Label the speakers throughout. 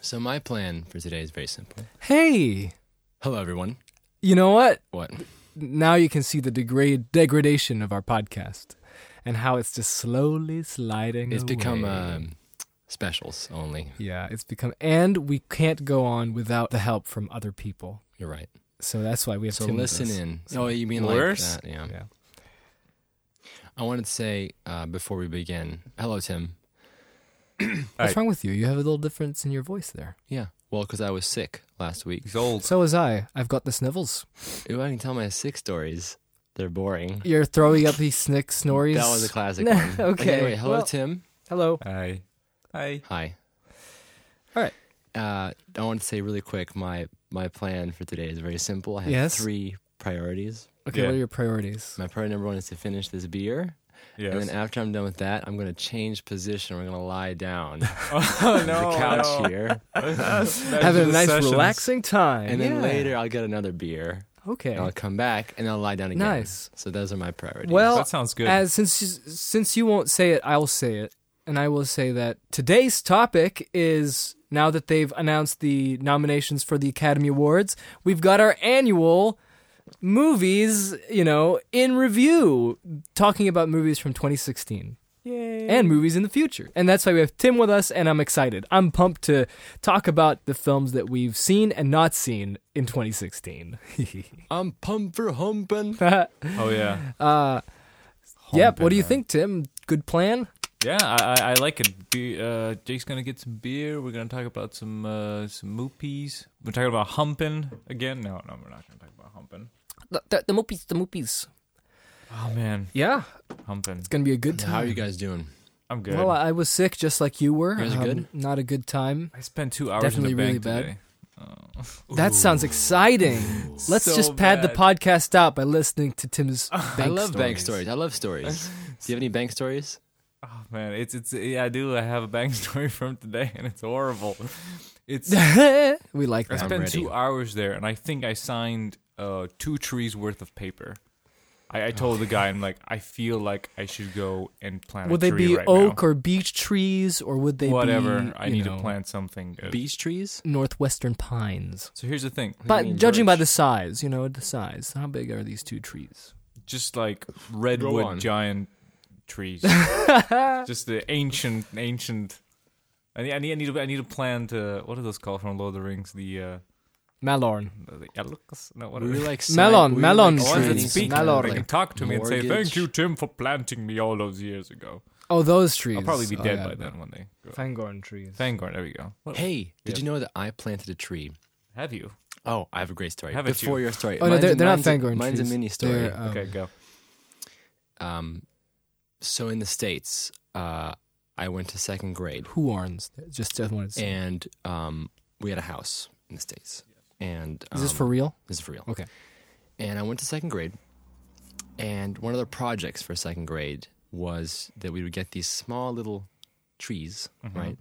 Speaker 1: So my plan for today is very simple.
Speaker 2: Hey,
Speaker 1: Hello, everyone.
Speaker 2: you know what?
Speaker 1: What?
Speaker 2: Now you can see the degrade degradation of our podcast and how it's just slowly sliding.
Speaker 1: It's become
Speaker 2: away.
Speaker 1: um, specials only.
Speaker 2: yeah, it's become, and we can't go on without the help from other people.
Speaker 1: You're right.
Speaker 2: So that's why we have
Speaker 1: So
Speaker 2: to
Speaker 1: listen in. Oh, you mean
Speaker 3: Worse?
Speaker 1: like that? Yeah.
Speaker 2: Yeah.
Speaker 1: I wanted to say uh, before we begin, hello, Tim.
Speaker 2: What's
Speaker 3: Alright.
Speaker 2: wrong with you? You have a little difference in your voice there.
Speaker 1: Yeah. Well, because I was sick last week.
Speaker 3: He's old.
Speaker 2: So was I. I've got the snivels.
Speaker 1: Ooh, I can tell my sick stories. They're boring.
Speaker 2: You're throwing up these snick snories.
Speaker 1: That was a classic
Speaker 2: No,
Speaker 1: one.
Speaker 2: okay,
Speaker 1: Anyway, hello,
Speaker 2: well-
Speaker 1: Tim.
Speaker 2: Hello.
Speaker 3: Hi. Hi.
Speaker 1: Hi.
Speaker 2: All right.
Speaker 1: Uh, I want to say really quick my my plan for today is very simple. I have
Speaker 2: Yes.
Speaker 1: three priorities.
Speaker 2: Okay,
Speaker 3: Yeah.
Speaker 2: what are your priorities?
Speaker 1: My priority number one is to finish this beer, and
Speaker 3: Yes.
Speaker 1: then after I'm done with that, I'm going to change position. We're going to lie down
Speaker 3: oh,
Speaker 1: on the couch here,
Speaker 2: Having a nice relaxing time.
Speaker 1: and then
Speaker 2: Yeah.
Speaker 1: later I'll get another beer,
Speaker 2: Okay.
Speaker 1: and I'll come back and I'll lie down again.
Speaker 2: Nice.
Speaker 1: So those are my priorities.
Speaker 2: Well,
Speaker 3: That sounds good.
Speaker 2: As since you, since you won't say it, I'll say it, and I will say that today's topic is now that they've announced the nominations for the Academy Awards, we've got our annual movies, you know, in review, talking about movies from 2016
Speaker 3: Yay.
Speaker 2: and movies in the future. And that's why we have Tim with us, and I'm excited. I'm pumped to talk about the films that we've seen and not seen in 2016.
Speaker 1: I'm pumped for humping.
Speaker 3: oh yeah.
Speaker 2: uh, yep. What do you
Speaker 3: man.
Speaker 2: think, Tim? Good plan?
Speaker 3: Yeah, I, I, I like it. Be, uh, Jake's gonna get some beer. We're gonna talk about some uh, some moopies. We're talking about humping again. No, no, we're not gonna talk about humping.
Speaker 2: The, the, the moopies, the moopies.
Speaker 3: Oh man,
Speaker 2: Yeah,
Speaker 3: humping.
Speaker 2: it's gonna be a good time.
Speaker 1: How are you guys doing?
Speaker 3: I'm good.
Speaker 2: Well, I was sick just like you were. Um,
Speaker 1: Yours are good?
Speaker 2: Not a good time.
Speaker 3: I spent two hours
Speaker 2: Definitely
Speaker 3: in the
Speaker 2: really
Speaker 3: bank
Speaker 2: bad.
Speaker 3: today.
Speaker 2: That sounds exciting. Let's
Speaker 3: So
Speaker 2: just pad
Speaker 3: bad.
Speaker 2: the podcast out by listening to Tim's.
Speaker 1: I
Speaker 2: bank
Speaker 1: love bank
Speaker 2: stories.
Speaker 1: stories. I love stories. Do you have any bank stories?
Speaker 3: Oh man, it's it's yeah, I do. I have a bank story from today, and it's horrible. It's
Speaker 2: we like
Speaker 3: I
Speaker 2: that.
Speaker 1: I'm
Speaker 3: spent two
Speaker 1: ready.
Speaker 3: hours there, and I think I signed uh, two trees worth of paper. I, I told the guy, I'm like, I feel like I should go and plant.
Speaker 2: Would
Speaker 3: a
Speaker 2: they
Speaker 3: tree
Speaker 2: be
Speaker 3: right
Speaker 2: oak
Speaker 3: now.
Speaker 2: or beech trees, or would they
Speaker 3: whatever?
Speaker 2: be
Speaker 3: I
Speaker 2: you
Speaker 3: need
Speaker 2: know,
Speaker 3: to plant something. Good.
Speaker 1: Beach trees?
Speaker 2: northwestern pines?
Speaker 3: So here's the thing,
Speaker 1: do you
Speaker 2: But
Speaker 1: mean,
Speaker 2: judging by
Speaker 1: birch?
Speaker 2: the size, you know, the size. How big are these two trees?
Speaker 3: just like
Speaker 1: Go on.
Speaker 3: redwood giant trees, just the ancient, ancient. I need, I need, I need, to, I need to plant. Uh, what are those called from Lord of the Rings? The uh,
Speaker 2: Malorn.
Speaker 3: the Elks? No, what
Speaker 1: We
Speaker 3: are
Speaker 1: were
Speaker 3: they?
Speaker 1: like
Speaker 2: Melon,
Speaker 1: we were,
Speaker 2: melon
Speaker 1: like,
Speaker 3: The ones that
Speaker 1: signing
Speaker 2: trees,
Speaker 3: speak,
Speaker 1: some kind
Speaker 2: Malor.
Speaker 1: of,
Speaker 3: they
Speaker 1: like,
Speaker 3: can talk to me and say,
Speaker 1: mortgage.
Speaker 3: "Thank you, Tim, for planting me all those years ago."
Speaker 2: Oh, those trees.
Speaker 3: I'll probably be
Speaker 2: Oh,
Speaker 3: dead
Speaker 2: yeah,
Speaker 3: by
Speaker 2: no.
Speaker 3: then one day.
Speaker 2: Fangorn trees.
Speaker 3: Fangorn, there we go. What-
Speaker 1: Hey, did
Speaker 3: Yeah.
Speaker 1: you know that I planted a tree?
Speaker 3: Have you?
Speaker 1: Oh, I have a great story.
Speaker 3: Haven't
Speaker 1: Before your story.
Speaker 2: Oh no,
Speaker 1: Mine's
Speaker 2: they're,
Speaker 1: a-
Speaker 2: they're not
Speaker 1: mine's a-
Speaker 2: Fangorn
Speaker 1: Mine's
Speaker 2: trees.
Speaker 1: a mini story.
Speaker 2: They're, um,
Speaker 3: Okay, go.
Speaker 1: Um, so in the States, uh, I went to second grade
Speaker 2: Who owns? Just just wanted to say.
Speaker 1: and um, we had a house in the States. And um,
Speaker 2: Is this for real?
Speaker 1: This is for real.
Speaker 2: Okay.
Speaker 1: And I went to second grade, and one of the projects for second grade was that we would get these small little trees,
Speaker 2: Mm-hmm.
Speaker 1: right?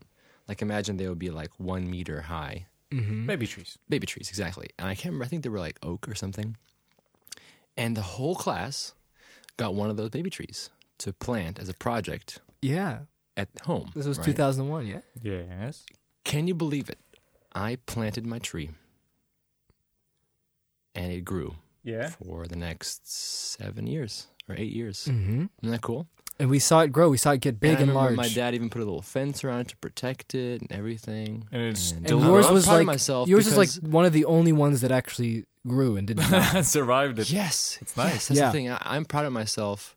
Speaker 1: Like imagine they would be like one meter high,
Speaker 3: Maybe trees.
Speaker 1: baby trees, exactly. And I can't remember. I think they were like oak or something. And the whole class got one of those baby trees to plant as a project
Speaker 2: Yeah.
Speaker 1: at home.
Speaker 2: This was
Speaker 1: right?
Speaker 2: 2001. Yeah.
Speaker 3: Yes.
Speaker 1: Can you believe it? I planted my tree, and it grew
Speaker 3: Yeah.
Speaker 1: for the next seven years or eight years.
Speaker 2: Mm-hmm.
Speaker 1: Isn't that cool?
Speaker 2: And we saw it grow. We saw it get big
Speaker 1: I
Speaker 2: and,
Speaker 1: remember
Speaker 2: large.
Speaker 1: My dad even put a little fence around it to protect it and everything.
Speaker 3: And it's
Speaker 1: And
Speaker 2: and
Speaker 3: still
Speaker 1: I'm
Speaker 2: yours
Speaker 1: proud
Speaker 2: was
Speaker 1: of
Speaker 2: like
Speaker 1: myself
Speaker 2: yours was
Speaker 1: because-
Speaker 2: like one of the only ones that actually grew and didn't. die.
Speaker 3: survived it.
Speaker 1: Yes,
Speaker 3: It's nice.
Speaker 1: Yes, that's
Speaker 2: Yeah.
Speaker 1: the thing. I, I'm proud of myself,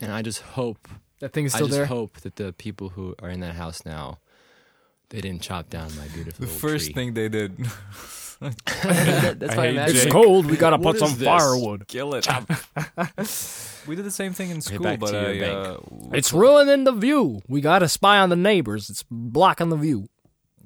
Speaker 1: and I just hope.
Speaker 2: that thing is
Speaker 1: I
Speaker 2: still
Speaker 1: just
Speaker 2: there.
Speaker 1: hope that the people who are in that house now, they didn't chop down my beautiful.
Speaker 3: The first thing they did.
Speaker 1: That's
Speaker 3: I
Speaker 1: why I
Speaker 3: hate
Speaker 1: imagine.
Speaker 3: Jake.
Speaker 2: cold. We gotta
Speaker 1: What is this?
Speaker 3: Kill it. we did the same thing in school,
Speaker 1: back to
Speaker 3: but
Speaker 1: your
Speaker 3: I, uh,
Speaker 1: bank.
Speaker 2: It's ruining the view. We gotta spy on the neighbors. It's blocking the view.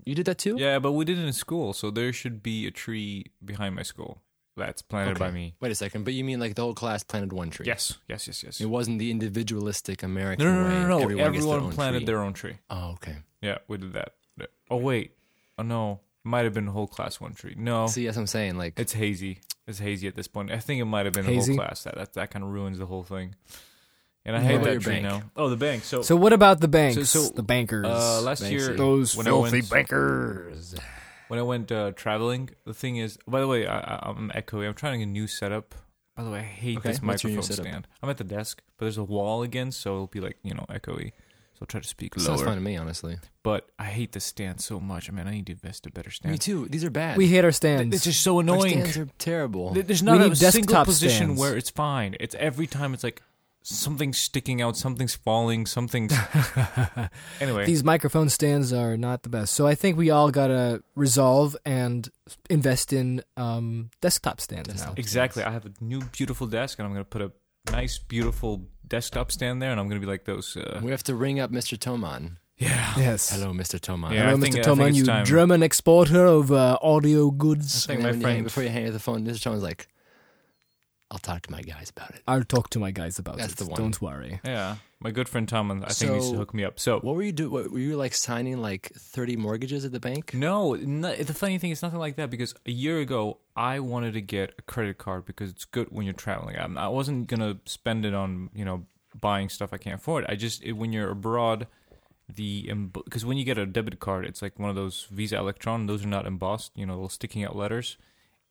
Speaker 1: You did that too.
Speaker 3: yeah, but we did it in school, so there should be a tree behind my school that's planted by me.
Speaker 1: Wait a second, but you mean like the whole class planted one tree?
Speaker 3: Yes, yes, yes, yes.
Speaker 1: It wasn't the individualistic American
Speaker 3: No, no, no,
Speaker 1: way.
Speaker 3: no, no.
Speaker 1: Everyone,
Speaker 3: Everyone,
Speaker 1: gets their own
Speaker 3: planted
Speaker 1: tree.
Speaker 3: their own tree.
Speaker 1: Oh, okay.
Speaker 3: Yeah, we did that. Yeah. Oh wait, oh no, might have been whole class one tree. No,
Speaker 1: See, that's what I'm saying. Like,
Speaker 3: Oh. it's hazy. It's hazy at this point. I think it might have been
Speaker 2: Hazy?
Speaker 3: a whole class. That that, that kind of ruins the whole thing. and I hate
Speaker 1: What about
Speaker 3: that
Speaker 1: your
Speaker 3: tree
Speaker 1: bank?
Speaker 3: now. Oh, the bank. So,
Speaker 2: So what about the banks?
Speaker 3: So- so,
Speaker 2: the bankers.
Speaker 3: uh, last
Speaker 1: Banksy.
Speaker 3: year,
Speaker 2: Those
Speaker 3: when I
Speaker 2: filthy
Speaker 3: went,
Speaker 2: bankers.
Speaker 3: when I went uh, traveling, the thing is, by the way, I, I, I'm echoing. I'm trying a new setup. By the way, I hate
Speaker 1: Okay,
Speaker 3: this
Speaker 1: what's your new
Speaker 3: microphone
Speaker 1: setup?
Speaker 3: stand. I'm at the desk, but there's a wall again, so it'll be like you know echoey. So I'll try to speak
Speaker 1: Sounds
Speaker 3: lower.
Speaker 1: fun to me, honestly.
Speaker 3: But I hate this stand so much. I mean, I need to invest a better stand.
Speaker 1: Me too. These are bad.
Speaker 2: We hate our
Speaker 3: Th-
Speaker 2: stands.
Speaker 3: It's just so
Speaker 1: Our
Speaker 3: annoying.
Speaker 1: stands are terrible.
Speaker 3: Th- There's not
Speaker 2: We
Speaker 3: a
Speaker 2: need
Speaker 3: single
Speaker 2: desktop
Speaker 3: position
Speaker 2: stands.
Speaker 3: where it's fine. It's every time it's like something's sticking out, something's falling, something's. anyway,
Speaker 2: These microphone stands are not the best. So I think we all gotta resolve and invest in um, desktop stands
Speaker 1: Desktop.
Speaker 2: now.
Speaker 3: exactly. I have a new beautiful desk, and I'm gonna put a nice, beautiful desktop stand there, and I'm gonna be like those. Uh,
Speaker 1: we have to ring up Mr. Toman.
Speaker 3: yeah.
Speaker 2: Yes.
Speaker 1: Hello, Mr. Toman.
Speaker 3: Yeah,
Speaker 2: Hello,
Speaker 3: I think- I
Speaker 2: Mr.
Speaker 3: think
Speaker 2: Toman,
Speaker 3: it's
Speaker 2: you
Speaker 3: time.
Speaker 2: German exporter of uh, audio goods.
Speaker 3: I think
Speaker 1: And
Speaker 3: my
Speaker 1: then when you hang-
Speaker 3: friend.
Speaker 1: before you hang up the phone, Mr. Toman's like, "I'll talk to my guys about it."
Speaker 2: I'll talk to my guys about
Speaker 1: That's
Speaker 2: it.
Speaker 1: the one.
Speaker 2: Don't worry.
Speaker 3: Yeah, my good friend Tom, and I think needs to
Speaker 1: So-
Speaker 3: hook me up. So
Speaker 1: What were you do? What, were you like signing like thirty mortgages at the bank?
Speaker 3: No, no, the funny thing is nothing like that because a year ago I wanted to get a credit card because it's good when you're traveling. I'm, I wasn't gonna spend it on you know buying stuff I can't afford. I just it, when you're abroad, the because when you get a debit card, it's like one of those Visa Electron. Those are not embossed, you know, little sticking out letters.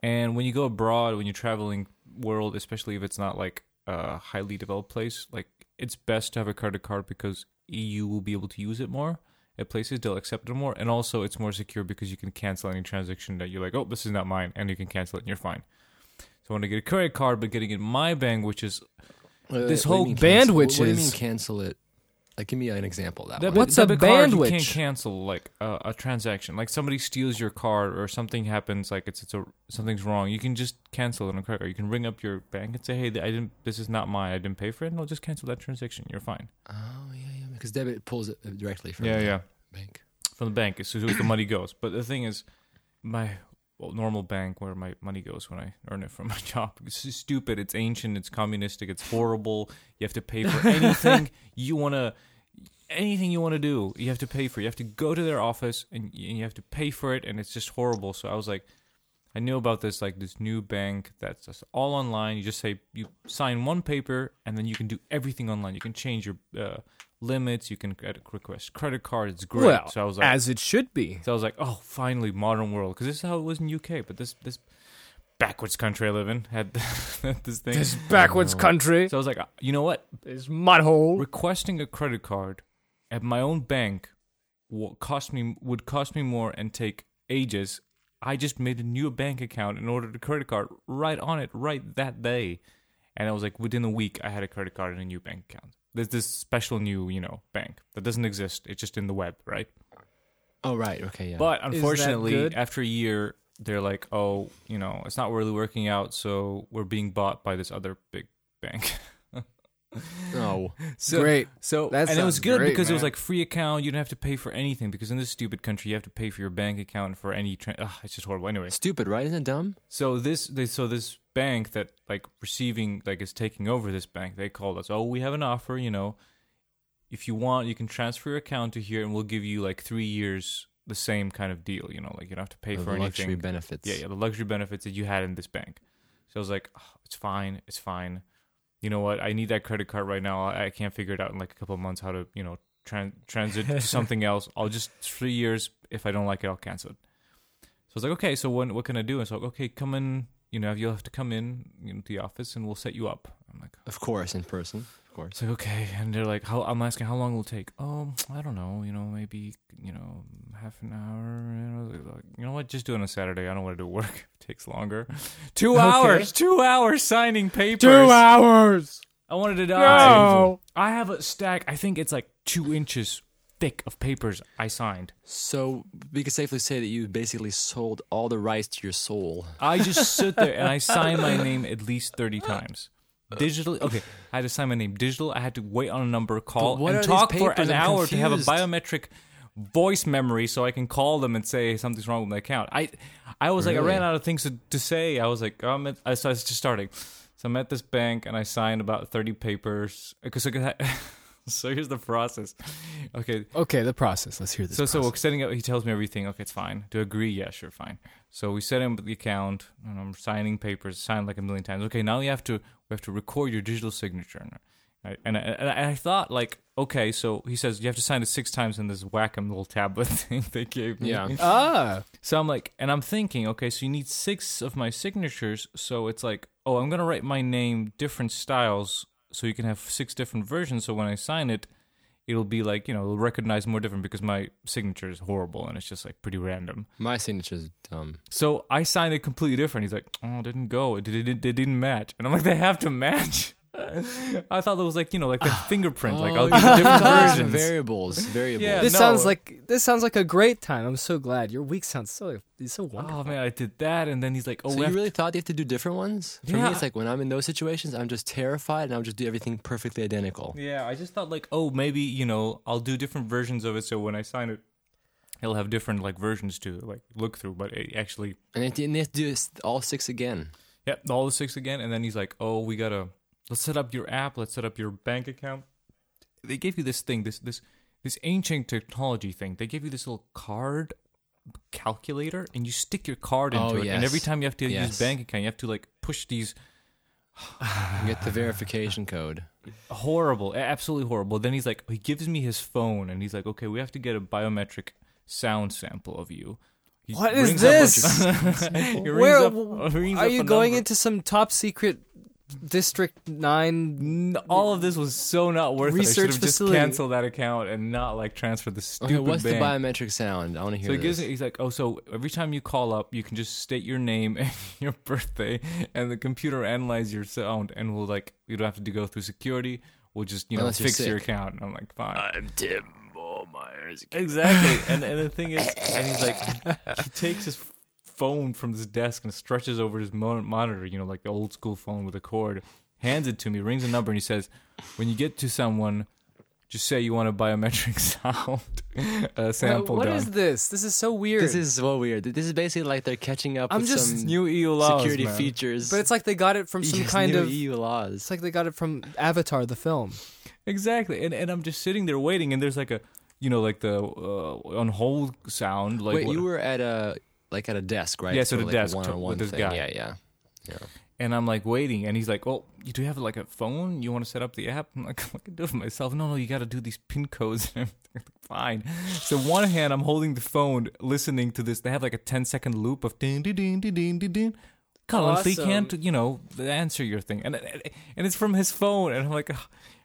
Speaker 3: And when you go abroad, when you're traveling world, especially if it's not like a highly developed place, like it's best to have a credit card because EU will be able to use it more at places. They'll accept it more, and also it's more secure because you can cancel any transaction that you're like, oh, this is not mine, and you can cancel it, and you're fine. So I want to get a credit card, but getting it in my bank, which is
Speaker 1: Wait,
Speaker 3: This
Speaker 1: wait, what
Speaker 3: whole
Speaker 1: do you mean
Speaker 2: band
Speaker 1: cancel-
Speaker 2: which
Speaker 1: What, what do
Speaker 2: is-
Speaker 1: you mean cancel it? Like, give me an example of that
Speaker 3: Debit-
Speaker 1: one.
Speaker 2: What's a
Speaker 3: debit card, You
Speaker 2: bandwidth?
Speaker 3: can't cancel like a, a transaction. Like somebody steals your card or something happens. Like it's it's a something's wrong. You can just cancel it on a credit card. You can ring up your bank and say, "Hey, I didn't. This is not mine. I didn't pay for it. No, just cancel that transaction. You're fine."
Speaker 1: Oh yeah, yeah. Because debit pulls it uh, directly from
Speaker 3: yeah,
Speaker 1: the
Speaker 3: yeah.
Speaker 1: bank.
Speaker 3: From the bank, it's where the money goes. But the thing is, my well, normal bank where my money goes when I earn it from my job. It's just stupid. It's ancient. It's communistic. It's horrible. You have to pay for anything you want to. Anything you want to do, you have to pay for. You have to go to their office and, y- and you have to pay for it, and it's just horrible. So I was like, I knew about this like this new bank that's just all online. You just say you sign one paper, and then you can do everything online. You can change your uh, limits. You can cre- request credit card. It's great.
Speaker 2: Well,
Speaker 3: so I was like,
Speaker 2: as it should be.
Speaker 3: so I was like, oh, finally, modern world, because this is how it was in UK. But this this backwards country I live in had this thing.
Speaker 2: This backwards country,
Speaker 3: so I was like, uh, you know what?
Speaker 2: this mudhole.
Speaker 3: Requesting a credit card at my own bank will cost me would cost me more and take ages. I just made a new bank account and ordered a credit card right on it right that day, and I was like, within a week, I had a credit card and a new bank account. There's this special new, you know, bank that doesn't exist. It's just in the web, right?
Speaker 1: Oh right, okay, yeah.
Speaker 3: But
Speaker 2: that
Speaker 3: unfortunately,
Speaker 2: good?
Speaker 3: after a year, they're like, oh, you know, it's not really working out, so we're being bought by this other big bank.
Speaker 1: no,
Speaker 3: so,
Speaker 2: Great.
Speaker 3: So
Speaker 2: That
Speaker 3: and it was
Speaker 2: sounds
Speaker 3: good
Speaker 2: great,
Speaker 3: because it was
Speaker 2: man.
Speaker 3: like free account. You didn't have to pay for anything because in this stupid country, you have to pay for your bank account for any. Tra- Ugh, it's just horrible. Anyway,
Speaker 1: stupid, right? Isn't it dumb?
Speaker 3: so this they so this bank that like receiving like is taking over this bank, they called us. Oh, we have an offer, you know. If you want, you can transfer your account to here and we'll give you like three years the same kind of deal, you know, like you don't have to pay
Speaker 1: The
Speaker 3: for
Speaker 1: luxury
Speaker 3: anything.
Speaker 1: benefits.
Speaker 3: Yeah, yeah, the luxury benefits that you had in this bank. So I was like, oh, it's fine, it's fine. You know what? I need that credit card right now. I I can't figure it out in like a couple of months how to, you know, tran- transit to something else. I'll just three years. If I don't like it, I'll cancel it. So I was like, okay, so when, what can I do? And so okay, come in. You know, you'll have to come in you know, to the office and we'll set you up. I'm like,
Speaker 1: Of course, in person. Of course.
Speaker 3: it's like okay, and they're like, how, I'm asking how long will it take? Oh, I don't know. You know, maybe you know half an hour. You know, like, you know what? Just do it on a Saturday. I don't want to do work. It takes longer. Two
Speaker 2: Okay.
Speaker 3: hours. Two hours signing papers.
Speaker 2: hours.
Speaker 3: I wanted to die.
Speaker 2: No.
Speaker 3: I have a stack. I think it's like two inches thick of papers I signed.
Speaker 1: So we could safely say that you basically sold all the rights to your soul.
Speaker 3: I just sit there and I sign my name at least thirty times.
Speaker 1: Uh,
Speaker 3: Digitally, okay. I had to sign my name digital. I had to wait on a number, call,
Speaker 1: But what are
Speaker 3: and
Speaker 1: these
Speaker 3: talk for
Speaker 1: papers?
Speaker 3: an
Speaker 1: I'm
Speaker 3: hour to have a
Speaker 1: confused.
Speaker 3: biometric voice memory so I can call them and say something's wrong with my account. I, I was like, I ran
Speaker 1: Really?
Speaker 3: out of things to, to say. I was like, um, it- I, so I was just starting. So I'm at this bank and I signed about thirty papers. Because so here's the process. Okay,
Speaker 2: Okay, the process. Let's hear this.
Speaker 3: so so we're setting up. He tells me everything. Okay, it's fine. Do agree? Yeah, sure, fine. So we set up the account, and I'm signing papers, signed like a million times. Okay, now you have to we have to record your digital signature, and I, and, I, and I- and I thought like, okay, so he says you have to sign it six times in this whack-em little tablet thing they gave me.
Speaker 1: Yeah.
Speaker 2: Ah,
Speaker 3: So I'm like, and I'm thinking, okay, so you need six of my signatures. So it's like, oh, I'm gonna write my name different styles, so you can have six different versions. So when I sign it, it'll be like, you know, it'll recognize more different because my signature is horrible and it's just like pretty random.
Speaker 1: My signature's dumb.
Speaker 3: So I signed it completely different. He's like, oh, it didn't go. It, it, it, it didn't match. And I'm like, they have to match. I thought it was like, you know, like the fingerprint. like
Speaker 1: Oh,
Speaker 3: I'll give you different versions.
Speaker 1: Variables. Variables.
Speaker 3: Yeah.
Speaker 2: this
Speaker 3: no.
Speaker 2: sounds like this sounds like a great time. I'm so glad. Your week sounds so so wonderful.
Speaker 3: Oh man, I did that, and then he's like, oh,
Speaker 1: So
Speaker 3: we
Speaker 1: you
Speaker 3: have
Speaker 1: really thought you have to do different ones? For
Speaker 3: Yeah.
Speaker 1: me, it's like when I'm in those situations, I'm just terrified and I'll just do everything perfectly identical.
Speaker 3: Yeah, I just thought like, oh, maybe you know, I'll do different versions of it. So when I sign it, it'll have different like versions to like look through. But it actually,
Speaker 1: And then they have to do s- all six again.
Speaker 3: yeah, all the six again. And then he's like, oh, we gotta let's set up your app. Let's set up your bank account. They gave you this thing, this this this ancient technology thing. They gave you this little card calculator, and you stick your card into
Speaker 1: Oh,
Speaker 3: it. And every
Speaker 1: yes.
Speaker 3: time you have to use
Speaker 1: Yes.
Speaker 3: bank account, you have to like push these
Speaker 1: You get the verification code.
Speaker 3: horrible, a- absolutely horrible. Then he's like, he gives me his phone, and he's like, okay, we have to get a biometric sound sample of you. He
Speaker 2: What is
Speaker 3: rings up a
Speaker 2: this?
Speaker 3: bunch of- he rings
Speaker 2: Where
Speaker 3: up-
Speaker 2: w-
Speaker 3: rings
Speaker 2: are
Speaker 3: up
Speaker 2: you
Speaker 3: a
Speaker 2: going
Speaker 3: number.
Speaker 2: into some top secret district nine?
Speaker 3: N- All of this was so not worth it. I should
Speaker 2: Research
Speaker 3: have
Speaker 2: facility.
Speaker 3: just canceled that account and not like transfer the stupid.
Speaker 1: Okay, what's
Speaker 3: bank.
Speaker 1: the biometric sound? I want to hear
Speaker 3: So he gives
Speaker 1: this.
Speaker 3: me, he's like, oh, so every time you call up, you can just state your name and your birthday, and the computer analyzes your sound, and will like, you don't have to go through security. We'll just, you know,
Speaker 1: Unless you're
Speaker 3: fix your
Speaker 1: sick.
Speaker 3: account. And I'm like, fine.
Speaker 1: I'm Tim Myers.
Speaker 3: Exactly. and and the thing is, and he's like, he takes his phone from his desk and stretches over his mon- monitor, you know, like the old school phone with a cord, hands it to me, rings a number, and he says, when you get to someone, just say you want a biometric sound uh, sample
Speaker 2: What
Speaker 3: done.
Speaker 2: is this? This is so weird.
Speaker 1: This is so weird. This is basically like they're catching up
Speaker 2: I'm
Speaker 1: with
Speaker 2: just E
Speaker 1: some
Speaker 3: New ELOs,
Speaker 1: security
Speaker 3: man.
Speaker 1: features.
Speaker 2: but it's like they got it from some
Speaker 1: Yes,
Speaker 2: kind
Speaker 1: new E
Speaker 2: of.
Speaker 1: EU laws.
Speaker 2: It's like they got it from Avatar the film.
Speaker 3: Exactly. And and I'm just sitting there waiting, and there's like a, you know, like the uh, on hold sound. Like
Speaker 1: Wait,
Speaker 3: what-
Speaker 1: you were at a like at a desk, right?
Speaker 3: Yes, at a
Speaker 1: like
Speaker 3: desk to-
Speaker 1: one-on-one
Speaker 3: with this
Speaker 1: thing.
Speaker 3: guy.
Speaker 1: Yeah, yeah. Yeah.
Speaker 3: And I'm like waiting, and he's like, "Well, you do have like a phone? You want to set up the app?" I'm like, "I can do it for myself." No, no, you got to do these pin codes. And everything. Fine. So one hand, I'm holding the phone, listening to this. They have like a 10 second loop of ding, ding, ding, ding, ding, ding, ding. Colin, if they
Speaker 2: Awesome.
Speaker 3: can't, you know, answer your thing, and and it's from his phone, and I'm like, "Ugh."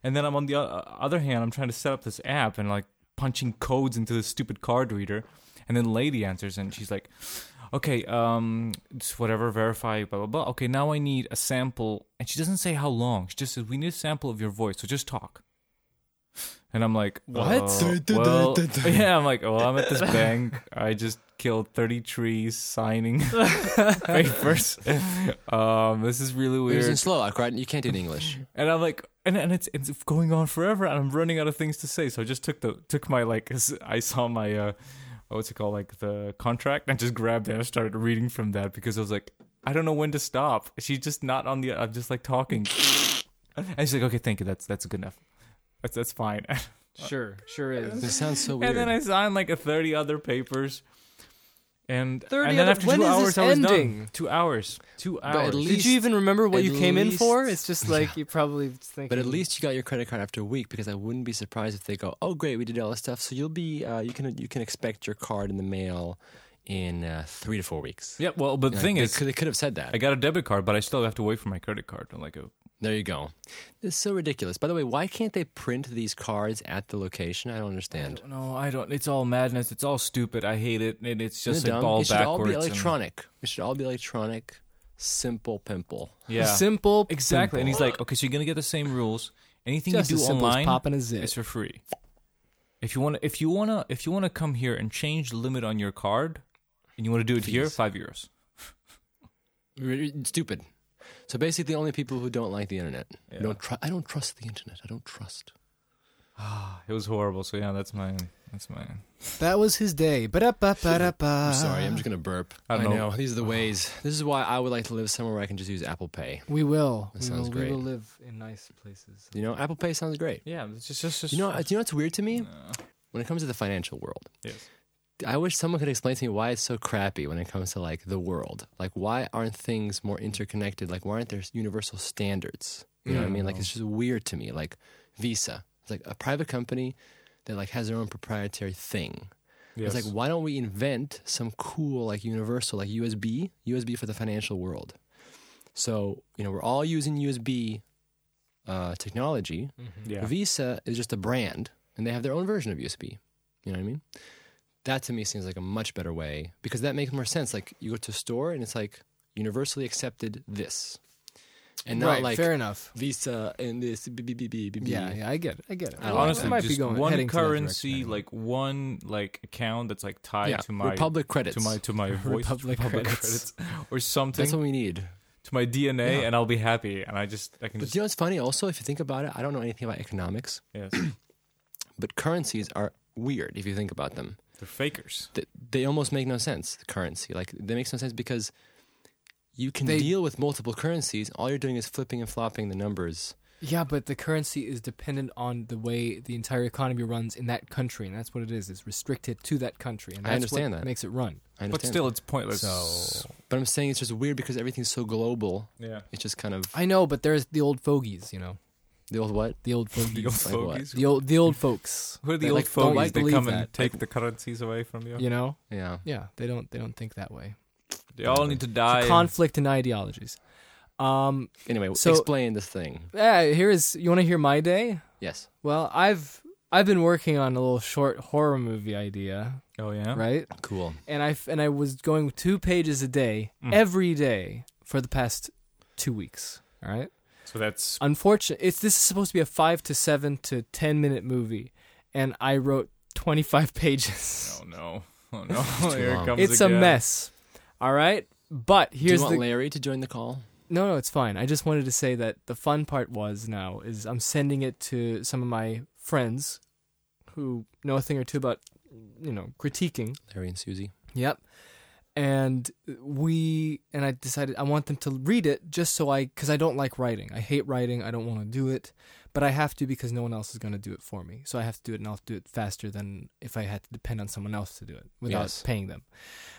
Speaker 3: and then I'm on the o- other hand, I'm trying to set up this app and like punching codes into this stupid card reader, and then lady answers, and she's like, okay, um, just whatever, verify, blah, blah, blah. Okay, now I need a sample. And she doesn't say how long. She just says, we need a sample of your voice, so just talk. And I'm like,
Speaker 2: What?
Speaker 3: uh, well, yeah, I'm like, oh, I'm at this bank. I just killed 30 trees signing papers. um, this is really
Speaker 1: It was in
Speaker 3: weird.
Speaker 1: Slovak, right? You can't do it in English.
Speaker 3: And I'm like, and, and it's it's going on forever, and I'm running out of things to say. So I just took the took my like s- I saw my uh, what's it called like the contract, and just grabbed it and started reading from that because I was like, I don't know when to stop. She's just not on the. I'm just like talking, and she's like, okay, thank you. That's that's good enough. That's that's fine.
Speaker 2: Sure, sure is.
Speaker 1: This sounds so weird.
Speaker 3: And then I signed like a 30 other papers. And,
Speaker 2: 30
Speaker 3: and then
Speaker 2: other-
Speaker 3: after
Speaker 2: when
Speaker 3: two
Speaker 2: is
Speaker 3: hours,
Speaker 2: this
Speaker 3: I was
Speaker 2: ending?
Speaker 3: done. Two hours. Two
Speaker 1: at
Speaker 3: hours.
Speaker 1: least-
Speaker 2: Did you even remember what
Speaker 1: at
Speaker 2: you came in for?
Speaker 1: least-
Speaker 2: It's just like you probably think.
Speaker 1: but at least you got your credit card after a week because I wouldn't be surprised if they go, "Oh, great, we did all this stuff." So you'll be uh, you can you can expect your card in the mail in uh, three to four weeks.
Speaker 3: yeah, well, but the
Speaker 1: Like,
Speaker 3: thing
Speaker 1: they
Speaker 3: is,
Speaker 1: could, they could have said that.
Speaker 3: I got a debit card, but I still have to wait for my credit card. I'm like, oh,
Speaker 1: There you go. It's so ridiculous. By the way, why can't they print these cards at the location? I don't understand.
Speaker 3: no, I don't. It's all madness. It's all stupid. I hate it. And it's just
Speaker 1: Isn't it
Speaker 3: like
Speaker 1: dumb?
Speaker 3: all
Speaker 1: it should all
Speaker 3: backwards.
Speaker 1: be
Speaker 3: and-
Speaker 1: electronic. It should all be electronic. Simple pimple.
Speaker 3: yeah.
Speaker 2: simple,
Speaker 3: exactly. And he's
Speaker 2: pimple.
Speaker 3: like, okay, so you're going to get the same rules. Anything
Speaker 2: just as
Speaker 3: you do
Speaker 2: simple as
Speaker 3: online,
Speaker 2: popping a zip.
Speaker 3: It's for free. If you want to, if you want to, if you want to come here and change the limit on your card, and you want to do it here,
Speaker 1: Fees.
Speaker 3: five euros.
Speaker 1: R- Stupid. So basically, only people who don't like the internet.
Speaker 3: Yeah.
Speaker 1: Don't tru- I don't trust the internet. I don't trust.
Speaker 3: It was horrible. So yeah, that's my that's my.
Speaker 2: That was his day. Ba-da-ba-ba-da-ba.
Speaker 1: I'm sorry. I'm just gonna burp.
Speaker 3: Ah. I don't know.
Speaker 1: These are the ways. This is why I would like to live somewhere where I can just use Apple Pay.
Speaker 2: We will.
Speaker 1: That
Speaker 2: we
Speaker 1: sounds
Speaker 2: will, We
Speaker 1: great.
Speaker 2: will live in nice places.
Speaker 1: You know, Apple Pay sounds great.
Speaker 3: Yeah, it's just just, just
Speaker 1: You know, you know what's weird to me
Speaker 3: Uh,
Speaker 1: when it comes to the financial world.
Speaker 3: yes.
Speaker 1: I wish someone could explain to me why it's so crappy when it comes to like the world. Like, why aren't things more interconnected? Like, why aren't there universal standards? You know what I
Speaker 2: Yeah.
Speaker 1: mean? Like it's just weird to me. Like Visa, it's like a private company that like has their own proprietary thing. It's like why don't we invent some cool like universal like USB, USB for the financial world. So you know we're all using USB uh, technology.
Speaker 3: yeah.
Speaker 1: Visa is just a brand, and they have their own version of USB. You know what I mean? That to me seems like a much better way because that makes more sense. Like you go to a store and it's like universally accepted this, and not
Speaker 2: right,
Speaker 1: like
Speaker 2: fair enough.
Speaker 1: Visa and this. B, b, b, b, b, b.
Speaker 2: Yeah, yeah, I get it. I get it.
Speaker 1: I like
Speaker 2: Well, it
Speaker 3: Honestly,
Speaker 2: might
Speaker 3: just
Speaker 2: be going
Speaker 3: one
Speaker 2: heading to that direction
Speaker 3: currency,
Speaker 2: anyway.
Speaker 3: like one like account that's like tied
Speaker 1: Yeah,
Speaker 3: to my
Speaker 1: Republic credits.
Speaker 3: to my to my voice
Speaker 2: Republic credits.
Speaker 3: or something
Speaker 1: That's what we need.
Speaker 3: to my DNA,
Speaker 1: Yeah.
Speaker 3: and I'll be happy. And I just I can
Speaker 1: But
Speaker 3: just
Speaker 1: you know what's funny? Also, if you think about it, I don't know anything about economics,
Speaker 3: yes,
Speaker 1: but currencies are weird if you think about them.
Speaker 3: they're fakers.
Speaker 1: th- they almost make no sense. the Currency, like they make no sense because you can
Speaker 2: They-
Speaker 1: deal with multiple currencies. All you're doing is flipping and flopping the numbers.
Speaker 2: Yeah, but the currency is dependent on the way the entire economy runs in that country, and that's what it is. It's restricted to that country, and
Speaker 1: I
Speaker 2: that's
Speaker 1: understand
Speaker 2: what
Speaker 1: that.
Speaker 2: makes it run.
Speaker 1: I
Speaker 3: But
Speaker 1: understand
Speaker 3: still,
Speaker 1: that.
Speaker 3: it's pointless.
Speaker 2: So-
Speaker 1: but I'm saying it's just weird because everything's so global.
Speaker 3: yeah,
Speaker 1: It's just kind of
Speaker 2: I know, but there's the old fogies, you know,
Speaker 1: the old what?
Speaker 2: the old
Speaker 3: the old
Speaker 2: fogies,
Speaker 1: Like what?
Speaker 3: fogies.
Speaker 2: the old the old folks,
Speaker 3: Who are the
Speaker 1: They,
Speaker 3: old
Speaker 1: like,
Speaker 3: fogies
Speaker 2: don't like
Speaker 3: that
Speaker 2: believe
Speaker 3: come and
Speaker 2: that.
Speaker 3: take the currencies away from you?
Speaker 2: you know.
Speaker 1: Yeah,
Speaker 2: Yeah, they don't they don't think that way.
Speaker 3: They all need to die.
Speaker 2: Conflict and ideologies. Um,
Speaker 1: Anyway,
Speaker 2: So-
Speaker 1: explain this thing.
Speaker 2: yeah, here is you want to hear my day?
Speaker 1: Yes.
Speaker 2: Well, I've I've been working on a little short horror movie idea,
Speaker 3: oh yeah,
Speaker 2: right?
Speaker 1: Cool.
Speaker 2: and I f- and I was going two pages a day
Speaker 3: Mm.
Speaker 2: every day for the past two weeks. All right. Uh,
Speaker 3: So that's
Speaker 2: Unfortunately, it's this is supposed to be a five to seven to ten minute movie, and I wrote twenty five pages.
Speaker 3: oh no, oh no. Here it
Speaker 1: long.
Speaker 3: comes
Speaker 2: it's
Speaker 3: again.
Speaker 2: a mess. All right. But
Speaker 1: Do you
Speaker 2: here's
Speaker 1: want
Speaker 2: the
Speaker 1: Larry to join the call?
Speaker 2: no, no, it's fine. I just wanted to say that the fun part was now is I'm sending it to some of my friends, who know a thing or two about, you know, critiquing.
Speaker 1: Larry and Susie.
Speaker 2: Yep. And we and I decided I want them to read it just so I cuz I don't like writing. I hate writing. I don't want to do it, but I have to because no one else is going to do it for me. So I have to do it and I'll do it faster than if I had to depend on someone else to do it without
Speaker 1: Yes.
Speaker 2: paying them.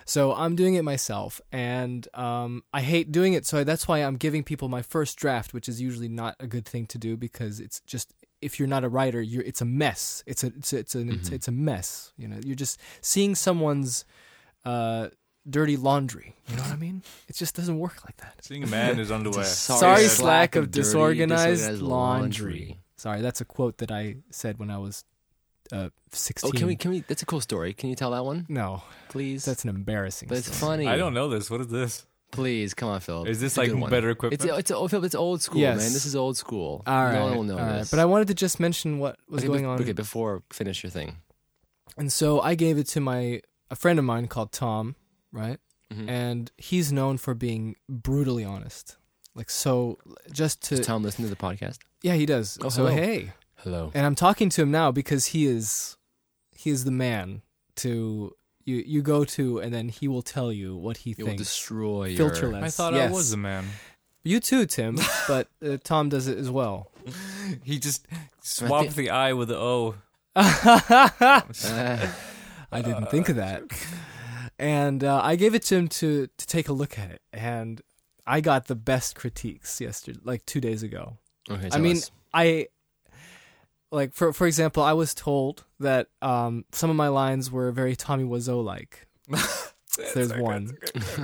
Speaker 2: So I'm doing it myself and um, I hate doing it. So that's why I'm giving people my first draft, which is usually not a good thing to do because it's just if you're not a writer, you're it's a mess. It's a it's a, it's, an, it's,
Speaker 1: Mhm.
Speaker 2: it's a mess, you know. You're just seeing someone's uh, dirty laundry. You know what I mean? It just doesn't work like that.
Speaker 3: Seeing a man is underwear.
Speaker 1: sorry
Speaker 2: Sorry,
Speaker 1: slack
Speaker 2: slack
Speaker 1: of
Speaker 2: of
Speaker 1: dirty,
Speaker 2: disorganized,
Speaker 1: disorganized
Speaker 2: laundry.
Speaker 1: laundry.
Speaker 2: Sorry, that's a quote that I said when I was uh,
Speaker 1: Oh,
Speaker 2: sixteen.
Speaker 1: can we? Can we? That's a cool story. Can you tell that one,
Speaker 2: No,
Speaker 1: please?
Speaker 2: that's an embarrassing.
Speaker 1: But it's
Speaker 2: story.
Speaker 1: funny.
Speaker 3: I don't know this. What is this?
Speaker 1: Please come on, Philip.
Speaker 3: Is this
Speaker 1: It's a
Speaker 3: like
Speaker 1: good one.
Speaker 3: better
Speaker 1: It's
Speaker 3: equipment?
Speaker 1: it's old Philip. It's old school,
Speaker 2: Yes.
Speaker 1: man. This is old school.
Speaker 2: All right,
Speaker 1: no one will know
Speaker 2: all right.
Speaker 1: this.
Speaker 2: But I wanted to just mention what was
Speaker 1: okay,
Speaker 2: going
Speaker 1: bef-
Speaker 2: on.
Speaker 1: Okay, before finish your thing.
Speaker 2: And so I gave it to my a friend of mine called Tom, right?
Speaker 1: Mhm.
Speaker 2: And he's known for being brutally honest. Like so just to
Speaker 1: Does Tom listen to the podcast?
Speaker 2: Yeah, he does.
Speaker 1: Oh,
Speaker 2: so
Speaker 1: hello.
Speaker 2: hey.
Speaker 1: Hello.
Speaker 2: And I'm talking to him now because he is he is the man to you you go to and then he will tell you what he
Speaker 1: It will
Speaker 2: thinks.
Speaker 1: destroy your.
Speaker 2: Filterless.
Speaker 3: I thought
Speaker 2: yes.
Speaker 3: I was a man.
Speaker 2: You too, Tim, but uh, Tom does it as well.
Speaker 3: He just swapped the I with the O.
Speaker 2: I
Speaker 1: Ah,
Speaker 2: didn't think of that. And uh, I gave it to him to to take a look at it and I got the best critiques yesterday like 2 days ago.
Speaker 1: okay,
Speaker 2: I
Speaker 1: tell
Speaker 2: mean,
Speaker 1: us.
Speaker 2: I like for for example, I was told that um, some of my lines were very Tommy Wiseau like. There's one.
Speaker 1: Oh,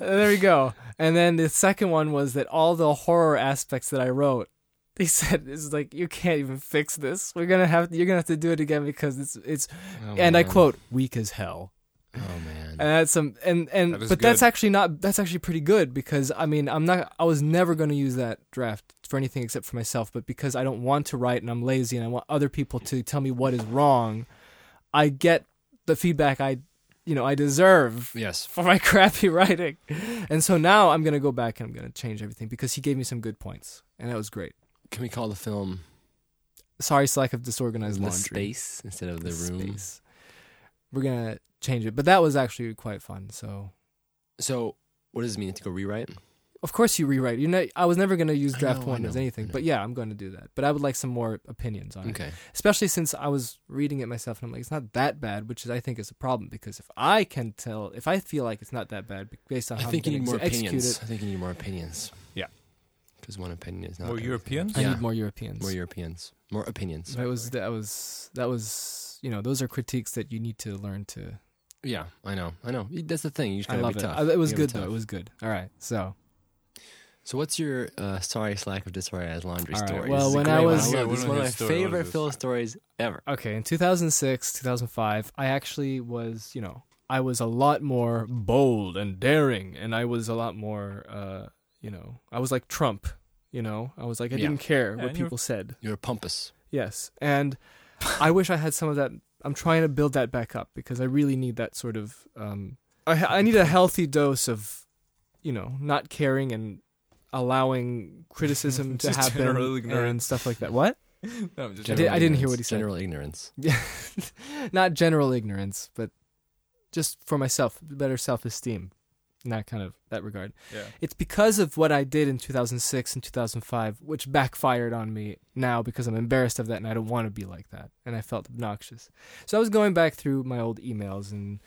Speaker 2: Uh, there we go. And then the second one was that all the horror aspects that I wrote, they said it's like you can't even fix this. We're gonna have you're gonna have to do it again because it's it's
Speaker 1: Oh,
Speaker 2: and I
Speaker 1: man.
Speaker 2: quote weak as hell.
Speaker 1: Oh man.
Speaker 2: And that's some and and
Speaker 3: That is
Speaker 2: but that's
Speaker 3: good.
Speaker 2: actually not that's actually pretty good because I mean I'm not I was never going to use that draft for anything except for myself but because I don't want to write and I'm lazy and I want other people to tell me what is wrong I get the feedback I you know I deserve
Speaker 1: yes.
Speaker 2: for my crappy writing. And so now I'm going to go back and I'm going to change everything because he gave me some good points and that was great.
Speaker 1: Can we call the film
Speaker 2: Sorry slack of disorganized
Speaker 1: the
Speaker 2: laundry.
Speaker 1: space instead of the, room?
Speaker 2: Space. We're going to change it but that was actually quite fun so
Speaker 1: So, what does it mean to go rewrite?
Speaker 2: Of course, you rewrite. You know, I was never going to use
Speaker 1: I
Speaker 2: draft
Speaker 1: know, I
Speaker 2: one as
Speaker 1: know,
Speaker 2: anything,
Speaker 1: I
Speaker 2: but
Speaker 1: know.
Speaker 2: yeah, I'm going to do that. But I would like some more opinions on it,
Speaker 1: Okay.
Speaker 2: especially since I was reading it myself and I'm like, it's not that bad, which is I think is a problem because if I can tell, if I feel like it's not that bad be- based on
Speaker 1: I
Speaker 2: how
Speaker 1: think
Speaker 2: I'm
Speaker 1: you need
Speaker 2: gonna
Speaker 1: more
Speaker 2: ex- execute
Speaker 1: opinions.
Speaker 2: it,
Speaker 1: I think you need more opinions.
Speaker 3: Yeah.
Speaker 1: because one opinion is not.
Speaker 3: More
Speaker 1: everything.
Speaker 3: Europeans?
Speaker 2: I
Speaker 1: Yeah,
Speaker 2: need more Europeans.
Speaker 1: more Europeans, more opinions.
Speaker 2: that was that was that was you know those are critiques that you need to learn to.
Speaker 1: Yeah, I know, I know. That's the thing. You just
Speaker 2: I
Speaker 1: gotta
Speaker 2: love
Speaker 1: be
Speaker 2: it.
Speaker 1: tough.
Speaker 2: I- it was
Speaker 1: You gotta be
Speaker 2: good though. It
Speaker 1: tough.
Speaker 2: was good. All right. So
Speaker 1: So what's your uh, sorry slack of disarray as laundry
Speaker 2: All right,
Speaker 1: story? This
Speaker 2: well,
Speaker 1: is a
Speaker 2: when
Speaker 1: great
Speaker 2: I
Speaker 1: one.
Speaker 2: was-
Speaker 1: I
Speaker 3: Yeah,
Speaker 1: love this
Speaker 3: one
Speaker 1: is
Speaker 3: of
Speaker 1: one of my
Speaker 3: his story, what
Speaker 1: favorite
Speaker 3: is
Speaker 1: Phil stories ever.
Speaker 2: okay, in 2006, 2005, I actually was you know I was a lot more bold and daring, and I was a lot more uh you know I was like Trump. You know, I was like I
Speaker 1: Yeah.
Speaker 2: didn't care
Speaker 3: Yeah,
Speaker 2: what
Speaker 3: and you were-
Speaker 2: people said.
Speaker 1: You're pompous.
Speaker 2: Yes, and I wish I had some of that. I'm trying to build that back up because I really need that sort of. Um, I ha- I need a healthy dose of, you know, not caring and allowing criticism to
Speaker 3: Just
Speaker 2: happen
Speaker 3: general
Speaker 2: and
Speaker 3: ignorance.
Speaker 2: stuff like that. What?
Speaker 3: No, I'm just
Speaker 2: I did- I didn't hear
Speaker 1: ignorance.
Speaker 2: what he said.
Speaker 1: General ignorance.
Speaker 2: not general ignorance, but just for myself, better self-esteem, in that kind of that regard.
Speaker 3: yeah.
Speaker 2: It's because of what I did in 2006 and 2005, which backfired on me now because I'm embarrassed of that and I don't want to be like that. And I felt obnoxious. So I was going back through my old emails and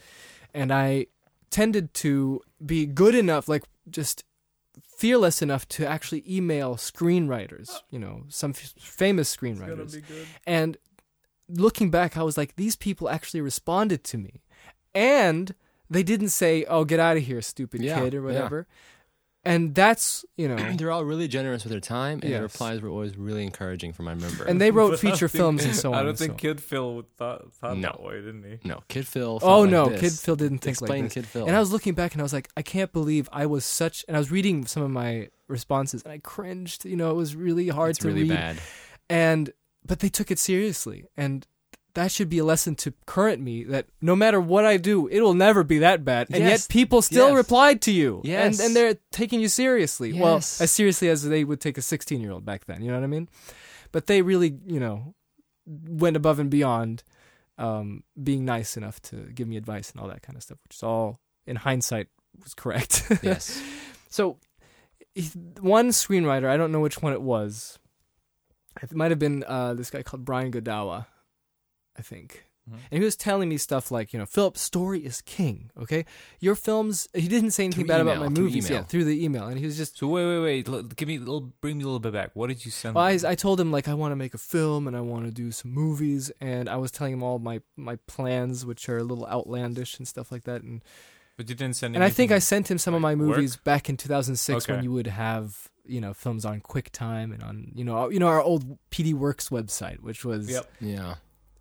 Speaker 2: and I tended to be good enough, like just fearless enough to actually email screenwriters, you know, some f- famous screenwriters.
Speaker 3: good.
Speaker 2: And looking back, I was like, these people actually responded to me. And they didn't say, oh, get out of here, stupid
Speaker 1: Yeah,
Speaker 2: kid, or
Speaker 1: yeah.
Speaker 2: whatever. And that's, you know.
Speaker 1: They're all really generous with their time, and
Speaker 2: Yes.
Speaker 1: their replies were always really encouraging from my member.
Speaker 2: And they wrote feature films and so on.
Speaker 3: I don't
Speaker 2: and so
Speaker 3: think
Speaker 2: on.
Speaker 3: Kid Phil thought, thought
Speaker 1: No.
Speaker 3: that way, didn't he?
Speaker 1: no, Kid Phil. felt
Speaker 2: Oh
Speaker 1: like
Speaker 2: no,
Speaker 1: this.
Speaker 2: Kid Phil didn't think
Speaker 1: Explain
Speaker 2: like this.
Speaker 1: Kid Phil.
Speaker 2: And I was looking back and I was like, I can't believe I was such. And I was reading some of my responses and I cringed. You know, it was really hard
Speaker 1: it's
Speaker 2: to
Speaker 1: really
Speaker 2: read.
Speaker 1: bad.
Speaker 2: and but they took it seriously and that should be a lesson to current me that no matter what I do, it will never be that bad. And
Speaker 1: Yes.
Speaker 2: yet people still
Speaker 1: Yes.
Speaker 2: replied to you.
Speaker 1: Yes.
Speaker 2: And, and they're taking you seriously. Well,
Speaker 1: Yes.
Speaker 2: as seriously as they would take a 16 year old back then. You know what I mean? But they really, you know, went above and beyond um, being nice enough to give me advice and all that kind of stuff, which is all in hindsight was correct.
Speaker 1: Yes,
Speaker 2: So, he- one screenwriter, I don't know which one it was. It might have been uh, this guy called Brian Godawa, I think.
Speaker 3: Mhm.
Speaker 1: Mm-hmm.
Speaker 2: And he was telling me stuff like, you know, Philip, story is king, okay? Your films, he didn't say anything
Speaker 1: Through
Speaker 2: bad about
Speaker 1: email,
Speaker 2: my
Speaker 1: through
Speaker 2: movies
Speaker 1: email.
Speaker 2: yeah, through the email. And he was just,
Speaker 3: So wait, wait, wait. L- give me, a little, bring me a little bit back. What did you
Speaker 1: Um,
Speaker 3: send?
Speaker 2: well, I,
Speaker 3: them?
Speaker 2: I told him, like, I want to make a film and I want to do some movies. And I was telling him all my, my plans, which are a little outlandish and stuff like that. And
Speaker 3: but you didn't send.
Speaker 2: And I think I
Speaker 3: anything.
Speaker 2: sent him some of my
Speaker 3: like,
Speaker 2: movies back in 2006 when
Speaker 3: Okay.
Speaker 2: you would have you know films on QuickTime and on you know our- you know our old PD Works website, which was
Speaker 3: Yep.
Speaker 1: yeah.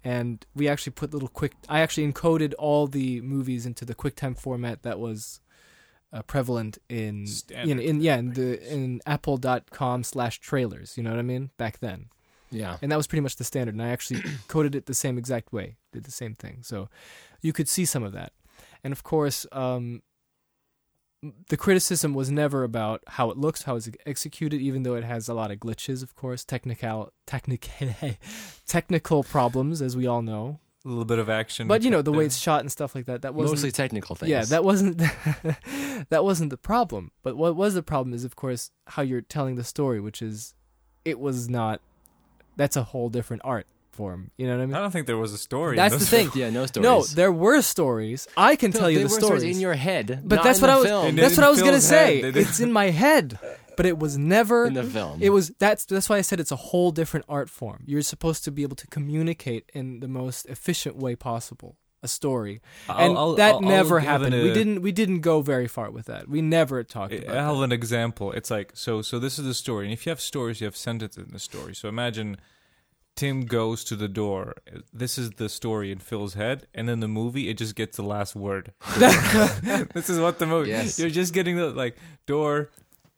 Speaker 2: and we actually put little quick. I actually encoded all the movies into the QuickTime format that was uh, prevalent in you know
Speaker 3: Standard.
Speaker 2: in yeah in the in Apple.com slash trailers. You know what I mean back then
Speaker 1: Yeah.
Speaker 2: and that was pretty much the standard. And I actually coded it the same exact way, did the same thing. So you could see some of that. And of course, um, the criticism was never about how it looks, how it's executed, even though it has a lot of glitches, of course, technical, technical, technical problems, as we all know.
Speaker 3: a little bit of action.
Speaker 2: But you know, the way
Speaker 3: Yeah.
Speaker 2: it's shot and stuff like that. That wasn't
Speaker 1: Mostly technical things.
Speaker 2: yeah, that wasn't that wasn't the problem. But what was the problem is, of course, how you're telling the story, which is it was not. That's a whole different art form. You know what I mean?
Speaker 3: I don't think there was a story. in
Speaker 2: That's the
Speaker 3: those-
Speaker 2: thing.
Speaker 1: yeah. No stories.
Speaker 2: No, there were stories. I can
Speaker 1: Phil,
Speaker 2: tell you
Speaker 1: they
Speaker 2: the
Speaker 1: were
Speaker 2: stories.
Speaker 1: in your head,
Speaker 2: but
Speaker 1: not
Speaker 2: that's
Speaker 1: in
Speaker 2: what
Speaker 1: the
Speaker 2: I was.
Speaker 1: Film.
Speaker 3: And
Speaker 2: That's
Speaker 3: in
Speaker 2: what I was gonna
Speaker 3: Phil's head,
Speaker 2: say.
Speaker 3: they didn't-
Speaker 2: It's in my head, but it was never
Speaker 1: in the film.
Speaker 2: it was that's that's why I said it's a whole different art form. You're supposed to be able to communicate in the most efficient way possible a story,
Speaker 3: I'll-
Speaker 2: and
Speaker 3: I'll-
Speaker 2: that
Speaker 3: I'll- I'll
Speaker 2: never
Speaker 3: give
Speaker 2: happened.
Speaker 3: it
Speaker 2: we
Speaker 3: a-
Speaker 2: didn't we didn't go very far with that. We never talked about
Speaker 3: I'll
Speaker 2: that.
Speaker 3: have an example. It's like so. So this is the story, and if you have stories, you have sentences in the story. So imagine Tim goes to the door. This is the story in Phil's head, and then the movie it just gets the last word. this is what the movie.
Speaker 1: Yes.
Speaker 3: You're just getting the like door,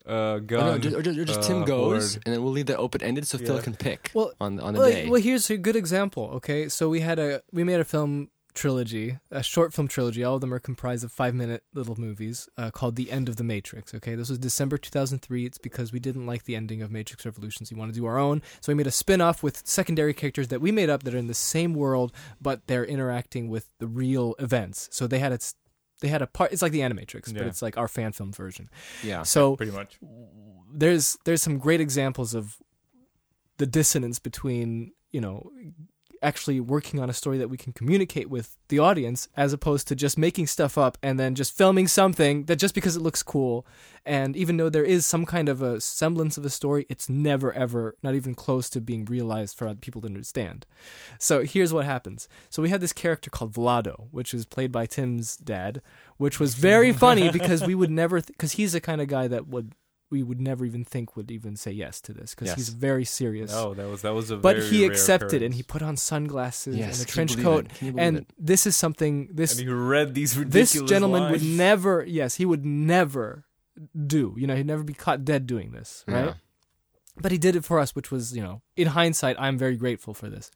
Speaker 2: Oh,
Speaker 3: uh,
Speaker 1: Or,
Speaker 3: gun.
Speaker 1: Oh, no, ju- or ju- or just Tim
Speaker 3: uh,
Speaker 1: goes,
Speaker 3: board.
Speaker 1: and then we'll leave that open ended so Phil
Speaker 3: Yeah.
Speaker 1: can pick
Speaker 2: Well,
Speaker 1: on on the
Speaker 2: well,
Speaker 1: day.
Speaker 2: well, here's a good example. Okay, so we had a we made a film trilogy, a short film trilogy. All of them are comprised of five minute little movies uh, called "The End of the Matrix." Okay, this was December 2003. It's because we didn't like the ending of Matrix Revolutions. We want to do our own, so we made a spin off with secondary characters that we made up that are in the same world, but they're interacting with the real events. So they had its they had a part. It's like the Animatrix, but
Speaker 3: Yeah.
Speaker 2: it's like our fan film version.
Speaker 1: yeah.
Speaker 2: So
Speaker 3: Pretty much.
Speaker 2: there's there's some great examples of the dissonance between you know actually working on a story that we can communicate with the audience as opposed to just making stuff up and then just filming something that just because it looks cool and even though there is some kind of a semblance of a story it's never ever not even close to being realized for other people to understand so here's what happens so we had this character called vlado which is played by tim's dad which was very funny because we would never because he's the kind of guy that would we would never even think would even say yes to this because
Speaker 1: Yes.
Speaker 2: he's very serious
Speaker 4: Oh, that was that was a.
Speaker 2: but
Speaker 4: very
Speaker 2: he
Speaker 4: rare
Speaker 2: accepted and
Speaker 4: occurrence.
Speaker 2: he put on sunglasses
Speaker 1: Yes, can
Speaker 2: and a
Speaker 1: you
Speaker 2: trench
Speaker 1: believe
Speaker 2: coat
Speaker 1: it? Can you believe
Speaker 2: and
Speaker 1: it?
Speaker 2: this is something this
Speaker 4: and he read these ridiculous.
Speaker 2: this gentleman
Speaker 4: lines.
Speaker 2: would never yes he would never do you know he'd never be caught dead doing this right
Speaker 1: Yeah.
Speaker 2: but he did it for us which was you know in hindsight i'm very grateful for this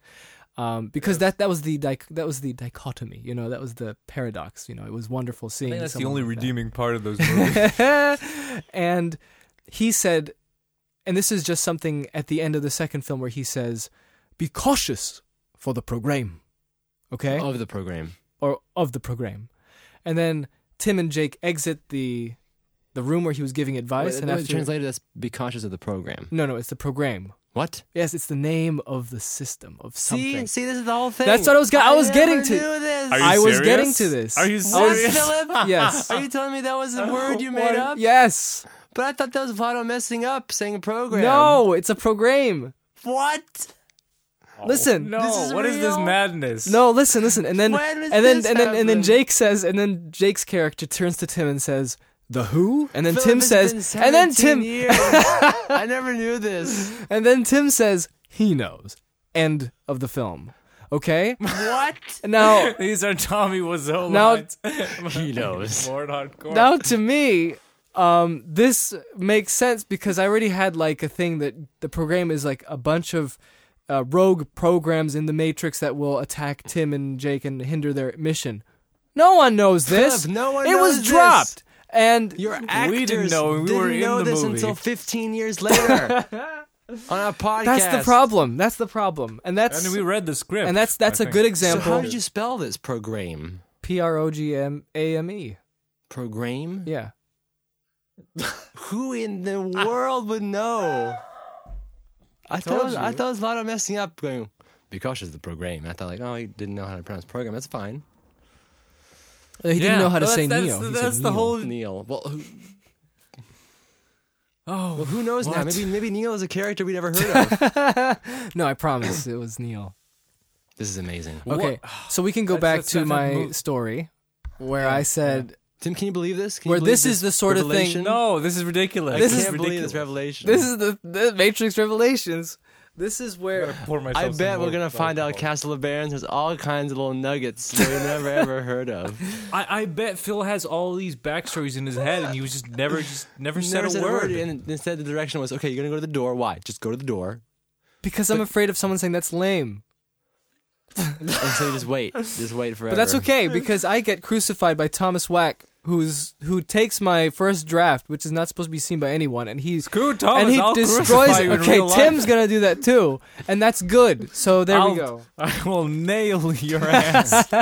Speaker 2: um, because that that was the dich- that was the dichotomy you know that was the paradox you know it was wonderful
Speaker 3: I
Speaker 2: seeing
Speaker 3: think that's the
Speaker 2: someone
Speaker 3: only
Speaker 2: like that.
Speaker 3: redeeming part of those movies.
Speaker 2: and he said, and this is just something at the end of the second film where he says, "Be cautious for the program, okay,
Speaker 1: Of the program.
Speaker 2: or of the program." And then Tim and Jake exit the the room where he was giving advice,
Speaker 1: Wait,
Speaker 2: and
Speaker 1: no,
Speaker 2: after
Speaker 1: translated as be cautious of the program.
Speaker 2: no, no, it's the program.
Speaker 1: What?
Speaker 2: Yes, it's the name of the system of something.
Speaker 1: see, this is the whole thing.
Speaker 2: That's what I was ge- I was getting to.
Speaker 1: this.
Speaker 4: Are you
Speaker 2: I was
Speaker 4: serious?
Speaker 2: getting to this.
Speaker 4: Are you
Speaker 2: I was-
Speaker 4: serious?
Speaker 1: Philip?
Speaker 2: Yes.
Speaker 1: Are you telling me that was a word you made
Speaker 4: What?
Speaker 1: up?
Speaker 2: Yes.
Speaker 1: But I thought that was Vado messing up, saying a program.
Speaker 2: No, it's a program.
Speaker 1: What?
Speaker 2: Listen,
Speaker 3: no,
Speaker 1: This is
Speaker 3: what is this
Speaker 1: real?
Speaker 3: madness?
Speaker 2: No, listen, listen, and then
Speaker 1: When
Speaker 2: and
Speaker 1: was
Speaker 2: then and
Speaker 1: this
Speaker 2: then and then
Speaker 1: happening?
Speaker 2: Jake says, and then Jake's character turns to Tim and says, "The who?" And then
Speaker 1: Philip,
Speaker 2: Tim
Speaker 1: it's
Speaker 2: says,
Speaker 1: been
Speaker 2: and then
Speaker 1: 17
Speaker 2: Tim,
Speaker 1: years. I never knew this.
Speaker 2: and then Tim says, "He knows." End of the film. Okay.
Speaker 1: What?
Speaker 2: Now,
Speaker 3: These are Tommy Wiseau
Speaker 2: Now-
Speaker 3: lines.
Speaker 1: He knows.
Speaker 3: Lord hardcore.
Speaker 2: now to me, um, this makes sense because I already had like a thing that the program is like a bunch of. Uh, rogue programs in the Matrix that will attack Tim and Jake and hinder their mission. No one knows this.
Speaker 1: Philip, no one
Speaker 2: it
Speaker 1: knows
Speaker 2: was
Speaker 1: this.
Speaker 2: dropped. And
Speaker 1: Your actors
Speaker 3: didn't know, we
Speaker 1: didn't
Speaker 3: were in
Speaker 1: know
Speaker 3: the
Speaker 1: this
Speaker 3: movie.
Speaker 1: until 15 years later on our podcast.
Speaker 2: That's the problem. That's the problem. And that's
Speaker 3: and we read the script.
Speaker 2: and that's that's
Speaker 3: a
Speaker 2: a good
Speaker 1: So
Speaker 2: example.
Speaker 1: how did you spell this program?
Speaker 2: P R O G M A M E.
Speaker 1: Program?
Speaker 2: Yeah.
Speaker 1: Who in the world would know? I thought it was, I thought it was Lotto messing up. Going, be cautious of the program. I thought like, oh, he didn't know how to pronounce program. That's fine.
Speaker 2: He didn't know how to
Speaker 3: that's,
Speaker 2: say
Speaker 3: that's,
Speaker 2: Neo. He
Speaker 3: That's,
Speaker 2: said
Speaker 3: the
Speaker 2: Neo.
Speaker 3: whole.
Speaker 1: Neil. Well, who,
Speaker 3: Oh,
Speaker 1: who knows now?
Speaker 3: What?
Speaker 1: Maybe maybe Neil is a character we never heard of.
Speaker 2: No, I promise it was Neil.
Speaker 1: this is amazing.
Speaker 2: Okay, so we can go
Speaker 3: That's-
Speaker 2: back
Speaker 3: that's-
Speaker 2: to
Speaker 3: that's-
Speaker 2: my
Speaker 3: that move-
Speaker 2: story, where I said
Speaker 1: Tim, can you believe this? Can you
Speaker 2: where
Speaker 1: believe
Speaker 2: this is the sort of
Speaker 1: revelation?
Speaker 2: thing.
Speaker 3: no, Oh, this is ridiculous.
Speaker 1: I
Speaker 2: this
Speaker 1: can't
Speaker 2: is
Speaker 1: believe this revelation.
Speaker 2: This is the, the Matrix Revelations. This is where
Speaker 3: Pour myself
Speaker 1: I
Speaker 3: some
Speaker 1: bet we're
Speaker 3: more
Speaker 1: gonna find out
Speaker 3: alcohol.
Speaker 1: Castle of Barons has all kinds of little nuggets that we never ever heard of.
Speaker 3: I, I bet Phil has all these backstories in his head, and he was just never, just never,
Speaker 1: He
Speaker 3: said,
Speaker 1: never
Speaker 3: a word.
Speaker 1: and instead the direction was, okay, you're gonna go to the door. Why? Just go to the door.
Speaker 2: because I'm afraid of someone saying that's lame.
Speaker 1: And so you just wait, just wait forever.
Speaker 2: But that's okay because I get crucified by Thomas Wack, who's who takes my first draft, which is not supposed to be seen by anyone, and he's
Speaker 3: Screw Thomas,
Speaker 2: and he
Speaker 3: I'll
Speaker 2: destroys
Speaker 3: crucify
Speaker 2: it.
Speaker 3: you in
Speaker 2: Okay,
Speaker 3: real life.
Speaker 2: Tim's gonna do that too, and that's good. So there
Speaker 3: I'll-
Speaker 2: we go.
Speaker 3: I will nail your ass.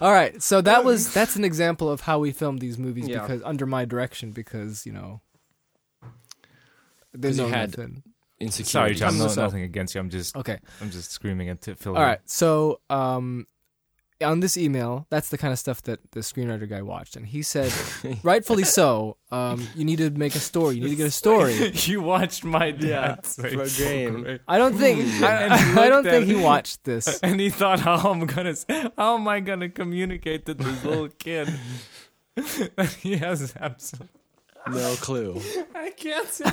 Speaker 2: All right, so that was that's an example of how we filmed these movies
Speaker 1: Yeah.
Speaker 2: because under my direction because you know there's
Speaker 1: 'Cause you
Speaker 2: no
Speaker 1: had-
Speaker 2: nothing.
Speaker 3: Sorry,
Speaker 1: Insecurities.
Speaker 3: Tom. No,
Speaker 2: Thomas.
Speaker 3: nothing against you. I'm just,
Speaker 2: Okay,
Speaker 3: I'm just screaming at T- Phil.
Speaker 2: all right. So um, on this email, that's the kind of stuff that the screenwriter guy watched, and he said, rightfully so, um, you need to make a story. You need to get a story.
Speaker 3: you watched my
Speaker 1: Yeah,
Speaker 3: dad's
Speaker 1: for a game.
Speaker 2: I don't think
Speaker 3: And he
Speaker 2: I, I don't
Speaker 3: looked at
Speaker 2: think he
Speaker 3: it.
Speaker 2: watched this.
Speaker 3: and he thought, "How am I gonna, s- how am I gonna communicate to this little kid?" he has absolutely.
Speaker 1: No clue.
Speaker 3: I can't say.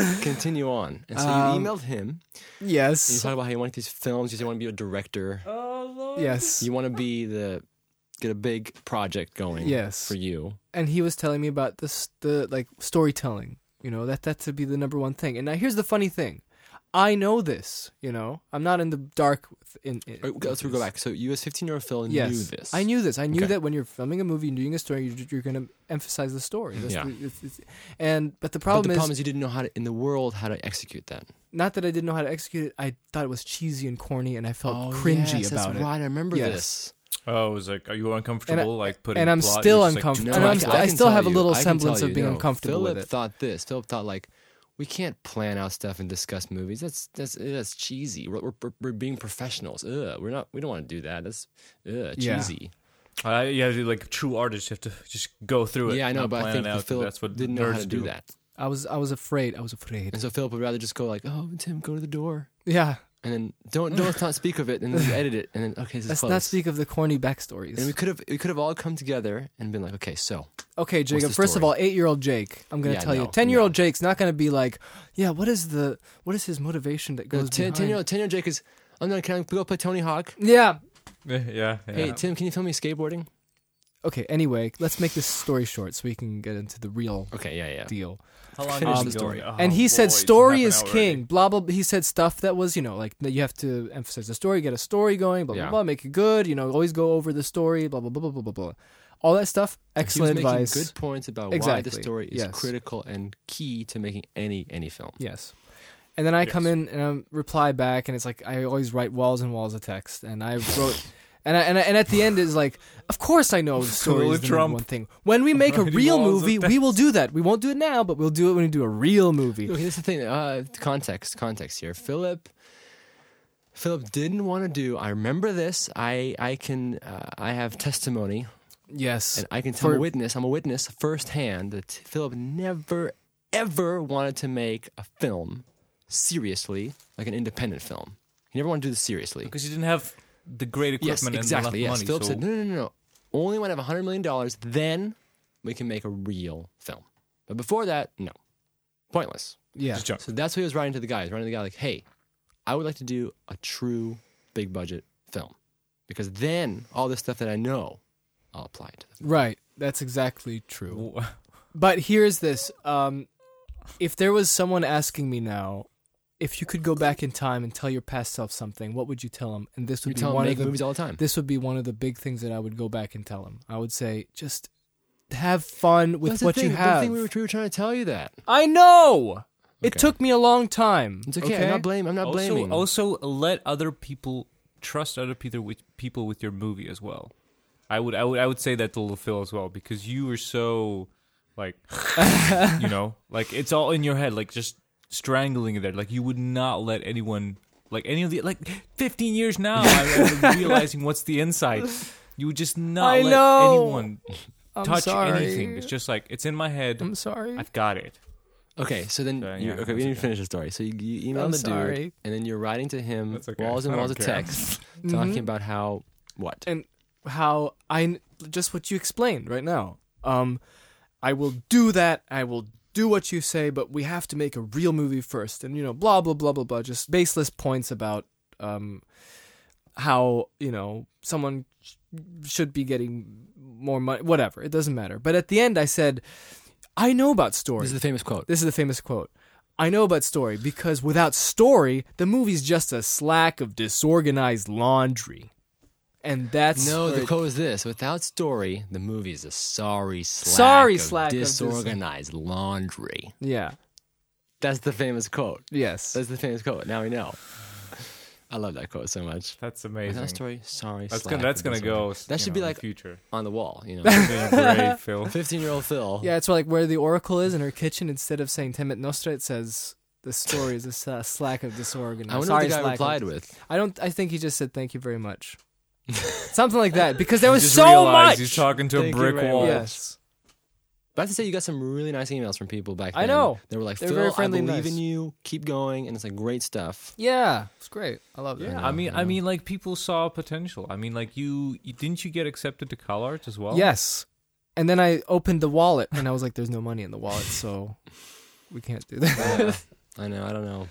Speaker 1: Okay, continue on. And so you
Speaker 2: Um,
Speaker 1: emailed him. And you
Speaker 2: Yes,
Speaker 1: talk about how you want these films. You say you want to be a director.
Speaker 3: Oh Lord.
Speaker 2: yes.
Speaker 1: You want to be the get a big project going.
Speaker 2: Yes.
Speaker 1: For you.
Speaker 2: and he was telling me about this the like storytelling you know that that to be the number one thing and now here's the funny thing i know this you know i'm not in the dark with- in, in
Speaker 1: All right, Let's go back. So you as 15 year old Phil
Speaker 2: yes
Speaker 1: knew this.
Speaker 2: i knew this i knew
Speaker 1: Okay.
Speaker 2: that when you're filming a movie and doing a story you're, you're going to emphasize the story That's
Speaker 1: Yeah.
Speaker 2: the- it's- it's- and but the
Speaker 1: But
Speaker 2: problem,
Speaker 1: the problem
Speaker 2: is,
Speaker 1: is you didn't know how to in the world how to execute that.
Speaker 2: not that i didn't know how to execute it i thought it was cheesy and corny and i felt
Speaker 1: Oh,
Speaker 2: cringy
Speaker 1: yes,
Speaker 2: about
Speaker 1: that's
Speaker 2: it
Speaker 1: right. I remember
Speaker 2: Yes.
Speaker 1: this.
Speaker 3: Oh, it was like, are you uncomfortable? like putting.
Speaker 2: and I'm
Speaker 3: plot-
Speaker 2: still
Speaker 3: you're just like,
Speaker 2: uncomfortable.
Speaker 3: "No,
Speaker 2: And I'm
Speaker 3: I-
Speaker 2: st- I
Speaker 1: can
Speaker 2: still
Speaker 1: tell
Speaker 2: have a
Speaker 1: you-
Speaker 2: little
Speaker 1: I can
Speaker 2: semblance
Speaker 1: tell
Speaker 2: of
Speaker 1: you,
Speaker 2: being
Speaker 1: no,
Speaker 2: uncomfortable with
Speaker 1: Philip
Speaker 2: it.
Speaker 1: thought this. Philip thought like we can't plan out stuff and discuss movies. That's that's uh, that's cheesy. We're, we're, we're being professionals. Ugh, we're not. We don't want to do that. That's ugh,
Speaker 2: Yeah.
Speaker 1: cheesy.
Speaker 4: Uh, you have to be like true artists. You have to just go through
Speaker 1: Yeah,
Speaker 4: it.
Speaker 1: I know,
Speaker 4: not
Speaker 1: but I
Speaker 4: plan
Speaker 1: think
Speaker 4: it
Speaker 1: that
Speaker 4: out,
Speaker 1: Philip
Speaker 4: that's what
Speaker 1: didn't know how
Speaker 4: nerds
Speaker 1: to do
Speaker 4: do.
Speaker 1: that,
Speaker 2: I was I was afraid. I was afraid.
Speaker 1: and so Philip would rather just go like, "Oh, Tim, go to the door,"
Speaker 2: Yeah.
Speaker 1: and then don't don't let's not speak of it, and then edit it, and then okay, this is
Speaker 2: Let's
Speaker 1: close.
Speaker 2: not speak of the corny backstories.
Speaker 1: and we could have we could have all come together and been like, okay, so
Speaker 2: Okay, Jacob.
Speaker 1: the
Speaker 2: First of
Speaker 1: story?
Speaker 2: all, eight-year-old Jake. I'm gonna
Speaker 1: Yeah,
Speaker 2: tell you,
Speaker 1: no,
Speaker 2: ten-year-old
Speaker 1: no.
Speaker 2: Jake's not gonna be like, "Yeah, what is the what is his motivation that goes
Speaker 1: ten,
Speaker 2: behind?"
Speaker 1: ten year old ten year old Jake is. I'm not. Can I go play Tony Hawk?
Speaker 2: yeah.
Speaker 3: Yeah, yeah.
Speaker 1: Hey Tim, can you film me skateboarding?
Speaker 2: Okay. Anyway, let's make this story short so we can get into the real
Speaker 1: Okay, yeah, yeah.
Speaker 2: deal.
Speaker 4: How long
Speaker 1: Finish
Speaker 4: is
Speaker 1: the
Speaker 4: it
Speaker 1: story.
Speaker 4: going? Oh,
Speaker 2: and he
Speaker 4: boy,
Speaker 2: said
Speaker 4: it's half
Speaker 2: story
Speaker 4: an
Speaker 2: is
Speaker 4: hour
Speaker 2: king
Speaker 4: already.
Speaker 2: blah blah blah. he said stuff that was you know like that you have to emphasize the story get a story going blah blah
Speaker 1: Yeah.
Speaker 2: blah make it good you know always go over the story blah blah blah blah blah blah blah all that stuff
Speaker 1: He was
Speaker 2: excellent
Speaker 1: making
Speaker 2: advice
Speaker 1: good points about why the
Speaker 2: Exactly,
Speaker 1: story is
Speaker 2: yes.
Speaker 1: critical and key to making any any film.
Speaker 2: yes and then i come in and I reply back and it's like i always write walls and walls of text and i wrote and I, and, I, and at the end is like of course i know the story
Speaker 3: Call
Speaker 2: is the number
Speaker 3: Trump.
Speaker 2: one thing when we make a
Speaker 3: Writing
Speaker 2: real
Speaker 3: walls of
Speaker 2: movie we will do that we won't do it now but we'll do it when we do a real movie
Speaker 1: Okay, that's the thing. Uh, context, context here. Philip, Philip didn't want to do. I remember this. I, I can, uh, I have testimony,
Speaker 2: yes
Speaker 1: and I can tell I'm a
Speaker 2: For-
Speaker 1: witness. I'm a witness firsthand that Philip never, ever wanted to make a film seriously, like an independent film. He never wanted to do this seriously.
Speaker 3: Because you didn't have the great
Speaker 1: Yes,
Speaker 3: equipment and
Speaker 1: exactly. Yes.
Speaker 3: enough money.
Speaker 1: Philip
Speaker 3: so
Speaker 1: said, no, no, no, no. Only when I have a hundred million dollars, then we can make a real film. But before that, no, pointless.
Speaker 2: yeah
Speaker 3: just jump.
Speaker 1: So that's what he was writing to the guys, writing to the guy like, "Hey, I would like to do a true big budget film because then all this stuff that I know, I'll apply to them."
Speaker 2: right that's exactly true
Speaker 3: W-
Speaker 2: But here's this: um, if there was someone asking me now, if you could go back in time and tell your past self something, what would you tell them? And this
Speaker 1: You
Speaker 2: would be
Speaker 1: tell them
Speaker 2: one of
Speaker 1: make
Speaker 2: the
Speaker 1: movies all the time.
Speaker 2: this would be one of the big things that I would go back and tell them. I would say just have fun with
Speaker 1: That's the
Speaker 2: what
Speaker 1: thing,
Speaker 2: you
Speaker 1: the
Speaker 2: have.
Speaker 1: thing we were, we were trying to tell you that.
Speaker 2: I know it
Speaker 1: Okay.
Speaker 2: took me a long time.
Speaker 1: It's okay. I'm not blaming. I'm not
Speaker 3: also,
Speaker 1: blaming.
Speaker 3: also let other people trust other people with people with your movie as well. I would, I would, I would say that to Little Phil as well because you were so like, you know, like it's all in your head, like just strangling it there. Like you would not let anyone, like any of the, like 15 years now, I'm, I'm realizing what's the inside. You would just not
Speaker 2: I
Speaker 3: let
Speaker 2: know.
Speaker 3: anyone
Speaker 2: I'm
Speaker 3: touch
Speaker 2: sorry.
Speaker 3: anything. It's just like it's in my head.
Speaker 2: I'm sorry.
Speaker 3: I've got it.
Speaker 1: okay, so then
Speaker 3: Sorry,
Speaker 1: you,
Speaker 3: yeah,
Speaker 1: okay, we
Speaker 3: that's
Speaker 1: didn't
Speaker 3: okay.
Speaker 1: finish the story. So you, you email
Speaker 2: I'm
Speaker 1: the dude,
Speaker 2: sorry.
Speaker 1: and then you're writing to him
Speaker 3: That's okay.
Speaker 1: walls and
Speaker 3: I don't
Speaker 1: walls of
Speaker 3: care.
Speaker 1: text, talking about how what
Speaker 2: and how I just what you explained right now. Um, I will do that. I will do what you say, but we have to make a real movie first, and you know, blah blah blah blah blah. Just baseless points about um how you know someone sh- should be getting more money. Whatever, it doesn't matter. But at the end, I said, I know about
Speaker 1: this
Speaker 2: stories.
Speaker 1: is the famous quote.
Speaker 2: This is the famous quote. I know about story because without story, the movie's just a slack of disorganized laundry. And that's
Speaker 1: No,
Speaker 2: where
Speaker 1: the
Speaker 2: it-
Speaker 1: quote is this: without story, the movie is a sorry slack,
Speaker 2: Sorry
Speaker 1: of
Speaker 2: slack of dis-
Speaker 1: disorganized laundry.
Speaker 2: Yeah.
Speaker 1: That's the famous quote.
Speaker 2: Yes.
Speaker 1: That's the famous quote. Now we know. I love that quote so much.
Speaker 3: That's
Speaker 1: Without
Speaker 3: amazing.
Speaker 1: story, sorry.
Speaker 3: That's
Speaker 1: slack
Speaker 3: gonna, that's
Speaker 1: of
Speaker 3: gonna go.
Speaker 1: disorganized- That
Speaker 3: you
Speaker 1: should
Speaker 3: know,
Speaker 1: be
Speaker 3: in
Speaker 1: like
Speaker 3: the future.
Speaker 1: on the wall. You know,
Speaker 3: Great, Phil.
Speaker 1: fifteen-year-old Phil.
Speaker 2: yeah, it's like where the oracle is in her kitchen. Instead of saying Temet Nostra, it says the story is a sa- slack of disorganized.
Speaker 1: I wonder
Speaker 2: Sorry,
Speaker 1: what the guy
Speaker 2: slack
Speaker 1: replied
Speaker 2: of-
Speaker 1: with.
Speaker 2: I don't. I think he just said thank you very much. Something like that because there
Speaker 3: You
Speaker 2: was
Speaker 3: just
Speaker 2: so much.
Speaker 3: realized He's talking to
Speaker 1: Thank
Speaker 3: a
Speaker 1: you
Speaker 3: brick
Speaker 1: very
Speaker 3: wall.
Speaker 1: much.
Speaker 2: yes.
Speaker 1: But I have to say, you got some really nice emails from people back
Speaker 2: I
Speaker 1: then.
Speaker 2: know.
Speaker 1: They were like,
Speaker 2: They're
Speaker 1: Phil,
Speaker 2: very
Speaker 1: I
Speaker 2: friendly
Speaker 1: believe
Speaker 2: and
Speaker 1: in
Speaker 2: nice.
Speaker 1: you. Keep going. And it's like great stuff.
Speaker 2: Yeah. It's great. I love that.
Speaker 3: Yeah, I mean, I mean, like people saw potential. I mean, like you, you didn't you get accepted to Cal Arts as well?
Speaker 2: Yes. And then I opened the wallet and I was like, there's no money in the wallet, so we can't do that.
Speaker 1: Yeah. I know. I don't know.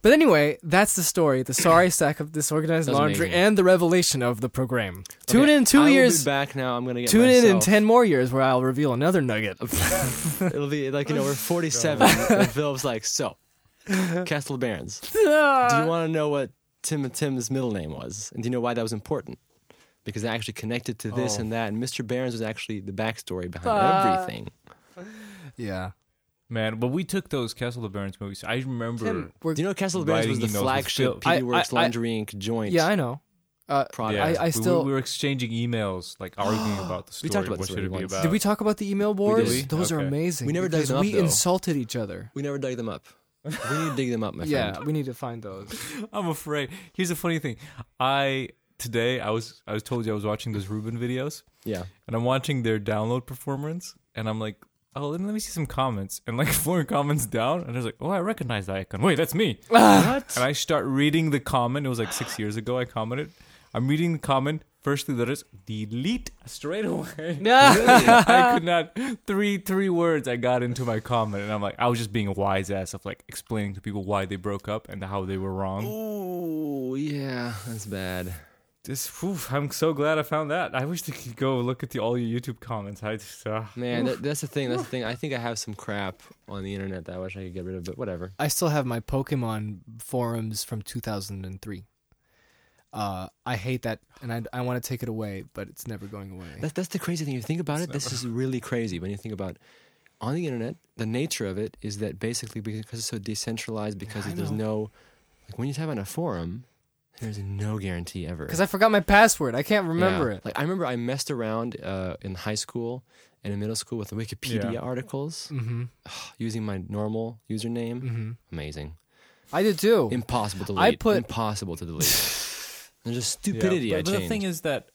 Speaker 2: but anyway, that's the story the sorry sack of disorganized
Speaker 1: That was
Speaker 2: laundry
Speaker 1: amazing.
Speaker 2: and the revelation of the program. Tune
Speaker 1: Okay,
Speaker 2: in
Speaker 1: I
Speaker 2: two
Speaker 1: will be
Speaker 2: years.
Speaker 1: back now. I'm gonna get
Speaker 2: Tune in in
Speaker 1: myself-
Speaker 2: 10 more years where I'll reveal another nugget.
Speaker 1: It'll be like you know we're 47,
Speaker 2: Oh,
Speaker 1: and Philip's like, so, Castle Barons. Do
Speaker 2: Uh,
Speaker 1: you want to know what Tim Tim's middle name was, and do you know why that was important? Because it actually connected to this
Speaker 3: Oh.
Speaker 1: and that, and Mr. Barons was actually the backstory behind
Speaker 2: Ah.
Speaker 1: everything.
Speaker 2: yeah.
Speaker 3: man. But we took those Castle of Burns movies. I remember.
Speaker 2: Tim, we're,
Speaker 1: Do you know Castle Barons was the
Speaker 3: Writing emails with
Speaker 1: flagship
Speaker 3: Phil.
Speaker 1: PD
Speaker 2: I-
Speaker 1: Works
Speaker 2: I- I-
Speaker 1: Laundry Inc. joint?
Speaker 2: yeah, I know. Uh,
Speaker 1: Product.
Speaker 2: I, I
Speaker 3: We-
Speaker 2: still.
Speaker 3: we, were exchanging emails, like arguing about the
Speaker 1: We
Speaker 3: story.
Speaker 1: talked about this
Speaker 3: what should it be
Speaker 1: already once.
Speaker 3: about?
Speaker 2: did we talk about the email boards?
Speaker 1: we?
Speaker 2: Those are
Speaker 3: Okay.
Speaker 2: amazing.
Speaker 1: We never dug
Speaker 2: because
Speaker 1: them up,
Speaker 2: We
Speaker 1: though.
Speaker 2: insulted each other.
Speaker 1: We never dug them up. We need to dig them up, my
Speaker 2: yeah,
Speaker 1: friend.
Speaker 2: we need to find those.
Speaker 3: I'm afraid. Here's the funny thing. I today I was I was told you I was watching those Ruben videos,
Speaker 1: Yeah.
Speaker 3: and I'm watching their download performance, and I'm like, oh, let me, let me see some comments, and like four comments down, and I was like, oh, I recognize that icon. Wait, that's me.
Speaker 1: what?
Speaker 3: And I start reading the comment. It was like six years ago. I commented. I'm reading the comment. First thing that is delete straight away. I could not three three words I got into my comment, and I'm like, I was just being a wise ass of like explaining to people why they broke up and how they were wrong.
Speaker 1: Oh, yeah. That's bad.
Speaker 3: This, whew, I'm so glad I found that. I wish they could go look at the, all your YouTube comments. I just, uh,
Speaker 1: Man, that, that's the thing. That's the thing. I think I have some crap on the internet that I wish I could get rid of, but whatever.
Speaker 2: I still have my Pokemon forums from 2003. Uh, I hate that, and I, I want to take it away, but it's never going away.
Speaker 1: That, that's the crazy thing. You think about it. This is really crazy when you think about on the internet. The nature of it is that basically because it's so decentralized, because
Speaker 2: I
Speaker 1: there's no like when you type on a forum, there's no guarantee ever.
Speaker 2: Because I forgot my password. I can't remember
Speaker 1: Yeah.
Speaker 2: it.
Speaker 1: Like I remember I messed around uh, in high school and in middle school with the Wikipedia
Speaker 3: Yeah.
Speaker 1: articles
Speaker 2: Mm-hmm.
Speaker 1: using my normal username.
Speaker 3: Mm.
Speaker 2: Mm-hmm.
Speaker 1: Amazing,
Speaker 2: I did too.
Speaker 1: impossible to delete.
Speaker 2: I put-
Speaker 1: impossible to delete. There's just
Speaker 3: Yeah,
Speaker 1: stupidity
Speaker 3: but,
Speaker 1: I
Speaker 3: but
Speaker 1: changed.
Speaker 3: the thing is that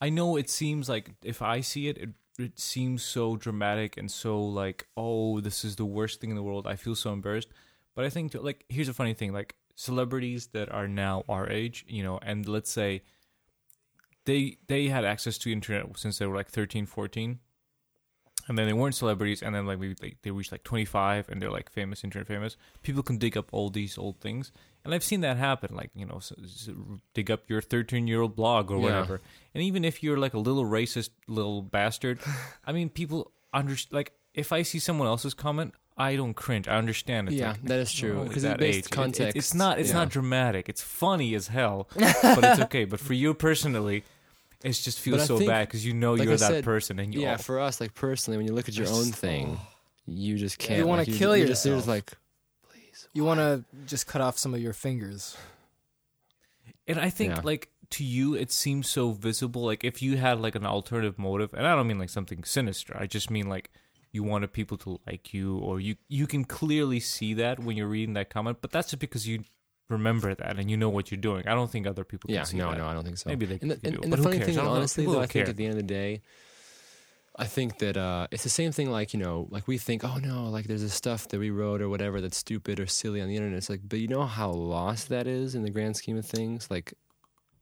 Speaker 3: I know it seems like if I see it, it it seems so dramatic and so like oh this is the worst thing in the world. I feel so embarrassed. But I think too, like here's a funny thing like celebrities that are now our age, you know, and let's say they they had access to internet since they were like 13, 14. And then they weren't celebrities, and then like maybe they, they reached like 25, and they're like famous, internet famous. People can dig up all these old things, and I've seen that happen. Like you know, s s- dig up your 13 year old blog or
Speaker 1: Yeah.
Speaker 3: whatever. And even if you're like a little racist little bastard, I mean, people understand. Like if I see someone else's comment, I don't cringe. I understand it.
Speaker 1: yeah, that is true.
Speaker 3: Oh,
Speaker 1: Because it's
Speaker 3: that
Speaker 1: based
Speaker 3: age. It- it-
Speaker 1: context.
Speaker 3: it's not. It's
Speaker 1: Yeah.
Speaker 3: not dramatic. It's funny as hell, but it's okay. But for you personally, it just
Speaker 1: But I
Speaker 3: feels so
Speaker 1: think,
Speaker 3: bad because you know
Speaker 1: like
Speaker 3: you're
Speaker 1: I
Speaker 3: that
Speaker 1: said,
Speaker 3: person, and you
Speaker 1: yeah,
Speaker 3: all-
Speaker 1: for us, like personally, when you look at your own thing,
Speaker 3: oh.
Speaker 1: you just can't.
Speaker 2: wanna
Speaker 1: like,
Speaker 2: kill
Speaker 1: you Just, you're just
Speaker 2: yourself.
Speaker 1: like,
Speaker 2: You want to just cut off some of your fingers.
Speaker 3: and I think
Speaker 1: Yeah.
Speaker 3: like to you, it seems so visible. Like if you had like an alternative motive, and I don't mean like something sinister. I just mean like you wanted people to like you, or you you can clearly see that when you're reading that comment. But that's just because you remember that and you know what you're doing. I don't think other people.
Speaker 1: yeah,
Speaker 3: can see
Speaker 1: no,
Speaker 3: that.
Speaker 1: no, I don't think so.
Speaker 3: Maybe they
Speaker 1: And the,
Speaker 3: can
Speaker 1: and,
Speaker 3: do it,
Speaker 1: and the
Speaker 3: but who
Speaker 1: funny
Speaker 3: cares?
Speaker 1: thing,
Speaker 3: I don't know.
Speaker 1: honestly,
Speaker 3: People
Speaker 1: though, I
Speaker 3: don't
Speaker 1: think
Speaker 3: care.
Speaker 1: at the end of the day, I think that uh, it's the same thing. Like you know, like we think, oh no, like there's this stuff that we wrote or whatever that's stupid or silly on the internet. It's like, but you know how lost that is in the grand scheme of things. Like,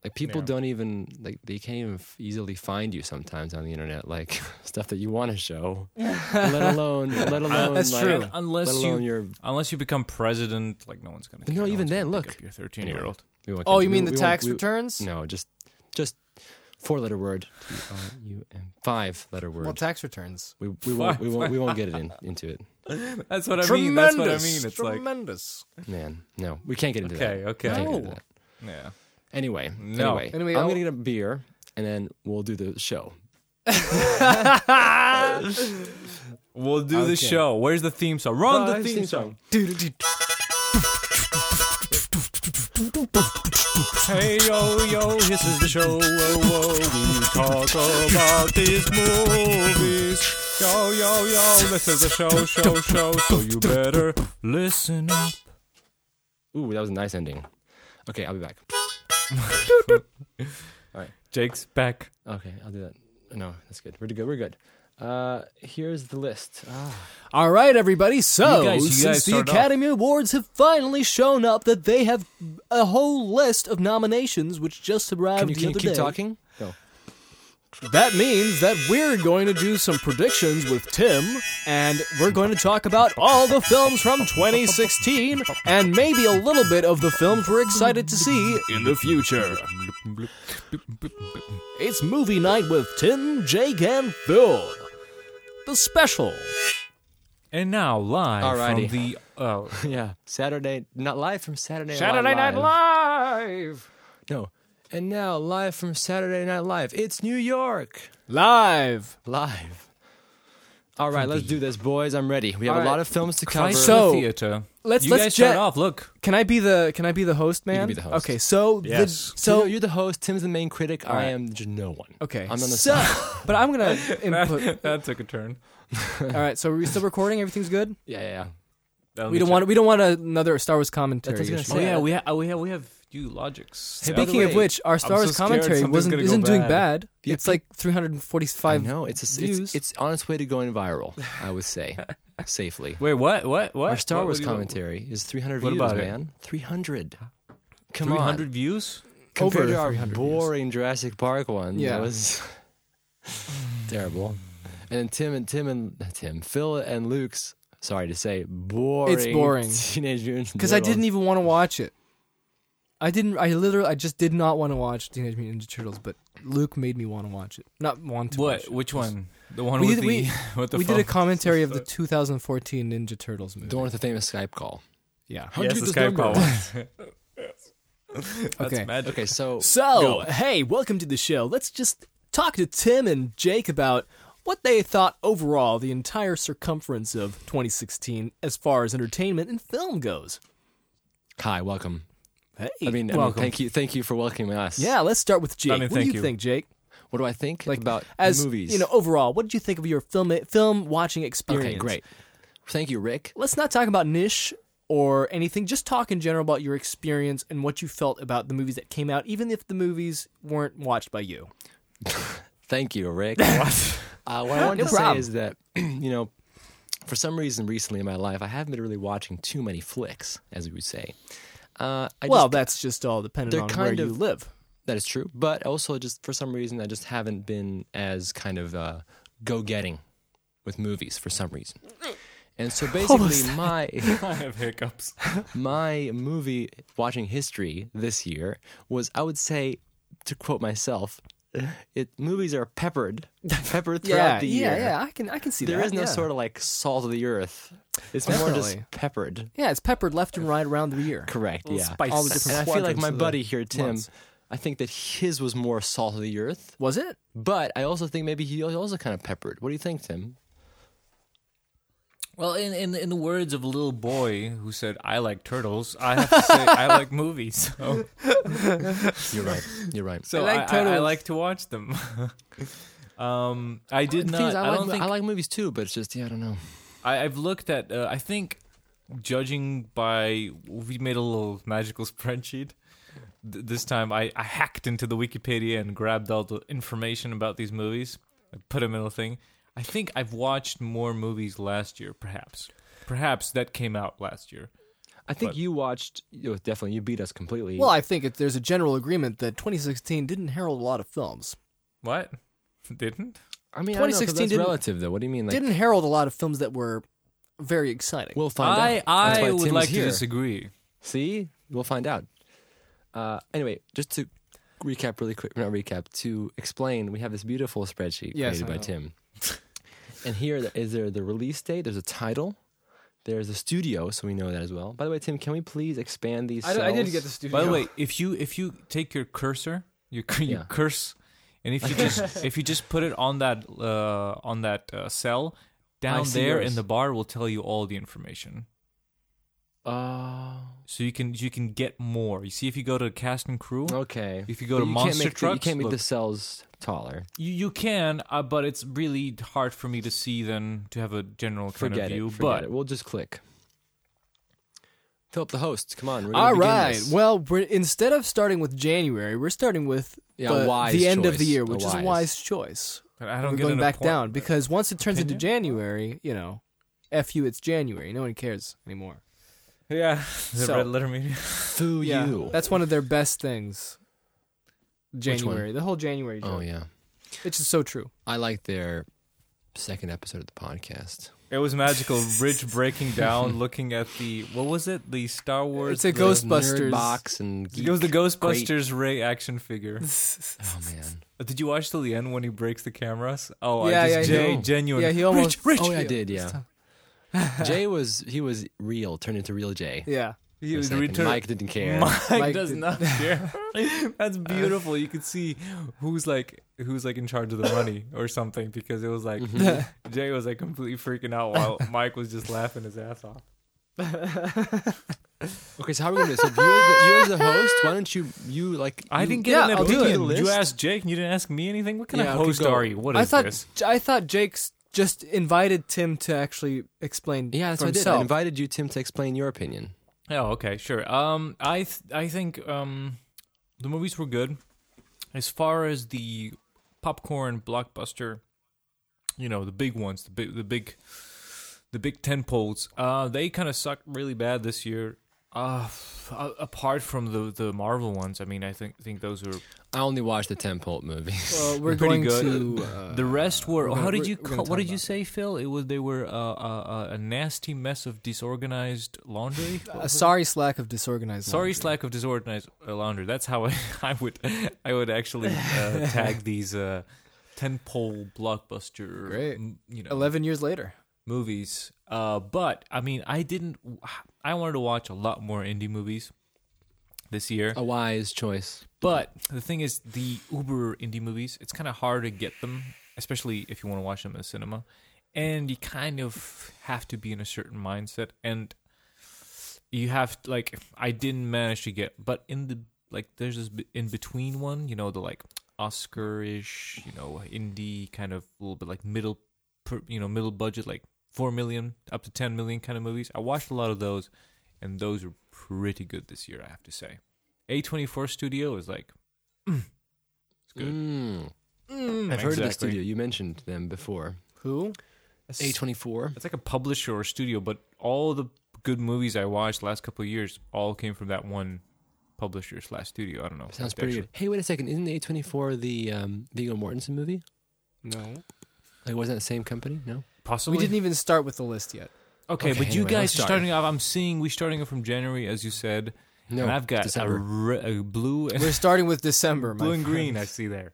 Speaker 1: like people
Speaker 3: Yeah.
Speaker 1: don't even like they can't even f- easily find you sometimes on the internet. Like stuff that you want to show, let alone, let alone
Speaker 2: That's
Speaker 1: like,
Speaker 2: true.
Speaker 1: Let
Speaker 3: Unless you
Speaker 1: alone your
Speaker 3: Unless you become president, like no one's gonna.
Speaker 1: No,
Speaker 3: care.
Speaker 1: even
Speaker 3: one's
Speaker 1: then,
Speaker 3: gonna pick
Speaker 1: look.
Speaker 3: up your thirteen-year-old.
Speaker 1: We won't
Speaker 2: Oh,
Speaker 1: get-
Speaker 2: you
Speaker 1: we-
Speaker 2: mean
Speaker 1: we
Speaker 2: the
Speaker 1: won't-
Speaker 2: tax
Speaker 1: we-
Speaker 2: returns?
Speaker 1: No, just just four letter word. T E R U M. Five letter word.
Speaker 2: Well, tax returns.
Speaker 1: we we won't we won't we won't get it in, into it.
Speaker 3: That's what I mean.
Speaker 2: tremendous.
Speaker 3: That's what I mean. It's like
Speaker 2: tremendous.
Speaker 1: Man, no, we can't get into
Speaker 3: okay,
Speaker 1: that.
Speaker 3: okay.
Speaker 1: We can't get into that.
Speaker 3: Yeah.
Speaker 1: Anyway,
Speaker 3: No.
Speaker 1: anyway,
Speaker 2: Anyway,
Speaker 1: I'm
Speaker 2: I'll-
Speaker 1: gonna get a beer and then we'll do the show.
Speaker 3: We'll do the
Speaker 2: Okay.
Speaker 3: show. Where's the theme song? Run the
Speaker 1: Nice
Speaker 3: theme,
Speaker 1: theme
Speaker 3: song.
Speaker 2: Doo-doo-doo.
Speaker 3: Hey yo yo, this is the show. Whoa, whoa. We talk about these movies. Yo yo yo, this is the show, show, show. So you better listen up.
Speaker 1: Ooh, that was a nice ending. Okay, I'll be back.
Speaker 3: Jake's back.
Speaker 1: Okay, I'll do that. No, that's good. We're good. We're good. Uh, here's the list. Ah,
Speaker 2: All right, everybody. So,
Speaker 3: You guys- you
Speaker 2: since
Speaker 3: guys
Speaker 2: the
Speaker 3: start off.
Speaker 2: Academy Awards have finally shown up, that they have a whole list of nominations, which just arrived
Speaker 1: can you
Speaker 2: the
Speaker 1: keep,
Speaker 2: other
Speaker 1: keep
Speaker 2: day.
Speaker 1: talking? No.
Speaker 2: That means that we're going to do some predictions with Tim, and we're going to talk about all the films from 2016, and maybe a little bit of the films we're excited to see in the future. It's movie night with Tim, Jake, and Phil. The special.
Speaker 3: And now live
Speaker 1: Alrighty.
Speaker 3: from the oh
Speaker 1: Yeah, Saturday, not live from Saturday. Night
Speaker 3: Saturday Night
Speaker 1: Live.
Speaker 3: Live.
Speaker 1: No. And now, live from Saturday Night Live, it's New York!
Speaker 2: Live.
Speaker 1: Live. All right, let's do this, boys. I'm ready. We have
Speaker 2: All
Speaker 1: a lot
Speaker 2: right.
Speaker 1: of films to cover.
Speaker 3: Christ
Speaker 2: So-
Speaker 3: the theater.
Speaker 2: Let's
Speaker 3: you
Speaker 2: let's
Speaker 3: guys
Speaker 2: jet.
Speaker 3: shut off. Look,
Speaker 2: Can I be the can I be the host, man?
Speaker 1: can be the host.
Speaker 2: Okay, so
Speaker 4: Yes.
Speaker 2: the,
Speaker 1: so
Speaker 2: so
Speaker 1: you're the host. Tim's the main critic. I
Speaker 2: right.
Speaker 1: am j- no one.
Speaker 2: okay,
Speaker 1: I'm on the
Speaker 2: so, but I'm gonna input.
Speaker 3: that took a turn.
Speaker 2: All right, so are we still recording? Everything's good.
Speaker 1: Yeah, yeah. yeah.
Speaker 2: We don't want we don't want another Star Wars commentary.
Speaker 1: That's what I was
Speaker 2: issue.
Speaker 1: gonna Yeah.
Speaker 3: Oh yeah, we have we have we have you logics.
Speaker 1: Hey, by the
Speaker 2: Speaking of
Speaker 1: way,
Speaker 2: which, our Star
Speaker 3: so
Speaker 2: Wars
Speaker 3: scared
Speaker 2: commentary
Speaker 3: something's
Speaker 2: wasn't
Speaker 3: gonna go
Speaker 2: isn't doing
Speaker 3: bad.
Speaker 2: bad.
Speaker 1: Yeah,
Speaker 2: it's like 345.
Speaker 1: no, it's, a,
Speaker 2: views.
Speaker 1: it's it's on its way to going viral. I would say safely.
Speaker 3: Wait, what? What? What?
Speaker 1: Our Star
Speaker 3: What-
Speaker 1: Wars
Speaker 3: what do you-
Speaker 1: commentary is 300
Speaker 3: What
Speaker 1: views,
Speaker 3: about it?
Speaker 1: man. 300. Come on.
Speaker 3: 300 views.
Speaker 1: compared
Speaker 2: Over
Speaker 1: to our
Speaker 2: 300 views.
Speaker 1: boring Jurassic Park one,
Speaker 2: Yeah.
Speaker 1: that was terrible. And then Tim and Tim and not Tim, Phil and Luke's. Sorry to say, boring.
Speaker 2: boring.
Speaker 1: Teenage Mutant
Speaker 2: Because I didn't even want to watch it. I didn't. I literally. I just did not want to watch Teenage Mutant Ninja Turtles, but Luke made me want to watch it. Not want to. watch
Speaker 3: What?
Speaker 2: it.
Speaker 3: Which one? The one
Speaker 2: We
Speaker 3: with
Speaker 2: did-
Speaker 3: the
Speaker 2: we-
Speaker 3: with the
Speaker 2: we
Speaker 3: phone?
Speaker 2: did a commentary of the 2014 Ninja Turtles movie.
Speaker 1: The one with the famous Skype call.
Speaker 2: yeah.
Speaker 1: How'd
Speaker 4: Yes,
Speaker 1: you
Speaker 4: the
Speaker 1: get this
Speaker 4: Skype
Speaker 1: number?
Speaker 4: call.
Speaker 3: That's
Speaker 2: Okay.
Speaker 3: magic.
Speaker 1: Okay, so
Speaker 2: So, hey, welcome to the show. Let's just talk to Tim and Jake about what they thought overall the entire circumference of 2016 as far as entertainment and film goes.
Speaker 1: hi, welcome.
Speaker 2: Hey.
Speaker 1: I mean, I mean,
Speaker 3: Welcome.
Speaker 1: thank you, thank you for welcoming us.
Speaker 2: yeah, let's start with Jake.
Speaker 3: mean,
Speaker 2: what do
Speaker 3: thank
Speaker 2: you,
Speaker 3: you.
Speaker 2: think, Jake?
Speaker 1: What do I think
Speaker 2: Like,
Speaker 1: about
Speaker 2: As
Speaker 1: movies?
Speaker 2: you know, overall, what did you think of your film film watching experience?
Speaker 1: okay, great. Thank you, Rick.
Speaker 2: Let's not talk about niche or anything. Just talk in general about your experience and what you felt about the movies that came out, even if the movies weren't watched by you.
Speaker 1: Thank you, Rick. uh, what I wanted
Speaker 2: No
Speaker 1: to say
Speaker 2: problem.
Speaker 1: is that, you know, for some reason recently in my life, I haven't been really watching too many flicks, as we would say. Uh, I
Speaker 2: well,
Speaker 1: just,
Speaker 2: that's just all dependent
Speaker 1: they're
Speaker 2: on
Speaker 1: kind
Speaker 2: where you
Speaker 1: of-
Speaker 2: live.
Speaker 1: that is true. But also, just for some reason, I just haven't been as kind of uh, go getting with movies for some reason. And so basically, my
Speaker 3: I have hiccups.
Speaker 1: my movie watching history this year was, I would say, to quote myself, it movies are peppered, peppered throughout the year.
Speaker 2: Yeah, yeah, I can, I can see that.
Speaker 1: There is no
Speaker 2: yeah.
Speaker 1: sort of like salt of the earth. It's more just
Speaker 2: Definitely.
Speaker 1: peppered.
Speaker 2: Yeah, it's peppered left and right around the year.
Speaker 1: Correct.
Speaker 2: Little
Speaker 1: Yeah.
Speaker 2: spices. All the different
Speaker 1: and I feel like
Speaker 2: quadrants
Speaker 1: my
Speaker 2: of the
Speaker 1: buddy here, Tim.
Speaker 2: months.
Speaker 1: I think that his was more salt of the earth,
Speaker 2: Was it?
Speaker 1: but I also think maybe he was also kind of peppered. What do you think, Tim?
Speaker 3: Well, in, in in the words of a little boy who said, "I like turtles," I have to say, I like movies. So,
Speaker 1: You're right. You're right.
Speaker 3: so
Speaker 2: I
Speaker 3: I,
Speaker 2: like
Speaker 3: I- I
Speaker 2: turtles.
Speaker 3: like to watch them. um, I did
Speaker 1: The
Speaker 3: not.
Speaker 1: thing is, I,
Speaker 3: I,
Speaker 1: like,
Speaker 3: don't think
Speaker 1: I like movies too, but it's just yeah, I don't know.
Speaker 3: I, I've looked at. Uh, I think, judging by we made a little magical spreadsheet. Th- this time, I, I hacked into the Wikipedia and grabbed all the information about these movies. I put them in a thing. I think I've watched more movies last year, perhaps. Perhaps that came out last year.
Speaker 1: I think you watched. You know, definitely, you beat us completely.
Speaker 2: Well, I think it, there's a general agreement that 2016 didn't herald a lot of films.
Speaker 3: What? Didn't?
Speaker 1: I mean,
Speaker 2: 2016
Speaker 1: 2016 is
Speaker 2: didn't-
Speaker 1: relative though. What do you mean? Like,
Speaker 2: didn't herald a lot of films that were very exciting.
Speaker 1: we'll find
Speaker 3: I
Speaker 1: out. That's
Speaker 3: I
Speaker 1: why
Speaker 3: would
Speaker 1: Tim's
Speaker 3: like
Speaker 1: here.
Speaker 3: to disagree.
Speaker 1: See, we'll find out. Uh, anyway, just to recap really quick, not recap, to explain, we have this beautiful spreadsheet
Speaker 2: Yes,
Speaker 1: created
Speaker 2: I
Speaker 1: by
Speaker 2: know.
Speaker 1: Tim. and here th- is there the release date, there's a title, there's a studio, so we know that as well. By the way, Tim, can we please expand these cells?
Speaker 2: studio.
Speaker 3: By the way, if you if you take your cursor, you, cur- you
Speaker 1: Yeah.
Speaker 3: curse, and if you just if you just put it on that uh, on that uh, cell down
Speaker 1: see
Speaker 3: there
Speaker 1: yours.
Speaker 3: in the bar, will tell you all the information.
Speaker 1: Oh,
Speaker 3: So you can you can get more. You see, if you go to cast and crew,
Speaker 1: okay.
Speaker 3: if you go
Speaker 1: But
Speaker 3: to
Speaker 1: you
Speaker 3: monster
Speaker 1: can't make
Speaker 3: trucks,
Speaker 1: the, you can't make
Speaker 3: look,
Speaker 1: the cells taller.
Speaker 3: you, you can, uh, but it's really hard for me to see then to have a general kind
Speaker 1: Forget
Speaker 3: of view.
Speaker 1: it. Forget
Speaker 3: but
Speaker 1: it. We'll just click. Fill up the host. Come on. We're gonna
Speaker 2: all
Speaker 1: begin
Speaker 2: right.
Speaker 1: this.
Speaker 2: Well, we're, instead of starting with January, we're starting with
Speaker 1: Yeah,
Speaker 2: the,
Speaker 1: wise
Speaker 2: the end of the
Speaker 1: choice.
Speaker 2: year,
Speaker 1: A
Speaker 2: which is a
Speaker 1: wise.
Speaker 2: wise choice.
Speaker 3: but I don't
Speaker 2: we're
Speaker 3: get
Speaker 2: going
Speaker 3: an
Speaker 2: back
Speaker 3: appoint-
Speaker 2: down because once it turns into
Speaker 3: Opinion?
Speaker 2: January, you know, f you, it's January. No one cares anymore.
Speaker 3: Yeah, the
Speaker 2: So-
Speaker 3: red letter media.
Speaker 1: Foo you.
Speaker 2: That's one of their best things.
Speaker 1: one?
Speaker 2: January, the whole January.
Speaker 1: oh,
Speaker 2: joke.
Speaker 1: yeah.
Speaker 2: It's just so true.
Speaker 1: I like their second episode of the podcast.
Speaker 3: It was magical. Rich breaking down, looking at the what was it? The Star Wars.
Speaker 2: It's a
Speaker 3: the-
Speaker 1: The
Speaker 2: Ghostbusters.
Speaker 1: nerd box and geek.
Speaker 3: It was the Ghostbusters Ray action figure.
Speaker 1: Oh man!
Speaker 3: Uh, Did you watch till the end when he breaks the cameras? Oh,
Speaker 2: Yeah,
Speaker 3: I
Speaker 2: yeah,
Speaker 3: just
Speaker 2: yeah.
Speaker 3: Jay,
Speaker 1: No.
Speaker 3: genuine.
Speaker 2: Yeah, he almost. oh,
Speaker 3: Rich, rich.
Speaker 1: oh, yeah, I did. Yeah. Jay was he was real, turned into real Jay.
Speaker 2: Yeah.
Speaker 1: For
Speaker 3: He
Speaker 1: a
Speaker 3: was
Speaker 1: second.
Speaker 3: return-
Speaker 1: Mike didn't care.
Speaker 3: Mike,
Speaker 2: Mike
Speaker 3: does
Speaker 2: did-
Speaker 3: not care. That's beautiful. You could see who's like who's like in charge of the money or something because it was like
Speaker 2: Mm-hmm.
Speaker 3: Jay was like completely freaking out while Mike was just laughing his ass off.
Speaker 1: Okay, so how are we gonna? So you, as the, you as the host, why don't you you like?
Speaker 3: I
Speaker 1: you-
Speaker 3: didn't get
Speaker 2: Yeah,
Speaker 3: an
Speaker 2: I'll do
Speaker 3: opinion.
Speaker 1: it.
Speaker 3: You asked Jake and you didn't ask me anything. What kind
Speaker 1: Yeah,
Speaker 3: of
Speaker 1: okay,
Speaker 3: host
Speaker 1: go.
Speaker 3: are you? What is
Speaker 2: I thought
Speaker 3: this?
Speaker 2: I thought Jake's just invited Tim to actually explain.
Speaker 1: Yeah, that's
Speaker 2: for
Speaker 1: what I did. I
Speaker 2: himself.
Speaker 1: invited you, Tim, to explain your opinion.
Speaker 3: Oh, okay, sure. Um, I th- I think um, the movies were good. As far as the popcorn blockbuster, you know, the big ones, the big the big the big ten poles, uh, they kind of sucked really bad this year. Uh, a- apart from the the Marvel ones, I mean, I think think those were
Speaker 1: I only watched the Tim Polt movies.
Speaker 2: Well, we're going
Speaker 3: pretty good.
Speaker 2: to. Uh,
Speaker 3: the rest
Speaker 2: we're
Speaker 3: were.
Speaker 2: gonna-
Speaker 3: how did
Speaker 2: we're-
Speaker 3: you
Speaker 2: we're gonna
Speaker 3: ca- what
Speaker 2: talk
Speaker 3: did you
Speaker 2: about
Speaker 3: say, Phil? It was they were uh, uh, uh, a nasty mess of disorganized laundry. What
Speaker 2: a
Speaker 3: was it?
Speaker 2: sorry slack of disorganized.
Speaker 3: Sorry,
Speaker 2: laundry.
Speaker 3: slack of disorganized uh, laundry. That's how I, I would I would actually uh, tag these uh, tentpole blockbuster,
Speaker 2: Great.
Speaker 3: m- you know,
Speaker 2: Eleven years later.
Speaker 3: movies. Uh, but I mean, I didn't. I wanted to watch a lot more indie movies this
Speaker 2: Oh.
Speaker 3: year.
Speaker 1: a wise choice.
Speaker 3: But the thing is, the Uber indie movies, it's kind of hard to get them, especially if you want to watch them in the cinema. And you kind of have to be in a certain mindset. And you have, like, I didn't manage to get, but in the, like, there's this in between one, you know, the, like, Oscar ish, you know, indie kind of a little bit like middle, per- you know, middle budget, like 4 million up to 10 million kind of movies. I watched a lot of those, and those were pretty good this year, I have to say. A24 studio is like, it's good.
Speaker 1: Mm. I've heard of the
Speaker 3: Exactly.
Speaker 1: studio. You mentioned them before.
Speaker 2: Who?
Speaker 1: A twenty four.
Speaker 3: It's like a publisher or studio, but all the good movies I watched the last couple of years all came from that one publisher slash studio. I don't know.
Speaker 1: Sounds
Speaker 3: Like,
Speaker 1: pretty good.
Speaker 3: actually-
Speaker 1: Hey, wait a second. Isn't A twenty four the um, Viggo Mortensen movie?
Speaker 2: No.
Speaker 1: Like, wasn't that the same company? No.
Speaker 3: Possibly.
Speaker 2: We didn't even start with the list yet.
Speaker 3: Okay,
Speaker 1: Okay,
Speaker 3: but you
Speaker 1: anyway,
Speaker 3: guys
Speaker 1: let's
Speaker 3: are
Speaker 1: start.
Speaker 3: starting off. I'm seeing we starting off from January, as you said.
Speaker 1: No.
Speaker 3: and I've got a,
Speaker 1: December.
Speaker 3: re- a blue and
Speaker 2: We're starting with December. my
Speaker 3: blue and green. I
Speaker 2: friends.
Speaker 3: see there.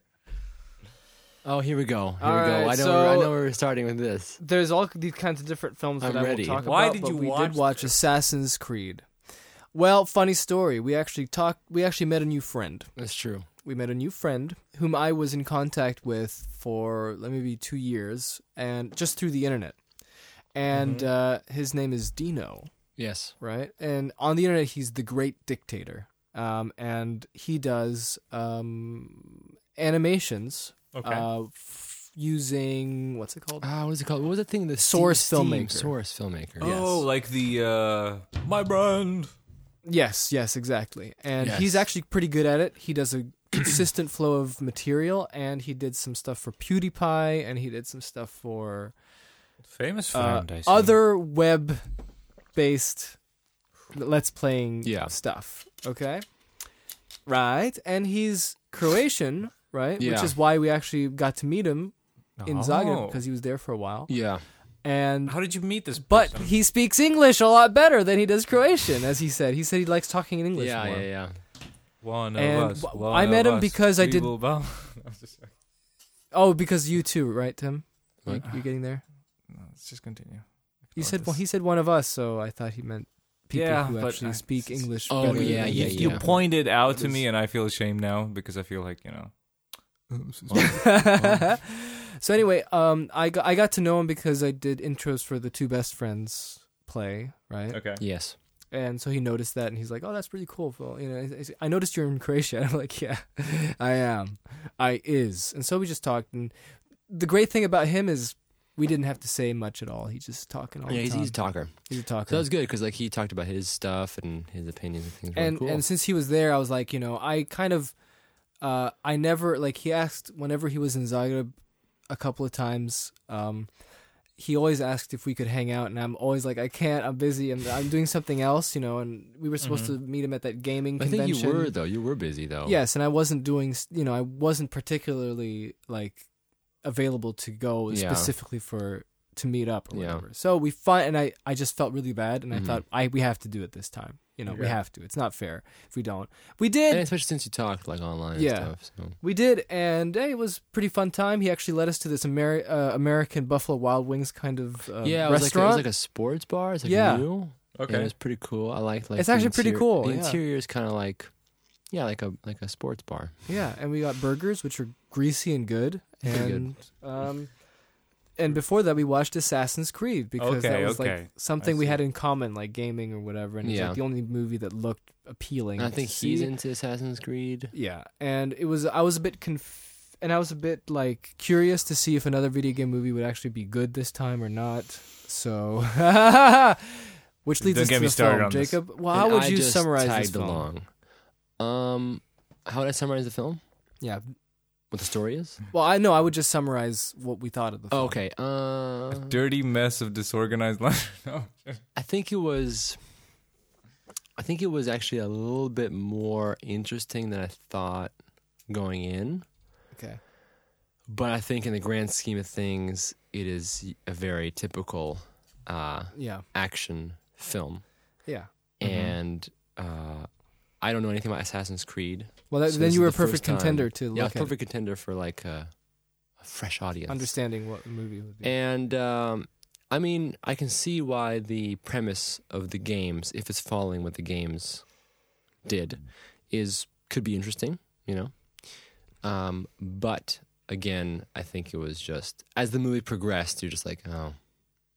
Speaker 1: oh, here we go. Here
Speaker 2: All
Speaker 1: we go. I know.
Speaker 2: right,
Speaker 1: we're, I
Speaker 2: so-
Speaker 1: know we're starting with this.
Speaker 2: There's all these kinds of different films
Speaker 1: I'm
Speaker 2: that I
Speaker 1: ready.
Speaker 2: won't talk
Speaker 3: Why
Speaker 2: about.
Speaker 3: did
Speaker 2: but
Speaker 3: you
Speaker 2: we
Speaker 3: watch
Speaker 2: did watch
Speaker 3: this?
Speaker 2: Assassin's Creed? Well, funny story. We actually talked. We actually met a new friend.
Speaker 1: That's true.
Speaker 2: we met a new friend whom I was in contact with for let me be two years and just through the internet. And
Speaker 3: Mm-hmm.
Speaker 2: uh, his name is Dino,
Speaker 1: Yes.
Speaker 2: right? And on the internet, he's the Great Dictator, um, and he does um, animations
Speaker 3: Okay.
Speaker 2: uh, f- using what's it called?
Speaker 1: Ah, what is it called? What was that thing? The
Speaker 2: Source filmmaker.
Speaker 1: Source filmmaker.
Speaker 3: Oh, like the uh, my brand.
Speaker 2: Yes, yes, exactly. And
Speaker 1: Yes.
Speaker 2: he's actually pretty good at it. He does a consistent flow of material, and he did some stuff for PewDiePie, and he did some stuff for
Speaker 3: Famous
Speaker 2: uh,
Speaker 3: friend. I see.
Speaker 2: other web based let's playing
Speaker 1: Yeah.
Speaker 2: stuff okay right and he's croatian right which
Speaker 1: Yeah.
Speaker 2: is why we actually got to meet him in zagreb
Speaker 3: Oh.
Speaker 2: because he was there for a while
Speaker 1: Yeah.
Speaker 2: and
Speaker 3: How did you meet this?
Speaker 2: but
Speaker 3: person?
Speaker 2: he speaks english a lot better than he does croatian as he said he said he likes talking in english
Speaker 1: Yeah.
Speaker 2: more.
Speaker 1: Yeah. Yeah.
Speaker 3: One
Speaker 2: And
Speaker 3: of us.
Speaker 2: w-
Speaker 3: one
Speaker 2: I met
Speaker 3: of
Speaker 2: him
Speaker 3: us.
Speaker 2: because I
Speaker 3: We
Speaker 2: did-
Speaker 3: will bow. I'm just-
Speaker 2: oh because you too right tim you,
Speaker 1: What?
Speaker 2: you getting there
Speaker 3: no, let's just continue.
Speaker 2: you
Speaker 3: Like
Speaker 2: said well
Speaker 3: this.
Speaker 2: he said one of us so i thought he meant people
Speaker 3: Yeah,
Speaker 2: who
Speaker 3: but
Speaker 2: actually
Speaker 3: I-
Speaker 2: speak english
Speaker 1: Oh,
Speaker 2: better
Speaker 1: yeah,
Speaker 2: than
Speaker 1: yeah,
Speaker 2: you
Speaker 1: yeah.
Speaker 2: do.
Speaker 3: You pointed out
Speaker 1: That
Speaker 3: to me,
Speaker 1: is-
Speaker 3: and I feel ashamed now because I feel like you know.
Speaker 2: so anyway, um, I got, I got to know him because I did intros for the two best friends play, right?
Speaker 3: Okay.
Speaker 1: Yes.
Speaker 2: And so he noticed that, and he's like, "Oh, that's pretty cool, Phil." You know, he's- he's- I noticed you're in Croatia. I'm like, "Yeah, I am. I is." And so we just talked, and the great thing about him is we didn't have to say much at all. He's just talking all
Speaker 1: Yeah.
Speaker 2: the
Speaker 1: He's,
Speaker 2: time.
Speaker 1: he's a talker.
Speaker 2: He's a talker.
Speaker 1: So that was good because like he talked about his stuff and his opinions and things.
Speaker 2: and
Speaker 1: really cool.
Speaker 2: and since he was there, I was like, you know, I kind of, uh, I never like he asked whenever he was in Zagreb, a couple of times. Um, he always asked if we could hang out, and I'm always like, I can't. I'm busy. I'm I'm doing something else, you know. And we were supposed to meet him at that gaming
Speaker 1: Mm-hmm. I
Speaker 2: convention.
Speaker 1: think you were though. You were busy though.
Speaker 2: Yes, and I wasn't doing, s- you know, I wasn't particularly like available to go
Speaker 1: Yeah.
Speaker 2: specifically for to meet up or
Speaker 1: Yeah.
Speaker 2: whatever. So we find, and I, I just felt really bad, and
Speaker 1: Mhm.
Speaker 2: I thought I we have to do it this time. You know, we
Speaker 3: Yeah.
Speaker 2: have to. It's not fair if we don't. We
Speaker 1: And
Speaker 2: did,
Speaker 1: especially since you talked like online
Speaker 2: Yeah.
Speaker 1: and stuff. So.
Speaker 2: we did, and hey, it was a pretty fun time. He actually led us to this Ameri- uh, American Buffalo Wild Wings kind of uh,
Speaker 1: yeah, it was, like a, it was
Speaker 2: restaurant.
Speaker 1: like a sports bar. It's like
Speaker 2: Yeah.
Speaker 1: new. And it
Speaker 4: Okay.
Speaker 1: was pretty cool. I liked like
Speaker 2: It's
Speaker 1: the
Speaker 2: actually pretty
Speaker 1: interior-
Speaker 2: cool,
Speaker 1: The
Speaker 2: yeah.
Speaker 1: interior is kind of like, yeah, like a like a sports bar.
Speaker 2: Yeah, and we got burgers, which were greasy and good,
Speaker 1: Pretty
Speaker 2: and um, and before that we watched Assassin's Creed because that
Speaker 3: Okay,
Speaker 2: was like
Speaker 3: okay.
Speaker 2: something
Speaker 3: I
Speaker 2: we
Speaker 3: see.
Speaker 2: had in common, like gaming or whatever, and it's
Speaker 1: Yeah.
Speaker 2: like the only movie that looked appealing.
Speaker 1: And I think
Speaker 2: to
Speaker 1: he's
Speaker 2: see.
Speaker 1: into Assassin's Creed.
Speaker 2: Yeah, and it was I was a bit conf- and I was a bit like curious to see if another video game movie would actually be good this time or not. So, which leads
Speaker 4: Don't
Speaker 2: us
Speaker 4: get
Speaker 2: to
Speaker 4: me
Speaker 2: the
Speaker 4: started
Speaker 2: film,
Speaker 4: on this.
Speaker 2: Jacob. Well, how
Speaker 1: And
Speaker 2: would
Speaker 1: I
Speaker 2: you
Speaker 1: just
Speaker 2: summarize this
Speaker 1: tagged
Speaker 2: film?
Speaker 1: along? Um, how would I summarize the film?
Speaker 2: Yeah.
Speaker 1: What the story is?
Speaker 2: Well, I know I would just summarize what we thought of the film.
Speaker 1: Oh, okay. Uh,
Speaker 3: Dirty mess of disorganized life. no.
Speaker 1: I think it was. I think it was actually a little bit more interesting than I thought going in,
Speaker 2: Okay.
Speaker 1: but I think in the grand scheme of things, it is a very typical uh,
Speaker 2: Yeah.
Speaker 1: action film.
Speaker 2: Yeah.
Speaker 3: Mhm.
Speaker 1: And uh, I don't know anything about Assassin's Creed.
Speaker 2: Well, that,
Speaker 1: So
Speaker 2: then
Speaker 1: this
Speaker 2: you
Speaker 1: is
Speaker 2: were a
Speaker 1: the first
Speaker 2: perfect
Speaker 1: time-
Speaker 2: contender to
Speaker 1: yeah,
Speaker 2: look at
Speaker 1: perfect contender for like a, a fresh audience.
Speaker 2: understanding what the movie would be.
Speaker 1: And um, I mean, I can see why the premise of the games, if it's following what the games did, is could be interesting, you know. Um, but again, I think it was just as the movie progressed, you're just like, oh,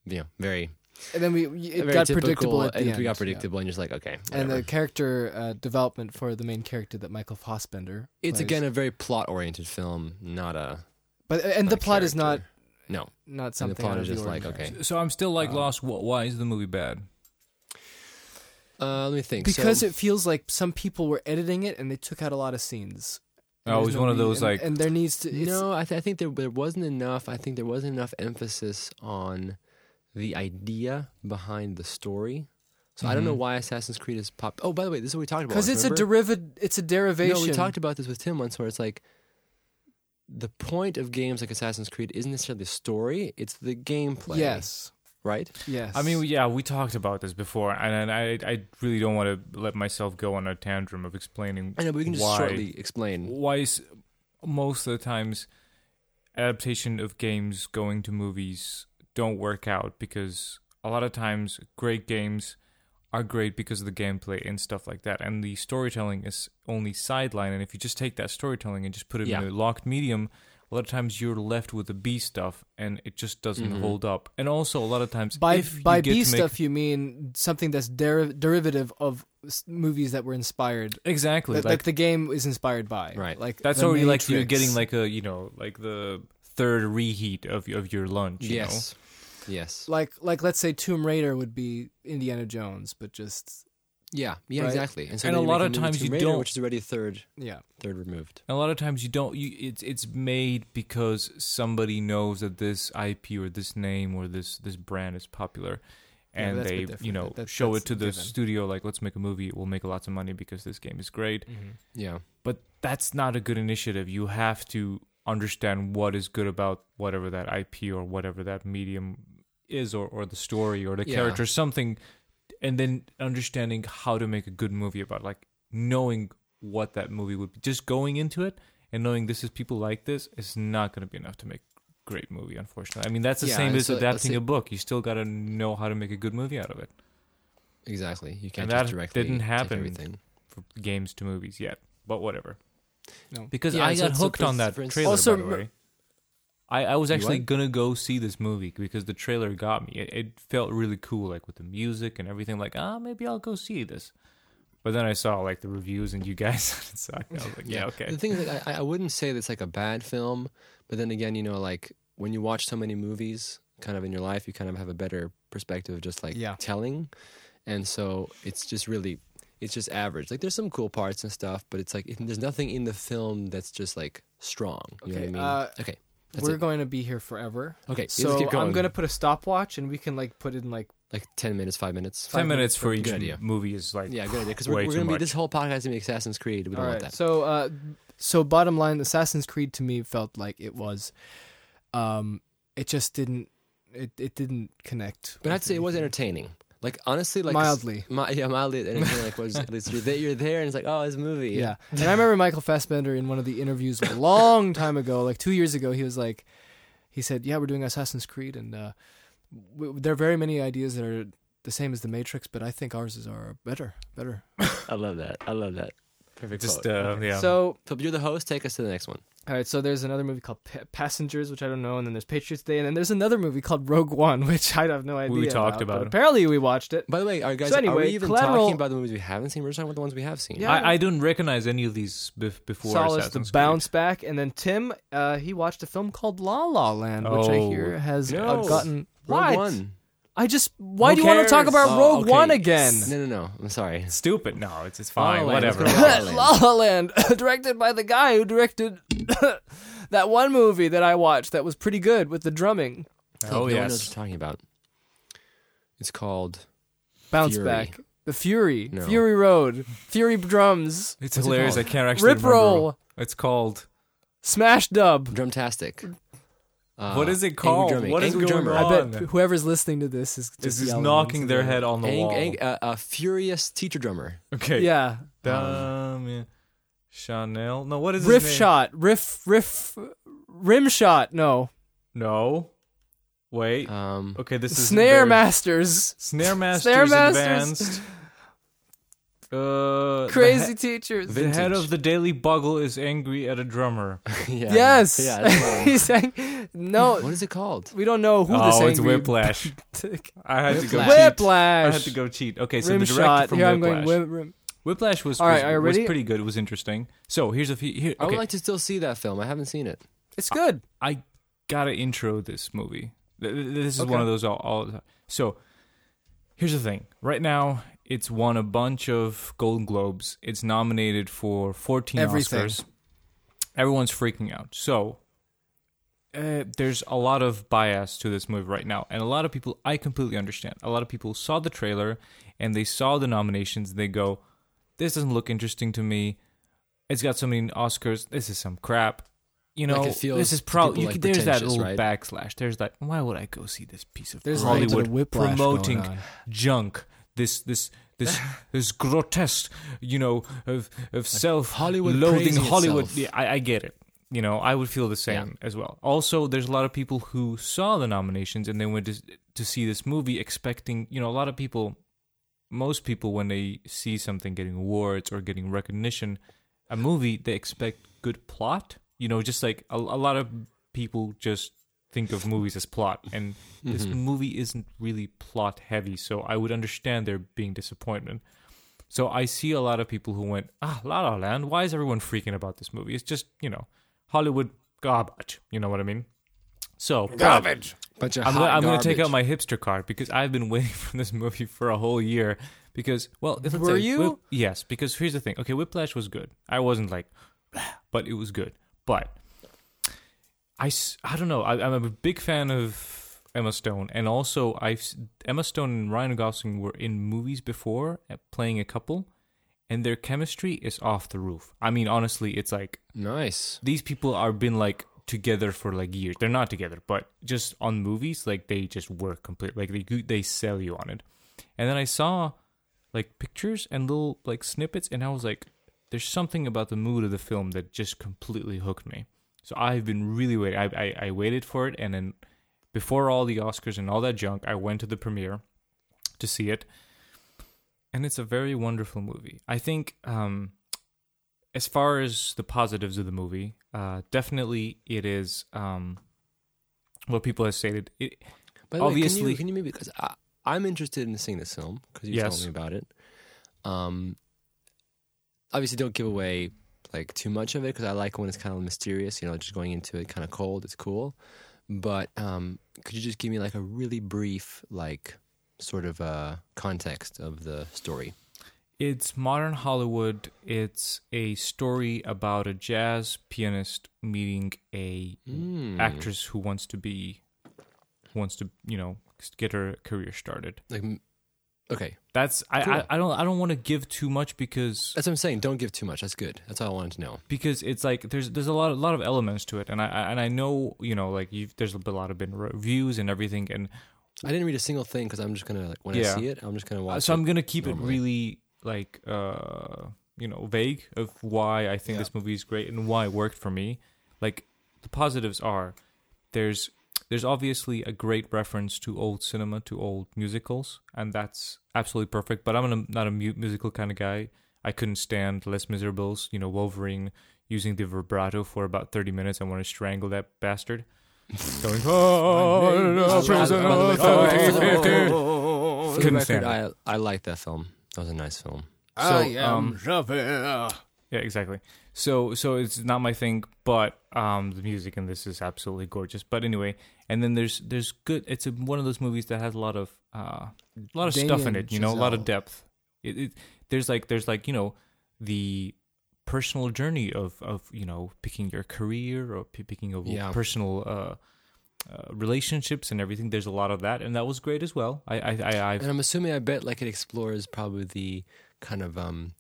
Speaker 1: you know, very,
Speaker 2: And then we it
Speaker 1: very
Speaker 2: got
Speaker 1: typical,
Speaker 2: predictable at the
Speaker 1: and
Speaker 2: end.
Speaker 1: we
Speaker 2: yeah.
Speaker 1: got predictable, and you're just like, okay,
Speaker 2: And
Speaker 1: whatever.
Speaker 2: the character uh, development for the main character that Michael Fassbender.
Speaker 1: it's
Speaker 2: plays.
Speaker 1: again a very plot-oriented film, not a.
Speaker 2: But and the
Speaker 1: not a
Speaker 2: plot is not
Speaker 1: character. No,
Speaker 2: not
Speaker 1: and
Speaker 2: something.
Speaker 1: the plot
Speaker 2: out of
Speaker 1: is just like
Speaker 2: ordinary.
Speaker 1: okay.
Speaker 3: So I'm still like
Speaker 1: Um,
Speaker 3: lost. Wh- Why is the movie bad?
Speaker 1: Uh, let me think.
Speaker 2: Because
Speaker 1: so,
Speaker 2: it feels like some people were editing it and they took out a lot of scenes. And
Speaker 3: Oh, it
Speaker 2: there's
Speaker 3: was
Speaker 2: no
Speaker 3: one of
Speaker 2: need-
Speaker 3: those,
Speaker 2: and-
Speaker 3: like-
Speaker 2: and there needs to it's,
Speaker 1: no, I, th- I think there, there wasn't enough. I think there wasn't enough emphasis on the idea behind the story. So I don't know
Speaker 3: Mhm.
Speaker 1: why Assassin's Creed is popped. Oh, by the way, this is what we talked about.
Speaker 2: because it's a
Speaker 1: remember?
Speaker 2: derivative. It's a derivation.
Speaker 1: No, we talked about this with Tim once, where it's like the point of games like Assassin's Creed isn't necessarily the story; it's the gameplay.
Speaker 2: Yes,
Speaker 1: right.
Speaker 2: yes.
Speaker 3: I mean, yeah, we talked about this before, and I, I really don't want to let myself go on a tantrum of explaining.
Speaker 1: I know, but we can just
Speaker 3: why,
Speaker 1: shortly explain.
Speaker 3: Why is most of the times adaptation of games going to movies don't work out because a lot of times great games are great because of the gameplay and stuff like that, and the storytelling is only sideline. And if you just take that storytelling and just put it
Speaker 1: Yeah.
Speaker 3: in a locked medium. A lot of times you're left with the B stuff, and it just doesn't
Speaker 1: Mhm.
Speaker 3: hold up. And also, a lot of times,
Speaker 2: by
Speaker 3: if
Speaker 2: by
Speaker 3: you get
Speaker 2: B
Speaker 3: to make
Speaker 2: stuff, you mean something that's deri- derivative of s- movies that were inspired.
Speaker 3: Exactly.
Speaker 2: That,
Speaker 3: like
Speaker 2: that the game is inspired by.
Speaker 1: Right.
Speaker 2: Like
Speaker 3: that's
Speaker 2: The
Speaker 3: already like you're
Speaker 2: Matrix.
Speaker 3: getting like a you know like the third reheat of of your lunch. You
Speaker 1: Yes, yes,
Speaker 2: like like let's say Tomb Raider would be Indiana Jones, but just
Speaker 1: yeah, yeah,
Speaker 2: Right.
Speaker 1: exactly. so
Speaker 3: And a
Speaker 1: then you're
Speaker 3: lot of
Speaker 1: making movie
Speaker 3: times
Speaker 1: Tomb
Speaker 3: you
Speaker 1: Raider,
Speaker 3: don't-
Speaker 1: which is already third,
Speaker 2: yeah.
Speaker 1: third removed.
Speaker 3: know? A lot of times you don't. You it's it's made because somebody knows that this IP or this name or this this brand is popular,
Speaker 2: Yeah,
Speaker 3: and
Speaker 2: that's a bit
Speaker 3: they
Speaker 2: different.
Speaker 3: you know
Speaker 2: That- that's-
Speaker 3: show
Speaker 2: that's
Speaker 3: it to the
Speaker 2: given.
Speaker 3: studio like let's make a movie. We'll make lots of money because this game is great.
Speaker 1: Yeah,
Speaker 3: But that's not a good initiative. You have to understand what is good about whatever that IP or whatever that medium is or, or the story or the
Speaker 1: Yeah.
Speaker 3: character, something and then understanding how to make a good movie about like knowing what that movie would be. Just going into it and knowing this is people like this is not gonna be enough to make a great movie, unfortunately. I mean that's the
Speaker 1: Yeah,
Speaker 3: same
Speaker 1: and
Speaker 3: as
Speaker 1: so-
Speaker 3: adapting
Speaker 1: so-
Speaker 3: a book. You still gotta know how to make a good movie out of it.
Speaker 1: exactly. You can't
Speaker 3: And that
Speaker 1: just directly
Speaker 3: didn't
Speaker 1: take
Speaker 3: happen.
Speaker 1: Everything.
Speaker 3: For games to movies yet. But whatever.
Speaker 2: No.
Speaker 3: Because
Speaker 1: Yeah,
Speaker 3: I
Speaker 1: so
Speaker 3: got
Speaker 1: it's a
Speaker 3: hooked on
Speaker 1: pers-
Speaker 3: that
Speaker 1: for instance-
Speaker 3: trailer.
Speaker 2: Also,
Speaker 3: by the way. I, I was
Speaker 1: You
Speaker 3: actually
Speaker 1: what?
Speaker 3: gonna go see this movie because the trailer got me. It, it felt really cool, like with the music and everything. Like, ah, maybe I'll go see this. But then I saw like the reviews and you guys, and it sucked. I was like, yeah, okay.
Speaker 1: The thing is, like, I, I wouldn't say that's like a bad film, but then again, you know, like when you watch so many movies, kind of in your life, you kind of have a better perspective of just like
Speaker 2: Yeah.
Speaker 1: telling, and so it's just really, it's just average. Like there's some cool parts and stuff, but it's like it, there's nothing in the film that's just like strong. You
Speaker 2: Okay,
Speaker 1: know what I mean?
Speaker 2: uh,
Speaker 1: okay. That's
Speaker 2: we're
Speaker 1: it.
Speaker 2: going to be here forever.
Speaker 1: Okay, so
Speaker 2: So
Speaker 1: let's keep going.
Speaker 2: I'm gonna put a stopwatch, and we can like put in like
Speaker 1: like ten minutes, five minutes.
Speaker 3: Ten minutes for each
Speaker 1: Good idea.
Speaker 3: movie is like,
Speaker 1: Yeah, good idea. Because
Speaker 3: Way
Speaker 1: we're, we're
Speaker 3: too
Speaker 1: gonna be
Speaker 3: much.
Speaker 1: this whole podcast is gonna be Assassin's Creed. We don't
Speaker 2: all
Speaker 1: want
Speaker 2: right.
Speaker 1: that.
Speaker 2: So uh, so bottom line, Assassin's Creed to me felt like it was, um, it just didn't it it didn't connect.
Speaker 1: But I'd
Speaker 2: with
Speaker 1: say it was
Speaker 2: anything.
Speaker 1: entertaining. Like honestly, like
Speaker 2: Mildly.
Speaker 1: mi- yeah, mildly entertaining. Like was at least you're there, you're there, and it's like, oh, this movie.
Speaker 2: Yeah. And I remember Michael Fassbender in one of the interviews a long time ago, like two years ago, he was like, he said, Yeah, we're doing Assassin's Creed, and uh, w- there are very many ideas that are the same as the Matrix, but I think ours is are better, better.
Speaker 1: I love that. I love that. Perfect.
Speaker 4: Just
Speaker 1: quote.
Speaker 4: uh, yeah.
Speaker 2: So
Speaker 1: so you're the host. Take us to the next one.
Speaker 2: All right, so there's another movie called pa- Passengers, which I don't know, and then there's Patriots Day, and then there's another movie called Rogue One, which I have no idea.
Speaker 4: talked about
Speaker 2: but
Speaker 4: it.
Speaker 2: apparently we watched it.
Speaker 1: By the way, are guys
Speaker 2: So
Speaker 1: are
Speaker 2: anyway,
Speaker 1: we even
Speaker 2: Collateral-
Speaker 1: talking about the movies we haven't seen? We're just talking about the ones we have seen.
Speaker 2: Yeah.
Speaker 3: I, I don't recognize any of these bef- before.
Speaker 2: Solace, the
Speaker 3: Assassin's Creed.
Speaker 2: bounce back, and then Tim, uh, he watched a film called La La Land, which I
Speaker 4: Oh,
Speaker 2: hear has uh,
Speaker 1: no.
Speaker 2: gotten.
Speaker 1: Rogue
Speaker 2: What?
Speaker 1: One.
Speaker 2: I just why
Speaker 3: Who
Speaker 2: do you want to talk
Speaker 3: cares?
Speaker 2: about
Speaker 1: Oh,
Speaker 2: Rogue
Speaker 1: okay.
Speaker 2: One again?
Speaker 1: No, no, no. I'm sorry.
Speaker 3: Stupid. No, it's it's fine.
Speaker 1: Oh, wait,
Speaker 3: whatever.
Speaker 1: let's go. La La
Speaker 2: La La Land, directed by the guy who directed that one movie that I watched that was pretty good with the drumming.
Speaker 1: no
Speaker 3: oh
Speaker 1: one knows what
Speaker 3: yes.
Speaker 1: you're talking about. It's called.
Speaker 2: Bounce
Speaker 1: Fury.
Speaker 2: back, the Fury,
Speaker 1: No.
Speaker 2: Fury Road, Fury drums,
Speaker 1: What's
Speaker 3: It's
Speaker 1: it
Speaker 3: hilarious. I
Speaker 1: called?
Speaker 3: can't actually
Speaker 2: Rip
Speaker 3: remember.
Speaker 2: Roll,
Speaker 3: It's called.
Speaker 2: Smash Dub.
Speaker 1: Drumtastic. Uh,
Speaker 3: what is it
Speaker 1: Angry
Speaker 3: called?
Speaker 1: Drumming.
Speaker 3: What is
Speaker 1: Angry
Speaker 3: going
Speaker 1: drummer.
Speaker 3: on?
Speaker 2: I bet whoever's listening to this is just
Speaker 3: This is
Speaker 2: yelling
Speaker 3: knocking
Speaker 2: into
Speaker 3: their
Speaker 2: the-
Speaker 3: head on the
Speaker 1: Ang,
Speaker 3: wall.
Speaker 1: ang, uh, a furious teacher drummer.
Speaker 3: okay.
Speaker 2: Yeah,
Speaker 3: Damn it. Chanel. No, what is
Speaker 2: Um, riff
Speaker 3: his name?
Speaker 2: shot, riff, riff, rim shot. No,
Speaker 3: No. Wait.
Speaker 1: Um,
Speaker 3: okay, this is
Speaker 2: snare
Speaker 3: very-
Speaker 2: masters,
Speaker 3: Snare masters.
Speaker 2: Snare masters.
Speaker 3: Advanced. Uh,
Speaker 2: crazy
Speaker 3: The,
Speaker 2: teachers.
Speaker 3: he- the head
Speaker 1: Vintage.
Speaker 3: of the Daily Bugle is angry at a drummer.
Speaker 1: yeah,
Speaker 2: yes,
Speaker 1: Yeah, that's all.
Speaker 2: he's saying no.
Speaker 1: what is it called?
Speaker 2: We don't know who
Speaker 3: oh,
Speaker 2: this angry
Speaker 3: it's Whiplash. I had to go.
Speaker 1: Whiplash.
Speaker 3: Cheat.
Speaker 2: Whiplash.
Speaker 3: I had to go cheat. Okay, so
Speaker 2: rim
Speaker 3: the director
Speaker 2: shot.
Speaker 3: from
Speaker 2: Here I'm
Speaker 3: Whiplash.
Speaker 2: going. Whip, rim.
Speaker 3: Whiplash was
Speaker 2: All right,
Speaker 3: was,
Speaker 2: are you
Speaker 3: was
Speaker 2: ready?
Speaker 3: pretty good. It was interesting. So here's a few. Here,
Speaker 1: I
Speaker 3: okay.
Speaker 1: would like to still see that film. I haven't seen it.
Speaker 2: It's good.
Speaker 3: I gotta intro this movie. Th- th- This is
Speaker 2: Okay.
Speaker 3: one of those all, all the time. So here's the thing. Right now, it's won a bunch of Golden Globes. It's nominated for 14
Speaker 2: Everything.
Speaker 3: Oscars. Everyone's freaking out. So uh, there's a lot of bias to this movie right now, and a lot of people. I completely understand. A lot of people saw the trailer and they saw the nominations. They go, "This doesn't look interesting to me." It's got so many Oscars. This is some crap. You know,
Speaker 1: Like, it feels
Speaker 3: this is probably
Speaker 1: people, like,
Speaker 3: there's that
Speaker 1: pretentious,
Speaker 3: little
Speaker 1: right?
Speaker 3: backslash. There's that. Why would I go see this piece of
Speaker 2: There's like
Speaker 3: Hollywood
Speaker 2: the whiplash
Speaker 3: promoting
Speaker 2: going on.
Speaker 3: junk? This this this this grotesque, you know, of of self
Speaker 1: Hollywood
Speaker 3: loathing
Speaker 1: praising
Speaker 3: Hollywood.
Speaker 1: itself.
Speaker 3: Yeah, I, I get it. You know, I would feel the same as well. Also, there's a lot of people who saw the nominations and they went to, to see this movie expecting, you know, a lot of people, most people, when they see something getting awards or getting recognition, a movie, they expect good plot. You know, just like a, a lot of people just think of movies as plot, and this movie isn't really plot heavy. So I would understand there being disappointment. So I see a lot of people who went, ah, La La Land, why is everyone freaking about this movie? It's just, you know, Hollywood garbage. You know what I mean? So garbage.
Speaker 1: Bunch of
Speaker 3: I'm, gonna,
Speaker 1: hot
Speaker 3: I'm gonna take
Speaker 1: garbage.
Speaker 3: out my hipster card because I've been waiting for this movie for a whole year. Because well, if let's
Speaker 2: Were
Speaker 3: say
Speaker 2: you?
Speaker 3: Whip- yes, because here's the thing. Okay, Whiplash was good. I wasn't like, but it was good. But I, s- I don't know. I, I'm a big fan of Emma Stone, and also I've s- Emma Stone and Ryan Gosling were in movies before uh, playing a couple, and their chemistry is off the roof. I mean, honestly, it's like
Speaker 1: nice.
Speaker 3: these people are been like together for like years. They're not together, but just on movies, like they just work complete. Like they they sell you on it. And then I saw like pictures and little like snippets, and I was like, there's something about the mood of the film that just completely hooked me. So I've been really waiting. I, I I waited for it, and then before all the Oscars and all that junk, I went to the premiere to see it. And it's a very wonderful movie. I think um, as far as the positives of the movie, uh, definitely it is um, what people have stated. It,
Speaker 1: By the way, can
Speaker 3: Obviously-
Speaker 1: you, can you maybe because I'm interested in seeing this film because you
Speaker 3: Yes.
Speaker 1: told me about it. Um, obviously don't give away like too much of it because I like when it's kind of mysterious. You know, just going into it kind of cold. It's cool, but um, could you just give me like a really brief like sort of uh, context of the story?
Speaker 3: it's modern Hollywood. It's a story about a jazz pianist meeting a
Speaker 1: Mm. Hmm.
Speaker 3: actress who wants to be wants to you know get her career started.
Speaker 1: Like, m- okay,
Speaker 3: That's I
Speaker 1: Cool.
Speaker 3: I, I don't I don't want to give too much because
Speaker 1: that's what I'm saying. Don't give too much. That's good. That's all I wanted to know.
Speaker 3: because it's like there's there's a lot a lot of elements to it, and I I- and I know you know like you've, there's a lot of been reviews and everything, and
Speaker 1: I didn't read a single thing because I'm just gonna like when
Speaker 3: Yeah.
Speaker 1: I see it, I'm just gonna watch.
Speaker 3: Uh, so
Speaker 1: it.
Speaker 3: I'm gonna keep it
Speaker 1: normally.
Speaker 3: really like uh you know vague of why I think
Speaker 1: Yeah.
Speaker 3: this movie is great and why it worked for me. Like the positives are there's There's obviously a great reference to old cinema, to old musicals, and that's absolutely perfect. But I'm an, not a mu- musical kind of guy. I couldn't stand Les Miserables, you know, Wolverine using the vibrato for about 30 minutes. I want to strangle that bastard. Going, oh, prisoner
Speaker 1: Oh,
Speaker 3: of
Speaker 1: oh,
Speaker 3: 30,
Speaker 1: oh, For the
Speaker 3: Couldn't
Speaker 1: record,
Speaker 3: stand
Speaker 1: I, I like that film. That was a nice film.
Speaker 3: I am
Speaker 5: um,
Speaker 4: Javert.
Speaker 3: Yeah, exactly. So so it's not my thing, but um the music in this is absolutely gorgeous. But anyway, and then there's there's good it's a, one of those movies that has a lot of uh a lot of stuff in
Speaker 2: Damien
Speaker 3: it, you know, a lot of
Speaker 2: Chazelle.
Speaker 3: depth. It, it there's like there's like, you know, the personal journey of of, you know, picking your career or p- picking your
Speaker 1: Yeah.
Speaker 3: personal uh uh, relationships and everything. There's a lot of that, and that was great as well. I, I, I,
Speaker 1: And
Speaker 3: I
Speaker 1: I'm assuming I bet like it explores probably the kind of um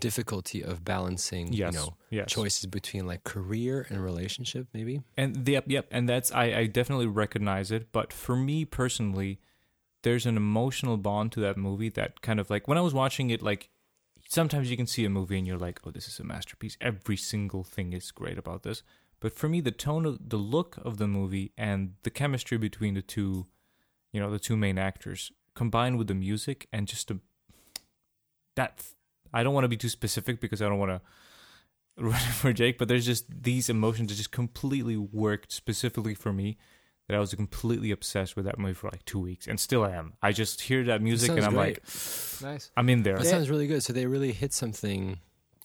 Speaker 1: difficulty of balancing,
Speaker 3: yes,
Speaker 1: you know,
Speaker 3: yes.
Speaker 1: choices between like career and relationship, maybe.
Speaker 3: And yep, yep, and that's I, I definitely recognize it. But for me personally, there's an emotional bond to that movie that kind of like when I was watching it, like sometimes you can see a movie and you're like, oh, this is a masterpiece. Every single thing is great about this. But for me, the tone of the look of the movie and the chemistry between the two, you know, the two main actors combined with the music and just the that I don't want to be too specific because I don't want to run for Jake, but there's just these emotions that just completely worked specifically for me. That I was completely obsessed with that movie for like two weeks, and still am. I just hear that music and
Speaker 1: sounds
Speaker 3: I'm
Speaker 1: great.
Speaker 3: like,
Speaker 2: Nice.
Speaker 3: I'm in there.
Speaker 1: That sounds really good. So they really hit something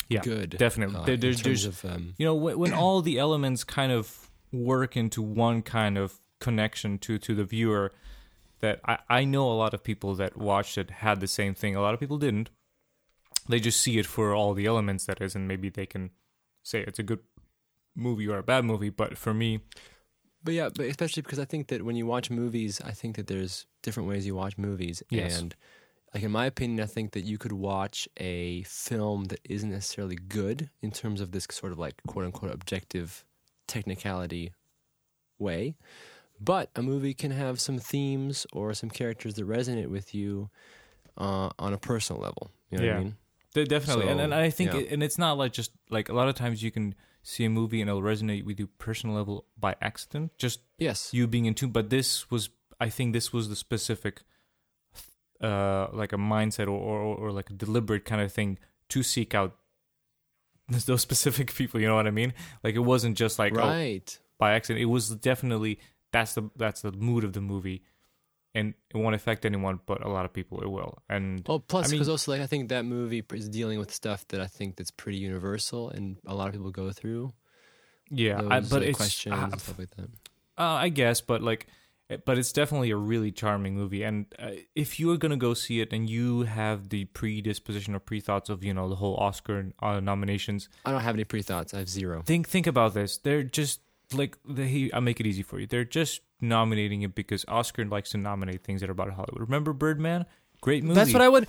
Speaker 3: Yeah,
Speaker 1: good.
Speaker 3: definitely.
Speaker 1: uh,
Speaker 3: There-
Speaker 1: in
Speaker 3: there's-
Speaker 1: terms
Speaker 3: there's-
Speaker 1: of, um,
Speaker 3: you know when, when all the elements kind of work into one kind of connection to to the viewer that I, I know a lot of people that watched it had the same thing a lot of people didn't they just see it for all the elements that is and maybe they can say it's a good movie or a bad movie but for me
Speaker 1: But yeah, but especially because I think that when you watch movies, I think that there's different ways you watch movies,
Speaker 3: Yes.
Speaker 1: and like in my opinion, I think that you could watch a film that isn't necessarily good in terms of this sort of like quote unquote objective technicality way, but a movie can have some themes or some characters that resonate with you uh, on a personal level. You know what
Speaker 3: Yeah.
Speaker 1: I mean?
Speaker 3: De- definitely, and,
Speaker 1: So,
Speaker 3: and I think,
Speaker 1: yeah.
Speaker 3: it, and it's not like just like a lot of times you can see a movie and it'll resonate with you personal level by accident, just
Speaker 1: Yes.
Speaker 3: you being in tune. But this was, I think, this was the specific, uh, like a mindset or or, or like a deliberate kind of thing to seek out those specific people. You know what I mean? Like it wasn't just like oh,
Speaker 1: right.
Speaker 3: by accident. It was definitely that's the that's the mood of the movie, and it won't affect anyone, but a lot of people it will. And
Speaker 1: Well, plus
Speaker 3: I mean-
Speaker 1: because also like I think that movie is dealing with stuff that I think that's pretty universal and a lot of people go through.
Speaker 3: yeah, I,
Speaker 1: those,
Speaker 3: but
Speaker 1: uh,
Speaker 3: it's ah,
Speaker 1: questions
Speaker 3: I-
Speaker 1: and stuff like that.
Speaker 3: Uh, I guess, but like, it- but it's definitely a really charming movie. And uh, if you are gonna go see it and you have the predisposition or pre thoughts of you know the whole Oscar uh, nominations,
Speaker 1: I don't have any pre thoughts. I have zero.
Speaker 3: think think about this. They're just like they. I'll make it easy for you. They're just nominating it because Oscar likes to nominate things that are about Hollywood. Remember Birdman? Great Uh, movie.
Speaker 2: That's what I would.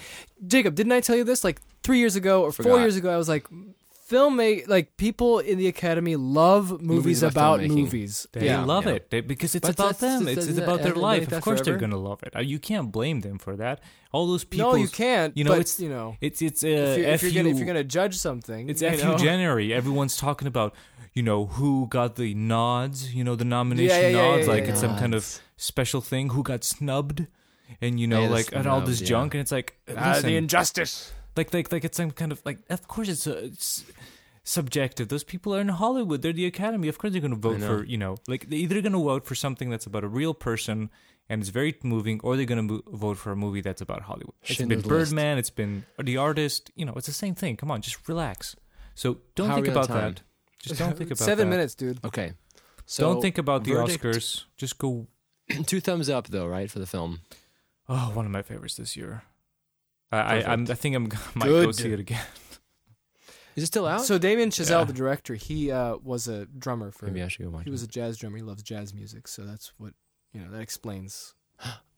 Speaker 2: Jacob, didn't I tell you this like three years ago or four
Speaker 1: Forgot.
Speaker 2: years ago? I was like, filmmate like people in the academy love movies,
Speaker 1: Movies about
Speaker 2: about
Speaker 1: filmmaking.
Speaker 2: movies.
Speaker 3: They
Speaker 1: Yeah.
Speaker 3: love
Speaker 1: Yeah.
Speaker 3: it They- because it's
Speaker 1: But
Speaker 3: about
Speaker 1: that's-
Speaker 3: them.
Speaker 1: that's-
Speaker 3: It's, it's
Speaker 1: that's-
Speaker 3: about their
Speaker 1: and they-
Speaker 3: life. Of
Speaker 1: that's
Speaker 3: course,
Speaker 1: forever.
Speaker 3: they're gonna love it. Uh, You can't blame them for that. All those people.
Speaker 2: no, you can't.
Speaker 3: You know,
Speaker 2: but,
Speaker 3: it's
Speaker 2: you know.
Speaker 3: it's it's uh,
Speaker 2: if you're, if, you're gonna, if
Speaker 3: FU.
Speaker 2: you're gonna judge something,
Speaker 3: It's
Speaker 2: you
Speaker 3: FU
Speaker 2: know?
Speaker 3: January. Everyone's talking about, you know, who got the nods, you know, the nomination
Speaker 2: Yeah, yeah, yeah,
Speaker 3: nods,
Speaker 2: yeah,
Speaker 3: like
Speaker 2: yeah,
Speaker 3: it's
Speaker 2: yeah.
Speaker 3: some kind of
Speaker 1: Nods.
Speaker 3: special thing, who got snubbed, and you know,
Speaker 1: Yeah, the
Speaker 3: like and all this
Speaker 1: snubbed, yeah.
Speaker 3: junk, and it's like,
Speaker 2: Ah,
Speaker 3: listen,
Speaker 2: the injustice.
Speaker 3: like, like, like it's some kind of like, of course it's, uh, it's subjective. Those people are in Hollywood. They're the Academy. Of course they're going to vote
Speaker 1: know.
Speaker 3: for, you know, like they're either going to vote for something that's about a real person and it's very moving, or they're going to mo- vote for a movie that's about Hollywood.
Speaker 1: Schindler's
Speaker 3: it's been
Speaker 1: List.
Speaker 3: Birdman. It's been The Artist. You know, it's the same thing. Come on, just relax. So don't
Speaker 1: How are
Speaker 3: think
Speaker 1: we on
Speaker 3: about
Speaker 1: time?
Speaker 3: that. Just don't think about
Speaker 2: Seven
Speaker 3: that.
Speaker 2: minutes, dude.
Speaker 1: Okay. So
Speaker 3: Don't think about the
Speaker 1: verdict.
Speaker 3: Oscars. Just go.
Speaker 1: two thumbs up though, right, for the film.
Speaker 3: Oh, one of my favorites this year. I, I, I'm, I think I'm might go
Speaker 2: Good.
Speaker 3: see it again.
Speaker 1: Is it still out?
Speaker 2: So Damien Chazelle,
Speaker 3: Yeah.
Speaker 2: the director, he uh, was a drummer for.
Speaker 1: Maybe I should go watch.
Speaker 2: He
Speaker 1: it.
Speaker 2: was a jazz drummer. He loves jazz music, so that's what you know. That explains.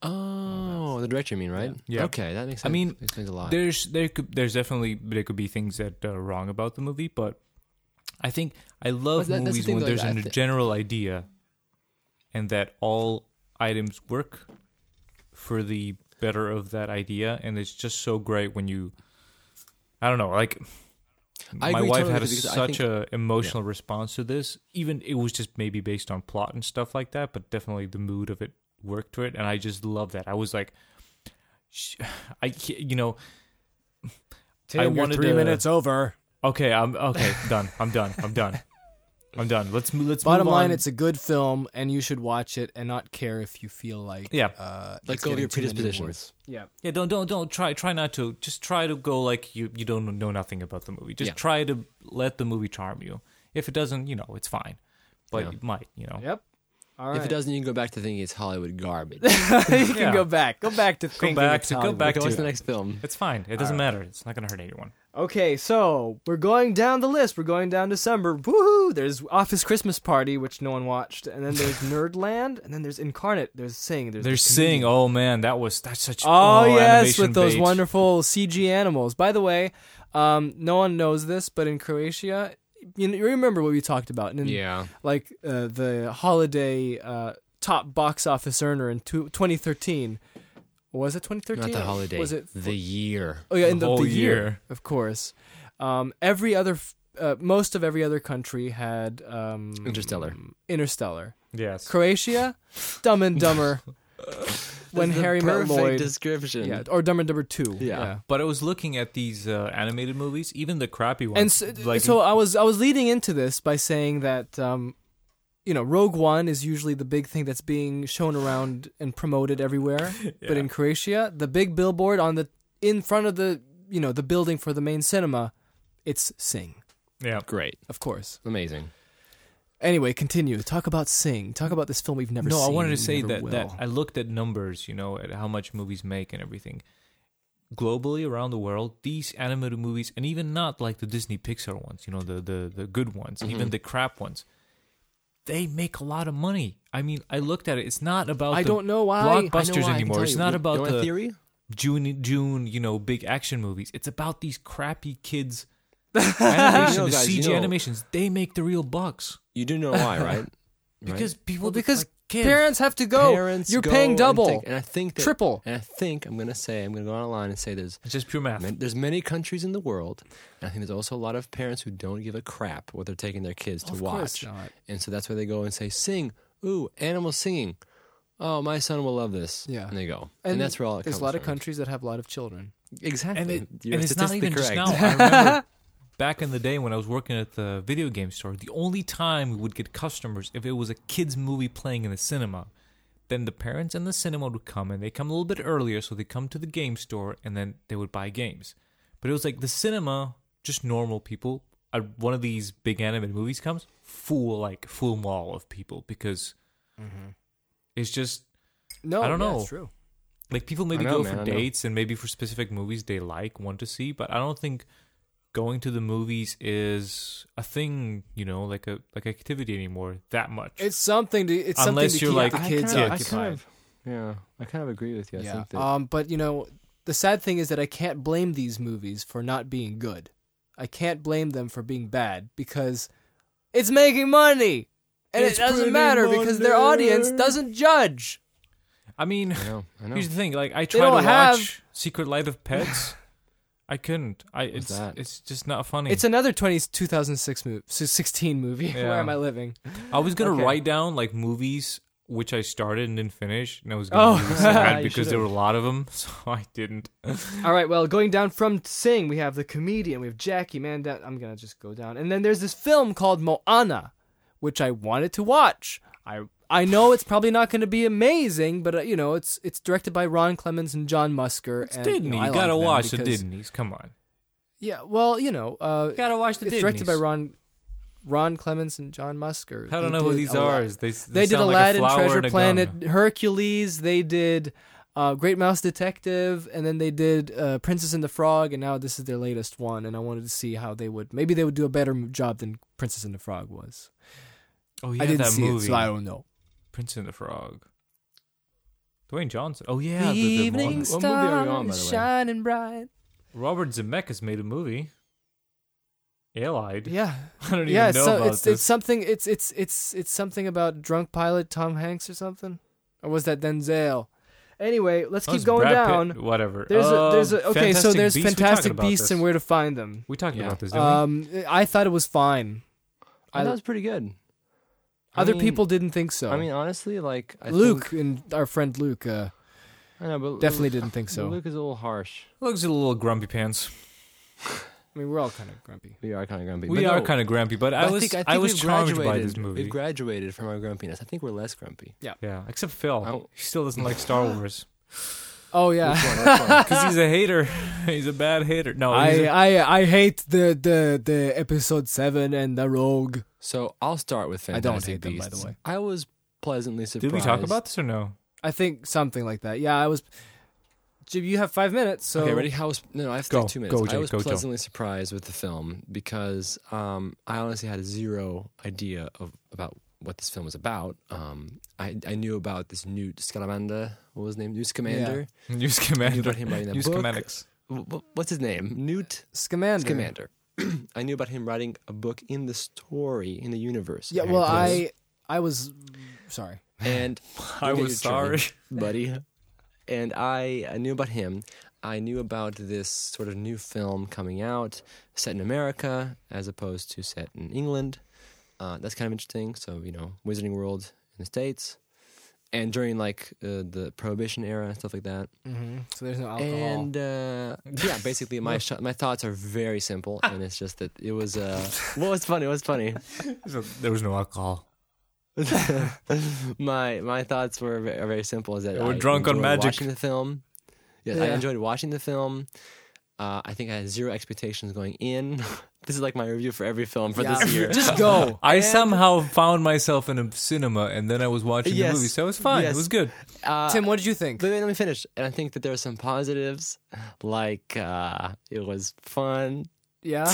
Speaker 1: oh, the director, you mean, right?
Speaker 3: Yeah. Yeah.
Speaker 1: Okay, that makes
Speaker 3: I
Speaker 1: sense.
Speaker 3: mean,
Speaker 1: explains a lot.
Speaker 3: There's there could there's definitely there could be things that are wrong about the movie, but I think I love
Speaker 1: that- that's the
Speaker 3: movies
Speaker 1: thing,
Speaker 3: when
Speaker 1: though,
Speaker 3: there's
Speaker 1: I
Speaker 3: a
Speaker 1: thi-
Speaker 3: general idea, and that all items work for the better of that idea, and it's just so great when you. I don't know, like
Speaker 1: I
Speaker 3: my
Speaker 1: agree
Speaker 3: wife
Speaker 1: totally
Speaker 3: had a,
Speaker 1: with you because I
Speaker 3: such
Speaker 1: think-
Speaker 3: a emotional response to this. Even it was just maybe based on plot and stuff like that, but definitely the mood of it worked for it, and I just love that. I was like, sh- I ca- you know, I
Speaker 5: Tim, your
Speaker 3: wanted
Speaker 5: three
Speaker 3: to-
Speaker 5: minutes over.
Speaker 3: okay, I'm okay, done, I'm done, I'm done, I'm done. Let's mo- let's
Speaker 2: Bottom
Speaker 3: move
Speaker 2: line,
Speaker 3: on.
Speaker 2: it's a good film, and you should watch it and not care if you feel like
Speaker 3: Yeah.
Speaker 2: uh,
Speaker 1: Let
Speaker 2: it's
Speaker 1: go of
Speaker 2: getting
Speaker 1: your
Speaker 2: too many
Speaker 1: predispositions.
Speaker 2: awards. Yeah,
Speaker 3: Yeah, don't don't don't try try not to just try to go like you you don't know nothing about the movie. Just
Speaker 1: Yeah.
Speaker 3: try to let the movie charm you. If it doesn't, you know, it's fine. But
Speaker 1: Yeah.
Speaker 3: it might, you know.
Speaker 2: yep. All right.
Speaker 1: If it doesn't, you can go back to thinking it's Hollywood garbage.
Speaker 2: you can
Speaker 3: Yeah.
Speaker 2: go back. Go back to
Speaker 3: Go
Speaker 2: thinking.
Speaker 3: back
Speaker 2: it's
Speaker 3: to go
Speaker 2: Hollywood.
Speaker 3: back
Speaker 1: go watch the
Speaker 3: to
Speaker 1: next film.
Speaker 3: It's fine. It
Speaker 2: Uh,
Speaker 3: doesn't matter. It's not going to hurt anyone.
Speaker 2: Okay, so we're going down the list. We're going down December. Woohoo! There's Office Christmas Party, which no one watched, and then there's Nerdland, and then there's Incarnate. There's Sing. There's
Speaker 3: They're
Speaker 2: the
Speaker 3: singing. Oh man, that was that's such
Speaker 2: Oh, yes,
Speaker 3: animation
Speaker 2: with those
Speaker 3: bait.
Speaker 2: wonderful CG animals. By the way, um, no one knows this, but in Croatia, you, you remember what we talked about? And in,
Speaker 1: Yeah.
Speaker 2: Like uh, the holiday uh, top box office earner in two- 2013. Was it 2013?
Speaker 1: Not the holiday.
Speaker 2: Was it?
Speaker 1: the year?
Speaker 2: oh yeah,
Speaker 3: the
Speaker 2: in the,
Speaker 3: whole
Speaker 2: the year,
Speaker 3: year.
Speaker 2: of course. Um, every other, f- uh, most of every other country had um,
Speaker 1: Interstellar.
Speaker 2: Interstellar.
Speaker 3: Yes.
Speaker 2: Croatia, Dumb and Dumber. when
Speaker 1: That's the
Speaker 2: Harry met
Speaker 1: perfect
Speaker 2: Lloyd.
Speaker 1: description.
Speaker 2: Yeah, or Dumb and Dumber Two.
Speaker 1: Yeah.
Speaker 3: But I was looking at these uh, animated movies, even the crappy ones.
Speaker 2: And so, uh, so I was I was leading into this by saying that um, you know Rogue One is usually the big thing that's being shown around and promoted everywhere, but in Croatia, the big billboard on the in front of the you know the building for the main cinema, it's Sing,
Speaker 3: yeah.
Speaker 1: Great.
Speaker 2: of course.
Speaker 1: Amazing.
Speaker 2: Anyway, continue. Talk about Sing. Talk about this film we've never
Speaker 3: no,
Speaker 2: seen.
Speaker 3: I wanted
Speaker 2: and
Speaker 3: to say
Speaker 2: never
Speaker 3: that,
Speaker 2: will.
Speaker 3: that I looked at numbers, you know, at how much movies make and everything. Globally around the world, these animated movies, and even not like the Disney Pixar ones, you know, the the, the good ones,
Speaker 1: Mm-hmm.
Speaker 3: even the crap ones, they make a lot of money. I mean, I looked at it. It's not about
Speaker 2: I
Speaker 3: the
Speaker 2: don't know why. I know
Speaker 1: I know why, I
Speaker 3: blockbusters
Speaker 1: can
Speaker 3: anymore.
Speaker 1: tell
Speaker 3: It's
Speaker 1: you.
Speaker 3: not
Speaker 1: You
Speaker 3: about
Speaker 1: want a
Speaker 3: the
Speaker 1: theory.
Speaker 3: June June, you know, big action movies. It's about these crappy kids animation,
Speaker 1: You know,
Speaker 3: the
Speaker 1: guys,
Speaker 3: CG
Speaker 1: you know-
Speaker 3: animations. They make the real bucks
Speaker 1: You do know why, right?
Speaker 3: because people
Speaker 2: Well,
Speaker 3: that
Speaker 2: because
Speaker 3: are kids.
Speaker 2: parents have to go.
Speaker 1: Parents
Speaker 2: You're
Speaker 1: go
Speaker 2: paying
Speaker 1: and
Speaker 2: double.
Speaker 1: take- and I think that-
Speaker 2: Triple.
Speaker 1: And I think I'm gonna say I'm gonna go online and say there's
Speaker 3: It's just pure math.
Speaker 1: Man, there's many countries in the world, and I think there's also a lot of parents who don't give a crap what they're taking their kids to
Speaker 2: Of
Speaker 1: watch.
Speaker 2: course not.
Speaker 1: And so that's where they go and say, Sing, ooh, animal singing. Oh, my son will love this.
Speaker 2: Yeah.
Speaker 1: And they go. And, that's where all it
Speaker 2: there's
Speaker 1: comes
Speaker 2: a lot of
Speaker 1: from.
Speaker 2: countries that have a lot of children.
Speaker 1: Exactly.
Speaker 3: and, it,
Speaker 1: You're
Speaker 3: and it's not even
Speaker 1: statistically
Speaker 3: just now.
Speaker 1: correct.
Speaker 3: I remember back in the day when I was working at the video game store, the only time we would get customers if it was a kids movie playing in the cinema. Then the parents and the cinema would come, and they come a little bit earlier, so they come to the game store, and then they would buy games. But it was like the cinema, just normal people. Uh, one of these big animated movies comes, full like full mall of people because
Speaker 1: Mm-hmm.
Speaker 3: it's just
Speaker 2: No,
Speaker 3: I don't
Speaker 2: yeah,
Speaker 3: know.
Speaker 2: It's true.
Speaker 3: like people maybe
Speaker 1: know,
Speaker 3: go
Speaker 1: man,
Speaker 3: for
Speaker 1: I know.
Speaker 3: dates and maybe for specific movies they like, want to see, but I don't think going to the movies is a thing, you know, like a like activity anymore that much.
Speaker 2: It's something to. It's
Speaker 3: Unless
Speaker 2: something to
Speaker 3: you're
Speaker 2: keep
Speaker 3: like-
Speaker 2: the
Speaker 3: I
Speaker 2: kids
Speaker 3: kinda- I
Speaker 2: occupied.
Speaker 3: kind of-
Speaker 1: yeah, I kind of agree with you. I
Speaker 2: yeah.
Speaker 1: think that
Speaker 2: um, but you know, the sad thing is that I can't blame these movies for not being good. I can't blame them for being bad because it's making money, and
Speaker 1: It's
Speaker 2: it doesn't
Speaker 1: pretty
Speaker 2: matter because their
Speaker 1: money.
Speaker 2: audience doesn't judge.
Speaker 3: I mean,
Speaker 1: I know, I know.
Speaker 3: here's the thing: like I tried to
Speaker 2: don't
Speaker 3: watch
Speaker 2: have-
Speaker 3: Secret Life of Pets, I couldn't. I it's
Speaker 1: that?
Speaker 3: it's just not funny.
Speaker 2: It's another 20, 2006 movie, 16 movie. Where
Speaker 3: Yeah.
Speaker 2: am I living?
Speaker 3: I was gonna
Speaker 2: Okay.
Speaker 3: write down like movies which I started and didn't finish, and I was gonna be really sad
Speaker 2: Oh, You
Speaker 3: because there were a lot of them, so I didn't.
Speaker 2: All right, well, going down from Sing, we have the comedian, we have Jackie, man, that, I'm going to just go down. And then there's this film called Moana, which I wanted to watch. I I know it's probably not going to be amazing, but uh, you know, it's it's directed by Ron Clements and John Musker. and, you know,
Speaker 3: Disney,
Speaker 2: I like
Speaker 3: you gotta
Speaker 2: them
Speaker 3: watch the
Speaker 2: because-
Speaker 3: Disney's. Come on,
Speaker 2: Yeah, well, you know, uh
Speaker 3: gotta watch the
Speaker 2: it's
Speaker 3: Disney's.
Speaker 2: directed by Ron Ron Clements and John Musker.
Speaker 3: I don't
Speaker 2: They
Speaker 3: know who
Speaker 2: did
Speaker 3: these
Speaker 2: a lot-
Speaker 3: are. They, they,
Speaker 2: they did
Speaker 3: sound like
Speaker 2: Aladdin,
Speaker 3: a flower
Speaker 2: Treasure
Speaker 3: and a
Speaker 2: Planet,
Speaker 3: gun.
Speaker 2: Hercules. They did uh, Great Mouse Detective, and then they did uh, Princess and the Frog, and now this is their latest one. And I wanted to see how they would. Maybe they would do a better m- job than Princess and the Frog was.
Speaker 3: Oh yeah,
Speaker 2: I didn't
Speaker 3: that
Speaker 2: see
Speaker 3: movie,
Speaker 2: it, so I don't know.
Speaker 3: Prince and the Frog. Dwayne Johnson. Oh yeah, the, the
Speaker 2: evening
Speaker 3: Moana.
Speaker 1: movie are you
Speaker 2: star
Speaker 1: on, by
Speaker 2: is
Speaker 1: the way?
Speaker 2: shining bright.
Speaker 3: Robert Zemeckis made a movie. Allied.
Speaker 2: Yeah,
Speaker 3: I don't even
Speaker 2: yeah.
Speaker 3: know
Speaker 2: so
Speaker 3: about
Speaker 2: it's
Speaker 3: this.
Speaker 2: it's something. It's it's it's it's something about drunk pilot Tom Hanks or something, or was that Denzel? Anyway, let's
Speaker 3: Oh,
Speaker 2: keep
Speaker 3: it's
Speaker 2: going
Speaker 3: Brad Pitt.
Speaker 2: down.
Speaker 3: Whatever.
Speaker 2: There's a,
Speaker 3: Um,
Speaker 2: there's a, okay. so
Speaker 3: Fantastic
Speaker 2: there's
Speaker 3: Beasts. We talked
Speaker 2: Fantastic
Speaker 3: about
Speaker 2: Beasts
Speaker 3: this.
Speaker 2: and where to find them.
Speaker 3: we talked
Speaker 1: Yeah.
Speaker 3: about this. Didn't we?
Speaker 2: Um, I thought it was fine.
Speaker 1: I
Speaker 2: I-
Speaker 1: thought it was pretty good. I
Speaker 2: Other
Speaker 1: mean-
Speaker 2: people didn't think so.
Speaker 1: I mean, honestly, like I
Speaker 2: Luke
Speaker 1: think-
Speaker 2: and our friend Luke uh,
Speaker 1: I know, but
Speaker 2: definitely didn't think so.
Speaker 1: Luke is a little harsh.
Speaker 3: Looks a little grumpy pants.
Speaker 2: I mean, we're all kind of grumpy.
Speaker 1: We are kind of grumpy.
Speaker 3: We
Speaker 1: But
Speaker 3: are
Speaker 1: no,
Speaker 3: kind of grumpy, but
Speaker 1: but
Speaker 3: I was
Speaker 1: think,
Speaker 3: I,
Speaker 1: think
Speaker 3: was
Speaker 1: we've
Speaker 3: charmed by
Speaker 1: graduated-
Speaker 3: this movie.
Speaker 1: We've graduated from our grumpiness. I think we're less grumpy.
Speaker 3: yeah, except Phil.
Speaker 1: I don't-
Speaker 3: He still doesn't like Star Wars
Speaker 2: Oh yeah,
Speaker 1: Which one? Which one?
Speaker 3: because he's a hater. he's a bad hater. No, oh, he's
Speaker 2: I,
Speaker 3: a-
Speaker 2: I I hate the, the the episode seven and the Rogue.
Speaker 1: So I'll start with
Speaker 2: I
Speaker 1: Fantastic
Speaker 2: don't hate them, by
Speaker 1: Beasts.
Speaker 2: the way.
Speaker 1: I was pleasantly surprised.
Speaker 3: did we talk about this or no?
Speaker 2: I think something like that. Yeah, I was. Jib, you have five minutes, so
Speaker 1: okay, ready? How was no? no I have to
Speaker 3: Go,
Speaker 1: take two minutes.
Speaker 3: go,
Speaker 1: I
Speaker 3: Jake,
Speaker 1: was
Speaker 3: go, Joe.
Speaker 1: pleasantly surprised with the film because um, I honestly had zero idea of about what this film was about. Um, I, I knew about this Newt Scamander. What was his name? Newt Scamander.
Speaker 3: News
Speaker 1: Knew
Speaker 3: commander.
Speaker 1: about him writing that
Speaker 3: News
Speaker 1: book.
Speaker 3: schematics.
Speaker 1: Wh- wh- What's his name? Newt
Speaker 2: Scamander.
Speaker 1: Scamander. I knew about him writing a book in the story in the universe. of
Speaker 2: Yeah,
Speaker 1: Harry
Speaker 2: well,
Speaker 1: Potter.
Speaker 2: I I was sorry.
Speaker 1: and
Speaker 3: I
Speaker 1: Look at
Speaker 3: was
Speaker 1: you, Trevor.
Speaker 3: sorry.
Speaker 1: buddy. And I, I knew about him. I knew about this sort of new film coming out, set in America as opposed to set in England. Uh, that's kind of interesting. So you know, Wizarding World in the states, and during like uh, the Prohibition era and stuff like that.
Speaker 2: Mm-hmm. So there's no alcohol.
Speaker 1: And uh, yeah, basically my sh- my thoughts are very simple, and it's just that it was uh, what was funny. What was funny.
Speaker 3: So there was no alcohol.
Speaker 1: my my thoughts were very, very simple. Is that
Speaker 3: They were
Speaker 1: I
Speaker 3: drunk on
Speaker 1: enjoyed
Speaker 3: magic.
Speaker 1: Watching the film, yes, I
Speaker 2: Yeah.
Speaker 1: enjoyed watching the film. Uh, I think I had zero expectations going in. this is like my review for every film for
Speaker 2: Yeah.
Speaker 1: this year.
Speaker 2: Just go.
Speaker 3: I
Speaker 2: And-
Speaker 3: somehow found myself in a cinema, and then I was watching
Speaker 1: Yes.
Speaker 3: the movie, so it was fine.
Speaker 1: Yes.
Speaker 3: It was good.
Speaker 1: Uh,
Speaker 2: Tim, what did you think?
Speaker 1: But wait, let me finish. And I think that there are some positives, like uh, it was fun.
Speaker 2: yeah.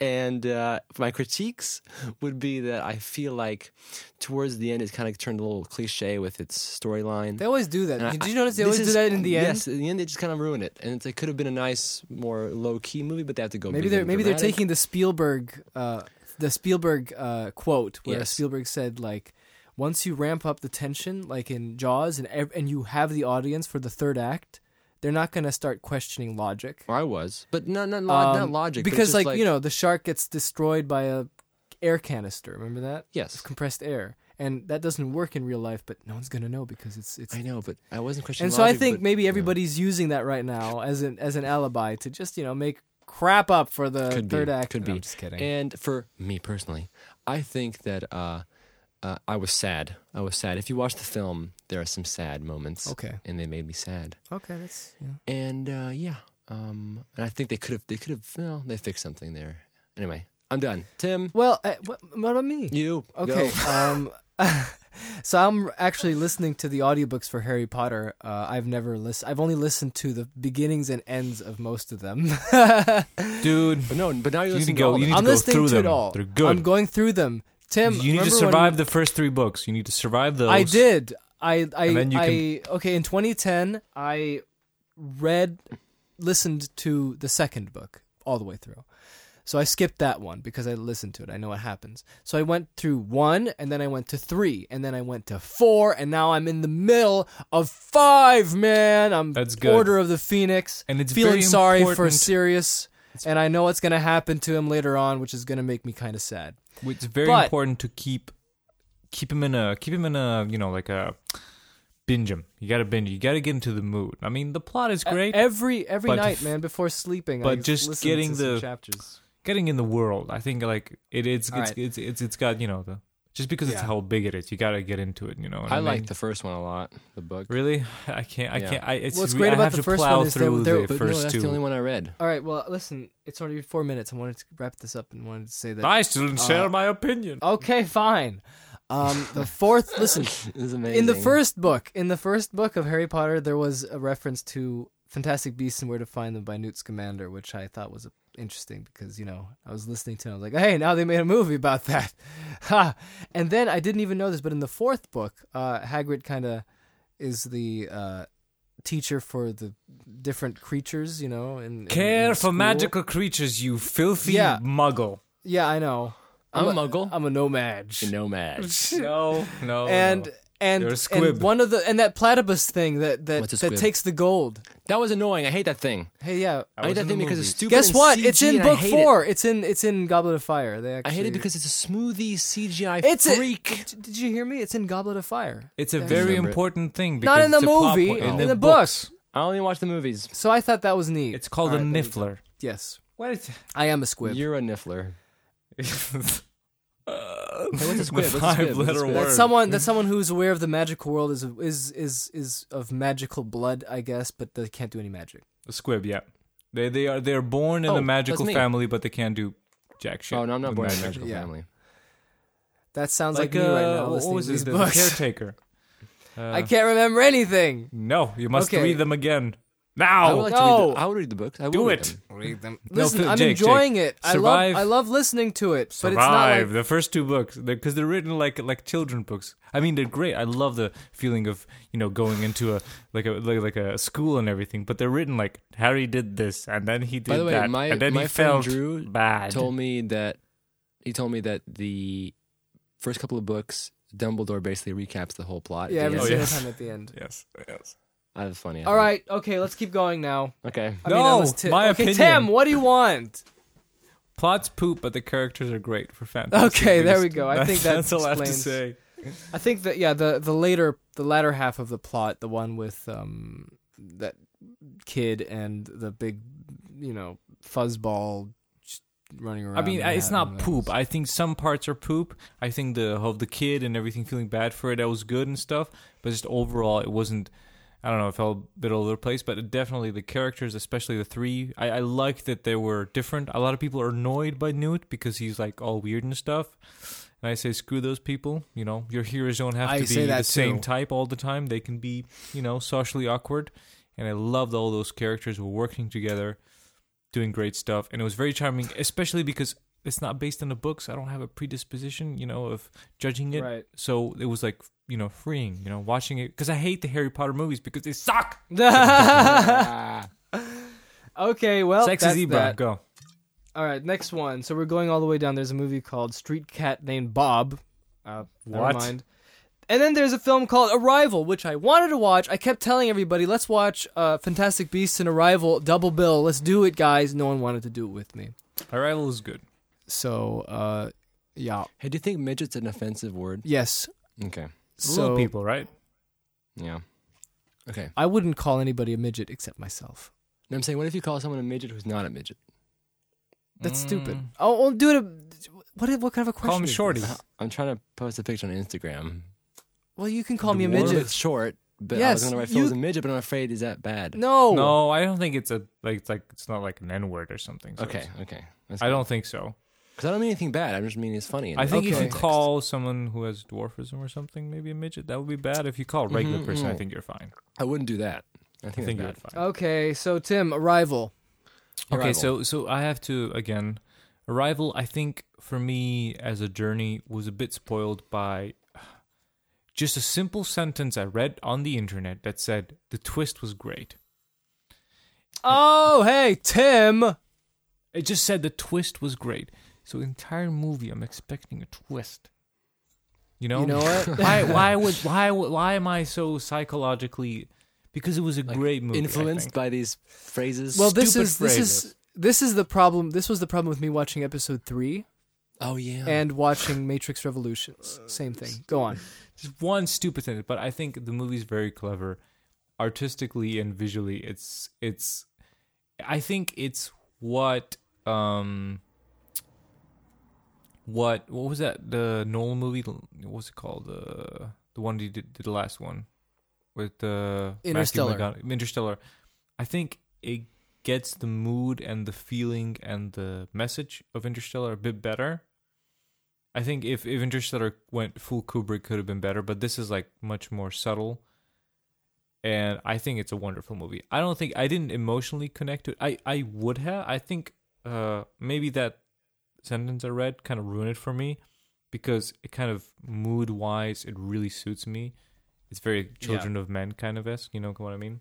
Speaker 1: And uh, my critiques would be that I feel like towards the end it's kind of turned a little cliche with its storyline.
Speaker 2: They always do that.
Speaker 1: And I-
Speaker 2: Did you notice they
Speaker 1: Uh, this
Speaker 2: always do
Speaker 1: is-
Speaker 2: that in the end?
Speaker 1: Yes, in the end they just kind of ruin it, and it's, it could have been a nice, more low key movie, but they have to go.
Speaker 2: Maybe
Speaker 1: big
Speaker 2: they're
Speaker 1: and
Speaker 2: maybe they're
Speaker 1: dramatic.
Speaker 2: taking the Spielberg uh, the Spielberg uh, quote where
Speaker 1: Yes.
Speaker 2: Spielberg said like once you ramp up the tension like in Jaws and ev- and you have the audience for the third act, they're not going to start questioning logic.
Speaker 1: Or I was, but not not, lo- not
Speaker 2: Um,
Speaker 1: logic but it's
Speaker 2: because
Speaker 1: just
Speaker 2: like, you know the shark gets destroyed by a air canister. Remember that
Speaker 1: Yes.
Speaker 2: compressed air, and that doesn't work in real life, but no one's going to know because it's it's.
Speaker 1: I know, but I wasn't questioning.
Speaker 2: and so I
Speaker 1: logic,
Speaker 2: think
Speaker 1: but-
Speaker 2: maybe
Speaker 1: yeah.
Speaker 2: everybody's using that right now as an as an alibi to just you know make crap up for the
Speaker 1: Could be,
Speaker 2: third act.
Speaker 1: could be.
Speaker 2: I'm just kidding.
Speaker 1: And for me personally, I think that uh, uh, I was sad. I was sad. If you watch the film, there are some sad moments,
Speaker 2: Okay.
Speaker 1: and they made me sad.
Speaker 2: Okay, that's yeah.
Speaker 1: And uh, yeah, um, and I think they could have they could have well they fixed something there. Anyway, I'm done. Tim,
Speaker 2: Well, uh, what, what about me?
Speaker 1: you
Speaker 2: Okay.
Speaker 1: go.
Speaker 2: um, so I'm actually listening to the audiobooks for Harry Potter. Uh, I've never listened. I've only listened to the beginnings and ends of most of them.
Speaker 3: Dude,
Speaker 1: But no, but now you're
Speaker 3: You need to
Speaker 1: listening
Speaker 3: go-
Speaker 1: all of
Speaker 3: you
Speaker 1: them.
Speaker 3: need
Speaker 2: I'm
Speaker 3: go
Speaker 2: listening
Speaker 3: through
Speaker 2: to
Speaker 3: them.
Speaker 2: it all.
Speaker 3: They're good.
Speaker 2: I'm going through them. Tim,
Speaker 3: you need to
Speaker 2: Um, remember
Speaker 3: survive
Speaker 2: when
Speaker 3: the first three books. You need to survive those.
Speaker 2: I did. I I
Speaker 3: And then you
Speaker 2: I okay. In 2010, I read, listened to the second book all the way through. So I skipped that one because I listened to it. I know what happens. So I went through one, and then I went to three, and then I went to four, and now I'm in the middle of five. Man, I'm
Speaker 3: That's good.
Speaker 2: Order of the Phoenix,
Speaker 3: And it's
Speaker 2: feeling
Speaker 3: very
Speaker 2: sorry for
Speaker 3: important-
Speaker 2: Sirius, and I know what's gonna happen to him later on, which is gonna make me kind of sad.
Speaker 3: It's very
Speaker 2: But-
Speaker 3: important to keep keep him in a keep him in a you know like a binge him. You got to binge. You got to get into the mood. I mean, the plot is great.
Speaker 2: Every every
Speaker 3: But-
Speaker 2: night, man, before sleeping.
Speaker 3: but
Speaker 2: I
Speaker 3: just
Speaker 2: listen
Speaker 3: getting
Speaker 2: to some
Speaker 3: the-
Speaker 2: chapters.
Speaker 3: Getting in the world. I think like it, it's,
Speaker 2: All
Speaker 3: it's,
Speaker 2: right.
Speaker 3: it's it's it's got you know the just because it's
Speaker 2: Yeah.
Speaker 3: how big it is. You got to get into it. You know. what
Speaker 1: I
Speaker 3: mean?
Speaker 1: like the first one a lot. The book.
Speaker 3: Really, I can't. I
Speaker 1: Yeah.
Speaker 3: can't. I, it's
Speaker 2: What's
Speaker 3: re-
Speaker 2: great
Speaker 3: I
Speaker 2: about
Speaker 3: have
Speaker 2: the
Speaker 3: to
Speaker 2: first
Speaker 3: plow
Speaker 2: one is there-
Speaker 3: through
Speaker 2: there-
Speaker 3: the
Speaker 1: But no,
Speaker 3: first
Speaker 1: that's
Speaker 3: two.
Speaker 1: the only one I read.
Speaker 2: All right. Well, listen, it's already four minutes. I wanted to wrap this up and wanted to say that. Uh,
Speaker 3: I still share my opinion.
Speaker 2: Okay, fine. Um, the fourth. listen,
Speaker 1: It was amazing.
Speaker 2: in the first book, in the first book of Harry Potter, there was a reference to Fantastic Beasts and Where to Find Them by Newt Scamander, which I thought was interesting because you know I was listening to. it. I was like, hey, now they made a movie about that. ha! And then I didn't even know this, but in the fourth book, uh, Hagrid kind of is the uh, teacher for the different creatures, you know. In, in-
Speaker 3: Care
Speaker 2: in
Speaker 3: for
Speaker 2: school.
Speaker 3: magical creatures, you filthy
Speaker 2: Yeah.
Speaker 3: muggle.
Speaker 2: Yeah, I know.
Speaker 1: I'm a muggle.
Speaker 2: I'm a nomad.
Speaker 1: nomad.
Speaker 3: No, no.
Speaker 2: and and,
Speaker 3: You're a
Speaker 2: and
Speaker 3: squib.
Speaker 2: one of the and that platypus thing that that,
Speaker 1: What's a
Speaker 2: that
Speaker 1: squib?
Speaker 2: takes the gold.
Speaker 1: That was annoying. I hate that thing.
Speaker 2: Hey, yeah.
Speaker 1: I, hate
Speaker 3: was
Speaker 1: that
Speaker 3: in
Speaker 1: thing
Speaker 3: the
Speaker 1: because it's
Speaker 3: movies.
Speaker 1: stupid.
Speaker 2: Guess
Speaker 1: and
Speaker 2: what?
Speaker 1: CG
Speaker 2: It's in
Speaker 1: and I
Speaker 2: book
Speaker 1: hate it.
Speaker 2: four. It's in it's in Goblet of Fire. They
Speaker 1: I
Speaker 2: actually
Speaker 1: hate it because it's a smoothie CGI
Speaker 2: it's a-
Speaker 1: freak.
Speaker 2: d- Did you hear me? It's in Goblet of Fire.
Speaker 3: It's a
Speaker 2: There's-
Speaker 3: very
Speaker 1: Remember it.
Speaker 3: important thing. Because
Speaker 2: Not in the
Speaker 3: it's a plot
Speaker 2: movie,
Speaker 3: point
Speaker 2: in
Speaker 1: Oh.
Speaker 2: the books.
Speaker 1: I only watch the movies.
Speaker 2: So I thought that was neat.
Speaker 3: It's called
Speaker 2: All
Speaker 3: a
Speaker 2: right, there you
Speaker 3: niffler.
Speaker 2: go. Yes,
Speaker 3: What is
Speaker 2: I am a squib.
Speaker 1: You're a niffler. what's a squib?
Speaker 3: The
Speaker 1: What's a squib? What's a
Speaker 3: five-letter
Speaker 1: squib?
Speaker 3: word.
Speaker 2: That's someone. That's someone who's aware of the magical world is is is is of magical blood, I guess, but they can't do any magic.
Speaker 3: A squib, yeah. They they are they're born in
Speaker 1: Oh,
Speaker 3: a
Speaker 1: that's
Speaker 3: magical
Speaker 1: me.
Speaker 3: family, but they can't do jack shit.
Speaker 1: Oh no, I'm not
Speaker 3: with
Speaker 1: born in a
Speaker 3: magic.
Speaker 1: magical
Speaker 2: Yeah.
Speaker 1: family.
Speaker 2: That sounds like,
Speaker 3: Like,
Speaker 2: me
Speaker 3: uh,
Speaker 2: right now.
Speaker 3: what
Speaker 2: listening
Speaker 3: was
Speaker 2: to
Speaker 3: it?
Speaker 2: these
Speaker 3: The
Speaker 2: books.
Speaker 3: caretaker. Uh,
Speaker 2: I can't remember anything.
Speaker 3: No, you must
Speaker 2: Okay.
Speaker 3: read them again
Speaker 1: I
Speaker 3: now.
Speaker 1: would like to
Speaker 2: no.
Speaker 1: read the, I would read the books. I would
Speaker 3: Oh, do
Speaker 1: read
Speaker 3: it.
Speaker 1: them.
Speaker 2: Listen,
Speaker 3: Phil-
Speaker 2: I'm
Speaker 3: Jake,
Speaker 2: enjoying it. I
Speaker 3: Survive.
Speaker 2: love I love listening to it, but
Speaker 3: Survive
Speaker 2: it's not like
Speaker 3: the first two books because they're, written like like children books. I mean, they're great. I love the feeling of you know going into a like a like, like a school and everything. But they're written like Harry did this and then he did
Speaker 1: By the way,
Speaker 3: that
Speaker 1: my-
Speaker 3: and then
Speaker 1: my
Speaker 3: he
Speaker 1: friend
Speaker 3: felt
Speaker 1: Drew
Speaker 3: bad.
Speaker 1: Told me that he told me that the first couple of books, Dumbledore basically recaps the whole plot. at
Speaker 2: yeah,
Speaker 1: the
Speaker 2: every
Speaker 1: end.
Speaker 2: single
Speaker 3: Oh, yes.
Speaker 2: time at the end.
Speaker 3: yes, yes.
Speaker 1: That was funny. I
Speaker 2: All
Speaker 1: thought.
Speaker 2: right, okay, let's keep going now.
Speaker 1: Okay.
Speaker 2: I mean, that
Speaker 3: No,
Speaker 2: was Ti-
Speaker 3: my
Speaker 2: okay,
Speaker 3: opinion.
Speaker 2: Tim, what do you want?
Speaker 3: Plots poop, but the characters are great for fantasy.
Speaker 2: Okay, there we
Speaker 3: Beasts.
Speaker 2: go. I think that
Speaker 3: that's all I have to
Speaker 2: explains-
Speaker 3: say.
Speaker 2: I think that yeah, the the later the latter half of the plot, the one with um that kid and the big you know fuzzball just running around.
Speaker 3: I mean,
Speaker 2: and
Speaker 3: I- it's
Speaker 2: that-
Speaker 3: not
Speaker 2: and that
Speaker 3: poop.
Speaker 2: was-
Speaker 3: I think some parts are poop. I think the of the kid and everything feeling bad for it that was good and stuff. But just overall, it wasn't. I don't know. It felt a bit all over the place. But definitely the characters, especially the three, I, I like that they were different. A lot of people are annoyed by Newt because he's like all weird and stuff. And I say, screw those people. You know, your heroes don't have
Speaker 2: I
Speaker 3: to
Speaker 2: say
Speaker 3: be the
Speaker 2: that
Speaker 3: same
Speaker 2: too.
Speaker 3: type all the time. They can be, you know, socially awkward. And I loved all those characters were working together doing great stuff and it was very charming especially because it's not based on the books i don't have a predisposition you know of judging it
Speaker 2: Right.
Speaker 3: so it was like you know freeing you know watching it because i hate the harry potter movies because they suck
Speaker 2: okay, well,
Speaker 3: sex
Speaker 2: Oh, that's
Speaker 3: is zebra
Speaker 2: that.
Speaker 3: go
Speaker 2: All right, next one. So we're going all the way down. There's a movie called Street Cat Named Bob. Uh, never
Speaker 3: What?
Speaker 2: mind. And then there's a film called Arrival, which I wanted to watch. I kept telling everybody, let's watch uh, Fantastic Beasts and Arrival, double bill. Let's do it, guys. No one wanted to do it with me.
Speaker 3: arrival is good
Speaker 2: So, uh, yeah.
Speaker 1: Hey, do you think midget's an offensive word?
Speaker 2: Yes.
Speaker 1: Okay.
Speaker 2: So
Speaker 3: little people right
Speaker 1: Yeah. Okay.
Speaker 2: I wouldn't call anybody a midget except myself.
Speaker 1: And I'm saying, what if you call someone a midget who's not a midget?
Speaker 2: That's stupid.
Speaker 3: Mm.
Speaker 2: I'll, I'll do it. What, what kind of a question?
Speaker 3: call him
Speaker 2: is this?
Speaker 3: shorty
Speaker 1: I'm trying to post a picture on Instagram.
Speaker 2: Well, you can call me a
Speaker 1: Dwarf
Speaker 2: midget.
Speaker 1: is short, but I
Speaker 2: Yes,
Speaker 1: was going to write Phil
Speaker 2: you-
Speaker 1: as a midget, but I'm afraid is that bad?
Speaker 2: No.
Speaker 3: no i don't think it's a like it's like it's not like an n-word or something so
Speaker 1: Okay.
Speaker 3: it's-
Speaker 1: Okay.
Speaker 3: i don't think so
Speaker 1: Because I don't mean anything bad. I'm just meaning it's funny.
Speaker 3: i think if
Speaker 2: Okay.
Speaker 3: you call someone who has dwarfism or something maybe a midget that would be bad if you call a regular
Speaker 2: Mm-hmm.
Speaker 1: Mhm,
Speaker 3: person i
Speaker 2: Mm.
Speaker 1: mhm.
Speaker 3: think you're fine
Speaker 1: I wouldn't do that. I
Speaker 3: i
Speaker 1: think,
Speaker 3: think you're
Speaker 1: that's bad.
Speaker 3: fine
Speaker 2: Okay, so Tim, Arrival.
Speaker 3: Okay,
Speaker 1: Arrival.
Speaker 3: so so I have to again, Arrival. I think for me as a journey was a bit spoiled by just a simple sentence I read on the internet that said the twist was great.
Speaker 2: Oh, hey, Tim.
Speaker 3: It just said the twist was great. So the entire movie, I'm expecting a twist. You know,
Speaker 2: You know what?
Speaker 3: why why was why why am I so psychologically? Because it was a
Speaker 1: Like,
Speaker 3: great movie. I
Speaker 1: Influenced
Speaker 3: think.
Speaker 1: by these phrases.
Speaker 2: Well, this
Speaker 3: Stupid
Speaker 2: is this is
Speaker 3: phrases.
Speaker 2: this is the problem. This was the problem with me watching episode three
Speaker 1: oh yeah.
Speaker 2: and watching Matrix Revolutions. Same thing. Go on.
Speaker 3: just one stupid sentence but i think the movie's very clever artistically and visually it's it's i think it's what um what what was that the Nolan movie what was it called uh, the one he did, did the last one with the
Speaker 2: Interstellar.
Speaker 3: interstellar i think it gets the mood and the feeling and the message of interstellar a bit better I think if, if Interstellar went full Kubrick could have been better, but this is like much more subtle. And I think it's a wonderful movie. I don't think I didn't emotionally connect to it. I, I would have. I think uh maybe that sentence I read kind of ruined it for me because it kind of mood wise it really suits me. It's very children of men kind of esque, you know what I mean?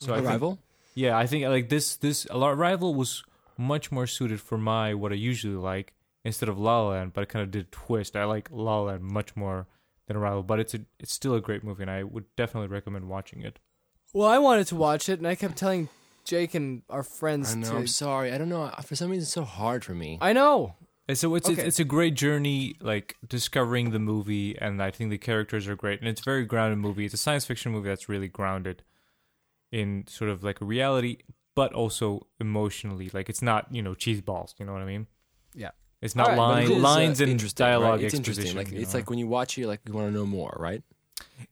Speaker 3: So I think
Speaker 1: Arrival.
Speaker 3: yeah, I think like this this Arrival was much more suited for my what I usually like instead of La La Land, but I kind of did a twist. I like La La Land much more than Arrival, but it's a, it's still a great movie, and I would definitely recommend watching it.
Speaker 2: Well, I wanted to watch it, and I kept telling Jake and our friends
Speaker 1: I know.
Speaker 2: to.
Speaker 1: I'm sorry. I don't know. For some reason, it's so hard for me.
Speaker 2: I know.
Speaker 3: And so it's,
Speaker 2: Okay.
Speaker 3: it's it's a great journey, like discovering the movie, and I think the characters are great, and it's a very grounded movie. It's a science fiction movie that's really grounded in sort of like reality, but also emotionally. Like it's not you know cheese balls. You know what I mean?
Speaker 2: Yeah.
Speaker 3: It's not
Speaker 1: All right, but
Speaker 3: line,
Speaker 1: it is, uh,
Speaker 3: lines and
Speaker 1: interesting, right?
Speaker 3: dialogue
Speaker 1: It's
Speaker 3: exposition.
Speaker 1: interesting. Like
Speaker 3: you
Speaker 1: it's
Speaker 3: know?
Speaker 1: like when you watch it, you're like you want to know more, right?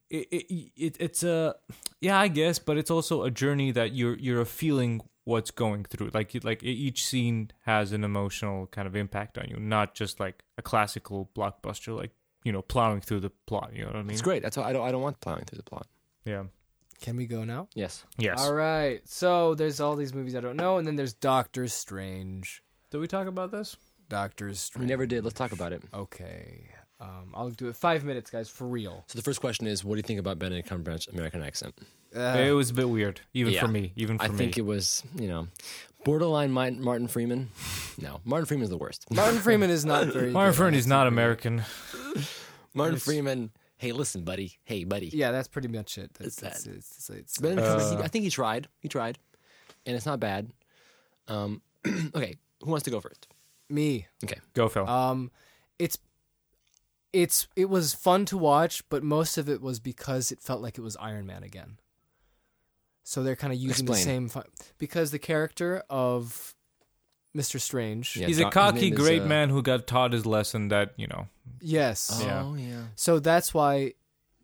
Speaker 3: it, it, it it's a yeah i guess but it's also a journey that you're you're feeling what's going through like you- like e- each scene has an emotional kind of impact on you not just like a classical blockbuster like you know plowing through the plot you know what i mean
Speaker 1: It's great. That's why I don't. I don't want plowing through the plot.
Speaker 3: yeah
Speaker 2: Can we go now?
Speaker 1: Yes.
Speaker 3: yes
Speaker 2: All right. So there's all these movies I don't know, and then there's Doctor Strange.
Speaker 3: did we talk about this
Speaker 2: Doctor
Speaker 1: We
Speaker 2: Strange.
Speaker 1: never did. Let's talk about it.
Speaker 2: Okay. Um, I'll do it five minutes, guys, for real.
Speaker 1: So the first question is, what do you think about Benedict Cumberbatch's American accent?
Speaker 3: it was a bit weird even
Speaker 1: Uh, Yeah.
Speaker 3: for me even for
Speaker 1: I
Speaker 3: me
Speaker 1: think it was, you know, borderline Mi- Martin Freeman. No, Martin Freeman's the worst.
Speaker 2: Martin Freeman is not very.
Speaker 3: Martin
Speaker 2: good.
Speaker 3: Fern is not American.
Speaker 1: Martin Freeman. Hey, listen, buddy. Hey, buddy.
Speaker 2: Yeah, that's pretty much it. That's,
Speaker 1: It's
Speaker 2: that's,
Speaker 1: that.
Speaker 2: it's, it's, it's,
Speaker 1: Benedict Cumberbatch, he- I think he tried. He tried, and it's not bad. Um, okay, who wants to go first?
Speaker 2: me.
Speaker 3: Go, Phil.
Speaker 1: Uh,
Speaker 2: Um, it's it's it was fun to watch, but most of it was because it felt like it was Iron Man again. So they're kind of using the
Speaker 1: Explain.
Speaker 2: same fu- because the character of Mister Strange.
Speaker 1: Yeah,
Speaker 3: He's
Speaker 1: Doc-
Speaker 3: a
Speaker 1: his
Speaker 3: cocky,
Speaker 1: name is,
Speaker 3: great
Speaker 1: uh,
Speaker 3: man who got taught his lesson that, you know,
Speaker 2: Yes.
Speaker 1: Oh yeah,
Speaker 2: So that's why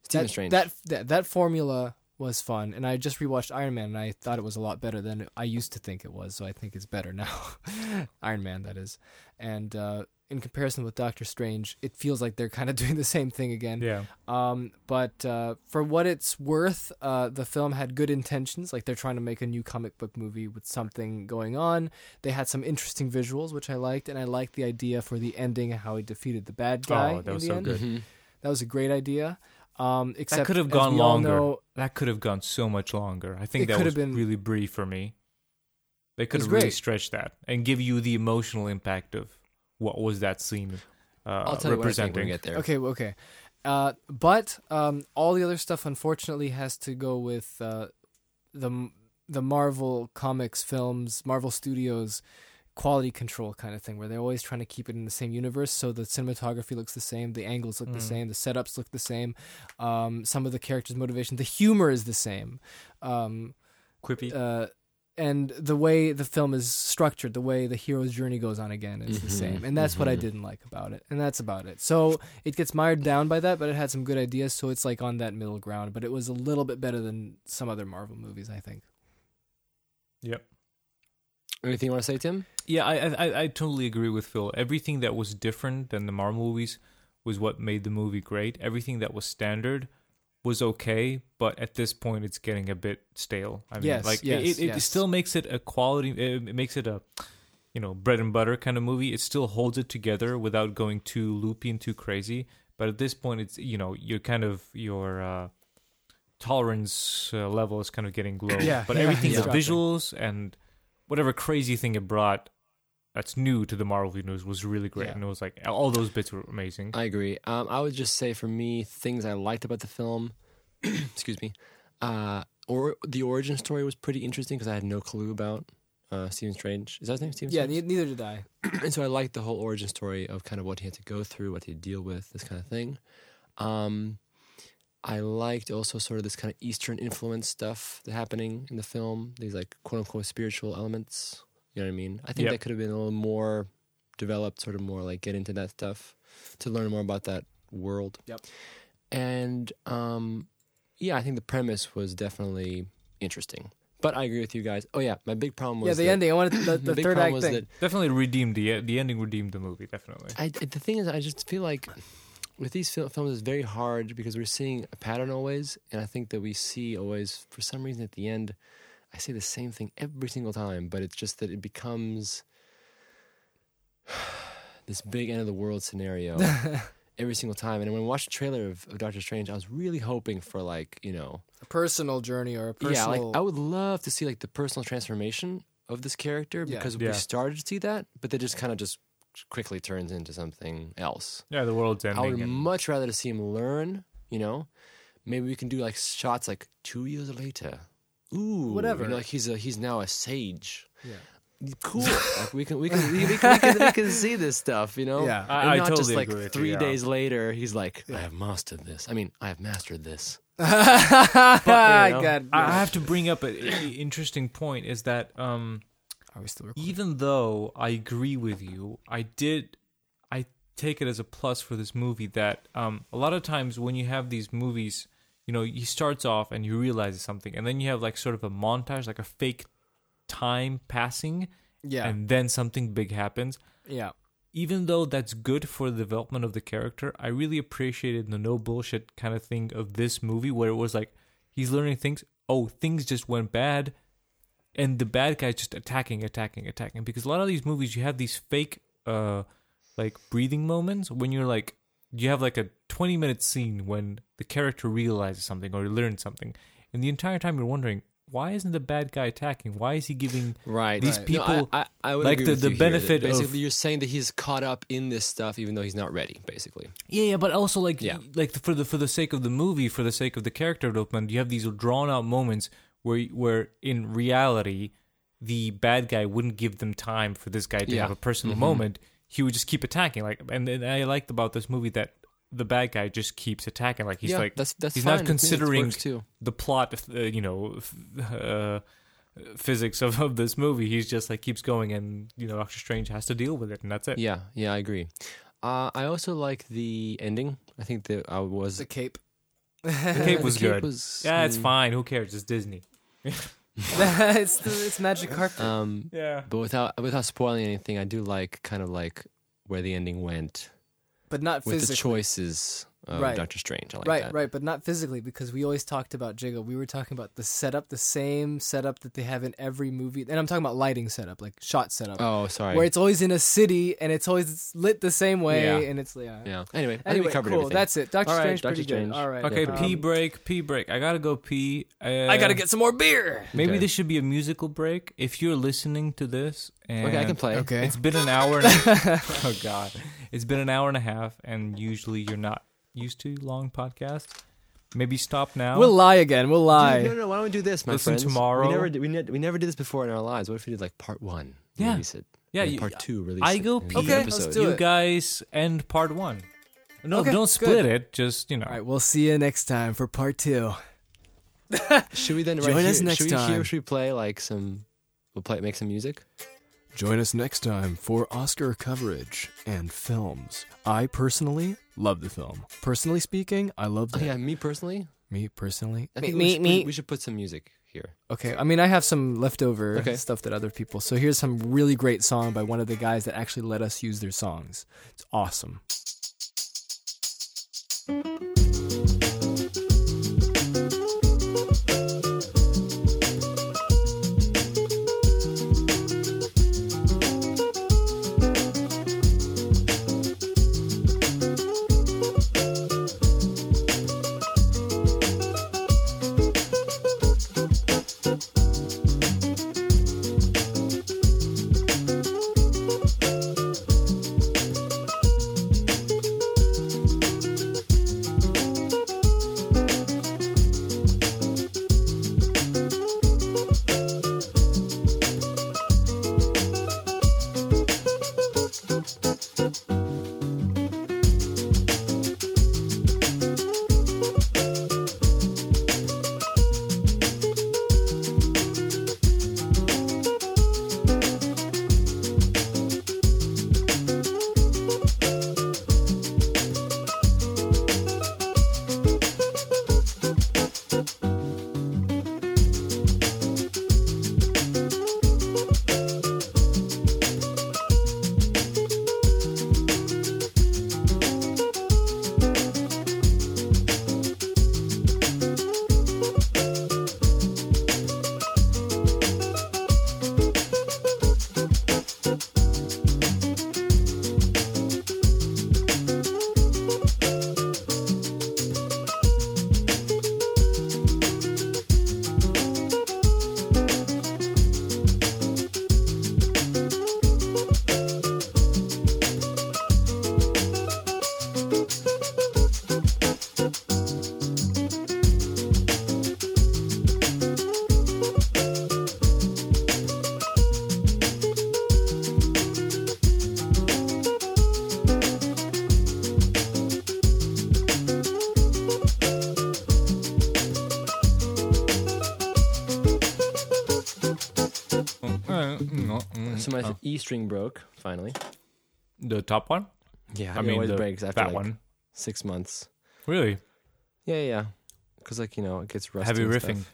Speaker 1: Stephen
Speaker 2: that,
Speaker 1: Strange.
Speaker 2: That, that that formula was fun, and I just rewatched Iron Man, and I thought it was a lot better than I used to think it was. So I think it's better now, Iron Man that is. And uh, in comparison with Doctor Strange, it feels like they're kind of doing the same thing again.
Speaker 3: yeah.
Speaker 2: Um, but uh, for what it's worth, uh, the film had good intentions. Like they're trying to make a new comic book movie with something going on. They had some interesting visuals, which I liked, and I liked the idea for the ending, how he defeated the bad guy.
Speaker 3: Oh, that
Speaker 2: in
Speaker 3: was
Speaker 2: the
Speaker 3: so
Speaker 2: end.
Speaker 3: good.
Speaker 1: Mhm.
Speaker 2: That was a great idea. Um, except
Speaker 3: that could have
Speaker 2: as
Speaker 3: gone
Speaker 2: we all
Speaker 3: longer.
Speaker 2: know-
Speaker 3: that could have gone so much longer. I think
Speaker 2: It
Speaker 3: that
Speaker 2: could
Speaker 3: was
Speaker 2: have been-
Speaker 3: really brief for me. They could
Speaker 2: was
Speaker 3: have really
Speaker 2: great.
Speaker 3: stretched that and give you the emotional impact of what was that scene uh,
Speaker 1: I'll tell you what I think
Speaker 3: representing.
Speaker 1: when we get there.
Speaker 2: okay, well, okay. Uh, but um, all the other stuff, unfortunately, has to go with uh, the the Marvel comics, films, Marvel Studios quality control kind of thing, where they're always trying to keep it in the same universe, so the cinematography looks the same, the angles look the same, the setups look the same, um, some of the characters' motivation, the humor is the same. Um,
Speaker 3: Quippy.
Speaker 2: uh, and the way the film is structured, the way the hero's journey goes on again is the
Speaker 1: Mhm,
Speaker 2: same. And that's what I
Speaker 1: mhm.
Speaker 2: didn't like about it. And that's about it. So it gets mired down by that, but it had some good ideas. So it's like on that middle ground. But it was a little bit better than some other Marvel movies, I think.
Speaker 1: Anything you want to say, Tim?
Speaker 3: yeah, I, I I- I totally agree with Phil. Everything that was different than the Marvel movies was what made the movie great. Everything that was standard was okay, but at this point, it's getting a bit stale. I mean,
Speaker 2: Yes,
Speaker 3: like
Speaker 2: yes,
Speaker 3: it, it, it
Speaker 2: yes.
Speaker 3: still makes it a quality. It, it makes it a you know bread and butter kind of movie. It still holds it together without going too loopy and too crazy. But at this point, it's you know you're kind of your uh, tolerance uh, level is kind of getting low.
Speaker 2: Yeah,
Speaker 3: but
Speaker 2: yeah,
Speaker 3: everything the
Speaker 2: yeah.
Speaker 3: visuals and whatever crazy thing it brought that's new to the Marvel news was really great,
Speaker 2: Yeah.
Speaker 3: and it was like all those bits were amazing.
Speaker 1: I agree. Um, I would just say for me, things I liked about the film, excuse me, uh, or the origin story was pretty interesting because I had no clue about uh, Stephen Strange. Is that his name? Stephen
Speaker 2: Yeah,
Speaker 1: Strange?
Speaker 2: ne- neither did I.
Speaker 1: and so I liked the whole origin story of kind of what he had to go through, what he had to deal with, this kind of thing. Um, I liked also sort of this kind of Eastern influence stuff that happening in the film. These like quote unquote spiritual elements. You know what I mean? I think
Speaker 3: Yep.
Speaker 1: that could have been a little more developed, sort of more like get into that stuff to learn more about that world.
Speaker 2: Yep.
Speaker 1: And um, yeah, I think the premise was definitely interesting. But I agree with you guys. Oh yeah, my big problem was
Speaker 2: Yeah, the
Speaker 1: that-
Speaker 2: ending. I wanted the,
Speaker 1: my
Speaker 2: the
Speaker 1: big
Speaker 2: third
Speaker 1: problem
Speaker 2: act
Speaker 1: was
Speaker 2: thing.
Speaker 1: that
Speaker 3: Definitely redeemed the the ending redeemed the movie. Definitely.
Speaker 1: I, I- the thing is, I just feel like with these fil- films, it's very hard because we're seeing a pattern always, and I think that we see always for some reason at the end. I say the same thing every single time, but it's just that it becomes this big end of the world scenario every single time. And when I watched the trailer of, of Doctor Strange, I was really hoping for like you know,
Speaker 2: a personal journey or a
Speaker 1: yeah,
Speaker 2: personal.
Speaker 1: like I would love to see like the personal transformation of this character
Speaker 2: Yeah.
Speaker 1: because
Speaker 3: Yeah.
Speaker 1: we started to see that, but they just kind of just quickly turns into something else.
Speaker 3: Yeah, the world's
Speaker 1: I would
Speaker 3: ending. and-
Speaker 1: much rather to see him learn. You know, maybe we can do like shots like two years later. Ooh,
Speaker 2: Whatever.
Speaker 1: You know, like he's a he's now a sage.
Speaker 2: Yeah.
Speaker 1: Cool. like we can we can we, we can we can we can see this stuff. You know.
Speaker 2: Yeah.
Speaker 4: I-
Speaker 1: And
Speaker 4: I
Speaker 1: not just
Speaker 4: totally
Speaker 1: like
Speaker 4: agree with you,
Speaker 1: three
Speaker 4: yeah.
Speaker 1: days later, he's like, I have mastered this. I mean, I have mastered this. know,
Speaker 2: God,
Speaker 3: I I have to bring up an interesting point is that um,
Speaker 2: Are we still recording?
Speaker 3: even though I agree with you, I did I take it as a plus for this movie that um, a lot of times when you have these movies, you know, he starts off and you realize something, and then you have like sort of a montage, like a fake time passing,
Speaker 2: Yeah.
Speaker 3: and then something big happens.
Speaker 2: yeah.
Speaker 3: Even though that's good for the development of the character, I really appreciated the no bullshit kind of thing of this movie where it was like he's learning things. Oh, things just went bad and the bad guy's just attacking, attacking, attacking. Because a lot of these movies, you have these fake, uh, like breathing moments when you're like, you have like a 20 minute scene when the character realizes something or learns something, and the entire time you're wondering why isn't the bad guy attacking? Why is he giving
Speaker 1: Right.
Speaker 3: these
Speaker 1: Right. No,
Speaker 3: people
Speaker 1: I, I, I would
Speaker 3: like
Speaker 1: agree
Speaker 3: the
Speaker 1: with
Speaker 3: the
Speaker 1: you here that
Speaker 3: benefit of
Speaker 1: basically you're saying that he's caught up in this stuff even though he's not ready, basically.
Speaker 3: Yeah, yeah, but also like
Speaker 1: Yeah.
Speaker 3: like for the for the sake of the movie, for the sake of the character development, you have these drawn out moments where where in reality the bad guy wouldn't give them time for this guy to
Speaker 1: Yeah. Mm-hmm.
Speaker 3: have a personal moment. He would just keep attacking like and, and I liked about this movie that the bad guy just keeps attacking like he's
Speaker 1: yeah,
Speaker 3: like
Speaker 1: that's that's
Speaker 3: he's
Speaker 1: fine.
Speaker 3: not
Speaker 1: I think it
Speaker 3: considering
Speaker 1: works too.
Speaker 3: the plot uh, you know f- uh, physics of, of this movie he's just like keeps going and you know Doctor Strange has to deal with it and that's it
Speaker 1: Yeah, yeah, I agree. Uh, I also like the ending. I think that I was
Speaker 2: The cape.
Speaker 3: the cape
Speaker 1: the
Speaker 3: was
Speaker 1: cape
Speaker 3: good
Speaker 1: was-
Speaker 3: yeah it's
Speaker 1: mm,
Speaker 3: fine who cares it's Disney
Speaker 2: it's, the, it's magic carpet.
Speaker 1: Um,
Speaker 3: Yeah.
Speaker 1: but without without spoiling anything, I do like kind of like where the ending went
Speaker 2: but not
Speaker 1: with
Speaker 2: physically.
Speaker 1: the choices of
Speaker 2: Right.
Speaker 1: Doctor Strange. I like
Speaker 2: right,
Speaker 1: that.
Speaker 2: right, but not physically because we always talked about Jigga. We were talking about the setup, the same setup that they have in every movie. And I'm talking about lighting setup, like shot setup,
Speaker 1: Oh, sorry.
Speaker 2: where it's always in a city and it's always lit the same way.
Speaker 1: Yeah.
Speaker 2: And it's, yeah.
Speaker 1: yeah. Anyway, I think
Speaker 2: Anyway,
Speaker 1: we covered
Speaker 2: cool.
Speaker 1: everything.
Speaker 2: That's it. Doctor
Speaker 1: All right,
Speaker 2: Strange,
Speaker 1: Doctor
Speaker 2: pretty
Speaker 1: Strange.
Speaker 2: good. All right.
Speaker 3: Okay,
Speaker 1: Yeah.
Speaker 3: pee break, pee break. I gotta go pee. Uh,
Speaker 2: I gotta get some more beer.
Speaker 3: Maybe
Speaker 1: Okay.
Speaker 3: this should be a musical break. If you're listening to this, and
Speaker 1: okay. I can play.
Speaker 2: Okay.
Speaker 3: It's been an hour. And a, oh God, it's been an hour and a half, and usually you're not used to long podcasts. Maybe stop now.
Speaker 2: We'll lie again. We'll lie.
Speaker 1: Dude, no, no. Why don't we do this, my
Speaker 3: Listen
Speaker 1: friends?
Speaker 3: tomorrow.
Speaker 1: We never, did, we, ne- we never did this before in our lives. What if we did like part one?
Speaker 3: Yeah.
Speaker 1: Release it.
Speaker 3: yeah,
Speaker 1: And
Speaker 3: you,
Speaker 1: part two. Release
Speaker 3: I
Speaker 1: it.
Speaker 3: go
Speaker 1: and
Speaker 3: pee.
Speaker 1: then
Speaker 2: Okay,
Speaker 1: episode.
Speaker 2: let's do
Speaker 3: you
Speaker 2: it.
Speaker 3: guys end part one. No,
Speaker 2: Okay,
Speaker 3: don't split
Speaker 2: good.
Speaker 3: it. Just you know.
Speaker 2: All right, we'll see you next time for part two.
Speaker 1: Should we then
Speaker 2: Join
Speaker 1: right
Speaker 2: us
Speaker 1: here-
Speaker 2: next
Speaker 1: should We
Speaker 2: time.
Speaker 1: here, should we play like some? We'll play. Make some music.
Speaker 5: Join us next time for Oscar coverage and films. I personally love the film. Personally speaking, I love
Speaker 1: Oh,
Speaker 5: it.
Speaker 1: yeah, me personally.
Speaker 5: Me personally.
Speaker 1: I think
Speaker 2: Me-
Speaker 1: we,
Speaker 2: me-
Speaker 1: should,
Speaker 2: me.
Speaker 1: We, should put some music here.
Speaker 2: Okay, I mean, I have some leftover
Speaker 1: Okay.
Speaker 2: stuff that other people. So here's some really great song by one of the guys that actually let us use their songs.
Speaker 5: It's awesome.
Speaker 6: Thank
Speaker 3: Oh, Mm,
Speaker 1: So my E string broke finally.
Speaker 3: The top one?
Speaker 1: Yeah,
Speaker 3: I mean,
Speaker 1: always
Speaker 3: the,
Speaker 1: breaks after
Speaker 3: that
Speaker 1: like
Speaker 3: one.
Speaker 1: six months.
Speaker 3: Really?
Speaker 1: Yeah, yeah, because like you know it gets rusty.
Speaker 3: Heavy
Speaker 1: and
Speaker 3: riffing.
Speaker 1: stuff.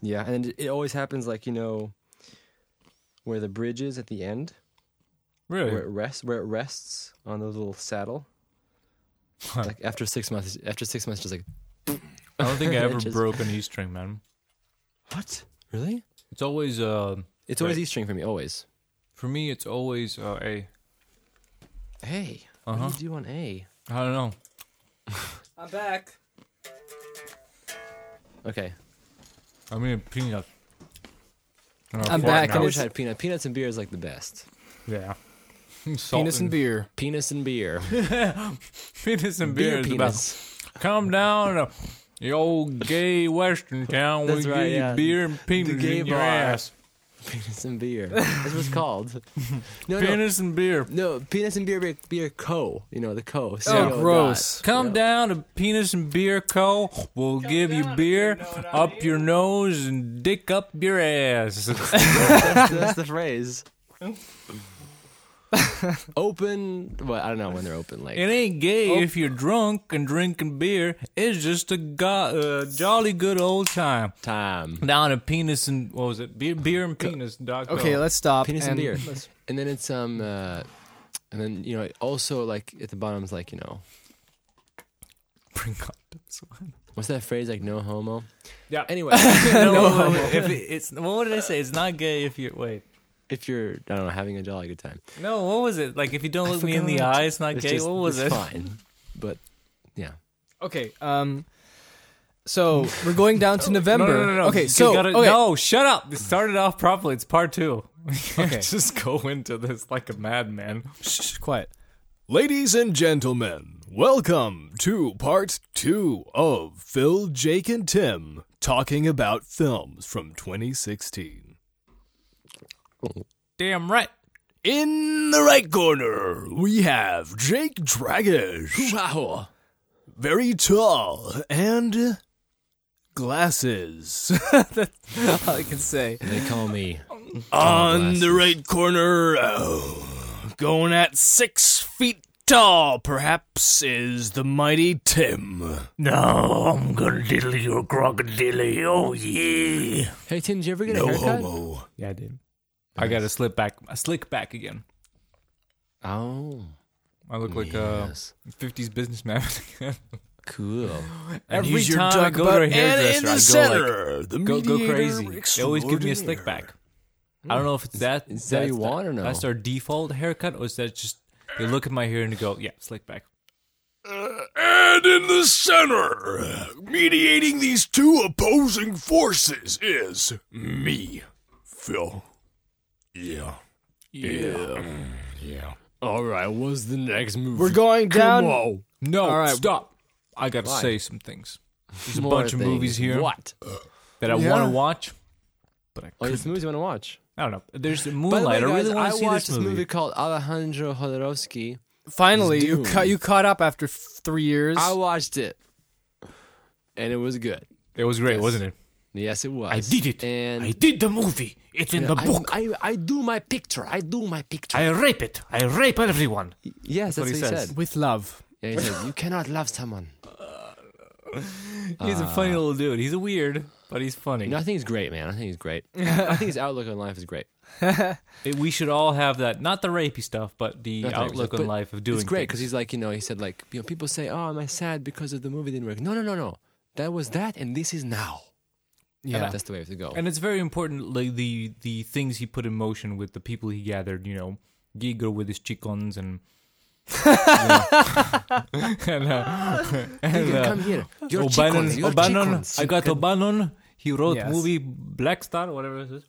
Speaker 1: Yeah, and it- it always happens like you know where the bridge is at the end,
Speaker 3: Really?
Speaker 1: where it rests, where it rests on the little saddle. like after six months, after six months, just like
Speaker 3: I don't think I
Speaker 1: It
Speaker 3: ever
Speaker 1: just-
Speaker 3: broke an E string, man.
Speaker 1: what? Really?
Speaker 3: It's always uh
Speaker 1: It's always
Speaker 3: Right.
Speaker 1: E string for me. Always.
Speaker 3: for me. It's always uh, a.
Speaker 1: Hey,
Speaker 3: Uh-huh.
Speaker 1: what do you do on A?
Speaker 3: I don't know.
Speaker 2: I'm back.
Speaker 1: Okay,
Speaker 3: I'm gonna peanut. And I'll
Speaker 2: I'm
Speaker 3: fart
Speaker 2: back,
Speaker 3: now.
Speaker 1: I
Speaker 2: and
Speaker 1: wish I
Speaker 2: it's-
Speaker 1: had peanut. Peanuts and beer is like the best.
Speaker 3: yeah. Salt
Speaker 5: Penis and beer.
Speaker 1: Penis and beer.
Speaker 3: Penis and beer,
Speaker 1: beer
Speaker 3: is the best.
Speaker 1: penis.
Speaker 3: Come down to the old gay western town. We
Speaker 1: That's
Speaker 3: give
Speaker 1: right,
Speaker 3: you
Speaker 1: yeah.
Speaker 3: beer and penis
Speaker 1: gay
Speaker 3: in your
Speaker 1: bar.
Speaker 3: ass.
Speaker 1: Penis and beer. That's what it's called. No, no,
Speaker 3: Penis and beer.
Speaker 1: no. Penis and beer, beer, beer co. You know the co.
Speaker 2: Oh,
Speaker 1: CO dot.
Speaker 2: gross.
Speaker 3: Come
Speaker 1: Yeah.
Speaker 3: down to Penis and Beer Co. We'll give you beer up your nose and dick up your ass.
Speaker 1: That's, that's the phrase. open. Well, I don't know when they're open. Like
Speaker 3: it ain't gay
Speaker 1: Oh.
Speaker 3: if you're drunk and drinking beer. It's just a go- uh, jolly good old time.
Speaker 1: time.
Speaker 3: Down to Penis and what was it? Beer, beer and Penis. Dot
Speaker 2: Okay,
Speaker 3: com.
Speaker 2: let's stop.
Speaker 1: Penis and, beer. And then it's um. Uh, and then you know also like at the bottom is like you know
Speaker 3: bring condoms.
Speaker 1: what's that phrase like no homo.
Speaker 3: Yeah.
Speaker 1: Anyway,
Speaker 3: no, wait, wait, if it- it's what did I say? It's not gay if you wait.
Speaker 1: if you're I don't know having a jolly good time.
Speaker 3: No, what was it? Like if you don't
Speaker 1: I
Speaker 3: look me in the
Speaker 1: forgot.
Speaker 3: eye, it's not
Speaker 1: It's
Speaker 3: gay.
Speaker 1: just-
Speaker 3: what was it?
Speaker 1: it's Fine, but yeah.
Speaker 2: Okay. Um. So we're going down to November.
Speaker 3: No, no, no, no.
Speaker 2: Okay.
Speaker 3: You
Speaker 2: So
Speaker 3: gotta-
Speaker 2: okay.
Speaker 3: no, shut up. It started off properly. It's part two.
Speaker 2: Okay.
Speaker 3: Just go into this like a madman.
Speaker 2: Shh, quiet.
Speaker 5: Ladies and gentlemen, welcome to part two of Phil, Jake, and Tim talking about films from 2016.
Speaker 3: Damn right.
Speaker 5: In the right corner, we have Jake Dragish.
Speaker 1: Wow.
Speaker 5: Very tall and glasses.
Speaker 2: All I can say.
Speaker 1: They call me
Speaker 5: On the right corner, oh, going at six feet tall, perhaps, is the mighty Tim.
Speaker 6: No, I'm gonna diddle your crocodile. Oh yeah.
Speaker 1: Hey Tim, did you ever get a
Speaker 5: No
Speaker 1: haircut?
Speaker 5: homo.
Speaker 3: Yeah, I did. I got a slip back, a slick back again.
Speaker 1: Oh,
Speaker 3: I look like
Speaker 1: yes.
Speaker 3: a '50s businessman.
Speaker 1: cool.
Speaker 3: Every
Speaker 5: He's your
Speaker 3: time I
Speaker 5: duck
Speaker 3: go to a
Speaker 5: butt. and in
Speaker 3: hairdresser,
Speaker 5: the
Speaker 3: I go like,
Speaker 5: center, the
Speaker 3: go go
Speaker 5: mediator
Speaker 3: crazy. They always give me a slick
Speaker 5: extraordinaire.
Speaker 3: back. I don't know if it's that.
Speaker 1: is that
Speaker 3: that's
Speaker 1: you
Speaker 3: the-
Speaker 1: want or no?
Speaker 3: That's our default haircut, or is that just they look at my hair and go, "Yeah, slick back."
Speaker 5: Uh, And in the center, mediating these two opposing forces, is me, Phil. Yeah. Yeah. Yeah. All right, what's the next movie?
Speaker 2: We're going down.
Speaker 5: Whoa.
Speaker 3: No,
Speaker 2: All right.
Speaker 3: stop. I got to say some things. There's a
Speaker 1: More
Speaker 3: bunch of
Speaker 1: things.
Speaker 3: movies here
Speaker 1: What?
Speaker 3: that I
Speaker 2: Yeah.
Speaker 3: want to watch, but I
Speaker 1: Oh,
Speaker 3: couldn't.
Speaker 1: it's movies you want to watch.
Speaker 3: I don't know. There's the
Speaker 1: By the way,
Speaker 3: Moonlight. I
Speaker 1: guys,
Speaker 3: really want to see
Speaker 1: watched
Speaker 3: this movie.
Speaker 1: called Alejandro Jodorowsky.
Speaker 2: Finally,
Speaker 1: He's
Speaker 2: you
Speaker 1: doomed.
Speaker 2: ca- you caught up after f- three years.
Speaker 1: I watched it, and it was good.
Speaker 3: It was great, wasn't it?
Speaker 1: Yes, it was.
Speaker 6: I did it.
Speaker 1: And
Speaker 6: I did the movie. It's in the
Speaker 1: I,
Speaker 6: book.
Speaker 1: I, I do my picture. I do my picture.
Speaker 6: I, rape it. I rape everyone.
Speaker 1: yes, that's,
Speaker 3: what he
Speaker 1: what he
Speaker 3: says.
Speaker 1: said.
Speaker 2: with love.
Speaker 1: Yeah, he said you cannot love someone.
Speaker 3: He's a funny
Speaker 1: Ah.
Speaker 3: little dude. He's a weird, but he's funny.
Speaker 1: No, I think he's great, man. I think he's great. I think his outlook on life is great.
Speaker 3: It- we should all have that. Not the rapey stuff, but the
Speaker 1: Not the rapey
Speaker 3: outlook
Speaker 1: stuff,
Speaker 3: on
Speaker 1: but
Speaker 3: life of doing.
Speaker 1: it's great because
Speaker 3: because
Speaker 1: he's like you know he said like you know people say oh am I sad because of the movie didn't work no no no no that was that and this is now yeah that's the way to go
Speaker 3: and it's very important. Like the the things he put in motion with the people he gathered. You know, Giger with his chicons and. and, uh, and,
Speaker 1: you can
Speaker 3: uh,
Speaker 1: come here your
Speaker 3: O'Bannon,
Speaker 1: chicons, your
Speaker 3: O'Bannon,
Speaker 1: chicons.
Speaker 3: I got O'Bannon. He wrote
Speaker 2: Yes.
Speaker 3: movie Black Star, whatever it is.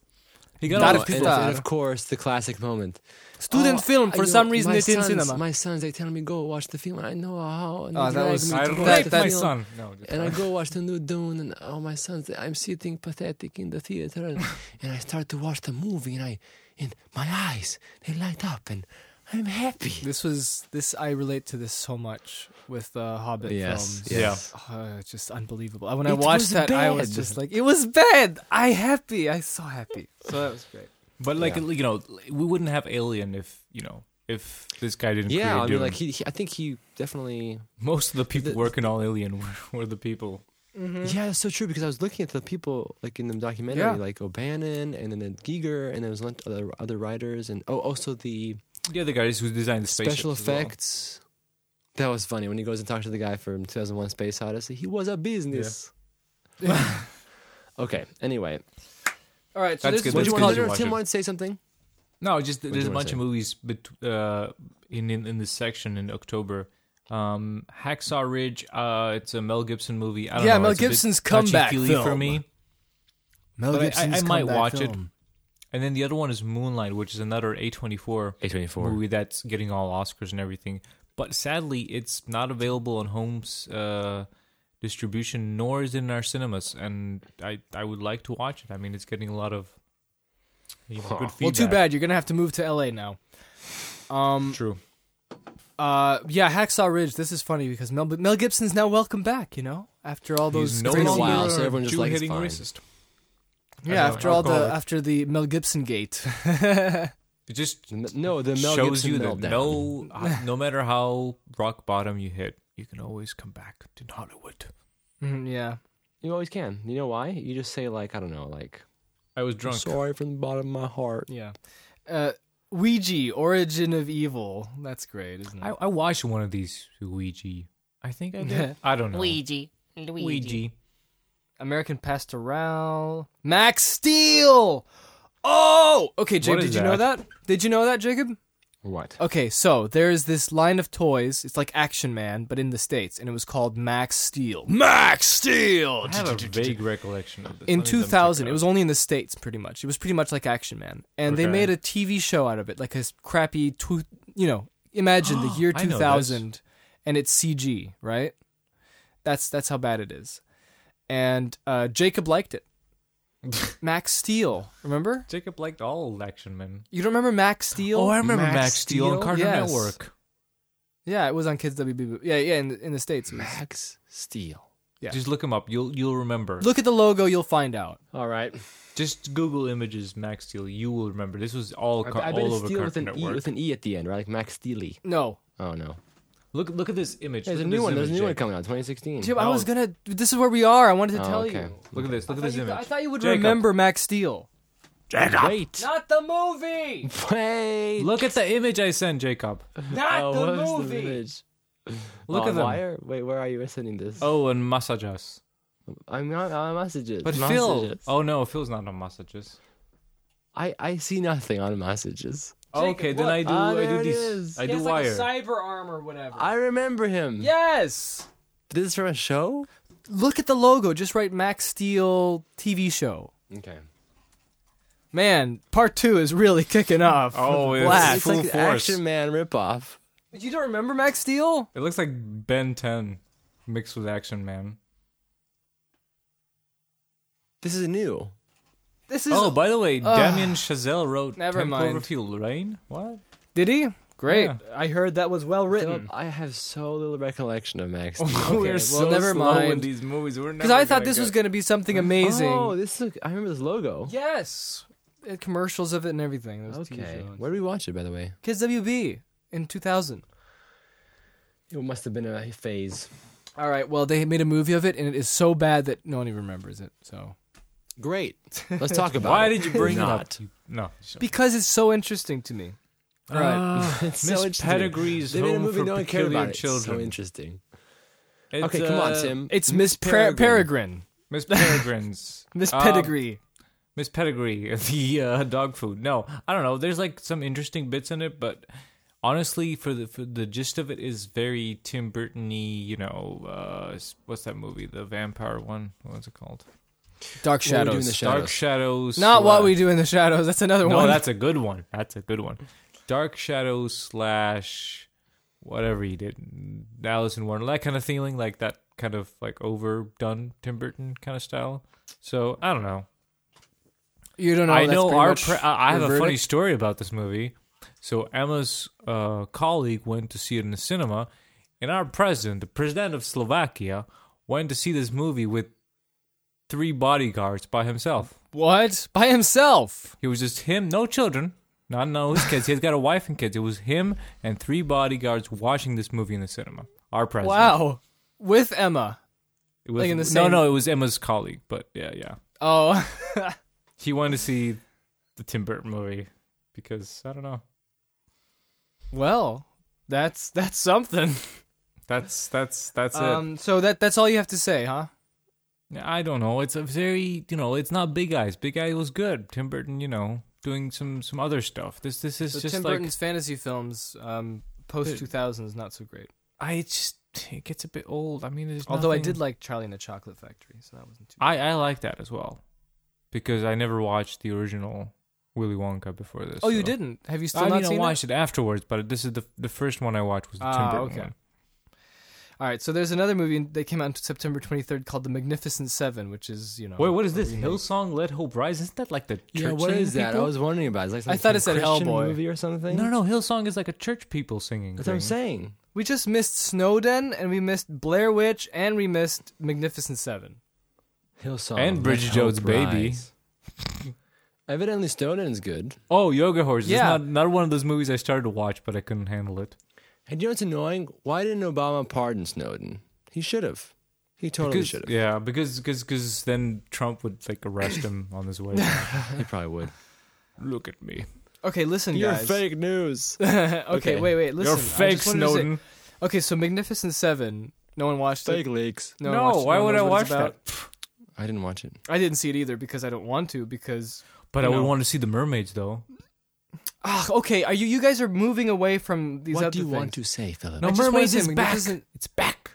Speaker 3: He got
Speaker 2: Dark
Speaker 3: all
Speaker 1: and,
Speaker 3: people.
Speaker 2: Star.
Speaker 1: and of course the classic moment
Speaker 2: Student
Speaker 1: Oh,
Speaker 2: film.
Speaker 1: I
Speaker 2: For
Speaker 1: know,
Speaker 2: some reason,
Speaker 1: my
Speaker 2: it's in
Speaker 1: sons,
Speaker 2: cinema.
Speaker 1: my sons they tell me go watch the film and I know how and
Speaker 2: Oh,
Speaker 1: they
Speaker 2: that
Speaker 1: drag
Speaker 2: was-
Speaker 1: me
Speaker 3: I
Speaker 1: to
Speaker 2: That-
Speaker 1: watch
Speaker 3: raped
Speaker 1: the
Speaker 3: my
Speaker 1: film.
Speaker 3: son. No, just-
Speaker 1: and I go watch the new Dune, and oh my sons, I'm sitting pathetic in the theater, and, and I start to watch the movie, and I, and my eyes they light up, and I'm happy.
Speaker 2: This was this. I relate to this so much with the Hobbit films.
Speaker 3: yes.
Speaker 2: Uh, it's just unbelievable. When I
Speaker 1: It was
Speaker 2: watched that, I was
Speaker 1: bad.
Speaker 2: just like, it was bad. I happy. I so happy. So that was great.
Speaker 3: But like
Speaker 1: Yeah.
Speaker 3: you know, we wouldn't have Alien if you know if this guy didn't.
Speaker 1: Yeah,
Speaker 3: create
Speaker 1: I mean,
Speaker 3: Dune.
Speaker 1: like he, he, I think he definitely.
Speaker 3: most of the people
Speaker 1: the-
Speaker 3: working on Alien were, were the people.
Speaker 2: Mm-hmm.
Speaker 1: Yeah, that's so true because I was looking at the people like in the documentary,
Speaker 2: Yeah.
Speaker 1: like O'Bannon and then Giger, and there was lot- other other writers, and oh, also the
Speaker 3: The other guys who designed the spaceships
Speaker 1: special
Speaker 3: as well.
Speaker 1: effects. That was funny when he goes and talks to the guy from 2001: Space Odyssey. He was a business. okay. Anyway,
Speaker 2: All right, so
Speaker 3: That's
Speaker 2: this
Speaker 3: good,
Speaker 1: what
Speaker 2: is
Speaker 1: do you
Speaker 2: what's
Speaker 3: that's good.
Speaker 1: want?
Speaker 2: called
Speaker 3: to
Speaker 1: Did
Speaker 3: watch
Speaker 1: Tim
Speaker 3: it.
Speaker 1: want to say something?
Speaker 3: No, just
Speaker 1: do
Speaker 3: there's
Speaker 1: you
Speaker 3: a
Speaker 1: wanna
Speaker 3: bunch
Speaker 1: say?
Speaker 3: of movies bet- uh, in, in in this section in October. Um, Hacksaw Ridge. Uh, it's a Mel Gibson movie. I don't
Speaker 2: Yeah,
Speaker 3: know,
Speaker 2: Mel
Speaker 3: it's a bit
Speaker 2: Gibson's comeback
Speaker 3: touchy-feely for
Speaker 5: film.
Speaker 3: me.
Speaker 5: Mel
Speaker 3: But I- I-
Speaker 5: Gibson's
Speaker 3: I might
Speaker 5: comeback
Speaker 3: watch it.
Speaker 5: film.
Speaker 3: And then the other one is Moonlight, which is another A24
Speaker 1: A24.
Speaker 3: movie that's getting all Oscars and everything. But sadly, it's not available on Home's uh, distribution, nor is it in our cinemas. And I, I would like to watch it. I mean, it's getting a lot of you know, good feedback.
Speaker 2: well, too bad you're gonna have to move to L.A. now. Um,
Speaker 3: True.
Speaker 2: uh, yeah, Hacksaw Ridge. This is funny because Mel, Mel Gibson's now welcome back. You know, after all those
Speaker 3: He's no
Speaker 1: been a
Speaker 2: crazy,
Speaker 3: longer
Speaker 1: while, so everyone just
Speaker 3: Jew
Speaker 1: like, it's
Speaker 3: hating
Speaker 1: fine.
Speaker 3: racist.
Speaker 2: yeah,
Speaker 3: as an
Speaker 2: after all the
Speaker 3: alcoholic.
Speaker 2: after the Mel Gibson gate. Mm-hmm,
Speaker 3: It just
Speaker 1: N- No, the Mel
Speaker 3: shows
Speaker 1: Gibson
Speaker 3: you
Speaker 1: meltdown.
Speaker 3: that no, no matter how rock bottom you hit, you can always come back to Hollywood.
Speaker 2: Mhm, yeah,
Speaker 1: You always can. You know why? You just say like I don't know, like
Speaker 3: I was drunk.
Speaker 1: sorry from the bottom of my heart.
Speaker 2: yeah. Uh, Ouija, Origin of Evil. That's great, isn't
Speaker 3: I,
Speaker 2: it?
Speaker 3: I watched one of these Ouija. I think I did. I don't know.
Speaker 7: Luigi. Luigi.
Speaker 3: Ouija.
Speaker 2: American Pastoral. Max Steel. Oh, okay, Jacob.
Speaker 3: is
Speaker 2: Did you know that? Did you know that, Jacob?
Speaker 1: What?
Speaker 2: Okay, so there is this line of toys. It's like Action Man, but in the states, and it was called Max Steel.
Speaker 5: Max Steel.
Speaker 3: I have a vague recollection of this.
Speaker 2: in
Speaker 3: Let me double check
Speaker 2: 2000
Speaker 3: out.
Speaker 2: it was only in the states pretty much it was pretty much like action man and they
Speaker 3: Okay.
Speaker 2: made a tv show out of it like a s- crappy tw- you know imagine the year
Speaker 3: I know this.
Speaker 2: 2000 and it's cg right that's that's how bad it is and uh, jacob liked it max steel remember
Speaker 3: Jacob liked all action men.
Speaker 2: you don't remember max steel
Speaker 3: Oh, I remember Max,
Speaker 1: Max
Speaker 3: Steel, on
Speaker 1: Steel?
Speaker 3: Cartoon
Speaker 2: Yes.
Speaker 3: Network.
Speaker 2: yeah it was on kids wb but- yeah yeah in the, in the states it was.
Speaker 1: Max Steel.
Speaker 2: Yeah.
Speaker 3: Just look him up. You'll you'll remember.
Speaker 2: look at the logo you'll find out
Speaker 1: All right.
Speaker 3: Just Google images Max Steel. You will remember. This was all car-
Speaker 1: I, I bet
Speaker 3: all
Speaker 1: it's
Speaker 3: over
Speaker 1: Steel with
Speaker 3: Cartoon
Speaker 1: an
Speaker 3: Network.
Speaker 1: E with an E at the end, right? Like Max Steely.
Speaker 2: no
Speaker 1: Oh no.
Speaker 3: Look look at this image.
Speaker 1: There's a
Speaker 3: look at
Speaker 1: new
Speaker 3: this
Speaker 1: one. There's a
Speaker 3: image,
Speaker 1: new one
Speaker 3: Jacob.
Speaker 1: coming out, 2016.
Speaker 2: Jim, i
Speaker 1: Oh,
Speaker 2: was gonna this is where we are i wanted to
Speaker 1: oh,
Speaker 2: tell
Speaker 1: okay.
Speaker 2: you
Speaker 3: Look at this. Look at
Speaker 2: I
Speaker 3: this
Speaker 2: thought
Speaker 3: image.
Speaker 2: I thought you would
Speaker 3: Jacob.
Speaker 2: remember max steel
Speaker 6: Jacob.
Speaker 1: Wait.
Speaker 2: Not the movie.
Speaker 1: Wait.
Speaker 3: Look at the image I sent, Jacob.
Speaker 2: Not
Speaker 1: Oh, what was the image?
Speaker 3: Look
Speaker 1: Oh,
Speaker 3: at them.
Speaker 1: Wire? Wait, where are you sending this?
Speaker 3: Oh, and massage us.
Speaker 1: I'm not on messages.
Speaker 3: But Phil.
Speaker 1: messages.
Speaker 3: Oh no, Phil's not on massages.
Speaker 1: I I see nothing on messages.
Speaker 3: okay, then
Speaker 2: what?
Speaker 3: I do.
Speaker 1: Ah,
Speaker 3: I
Speaker 1: there
Speaker 3: do
Speaker 1: it
Speaker 3: these.
Speaker 1: is.
Speaker 3: I do wire.
Speaker 2: cyber arm or whatever.
Speaker 1: I remember him.
Speaker 2: yes.
Speaker 1: This is from a show.
Speaker 2: Look at the logo. Just write Max Steel TV show.
Speaker 1: Okay.
Speaker 2: Man, part two is really kicking off.
Speaker 3: Oh, it's
Speaker 2: Blast.
Speaker 1: It's
Speaker 3: full
Speaker 1: like the
Speaker 3: force.
Speaker 1: Action Man ripoff.
Speaker 2: You don't remember Max Steel?
Speaker 3: It looks like Ben 10 mixed with Action Man.
Speaker 1: This is new.
Speaker 2: This is.
Speaker 3: oh, by the way, Damien Chazelle wrote
Speaker 2: Never
Speaker 3: 10
Speaker 2: mind.
Speaker 3: Cloverfield Lane. What?
Speaker 2: did he? Great.
Speaker 3: Yeah.
Speaker 2: I heard that was well
Speaker 1: Philip,
Speaker 2: written.
Speaker 1: I have so little recollection of Max. Steel.
Speaker 3: We're so
Speaker 2: never
Speaker 3: slow in
Speaker 2: mind.
Speaker 3: these movies. We're
Speaker 2: Because I thought this was going to be something amazing.
Speaker 1: Oh, this look. I remember this logo.
Speaker 2: yes. Uh, commercials of it and everything. Those TV
Speaker 1: Okay.
Speaker 2: shows.
Speaker 1: Where did we watch it, by the way?
Speaker 2: Kids WB in 2000.
Speaker 1: It must have been a phase.
Speaker 2: All right. Well, they made a movie of it, and it is so bad that no one even remembers it. So
Speaker 1: Great. Let's talk about
Speaker 3: Why
Speaker 1: it.
Speaker 3: did you bring it up?
Speaker 1: Not.
Speaker 3: You- No. So-
Speaker 2: because it's so interesting to me. All right.
Speaker 3: Uh,
Speaker 1: It's so
Speaker 3: Miss
Speaker 1: interesting.
Speaker 3: Pettigrew's
Speaker 1: They made a
Speaker 3: Home
Speaker 1: movie
Speaker 3: for
Speaker 1: no one cared
Speaker 3: Peculiar
Speaker 1: about. It. It's so
Speaker 3: Children.
Speaker 1: interesting.
Speaker 3: It's,
Speaker 1: okay, come on,
Speaker 3: uh,
Speaker 1: Tim.
Speaker 2: It's Miss Peregrine. Peregrine.
Speaker 3: Miss Peregrine's.
Speaker 2: Miss
Speaker 3: Um,
Speaker 2: Pedigree.
Speaker 3: Miss Pedigree, the uh, dog food. No, I don't know. There's like some interesting bits in it, but honestly, for the for the gist of it is very Tim Burton-y, You know, uh, s- what's that movie? The vampire one. What's it called?
Speaker 2: Dark
Speaker 1: What do we do in
Speaker 2: Shadows.
Speaker 1: the
Speaker 3: Dark
Speaker 1: shadows?
Speaker 3: Shadows.
Speaker 2: Not what we
Speaker 3: slash-
Speaker 2: do in the shadows. That's another
Speaker 3: No,
Speaker 2: one.
Speaker 3: that's a good one. That's a good one. Dark Shadows slash whatever he did, Alice in Wonderland, that kind of feeling, like that kind of like overdone Tim Burton kind of style. So I don't know.
Speaker 2: you don't know.
Speaker 3: I
Speaker 2: Oh, that's
Speaker 3: know
Speaker 2: pretty
Speaker 3: our.
Speaker 2: much
Speaker 3: Pre- uh, I I have
Speaker 2: your
Speaker 3: a funny
Speaker 2: verdict.
Speaker 3: story about this movie. So Emma's uh, colleague went to see it in the cinema, and our president, the president of Slovakia, went to see this movie with three bodyguards by himself.
Speaker 2: What? By himself.
Speaker 3: It was just him, no children. Not no his kids. He's got a wife and kids. It was him and three bodyguards watching this movie in the cinema. Our president.
Speaker 2: Wow. With Emma.
Speaker 3: It was,
Speaker 2: like in the
Speaker 3: no,
Speaker 2: same-
Speaker 3: no, it was Emma's colleague. But yeah, yeah.
Speaker 2: Oh.
Speaker 3: He wanted to see the Tim Burton movie because I don't know.
Speaker 2: well, that's that's something.
Speaker 3: That's that's that's
Speaker 2: Um so that that's all you have to say, huh?
Speaker 3: it. I don't know. It's a very you know. It's not Big Eyes. Big Eyes was good. Tim Burton, you know, doing some some other stuff. This this is
Speaker 2: So
Speaker 3: just
Speaker 2: Tim
Speaker 3: like
Speaker 2: Burton's fantasy films um post 2000 is not so great.
Speaker 3: I just it gets a bit old. I mean, there's
Speaker 2: Although I
Speaker 3: nothing-
Speaker 2: did like Charlie and the Chocolate Factory, so that wasn't too
Speaker 3: I, I like that as well because I never watched the original Willy Wonka before this.
Speaker 2: Oh, you
Speaker 3: so-
Speaker 2: didn't? Have you still
Speaker 3: I
Speaker 2: not
Speaker 3: mean, I
Speaker 2: seen
Speaker 3: watched it afterwards, but this is the the first one I watched was the Tim
Speaker 2: Ah,
Speaker 3: Burton
Speaker 2: okay.
Speaker 3: one.
Speaker 2: that? All right, so there's another movie that came out on September 23rd called The Magnificent Seven, which is, you know.
Speaker 3: Wait, what is this?
Speaker 2: a remake.
Speaker 3: Hillsong Let Hope Rise? Isn't that like the church
Speaker 1: yeah, what
Speaker 3: singing
Speaker 1: is that?
Speaker 3: people?
Speaker 1: I was wondering about. It. It's like some
Speaker 2: I thought it
Speaker 1: some
Speaker 2: said
Speaker 1: Christian
Speaker 2: Hellboy.
Speaker 1: movie or something.
Speaker 3: no, no, Hillsong is like a church people singing.
Speaker 1: That's what I'm
Speaker 3: thing.
Speaker 1: saying.
Speaker 2: We just missed Snowden, and we missed Blair Witch, and we missed Magnificent Seven.
Speaker 1: Hillsong
Speaker 3: And
Speaker 1: Let
Speaker 3: Bridget
Speaker 1: Hope
Speaker 3: Jones' Baby.
Speaker 1: Rise. Evidently, Snowden's good.
Speaker 3: Oh, Yoga Horse. Yeah.
Speaker 2: Yeah.
Speaker 3: not, not one of those movies I started to watch, but I couldn't handle it.
Speaker 1: And you know what's annoying? Why didn't Obama pardon Snowden? He should have. He totally
Speaker 3: Because,
Speaker 1: should have.
Speaker 3: yeah, because cause, cause then Trump would like arrest him on his way.
Speaker 1: He probably would.
Speaker 3: Look at me.
Speaker 2: Okay, listen, guys.
Speaker 1: news.
Speaker 2: okay, wait, wait, listen.
Speaker 3: You're
Speaker 2: I just
Speaker 3: fake,
Speaker 2: wanted to say-
Speaker 3: Snowden.
Speaker 2: okay, so Magnificent Seven. No one watched
Speaker 1: Fake
Speaker 2: it.
Speaker 1: leaks.
Speaker 2: No, one
Speaker 3: No,
Speaker 2: watched it.
Speaker 3: why
Speaker 2: No one
Speaker 3: would
Speaker 2: knows
Speaker 3: I
Speaker 2: what it's
Speaker 3: watch that?
Speaker 2: about.
Speaker 1: I didn't watch it.
Speaker 2: I didn't see it either because I don't want to. Because
Speaker 3: But I
Speaker 2: No.
Speaker 3: would want to see the mermaids, though.
Speaker 2: ah, okay, are you you guys are moving away from these
Speaker 1: What
Speaker 2: other
Speaker 1: do you
Speaker 2: things.
Speaker 1: want to say, Philip?
Speaker 3: No,
Speaker 2: I just wanna
Speaker 3: mermaids
Speaker 2: say
Speaker 3: is back.
Speaker 2: Magnificent-
Speaker 3: It's back.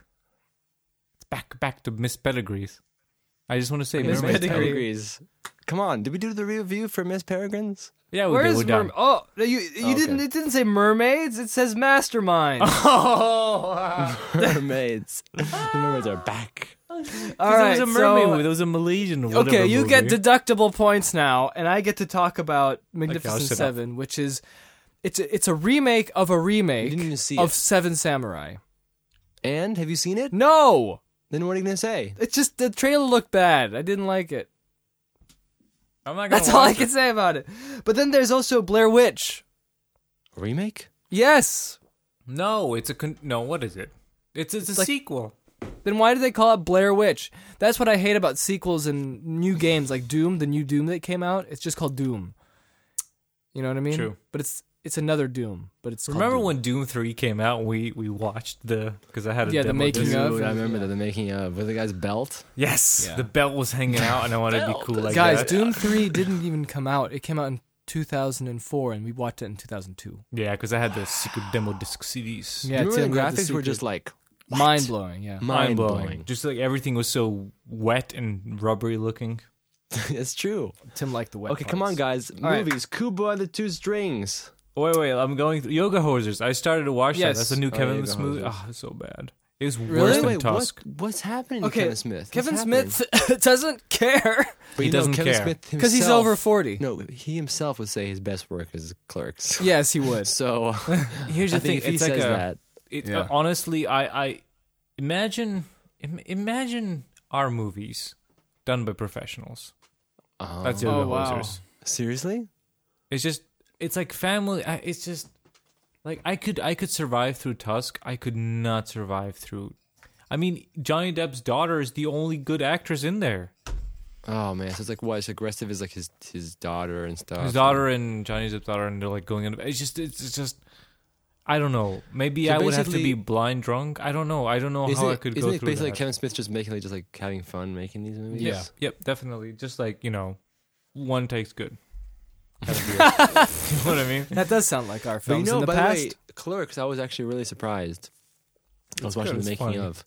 Speaker 3: It's back, back to Miss Pettigrews. I just want to say
Speaker 2: Miss
Speaker 3: mermaids.
Speaker 2: Pettigrew.
Speaker 1: Peregrine's. Come on, did we do the review for Miss Peregrine's?
Speaker 3: Yeah, we
Speaker 2: Where
Speaker 3: did,
Speaker 2: is
Speaker 3: we're done.
Speaker 2: merm- Oh, you you didn't. It didn't say mermaids. It says mastermind.
Speaker 3: Oh,
Speaker 1: mermaids. the mermaids are back.
Speaker 2: All right,
Speaker 3: there was a mermaid
Speaker 2: so-
Speaker 3: movie. There was a Malaysian whatever
Speaker 2: Okay, you get
Speaker 3: movie.
Speaker 2: deductible points now, and I get to talk about Magnificent
Speaker 3: sit oh, up.
Speaker 2: Seven, which is it's a, it's a remake of a remake
Speaker 1: You didn't even see
Speaker 2: of
Speaker 1: it.
Speaker 2: Seven Samurai.
Speaker 1: And have you seen it?
Speaker 2: No,
Speaker 1: Then what are you gonna say?
Speaker 2: it's just the trailer looked bad. I didn't like it.
Speaker 3: I'm not gonna
Speaker 2: That's all I
Speaker 3: watch
Speaker 2: can
Speaker 3: it.
Speaker 2: say about it. But then there's also Blair Witch.
Speaker 1: A remake?
Speaker 2: Yes.
Speaker 3: No, it's a con- no. What is it? It's it's, a
Speaker 2: like-
Speaker 3: sequel.
Speaker 2: Then why do they call it Blair Witch? That's what I hate about sequels and new games like Doom, the new Doom that came out. It's just called Doom. You know what I mean?
Speaker 3: True.
Speaker 2: But it's it's another Doom. But it's called
Speaker 3: Remember
Speaker 2: Doom.
Speaker 3: when Doom Three came out? and We we watched the because I had a
Speaker 2: Yeah, the
Speaker 3: demo
Speaker 2: making
Speaker 3: disc.
Speaker 2: of.
Speaker 1: Dude, I remember that the making
Speaker 3: uh,
Speaker 1: of with the guy's belt.
Speaker 3: Yes,
Speaker 1: Yeah.
Speaker 3: the belt was hanging out, and I wanted to be cool like
Speaker 2: Guys,
Speaker 3: that.
Speaker 2: Doom 3 didn't even come out. It came out in 2004, and we watched it in 2002.
Speaker 3: Yeah, because I had the secret demo disc CDs.
Speaker 2: Yeah,
Speaker 1: remember
Speaker 2: Tim,
Speaker 1: the
Speaker 2: we had
Speaker 1: graphics were
Speaker 2: secret-
Speaker 1: just like
Speaker 2: mind blowing. Yeah,
Speaker 1: mind blowing.
Speaker 3: Just like everything was so wet and rubbery looking.
Speaker 1: it's true.
Speaker 2: Tim liked the wet.
Speaker 1: Okay, come on, guys.
Speaker 2: parts. right.
Speaker 1: Movies. Kubo and the Two Strings.
Speaker 3: Wait, wait, I'm going through Yoga Hosers. I started to watch
Speaker 2: Yes.
Speaker 3: that. That's a new Kevin
Speaker 1: Oh, Yoga
Speaker 3: Smith movie.
Speaker 1: Hosers.
Speaker 3: Ah, it's so bad. It was
Speaker 2: Really?
Speaker 3: worse than
Speaker 1: Wait, what,
Speaker 3: Tusk.
Speaker 1: what's happening to
Speaker 2: Okay,
Speaker 1: Kevin Smith?
Speaker 2: Kevin
Speaker 1: What's
Speaker 2: Smith doesn't care
Speaker 1: happening? But
Speaker 3: He
Speaker 1: you know,
Speaker 3: doesn't
Speaker 1: Kevin
Speaker 3: care.
Speaker 1: Smith
Speaker 2: because he's
Speaker 1: himself-
Speaker 2: over 40.
Speaker 1: No, he himself would say his best work is Clerks.
Speaker 2: Yes, he would.
Speaker 1: So
Speaker 3: Here's
Speaker 1: I think if he
Speaker 3: it's like
Speaker 1: says
Speaker 3: a-
Speaker 1: that,
Speaker 3: It, uh, honestly, I, I imagine im- imagine our movies done by professionals.
Speaker 1: Oh.
Speaker 3: That's Yoga
Speaker 2: Oh, wow.
Speaker 3: Hosers.
Speaker 1: seriously,
Speaker 3: It's just it's like family. I- It's just like I could I could survive through Tusk. I could not survive through. I mean, Johnny Depp's daughter is the only good actress in there.
Speaker 1: oh man, so it's like what? It's aggressive is like his his daughter and stuff.
Speaker 3: his daughter and Johnny Depp's daughter, and they're like going in. It's just, it's, it's just, I don't know. Maybe
Speaker 1: So
Speaker 3: I would have to
Speaker 1: basically-
Speaker 3: be blind drunk. I don't know. I don't know
Speaker 1: Isn't
Speaker 3: how
Speaker 1: it,
Speaker 3: I could
Speaker 1: isn't
Speaker 3: go
Speaker 1: it
Speaker 3: through
Speaker 1: basically
Speaker 3: that.
Speaker 1: Kevin Smith just making like just like having fun making these movies?
Speaker 3: yeah. Yep. Definitely. Just like you know, one takes good. you know what I mean?
Speaker 2: That does sound like our
Speaker 1: But you
Speaker 2: films
Speaker 1: know,
Speaker 2: in the
Speaker 1: by
Speaker 2: past.
Speaker 1: the way, Clerks, I was actually really surprised. I was
Speaker 3: good,
Speaker 1: watching
Speaker 3: it's
Speaker 1: the making
Speaker 3: funny.
Speaker 1: of.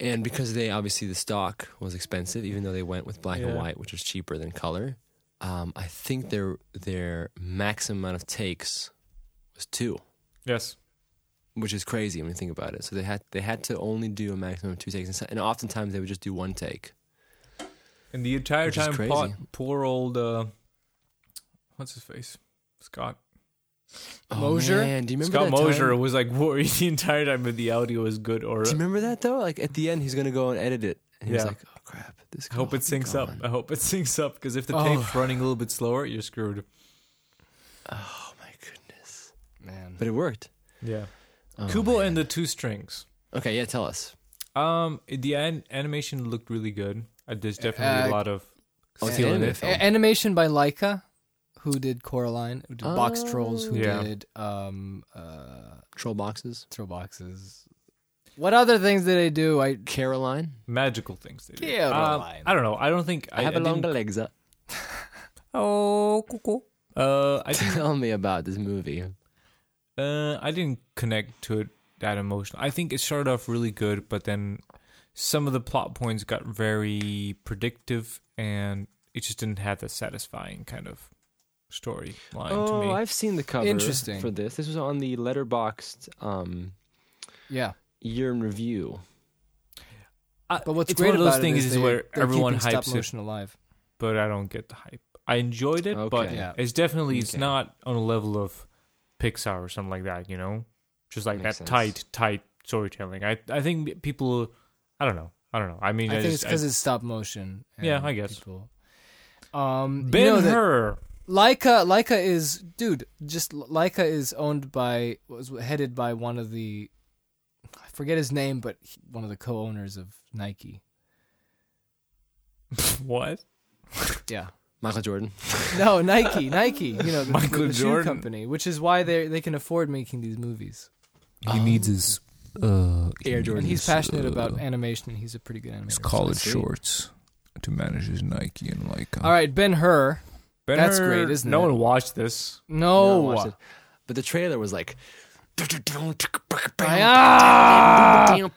Speaker 1: And because they obviously the stock was expensive, even though they went with black and
Speaker 3: Yeah.
Speaker 1: white, which was cheaper than color. Um, I think their their maximum amount of takes was two,
Speaker 3: Yes.
Speaker 1: which is crazy when you think about it. So they had they had to only do a maximum of two takes, and, so- and oftentimes they would just do one take.
Speaker 3: And the entire
Speaker 1: Which is
Speaker 3: time,
Speaker 1: crazy.
Speaker 3: pot, poor old, uh, what's his face, Scott
Speaker 1: Oh,
Speaker 2: Mosier?
Speaker 1: man, do you remember
Speaker 3: Scott
Speaker 1: that
Speaker 3: Mosier
Speaker 1: time?
Speaker 3: was like worried the entire time that the audio was good or
Speaker 1: Do you remember that though? Like at the end, he's gonna go and edit it, and he was
Speaker 3: Yeah.
Speaker 1: like, "Oh crap, This
Speaker 3: I hope it
Speaker 1: coffee
Speaker 3: syncs up.
Speaker 1: gone.
Speaker 3: I hope it syncs up because if the
Speaker 2: Oh.
Speaker 3: tape's running a little bit slower, you're screwed.
Speaker 1: Oh my goodness!
Speaker 2: Man.
Speaker 1: But it worked.
Speaker 3: Yeah.
Speaker 1: Oh,
Speaker 3: Kubo
Speaker 1: man.
Speaker 3: and the two strings.
Speaker 1: Okay, yeah. Tell us.
Speaker 3: Um, the an- animation looked really good. Uh, there's definitely
Speaker 2: Uh,
Speaker 3: a lot of
Speaker 1: Oh, it's
Speaker 3: skill
Speaker 1: the
Speaker 3: in
Speaker 1: anime
Speaker 3: it.
Speaker 1: film.
Speaker 2: A- animation by Leica, who did Coraline, who did Box
Speaker 1: Oh.
Speaker 2: Trolls, who
Speaker 3: Yeah.
Speaker 2: did um, uh,
Speaker 1: Troll boxes.
Speaker 2: Throw Boxes. What other things did they do? I
Speaker 1: Caroline.
Speaker 3: magical things. They did.
Speaker 2: Yeah,
Speaker 3: Um,
Speaker 2: Caroline.
Speaker 3: I don't know. I don't think I,
Speaker 1: I have
Speaker 3: I
Speaker 1: a longer
Speaker 3: didn't-
Speaker 1: legs up.
Speaker 3: Oh, cuckoo. Uh, I didn't.
Speaker 1: Tell me about this movie.
Speaker 3: Uh, I didn't connect to it that emotional. I think it started off really good, but then some of the plot points got very predictive, and it just didn't have the satisfying kind of storyline
Speaker 1: Oh,
Speaker 3: to me.
Speaker 1: I've seen the cover.
Speaker 2: Interesting.
Speaker 1: For this, this was on the letterboxed um,
Speaker 2: yeah.
Speaker 1: year in review.
Speaker 3: I-
Speaker 2: But what's
Speaker 3: it's
Speaker 2: great
Speaker 3: one of those
Speaker 2: about it
Speaker 3: things
Speaker 2: they-
Speaker 3: where
Speaker 2: they're
Speaker 3: everyone
Speaker 2: keeping stop
Speaker 3: hypes it,
Speaker 2: motion alive.
Speaker 3: but I don't get the hype. I enjoyed it, but
Speaker 1: Okay.
Speaker 2: Yeah.
Speaker 3: it's definitely it's
Speaker 1: Okay.
Speaker 3: not on a level of Pixar or something like that. You know, just like
Speaker 1: Makes
Speaker 3: that
Speaker 1: sense.
Speaker 3: tight, tight storytelling. I I think people. I don't know. I don't know. I mean,
Speaker 2: I
Speaker 3: I,
Speaker 2: think it's
Speaker 3: just,
Speaker 2: because it's stop motion.
Speaker 3: Yeah,
Speaker 2: and
Speaker 3: I guess.
Speaker 2: People. Um,
Speaker 3: Ben
Speaker 2: you know that-
Speaker 3: Hur.
Speaker 2: Leica, Leica is dude. Just Leica is owned by was headed by one of the, I forget his name, but he, one of the co-owners of Nike.
Speaker 3: What?
Speaker 2: Yeah,
Speaker 1: Michael Jordan.
Speaker 2: no Nike, Nike. You know, the,
Speaker 3: Michael
Speaker 2: the, the shoe
Speaker 3: Jordan.
Speaker 2: company, which is why they they can afford making these movies.
Speaker 1: He needs his
Speaker 4: Uh,
Speaker 1: Air
Speaker 2: And
Speaker 1: Jordan.
Speaker 2: he's passionate about animation. and He's a pretty good animator.
Speaker 4: college
Speaker 1: sweet.
Speaker 4: shorts to manage his Nike and like.
Speaker 3: uh,
Speaker 2: All right, Ben Hur.
Speaker 3: Ben
Speaker 2: That's
Speaker 3: Hur-
Speaker 2: great, isn't
Speaker 3: no
Speaker 2: it?
Speaker 3: one watched this.
Speaker 1: No, I
Speaker 2: No,
Speaker 1: watched it. But the trailer was like.
Speaker 3: Ah!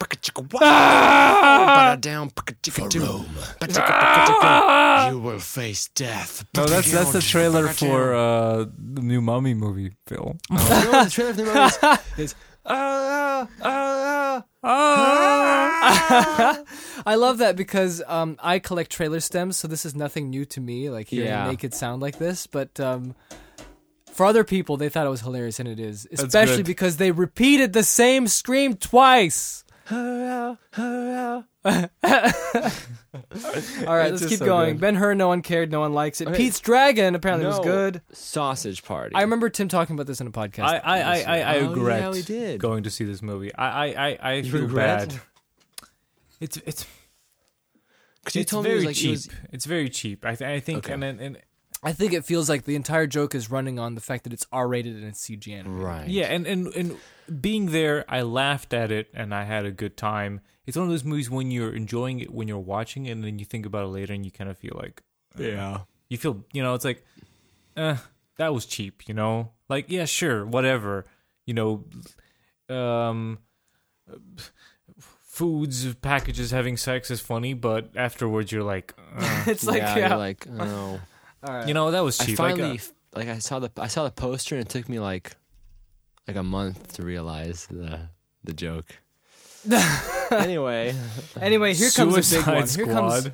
Speaker 1: You will face death.
Speaker 3: No, that's that's the trailer for uh, the new Mummy movie, Phil.
Speaker 1: You know, the trailer for the movie is- is
Speaker 3: ah,
Speaker 2: I love that because um, I collect trailer stems, so this is nothing new to me. Like hearing
Speaker 1: Yeah.
Speaker 2: make it sound like this, but um, for other people, they thought it was hilarious, and it is, especially
Speaker 3: good.
Speaker 2: because they repeated the same scream twice. All right, let's
Speaker 3: just
Speaker 2: keep
Speaker 3: so
Speaker 2: going.
Speaker 3: good.
Speaker 2: Ben Hur, no one cared, no one likes it.
Speaker 1: Okay.
Speaker 2: Pete's Dragon apparently was
Speaker 1: No.
Speaker 2: good.
Speaker 1: Sausage Party.
Speaker 2: I remember Tim talking about this in a podcast.
Speaker 3: I I I, I, I
Speaker 1: Oh, yeah,
Speaker 3: regret
Speaker 1: we did.
Speaker 3: going to see this movie. I I I, I feel
Speaker 1: regret?
Speaker 3: bad. It's it's
Speaker 1: Because you
Speaker 3: it's
Speaker 1: told me it
Speaker 3: very
Speaker 1: was like
Speaker 3: cheap.
Speaker 1: it was-
Speaker 3: It's very cheap. I, th- I think
Speaker 1: Okay.
Speaker 3: and, and and
Speaker 2: I think it feels like the entire joke is running on the fact that it's R-rated and it's CG animated.
Speaker 1: right.
Speaker 3: yeah and, and and being there, I laughed at it and I had a good time. It's one of those movies when you're enjoying it when you're watching it, and then you think about it later and you kind of feel like
Speaker 5: Yeah.
Speaker 3: you feel you know it's like eh, that was cheap you know like yeah sure whatever you know um foods packages having sex is funny but afterwards you're like uh,
Speaker 2: it's like yeah.
Speaker 1: you're like oh.
Speaker 3: you know that was
Speaker 1: I
Speaker 3: cheap
Speaker 1: finally
Speaker 3: like, uh,
Speaker 1: f- like I saw the I saw the poster and it took me like like a month to realize the the joke. anyway,
Speaker 2: Anyway, here comes a big one.
Speaker 3: Suicide
Speaker 2: Here comes
Speaker 3: Squad.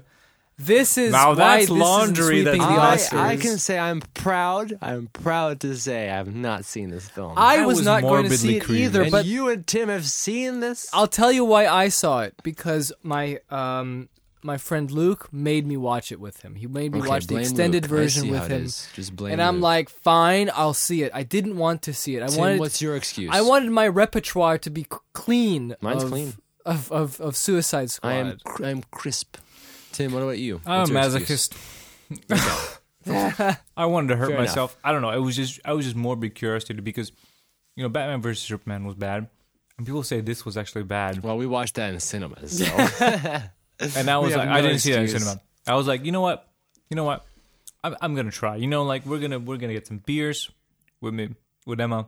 Speaker 2: this is
Speaker 3: Now
Speaker 2: why
Speaker 3: that's
Speaker 2: this isn't
Speaker 3: laundry
Speaker 2: sweeping
Speaker 3: that's
Speaker 1: I,
Speaker 2: the
Speaker 1: I
Speaker 2: Oscars.
Speaker 1: can say I'm proud. I'm proud to say I've not seen this film.
Speaker 2: I
Speaker 3: I
Speaker 2: was,
Speaker 3: was
Speaker 2: not going to
Speaker 3: morbidly
Speaker 2: see it
Speaker 3: curious.
Speaker 2: either,
Speaker 1: and
Speaker 2: but
Speaker 1: you and Tim have seen this.
Speaker 2: I'll tell you why I saw it because my um my friend Luke made me watch it with him. He made me
Speaker 1: Okay,
Speaker 2: watch the
Speaker 1: blame
Speaker 2: extended
Speaker 1: Luke. I
Speaker 2: version
Speaker 1: see
Speaker 2: with
Speaker 1: how it
Speaker 2: him,
Speaker 1: is. Just blame.
Speaker 2: and I'm
Speaker 1: Luke.
Speaker 2: like, fine, I'll see it. I didn't want to see it. I
Speaker 1: Tim,
Speaker 2: wanted
Speaker 1: what's your excuse?
Speaker 2: I wanted my repertoire to be c- clean.
Speaker 1: Mine's
Speaker 2: of,
Speaker 1: clean.
Speaker 2: Of, of of Suicide Squad.
Speaker 1: I am. cr- I'm crisp. Tim, what about you?
Speaker 3: i'm
Speaker 1: What's
Speaker 3: Um, a
Speaker 1: your excuse?
Speaker 3: masochist i wanted to hurt
Speaker 1: Fair enough.
Speaker 3: myself i don't know i was just i was just morbid curiosity because you know batman versus superman was bad and people say this was actually bad
Speaker 1: Well, we watched that in cinemas. So.
Speaker 3: and I was
Speaker 1: have
Speaker 3: like, I
Speaker 1: no
Speaker 3: didn't see that in
Speaker 1: excuse.
Speaker 3: cinema. I was like, you know what, you know what, I'm, I'm gonna try. You know, like we're gonna we're gonna get some beers with me with Emma.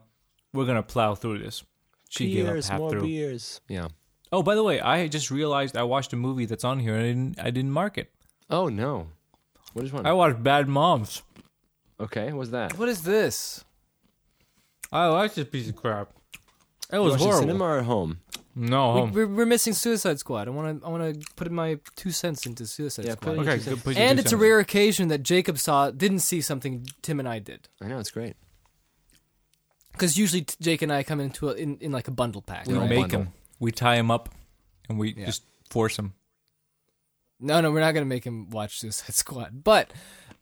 Speaker 3: We're gonna plow through this. She gave up half through.
Speaker 1: beers. Yeah.
Speaker 3: Oh, by the way, I just realized I watched a movie that's on here and I didn't I didn't mark it.
Speaker 1: Oh no. What is one?
Speaker 3: I watched Bad Moms.
Speaker 1: okay, what's that?
Speaker 2: What is this?
Speaker 3: I watched this piece of crap. It was
Speaker 1: Watch the
Speaker 3: horrible.
Speaker 1: cinema or at home?
Speaker 3: No,
Speaker 2: We,
Speaker 3: home.
Speaker 2: we're, we're missing Suicide Squad. I want to. I want to put in my two cents into Suicide
Speaker 1: Yeah,
Speaker 2: Squad.
Speaker 1: put it-
Speaker 3: okay, good. put your
Speaker 2: And
Speaker 3: two
Speaker 2: it's a
Speaker 3: cents.
Speaker 2: rare occasion that Jacob saw didn't see something Tim and I did,
Speaker 1: I know it's great.
Speaker 2: because usually t- Jake and I come into a, in in like a bundle pack.
Speaker 3: We
Speaker 1: Right.
Speaker 3: make
Speaker 1: Bundle.
Speaker 3: him. We tie him up, and we
Speaker 2: Yeah.
Speaker 3: just force him.
Speaker 2: No, no, we're not gonna make him watch Suicide Squad. But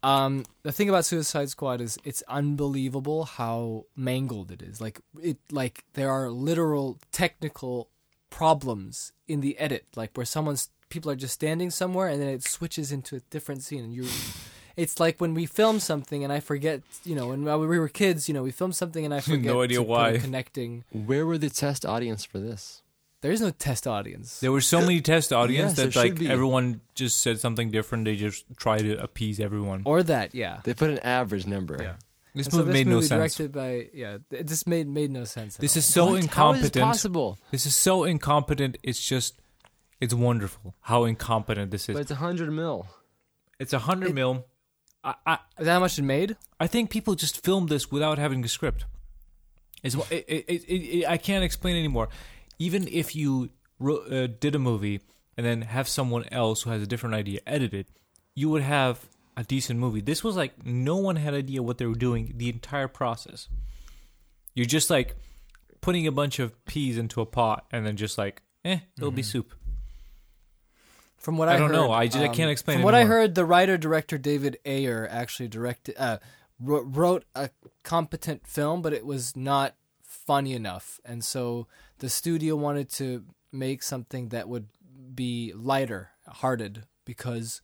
Speaker 2: um, the thing about Suicide Squad is it's unbelievable how mangled it is. Like it, like there are literal technical problems in the edit, like where someone's people are just standing somewhere and then it switches into a different scene, and you. It's like when we film something and I forget, you know, when we were kids, you know, we filmed something and I forget
Speaker 3: No idea
Speaker 2: to put a
Speaker 3: why.
Speaker 2: connecting.
Speaker 1: Where were the test audience for this?
Speaker 2: There is no test audience.
Speaker 3: There were so many test audience
Speaker 1: Yes, there
Speaker 3: that
Speaker 1: should
Speaker 3: like
Speaker 1: be.
Speaker 3: everyone just said something different. They just try to appease everyone.
Speaker 2: or that, yeah.
Speaker 1: They put an average number.
Speaker 3: Yeah. This
Speaker 2: And so
Speaker 3: movie made no
Speaker 2: movie
Speaker 3: sense.
Speaker 2: Directed by yeah, th- this made made no sense. at
Speaker 3: This
Speaker 2: all.
Speaker 3: is so
Speaker 1: How is this
Speaker 3: incompetent.
Speaker 1: possible?
Speaker 3: This is so incompetent. It's just, it's wonderful how incompetent this
Speaker 1: But
Speaker 3: is.
Speaker 1: it's a hundred mil.
Speaker 3: It's a hundred mil. I, I
Speaker 2: is that how much it made?
Speaker 3: I think people just filmed this without having a script. It's it, it, it, it, I can't explain anymore. Even if you wrote, uh, did a movie and then have someone else who has a different idea edit it, you would have a decent movie. This was like no one had idea what they were doing the entire process. You're just like putting a bunch of peas into a pot and then just like, eh, it'll be soup.
Speaker 2: From what I,
Speaker 3: I don't
Speaker 2: heard, um,
Speaker 3: know. I just- I can't explain
Speaker 2: From
Speaker 3: it
Speaker 2: what I
Speaker 3: anymore.
Speaker 2: heard, the writer director David Ayer actually directed uh, wro- wrote a competent film, but it was not funny enough, and so the studio wanted to make something that would be lighter hearted because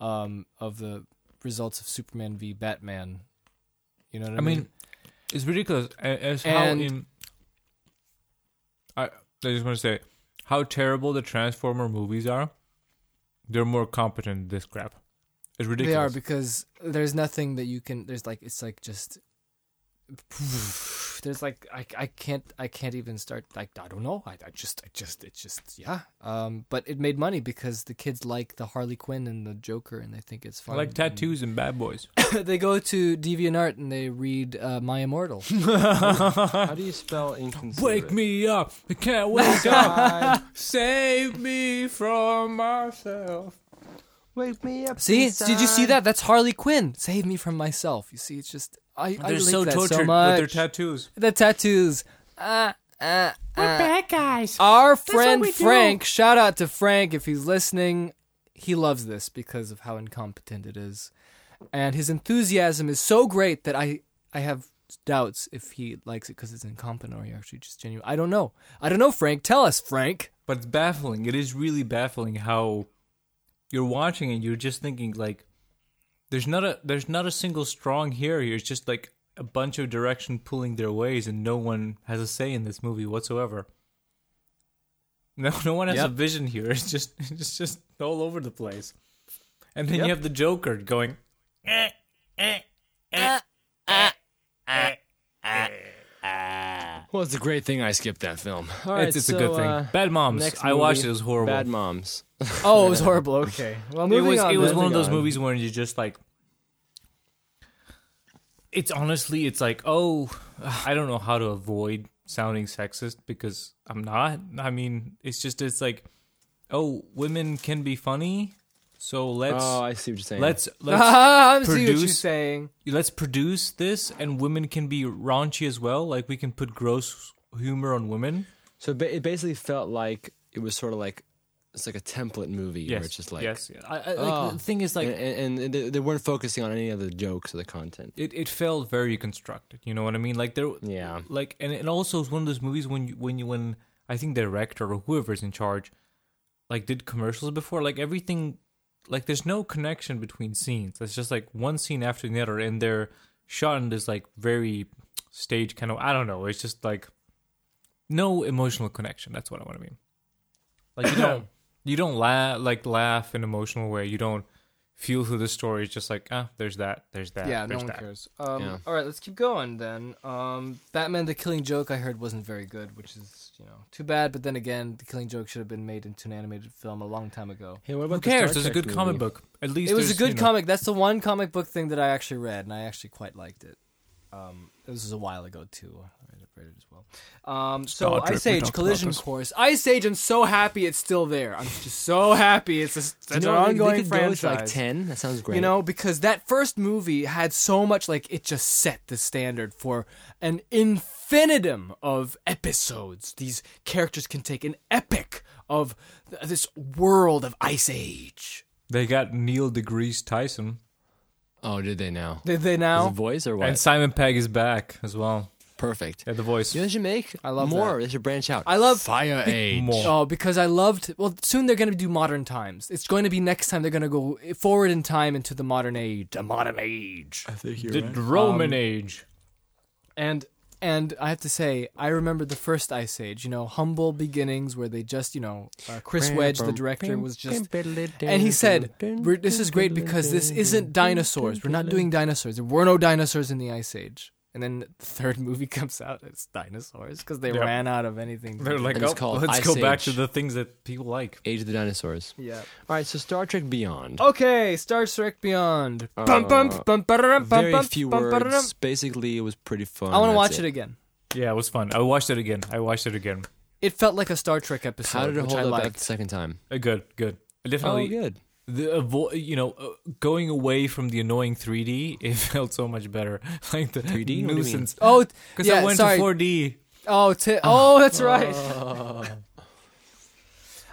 Speaker 2: um, of the results of Superman v Batman. You know what I,
Speaker 3: I mean, it's ridiculous. a- As how
Speaker 2: And-
Speaker 3: in, I I just want to say how terrible the Transformer movies are. They're more competent than this crap. It's
Speaker 2: They are
Speaker 3: ridiculous.
Speaker 2: because there's nothing that you can. There's like it's like just. There's like I, I can't I can't even start like I don't know I, I just I just it just yeah um but it made money because the kids like the Harley Quinn and the Joker and they think it's
Speaker 3: I
Speaker 2: fun
Speaker 3: like tattoos and bad boys.
Speaker 2: they go to DeviantArt and they read uh, My Immortal
Speaker 1: How do you spell inconsiderate?
Speaker 3: Wake me up! I can't wake up! Save me from myself.
Speaker 1: Wake me up.
Speaker 2: see did you see that that's Harley Quinn save me from myself you see it's just I I
Speaker 3: They're
Speaker 2: relate
Speaker 3: so
Speaker 2: to that
Speaker 3: tortured
Speaker 2: so much
Speaker 3: with their tattoos.
Speaker 2: the tattoos uh uh
Speaker 7: We're bad guys.
Speaker 2: Our
Speaker 7: what
Speaker 2: friend
Speaker 7: we do.
Speaker 2: Frank, shout out to Frank if he's listening. He loves this because of how incompetent it is. And his enthusiasm is so great that I, I have doubts if he likes it because it's incompetent or he actually just genuine. I don't know. I don't know, Frank. Tell us, Frank.
Speaker 3: But it's baffling. It is really baffling how you're watching and you're just thinking like there's not a there's not a single strong hero here. It's just like a bunch of direction pulling their ways and no one has a say in this movie whatsoever. No no one has a vision here. It's just it's just all over the place. And then you have the Joker going
Speaker 1: Well, it's a great thing I skipped that film. All right,
Speaker 3: it's, it's
Speaker 1: so,
Speaker 3: a good thing.
Speaker 1: uh,
Speaker 3: Bad Moms.
Speaker 1: next
Speaker 3: I watched
Speaker 1: movie,
Speaker 3: it. It was horrible.
Speaker 1: Bad moms.
Speaker 2: Oh, it was horrible. Okay. Well,
Speaker 3: it
Speaker 2: moving
Speaker 3: was
Speaker 2: on.
Speaker 3: it was
Speaker 2: then.
Speaker 3: one of those
Speaker 1: on.
Speaker 3: movies where you just like it's honestly it's like oh i don't know how to avoid sounding sexist because i'm not i mean it's just it's like oh women can be funny so let's
Speaker 1: oh, I see what you're saying.
Speaker 3: let's let's
Speaker 2: Ah, I see what you're
Speaker 3: produce-
Speaker 2: saying.
Speaker 3: let's produce this and women can be raunchy as well like we can put gross humor on women
Speaker 1: So ba- it basically felt like it was sort of like it's like a template movie where it's just like oh,
Speaker 3: yes I, I, like, the thing is like
Speaker 1: and, and, and they, they weren't focusing on any of the jokes or the content.
Speaker 3: it, it felt very constructed. You know what I mean? Like there,
Speaker 1: Yeah.
Speaker 3: Like and it also is one of those movies when you when you when I think the director or whoever's in charge, like did commercials before. Like everything, like there's no connection between scenes. It's just like one scene after the other, and they're shot in this like very stage kind of. I don't know. It's just like no emotional connection. That's what I want to mean. Like you don't you don't laugh like laugh in an emotional way. You don't feel through the story. It's just like ah, there's that, there's that.
Speaker 2: Yeah, no
Speaker 3: there's
Speaker 2: one
Speaker 3: that.
Speaker 2: cares. Um,
Speaker 1: Yeah.
Speaker 2: All right, let's keep going then. Um, Batman: The Killing Joke, I heard, wasn't very good, which is you know too bad. But then again, The Killing Joke should have been made into an animated film a long time ago.
Speaker 1: Hey, what about
Speaker 3: Who cares? There's a good comic book. At least
Speaker 2: It was a
Speaker 3: there's,
Speaker 2: good
Speaker 3: you know-
Speaker 2: comic. That's the one comic book thing that I actually read, and I actually quite liked it. Um, this was a while ago too. I read it- read it as well. Um, so
Speaker 3: Trek,
Speaker 2: Ice
Speaker 3: we
Speaker 2: Age
Speaker 3: talked about
Speaker 2: Collision
Speaker 3: this.
Speaker 2: Course. Ice Age. I'm so happy it's still there. I'm just so happy it's, a, it's
Speaker 1: You know,
Speaker 2: an
Speaker 1: what,
Speaker 2: ongoing
Speaker 1: they could go
Speaker 2: franchise.
Speaker 1: to like ten. That sounds great.
Speaker 2: You know, because that first movie had so much like it just set the standard for an infinitum of episodes these characters can take an epic of th- this world of Ice Age.
Speaker 3: They got Neil deGrasse Tyson.
Speaker 1: Oh, did they now?
Speaker 2: Did they
Speaker 1: Is it
Speaker 2: now?
Speaker 1: voice or what?
Speaker 3: And Simon Pegg is back as well.
Speaker 1: Perfect.
Speaker 3: Yeah, the voice.
Speaker 1: You know, they should make I
Speaker 2: love
Speaker 1: more.
Speaker 2: that.
Speaker 1: They should branch out.
Speaker 2: I love-
Speaker 1: Fire Age.
Speaker 2: Oh, because I loved. Well, soon they're going to do modern times. It's going to be next time they're going to go forward in time into the modern age, the modern age,
Speaker 3: The
Speaker 1: Um,
Speaker 3: Roman Age.
Speaker 2: and and I have to say, I remember the first Ice Age. You know, humble beginnings where they just, you know, uh, Chris Wedge, the director, was just, and he said, "We're- "This is great because this isn't dinosaurs. We're not doing dinosaurs. There were no dinosaurs in the Ice Age." And then the third movie comes out. It's dinosaurs because they
Speaker 3: Yep.
Speaker 2: ran out of anything. to
Speaker 3: They're
Speaker 2: do.
Speaker 3: like,
Speaker 1: And it's
Speaker 3: oh,
Speaker 1: called
Speaker 3: let's
Speaker 1: Ice
Speaker 3: go back
Speaker 1: Age.
Speaker 3: to the things that people like.
Speaker 1: Age of the Dinosaurs.
Speaker 2: yeah. Oh,
Speaker 1: All right, so Star Trek Beyond.
Speaker 2: Okay, Star Trek Beyond.
Speaker 1: Uh,
Speaker 2: Bum, bum, bum, ba-da-dum, bum,
Speaker 1: Very
Speaker 2: bum,
Speaker 1: few
Speaker 2: bum, ba-da-dum.
Speaker 1: words. Basically, it was pretty fun.
Speaker 2: I want to
Speaker 1: That's
Speaker 2: watch it. again.
Speaker 3: Yeah, it was fun. I watched it again. I watched it again.
Speaker 2: It felt like a Star Trek episode,
Speaker 1: How did it
Speaker 2: which
Speaker 1: hold
Speaker 2: I
Speaker 1: up
Speaker 2: liked.
Speaker 1: the second time?
Speaker 3: Uh, good, good.
Speaker 1: Oh,
Speaker 3: Definitely,
Speaker 1: good.
Speaker 3: the avo- you know uh, going away from the annoying 3D, it felt so much better. like the
Speaker 1: 3D? What do you mean?
Speaker 3: nuisance.
Speaker 2: Oh, t-
Speaker 3: Because
Speaker 2: yeah,
Speaker 3: I went
Speaker 2: sorry.
Speaker 3: to 4D.
Speaker 2: Oh, t- oh, that's right.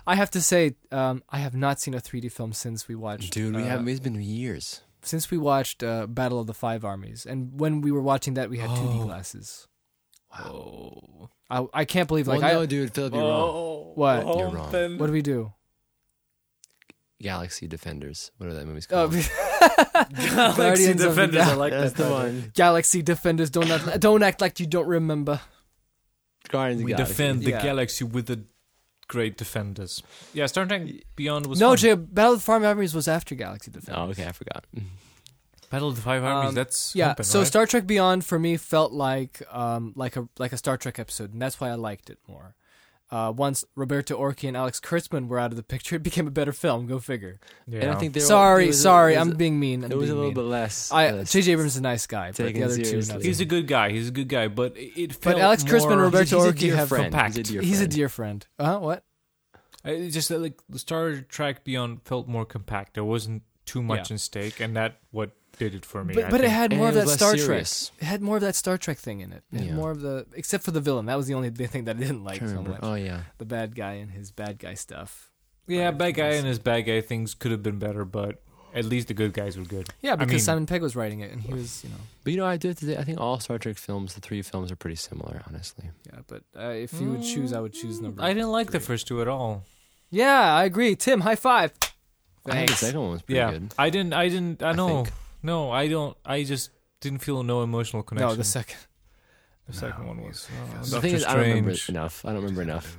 Speaker 2: I have to say, um, I have not seen a 3D film since we watched.
Speaker 1: Dude, we
Speaker 2: uh,
Speaker 1: haven't. e- It's been years.
Speaker 2: Since we watched uh, Battle of the Five Armies, and when we were watching that, we had 2D glasses.
Speaker 3: Oh,
Speaker 2: I, I can't believe like
Speaker 1: well, no,
Speaker 2: I Oh,
Speaker 1: dude, Philip, you're wrong.
Speaker 2: What?
Speaker 1: You're wrong.
Speaker 2: what do we do?
Speaker 1: Galaxy Defenders. What are that movie's
Speaker 2: Oh,
Speaker 1: called?
Speaker 2: Guardians of the
Speaker 4: Defenders, I
Speaker 2: Gal-
Speaker 4: like that.
Speaker 1: the one.
Speaker 2: Galaxy Defenders don't act, don't act like you don't remember.
Speaker 1: Guardians of
Speaker 3: we
Speaker 1: the Galaxy.
Speaker 3: defend the
Speaker 2: Yeah.
Speaker 3: galaxy with the great defenders. Yeah, Star Trek Beyond was
Speaker 2: No,
Speaker 3: fun.
Speaker 2: Jay, Battle of the Farm Memories was after Galaxy Defenders.
Speaker 1: Oh, okay, I forgot.
Speaker 3: Battle of the Five Armies.
Speaker 2: Um,
Speaker 3: that's
Speaker 2: Yeah,
Speaker 3: open,
Speaker 2: so
Speaker 3: right?
Speaker 2: Star Trek Beyond for me felt like um like a like a Star Trek episode, and that's why I liked it more. Uh, once Roberto Orci and Alex Kurtzman were out of the picture, it became a better film. Go figure.
Speaker 3: Yeah.
Speaker 1: And I think there were-
Speaker 2: sorry,
Speaker 1: there was a-
Speaker 2: sorry,
Speaker 1: there was
Speaker 2: I'm being mean. I'm
Speaker 1: a- It was a
Speaker 2: being
Speaker 1: little bit
Speaker 2: mean.
Speaker 1: less.
Speaker 2: I
Speaker 1: uh,
Speaker 2: J.J. Abrams is a nice guy, but
Speaker 1: taken
Speaker 2: the other two.
Speaker 1: seriously.
Speaker 2: no.
Speaker 3: he's a good guy. He's a good guy, but it, it
Speaker 2: But
Speaker 3: felt
Speaker 2: Alex
Speaker 3: more,
Speaker 2: Crispin and Roberto
Speaker 1: he's a
Speaker 2: Orci
Speaker 1: dear
Speaker 2: have
Speaker 1: friend.
Speaker 3: compact.
Speaker 1: He's a dear
Speaker 2: He's a
Speaker 1: friend.
Speaker 2: dear friend. Uh, what?
Speaker 3: I- just uh, like the Star Trek Beyond felt more compact. There wasn't too much
Speaker 2: Yeah.
Speaker 3: in stake, and that what did it for me. I
Speaker 2: But, but it
Speaker 3: think.
Speaker 2: had
Speaker 1: And
Speaker 2: more
Speaker 1: it
Speaker 2: of
Speaker 1: was
Speaker 2: that
Speaker 1: less
Speaker 2: Star
Speaker 1: serious.
Speaker 2: Trek. It had more of that Star Trek thing in it. It had
Speaker 1: Yeah.
Speaker 2: more of the, except for the villain. That was the only big thing that I didn't like
Speaker 1: Can't
Speaker 2: so
Speaker 1: remember.
Speaker 2: much.
Speaker 1: Oh yeah.
Speaker 2: The bad guy and his bad guy stuff.
Speaker 3: yeah,
Speaker 2: Right,
Speaker 3: bad guy
Speaker 2: yes.
Speaker 3: and his bad guy things could have been better, but at least the good guys were good.
Speaker 2: Yeah, because
Speaker 3: mean-
Speaker 2: Simon Pegg was writing it, and he was, you know,
Speaker 1: But you know, I do have to say, I think all Star Trek films, the three films, are pretty similar, honestly.
Speaker 2: yeah. But uh, if you would choose, I would choose number.
Speaker 3: I didn't like the first two at all.
Speaker 2: Yeah, I agree. Tim, high five.
Speaker 1: I think the
Speaker 2: Thanks.
Speaker 1: second one was pretty
Speaker 3: yeah,
Speaker 1: good.
Speaker 3: I didn't. I didn't. I
Speaker 1: I
Speaker 3: know.
Speaker 1: think.
Speaker 3: no, I don't. I just didn't feel no emotional connection.
Speaker 2: No, the second.
Speaker 3: The second one was. oh,
Speaker 1: the
Speaker 3: Doctor
Speaker 1: thing is, I don't remember
Speaker 3: Strange.
Speaker 1: enough. I don't remember enough.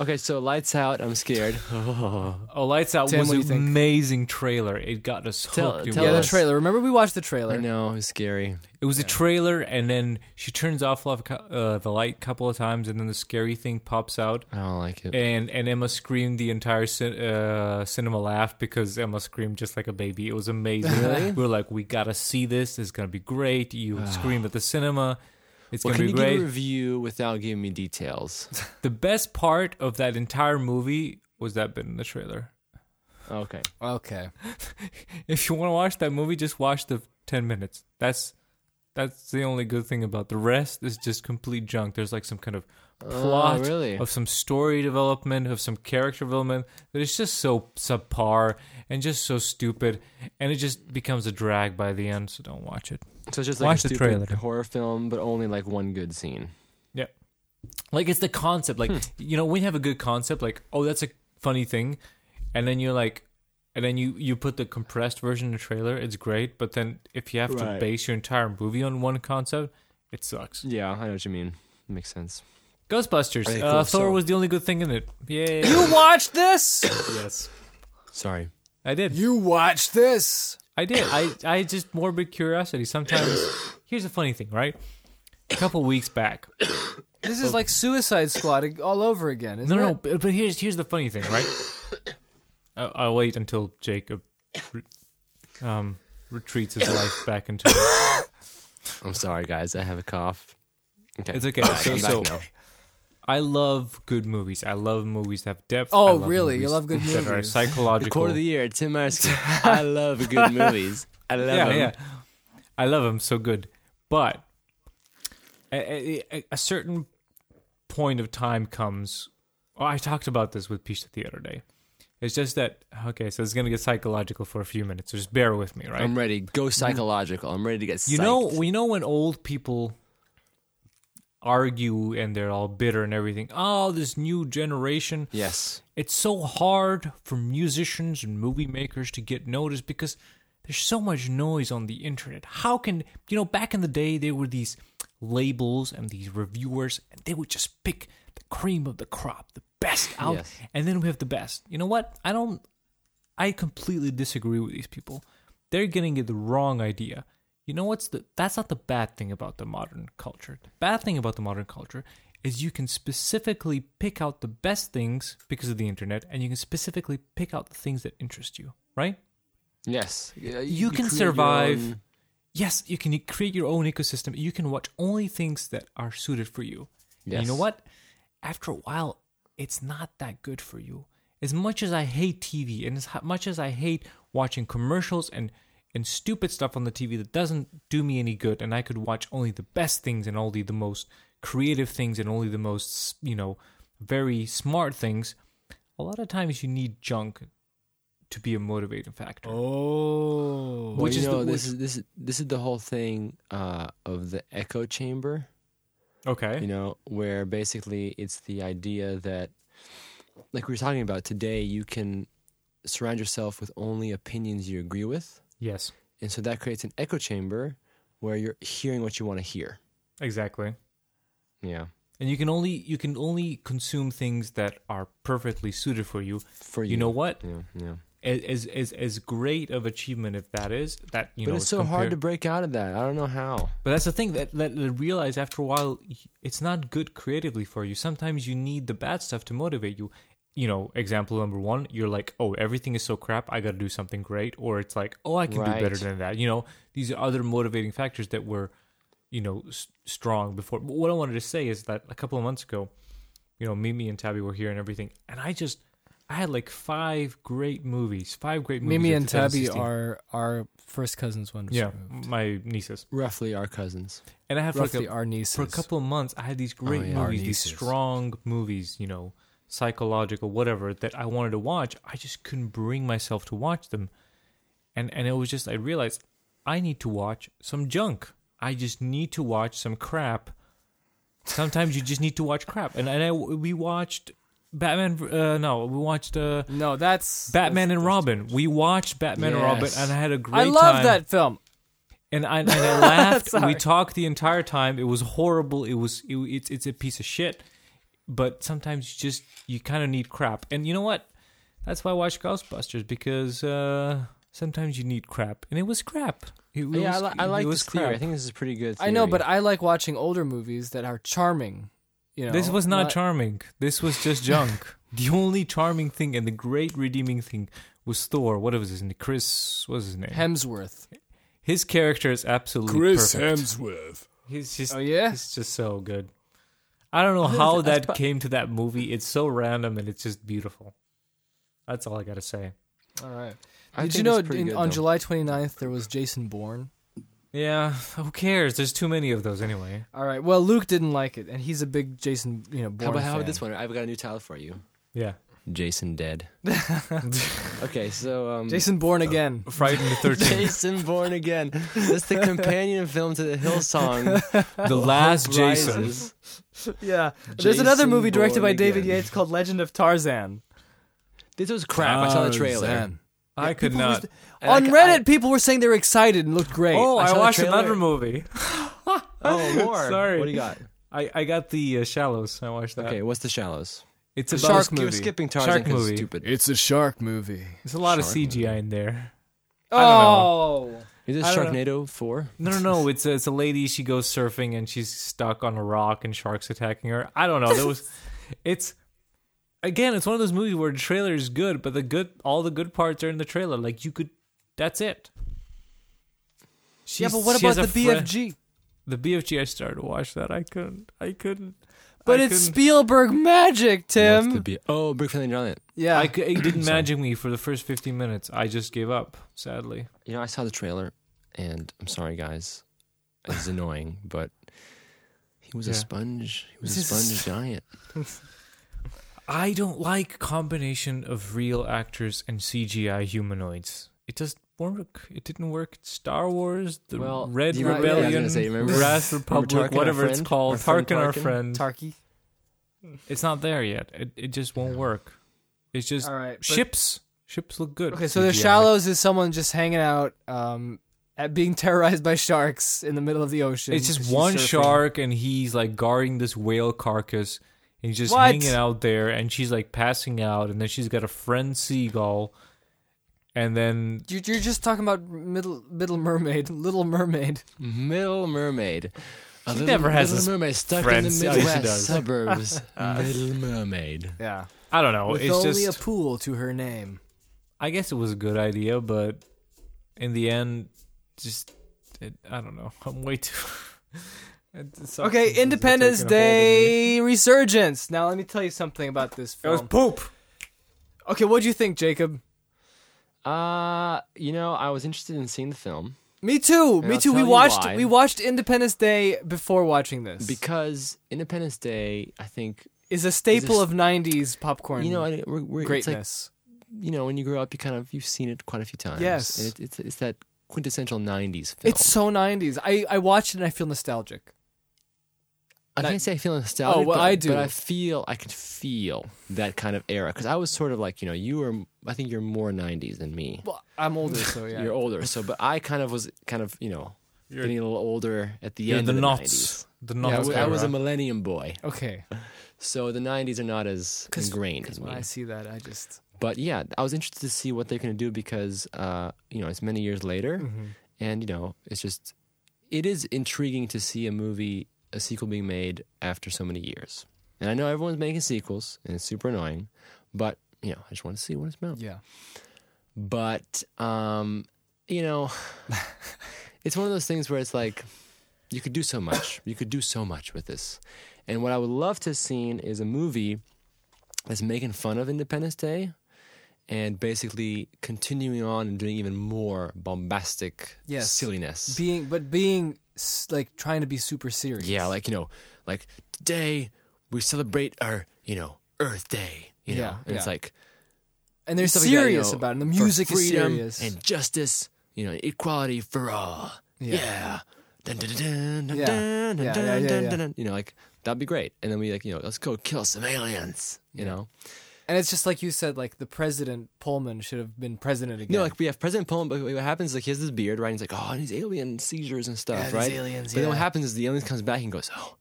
Speaker 1: Okay, so lights out. I'm scared.
Speaker 3: Oh, Lights Out
Speaker 2: Tim,
Speaker 3: was
Speaker 2: what do you
Speaker 3: an
Speaker 2: think?
Speaker 3: amazing trailer. It got us
Speaker 1: Tell-
Speaker 3: hooked. It
Speaker 1: tell
Speaker 2: yeah, the
Speaker 1: us.
Speaker 3: was.
Speaker 2: trailer. Remember, we watched the
Speaker 1: I
Speaker 2: trailer.
Speaker 1: know it's scary.
Speaker 3: It was a trailer, and then she turns off love, cou- uh, the light a couple of times, and then the scary thing pops out,
Speaker 1: I don't like it.
Speaker 3: and and Emma screamed the entire cin- uh, cinema laugh because Emma screamed just like a baby. It was amazing.
Speaker 1: Really?
Speaker 3: We were like, we gotta see this. It's gonna be great. You scream at the cinema. It's
Speaker 1: well,
Speaker 3: gonna
Speaker 1: can
Speaker 3: be
Speaker 1: you
Speaker 3: great.
Speaker 1: give a review without giving me details?
Speaker 3: the best part of that entire movie was that bit in the trailer.
Speaker 1: okay.
Speaker 2: Okay.
Speaker 3: If you want to watch that movie, just watch the ten minutes. That's that's the only good thing about the rest is just complete junk. There's like some kind of plot
Speaker 1: really?
Speaker 3: of some story development, of some character development that is just so subpar and just so stupid, and it just becomes a drag by the end. So don't watch it.
Speaker 1: So it's just like
Speaker 3: like Watch
Speaker 1: a
Speaker 3: a the stupid trailer.
Speaker 1: horror film, but only like one good scene.
Speaker 3: Like it's the concept. Like you know, when you have a good concept, like oh that's a funny thing, and then you're like, and then you you put the compressed version in the trailer. It's great, but then if you have
Speaker 1: Right.
Speaker 3: to base your entire movie on one concept, it sucks.
Speaker 1: Yeah, I know what you mean. Makes sense.
Speaker 3: Ghostbusters.
Speaker 1: Okay,
Speaker 3: uh,
Speaker 1: cool,
Speaker 3: Thor
Speaker 1: so-
Speaker 3: was the only good thing in it. Yay!
Speaker 2: You watched this.
Speaker 3: yes,
Speaker 1: Sorry.
Speaker 3: I did.
Speaker 2: you watched this.
Speaker 3: I did. I I just morbid curiosity. Sometimes here's a funny thing, right? A couple weeks back.
Speaker 2: This is like Suicide Squad ag- all over again. Isn't
Speaker 3: No, no,
Speaker 2: it?
Speaker 3: but, but here's here's the funny thing, right? I, I'll wait until Jacob re- um, retreats his life back into.
Speaker 1: I'm sorry, guys. I have a cough. Okay.
Speaker 3: It's okay. So, so I love good movies. I love movies that have depth. I
Speaker 2: Oh,
Speaker 3: love
Speaker 2: really? You
Speaker 3: movies
Speaker 2: love good
Speaker 3: that are
Speaker 2: movies.
Speaker 1: the
Speaker 3: psychological.
Speaker 1: quarter of the year, Tim Myers. I love good movies. I love
Speaker 3: yeah,
Speaker 1: them.
Speaker 3: yeah. I love him so good, but a, a, a- a certain point of time comes Oh, I talked about this with Pista the other day. It's just that okay, so it's gonna get psychological for a few minutes. So just bear with me, right?
Speaker 1: I'm ready. Go psychological. I'm ready to get. Psyched.
Speaker 3: you know, we know when old people argue and they're all bitter and everything. Oh, this new generation.
Speaker 1: Yes.
Speaker 3: it's so hard for musicians and movie makers to get noticed because there's so much noise on the internet. How can you know back in the day there were these labels and these reviewers and they would just pick the cream of the crop, the best out
Speaker 1: Yes.
Speaker 3: and then we have the best. You know what? I don't I completely disagree with these people. They're getting the wrong idea. You know what's the that's not the bad thing about the modern culture. The bad thing about the modern culture is you can specifically pick out the best things because of the internet and you can specifically pick out the things that interest you, right?
Speaker 1: Yes. Yeah,
Speaker 3: You can
Speaker 1: create your
Speaker 3: survive.
Speaker 1: own-
Speaker 3: Yes, you can create your own ecosystem. You can watch only things that are suited for you. And
Speaker 1: Yes.
Speaker 3: You know what? After a while, it's not that good for you. As much as I hate TV and as ho- much as I hate watching commercials and and stupid stuff on the TV that doesn't do me any good and I could watch only the best things and only the most creative things and only the most, you know, very smart things, a lot of times you need junk to be a motivating factor.
Speaker 2: Oh.
Speaker 1: Well,
Speaker 3: Which
Speaker 1: you
Speaker 3: is the-
Speaker 1: know, this
Speaker 3: which-
Speaker 1: is this is this is the whole thing uh, of the echo chamber.
Speaker 3: Okay.
Speaker 1: You know, where basically it's the idea that, like we were talking about today, you can surround yourself with only opinions you agree with,
Speaker 3: Yes.
Speaker 1: and so that creates an echo chamber where you're hearing what you want to hear.
Speaker 3: Exactly.
Speaker 1: Yeah,
Speaker 3: and you can only you can only consume things that are perfectly suited for you.
Speaker 1: for you.
Speaker 3: You know what?
Speaker 1: Yeah, yeah.
Speaker 3: As as as, as great of achievement if that is that you
Speaker 1: but
Speaker 3: know.
Speaker 1: it's
Speaker 3: is
Speaker 1: so hard to
Speaker 3: compared-
Speaker 1: break out of that. I don't know how.
Speaker 3: But that's the thing that that that realize after a while, y- it's not good creatively for you. Sometimes you need the bad stuff to motivate you. You know, example number one, you're like, oh, everything is so crap. I got to do something great, or it's like, oh, I can do better
Speaker 1: Right.
Speaker 3: than that. You know, these are other motivating factors that were, you know, s- strong before. But what I wanted to say is that a couple of months ago, you know, Mimi and Tabby were here and everything, and I just, I had like five great movies, five great movies.
Speaker 2: Mimi
Speaker 3: of
Speaker 2: and Tabby
Speaker 3: 2016.
Speaker 2: are our first cousins when
Speaker 3: yeah, my nieces,
Speaker 1: Roughly, our cousins.
Speaker 3: and I have like
Speaker 2: roughly
Speaker 3: a,
Speaker 2: our nieces.
Speaker 3: for a couple of months i had these great
Speaker 1: yeah.
Speaker 3: movies these
Speaker 2: Nieces.
Speaker 3: strong movies you know psychological whatever that i wanted to watch i just couldn't bring myself to watch them and and it was just i realized i need to watch some junk i just need to watch some crap sometimes you just need to watch crap and, and I, we watched batman v- uh, no we watched uh,
Speaker 2: No, that's
Speaker 3: batman and robin we watched batman and robin
Speaker 1: Yes.
Speaker 3: and i had a great
Speaker 2: I love
Speaker 3: time.
Speaker 2: that film.
Speaker 3: And I, and I laughed. we talked the entire time. It was horrible. It was it, it's it's a piece of shit. But sometimes you just you kind of need crap. And you know what? That's why I watch Ghostbusters because uh, sometimes you need crap, and it was crap. It was,
Speaker 1: yeah, I, li- I
Speaker 3: it
Speaker 1: like
Speaker 3: was
Speaker 1: this theory.
Speaker 3: crap.
Speaker 1: I think this is a pretty good.
Speaker 2: I know,
Speaker 1: theory.
Speaker 2: but I like watching older movies that are charming. You know,
Speaker 3: this was not, charming. This was just junk. the only charming thing and the great redeeming thing was Thor. What was his name? Chris. What was his name?
Speaker 2: Hemsworth.
Speaker 3: his character is absolutely
Speaker 5: Chris
Speaker 3: perfect.
Speaker 5: Hemsworth.
Speaker 3: He's just
Speaker 2: Oh, yeah?
Speaker 3: he's just so good. I don't know how that came to that movie. It's so random and it's just beautiful. That's all I gotta say.
Speaker 2: All right.
Speaker 1: I
Speaker 2: Did you
Speaker 1: think
Speaker 2: know
Speaker 1: it's pretty
Speaker 2: in-
Speaker 1: good,
Speaker 2: on
Speaker 1: though.
Speaker 2: July 29th there was Jason Bourne?
Speaker 3: Yeah, who cares? There's too many of those anyway.
Speaker 2: All right. Well, Luke didn't like it, and he's a big Jason, you know, Bourne
Speaker 1: How about, how
Speaker 2: fan.
Speaker 1: about this one? I've got a new title for you.
Speaker 3: Yeah,
Speaker 1: Jason dead. okay, so um,
Speaker 2: Jason Bourne again.
Speaker 3: Friday the Thirteenth,
Speaker 1: Jason Born Again. That's the companion film to the Hill song.
Speaker 3: the last Jason.
Speaker 1: Rises.
Speaker 3: Oh.
Speaker 2: yeah. There's
Speaker 1: Jason
Speaker 2: another movie directed
Speaker 1: Bourne
Speaker 2: by David
Speaker 1: again.
Speaker 2: Yates called Legend of Tarzan.
Speaker 1: This was crap. I saw the trailer.
Speaker 3: I could not.
Speaker 1: And
Speaker 2: on
Speaker 1: I c-
Speaker 2: Reddit,
Speaker 1: I-
Speaker 2: people were saying they were excited and looked great.
Speaker 3: Oh,
Speaker 1: I
Speaker 3: I,
Speaker 1: saw the
Speaker 3: watched
Speaker 1: trailer.
Speaker 3: another movie.
Speaker 1: oh, more.
Speaker 3: Sorry. Uh,
Speaker 1: What do you got?
Speaker 3: I, I got the uh, Shallows. I watched that.
Speaker 1: Okay, what's The Shallows?
Speaker 3: It's a
Speaker 2: Shark
Speaker 1: You're
Speaker 3: about
Speaker 1: sk- You're
Speaker 2: movie.
Speaker 1: skipping Tarzan
Speaker 3: Shark
Speaker 1: 'cause it's
Speaker 3: movie.
Speaker 1: stupid.
Speaker 5: It's a shark movie.
Speaker 3: There's a lot of
Speaker 1: shark
Speaker 3: CGI in there.
Speaker 2: oh.
Speaker 1: Is this
Speaker 3: I don't
Speaker 1: Sharknado 4?
Speaker 3: No, no, no. It's a, it's a lady. She goes surfing and she's stuck on a rock and sharks attacking her. I don't know. There was, it's again, it's one of those movies where the trailer is good, but the good, all the good parts are in the trailer. Like you could, that's it.
Speaker 2: yeah,
Speaker 3: She's-
Speaker 2: but what
Speaker 3: she has
Speaker 2: about the
Speaker 3: a fri-
Speaker 2: BFG?
Speaker 3: the BFG. I started to watch that. I couldn't. I couldn't.
Speaker 2: But
Speaker 3: I
Speaker 2: it's
Speaker 3: couldn't-
Speaker 2: Spielberg magic, Tim.
Speaker 1: oh, Big Friendly Giant.
Speaker 2: yeah.
Speaker 3: I cou- it didn't magic me for the first 15 minutes. I just gave up. Sadly,
Speaker 1: You know, I saw the trailer, and I'm sorry, guys. It's annoying, but he was a
Speaker 3: Yeah.
Speaker 1: sponge. He was a sponge giant.
Speaker 3: I don't like combination of real actors and CGI humanoids. It doesn't work. It didn't work. in Star Wars, the
Speaker 1: Well,
Speaker 3: Red
Speaker 1: do you remember- yeah, I was
Speaker 3: Rebellion,
Speaker 1: gonna say, remember-
Speaker 3: Wrath
Speaker 1: remember Tarkin,
Speaker 3: Republic,
Speaker 1: our
Speaker 3: whatever it's
Speaker 1: friend?
Speaker 3: called,
Speaker 1: Our friend
Speaker 3: Tarkin, our
Speaker 1: Tarkin?
Speaker 3: friend.
Speaker 2: Tarky.
Speaker 3: it's not there yet. It, it just won't work. It's just
Speaker 2: All right, but-
Speaker 3: ships. Ships look good.
Speaker 2: Okay, so the
Speaker 1: CGI.
Speaker 2: shallows is someone just hanging out, um, at being terrorized by sharks in the middle of the ocean.
Speaker 3: It's just
Speaker 2: She's
Speaker 3: one
Speaker 2: surfing.
Speaker 3: shark, and he's like guarding this whale carcass, and he's just
Speaker 2: What?
Speaker 3: hanging out there, and she's like passing out, and then she's got a friend seagull, and then
Speaker 2: You're, you're just talking about middle middle mermaid, little mermaid.
Speaker 1: Middle Mermaid. A little,
Speaker 3: never has
Speaker 1: Little
Speaker 3: a
Speaker 1: Mermaid stuck in
Speaker 3: friends.
Speaker 1: the
Speaker 3: Yeah, she
Speaker 1: Midwest
Speaker 3: does. Uh,
Speaker 1: suburbs. Little Mermaid.
Speaker 2: Yeah,
Speaker 3: I don't know.
Speaker 2: with
Speaker 3: it's
Speaker 2: only
Speaker 3: just
Speaker 2: a pool to her name.
Speaker 3: I guess it was a good idea, but in the end, just it, I don't know. I'm way too. It- something
Speaker 2: Okay,
Speaker 3: has taken
Speaker 2: Independence
Speaker 3: a hold of me.
Speaker 2: Day resurgence. Now let me tell you something about this
Speaker 3: It was
Speaker 2: film.
Speaker 3: poop.
Speaker 2: Okay, what do you think, Jacob?
Speaker 1: Uh, you know, I was interested in seeing the film
Speaker 2: Me too.
Speaker 1: And
Speaker 2: me
Speaker 1: I'll
Speaker 2: too. We
Speaker 1: tell you
Speaker 2: watched
Speaker 1: why.
Speaker 2: we watched Independence Day before watching this.
Speaker 1: because Independence Day, I think,
Speaker 2: is a staple
Speaker 1: is a-
Speaker 2: of '90s popcorn.
Speaker 1: you know, I- we're, we're, it's like
Speaker 2: greatness.
Speaker 1: you know, when you grow up, you kind of you've seen it quite a few times.
Speaker 2: Yes.
Speaker 1: and it, it's it's that quintessential '90s film.
Speaker 2: It's, so '90s. I I watched it and I feel nostalgic.
Speaker 1: I
Speaker 2: not-
Speaker 1: can't say I feel nostalgic.
Speaker 2: Oh, well,
Speaker 1: but,
Speaker 2: I do.
Speaker 1: But I feel I can feel that kind of era because I was sort of like you know you were I think you're more '90s than me.
Speaker 2: Well, I'm older, so yeah.
Speaker 1: You're older, so but I kind of was kind of you know getting a little older at the
Speaker 3: You're
Speaker 1: end
Speaker 3: the
Speaker 1: of the
Speaker 3: knots. The
Speaker 1: 90s. Yeah, I
Speaker 3: knots.
Speaker 1: was- I was a
Speaker 3: era.
Speaker 1: millennium boy,
Speaker 2: okay.
Speaker 1: so the '90s are not as
Speaker 2: 'Cause-
Speaker 1: ingrained
Speaker 2: 'cause
Speaker 1: as
Speaker 2: when
Speaker 1: me.
Speaker 2: I see that, I just
Speaker 1: But yeah, I was interested to see what they're going to do because uh, you know it's many years later, and you know it's just it is intriguing to see a movie a sequel being made after so many years. And I know everyone's making sequels, and it's super annoying, but you know I just want to see what it's about.
Speaker 2: yeah.
Speaker 1: But um, you know, it's one of those things where it's like you could do so much. You could do so much with this. And what I would love to have seen is a movie that's making fun of Independence Day and basically continuing on and doing even more bombastic
Speaker 2: Yes.
Speaker 1: silliness.
Speaker 2: Being but being s- like trying to be super serious.
Speaker 1: yeah, like you know, like today we celebrate our, you know, Earth Day. You know,
Speaker 2: Yeah,
Speaker 1: and it's
Speaker 2: yeah.
Speaker 1: like
Speaker 2: and they're
Speaker 1: stuff like that, you
Speaker 2: serious
Speaker 1: know,
Speaker 2: about it. And the
Speaker 1: for
Speaker 2: music is
Speaker 1: freedom
Speaker 2: serious.
Speaker 1: and justice, you know, equality for all.
Speaker 2: Yeah.
Speaker 1: Yeah. Dun, dun, dun, dun,
Speaker 2: Yeah.
Speaker 1: dun, dun,
Speaker 2: Yeah,
Speaker 1: dun,
Speaker 2: yeah, yeah,
Speaker 1: dun,
Speaker 2: yeah.
Speaker 1: dun, dun. You know, like that'd be great. And then we like, you know, let's go kill some aliens. You know,
Speaker 2: And it's just like you said, like the president Pullman should have been president again.
Speaker 1: no, like we have President Pullman, but what happens is like he has this beard, right? And he's like, oh, and these alien seizures and stuff,
Speaker 2: Yeah, these
Speaker 1: right?
Speaker 2: aliens,
Speaker 1: but then what
Speaker 2: yeah.
Speaker 1: happens is the aliens comes back and goes, oh,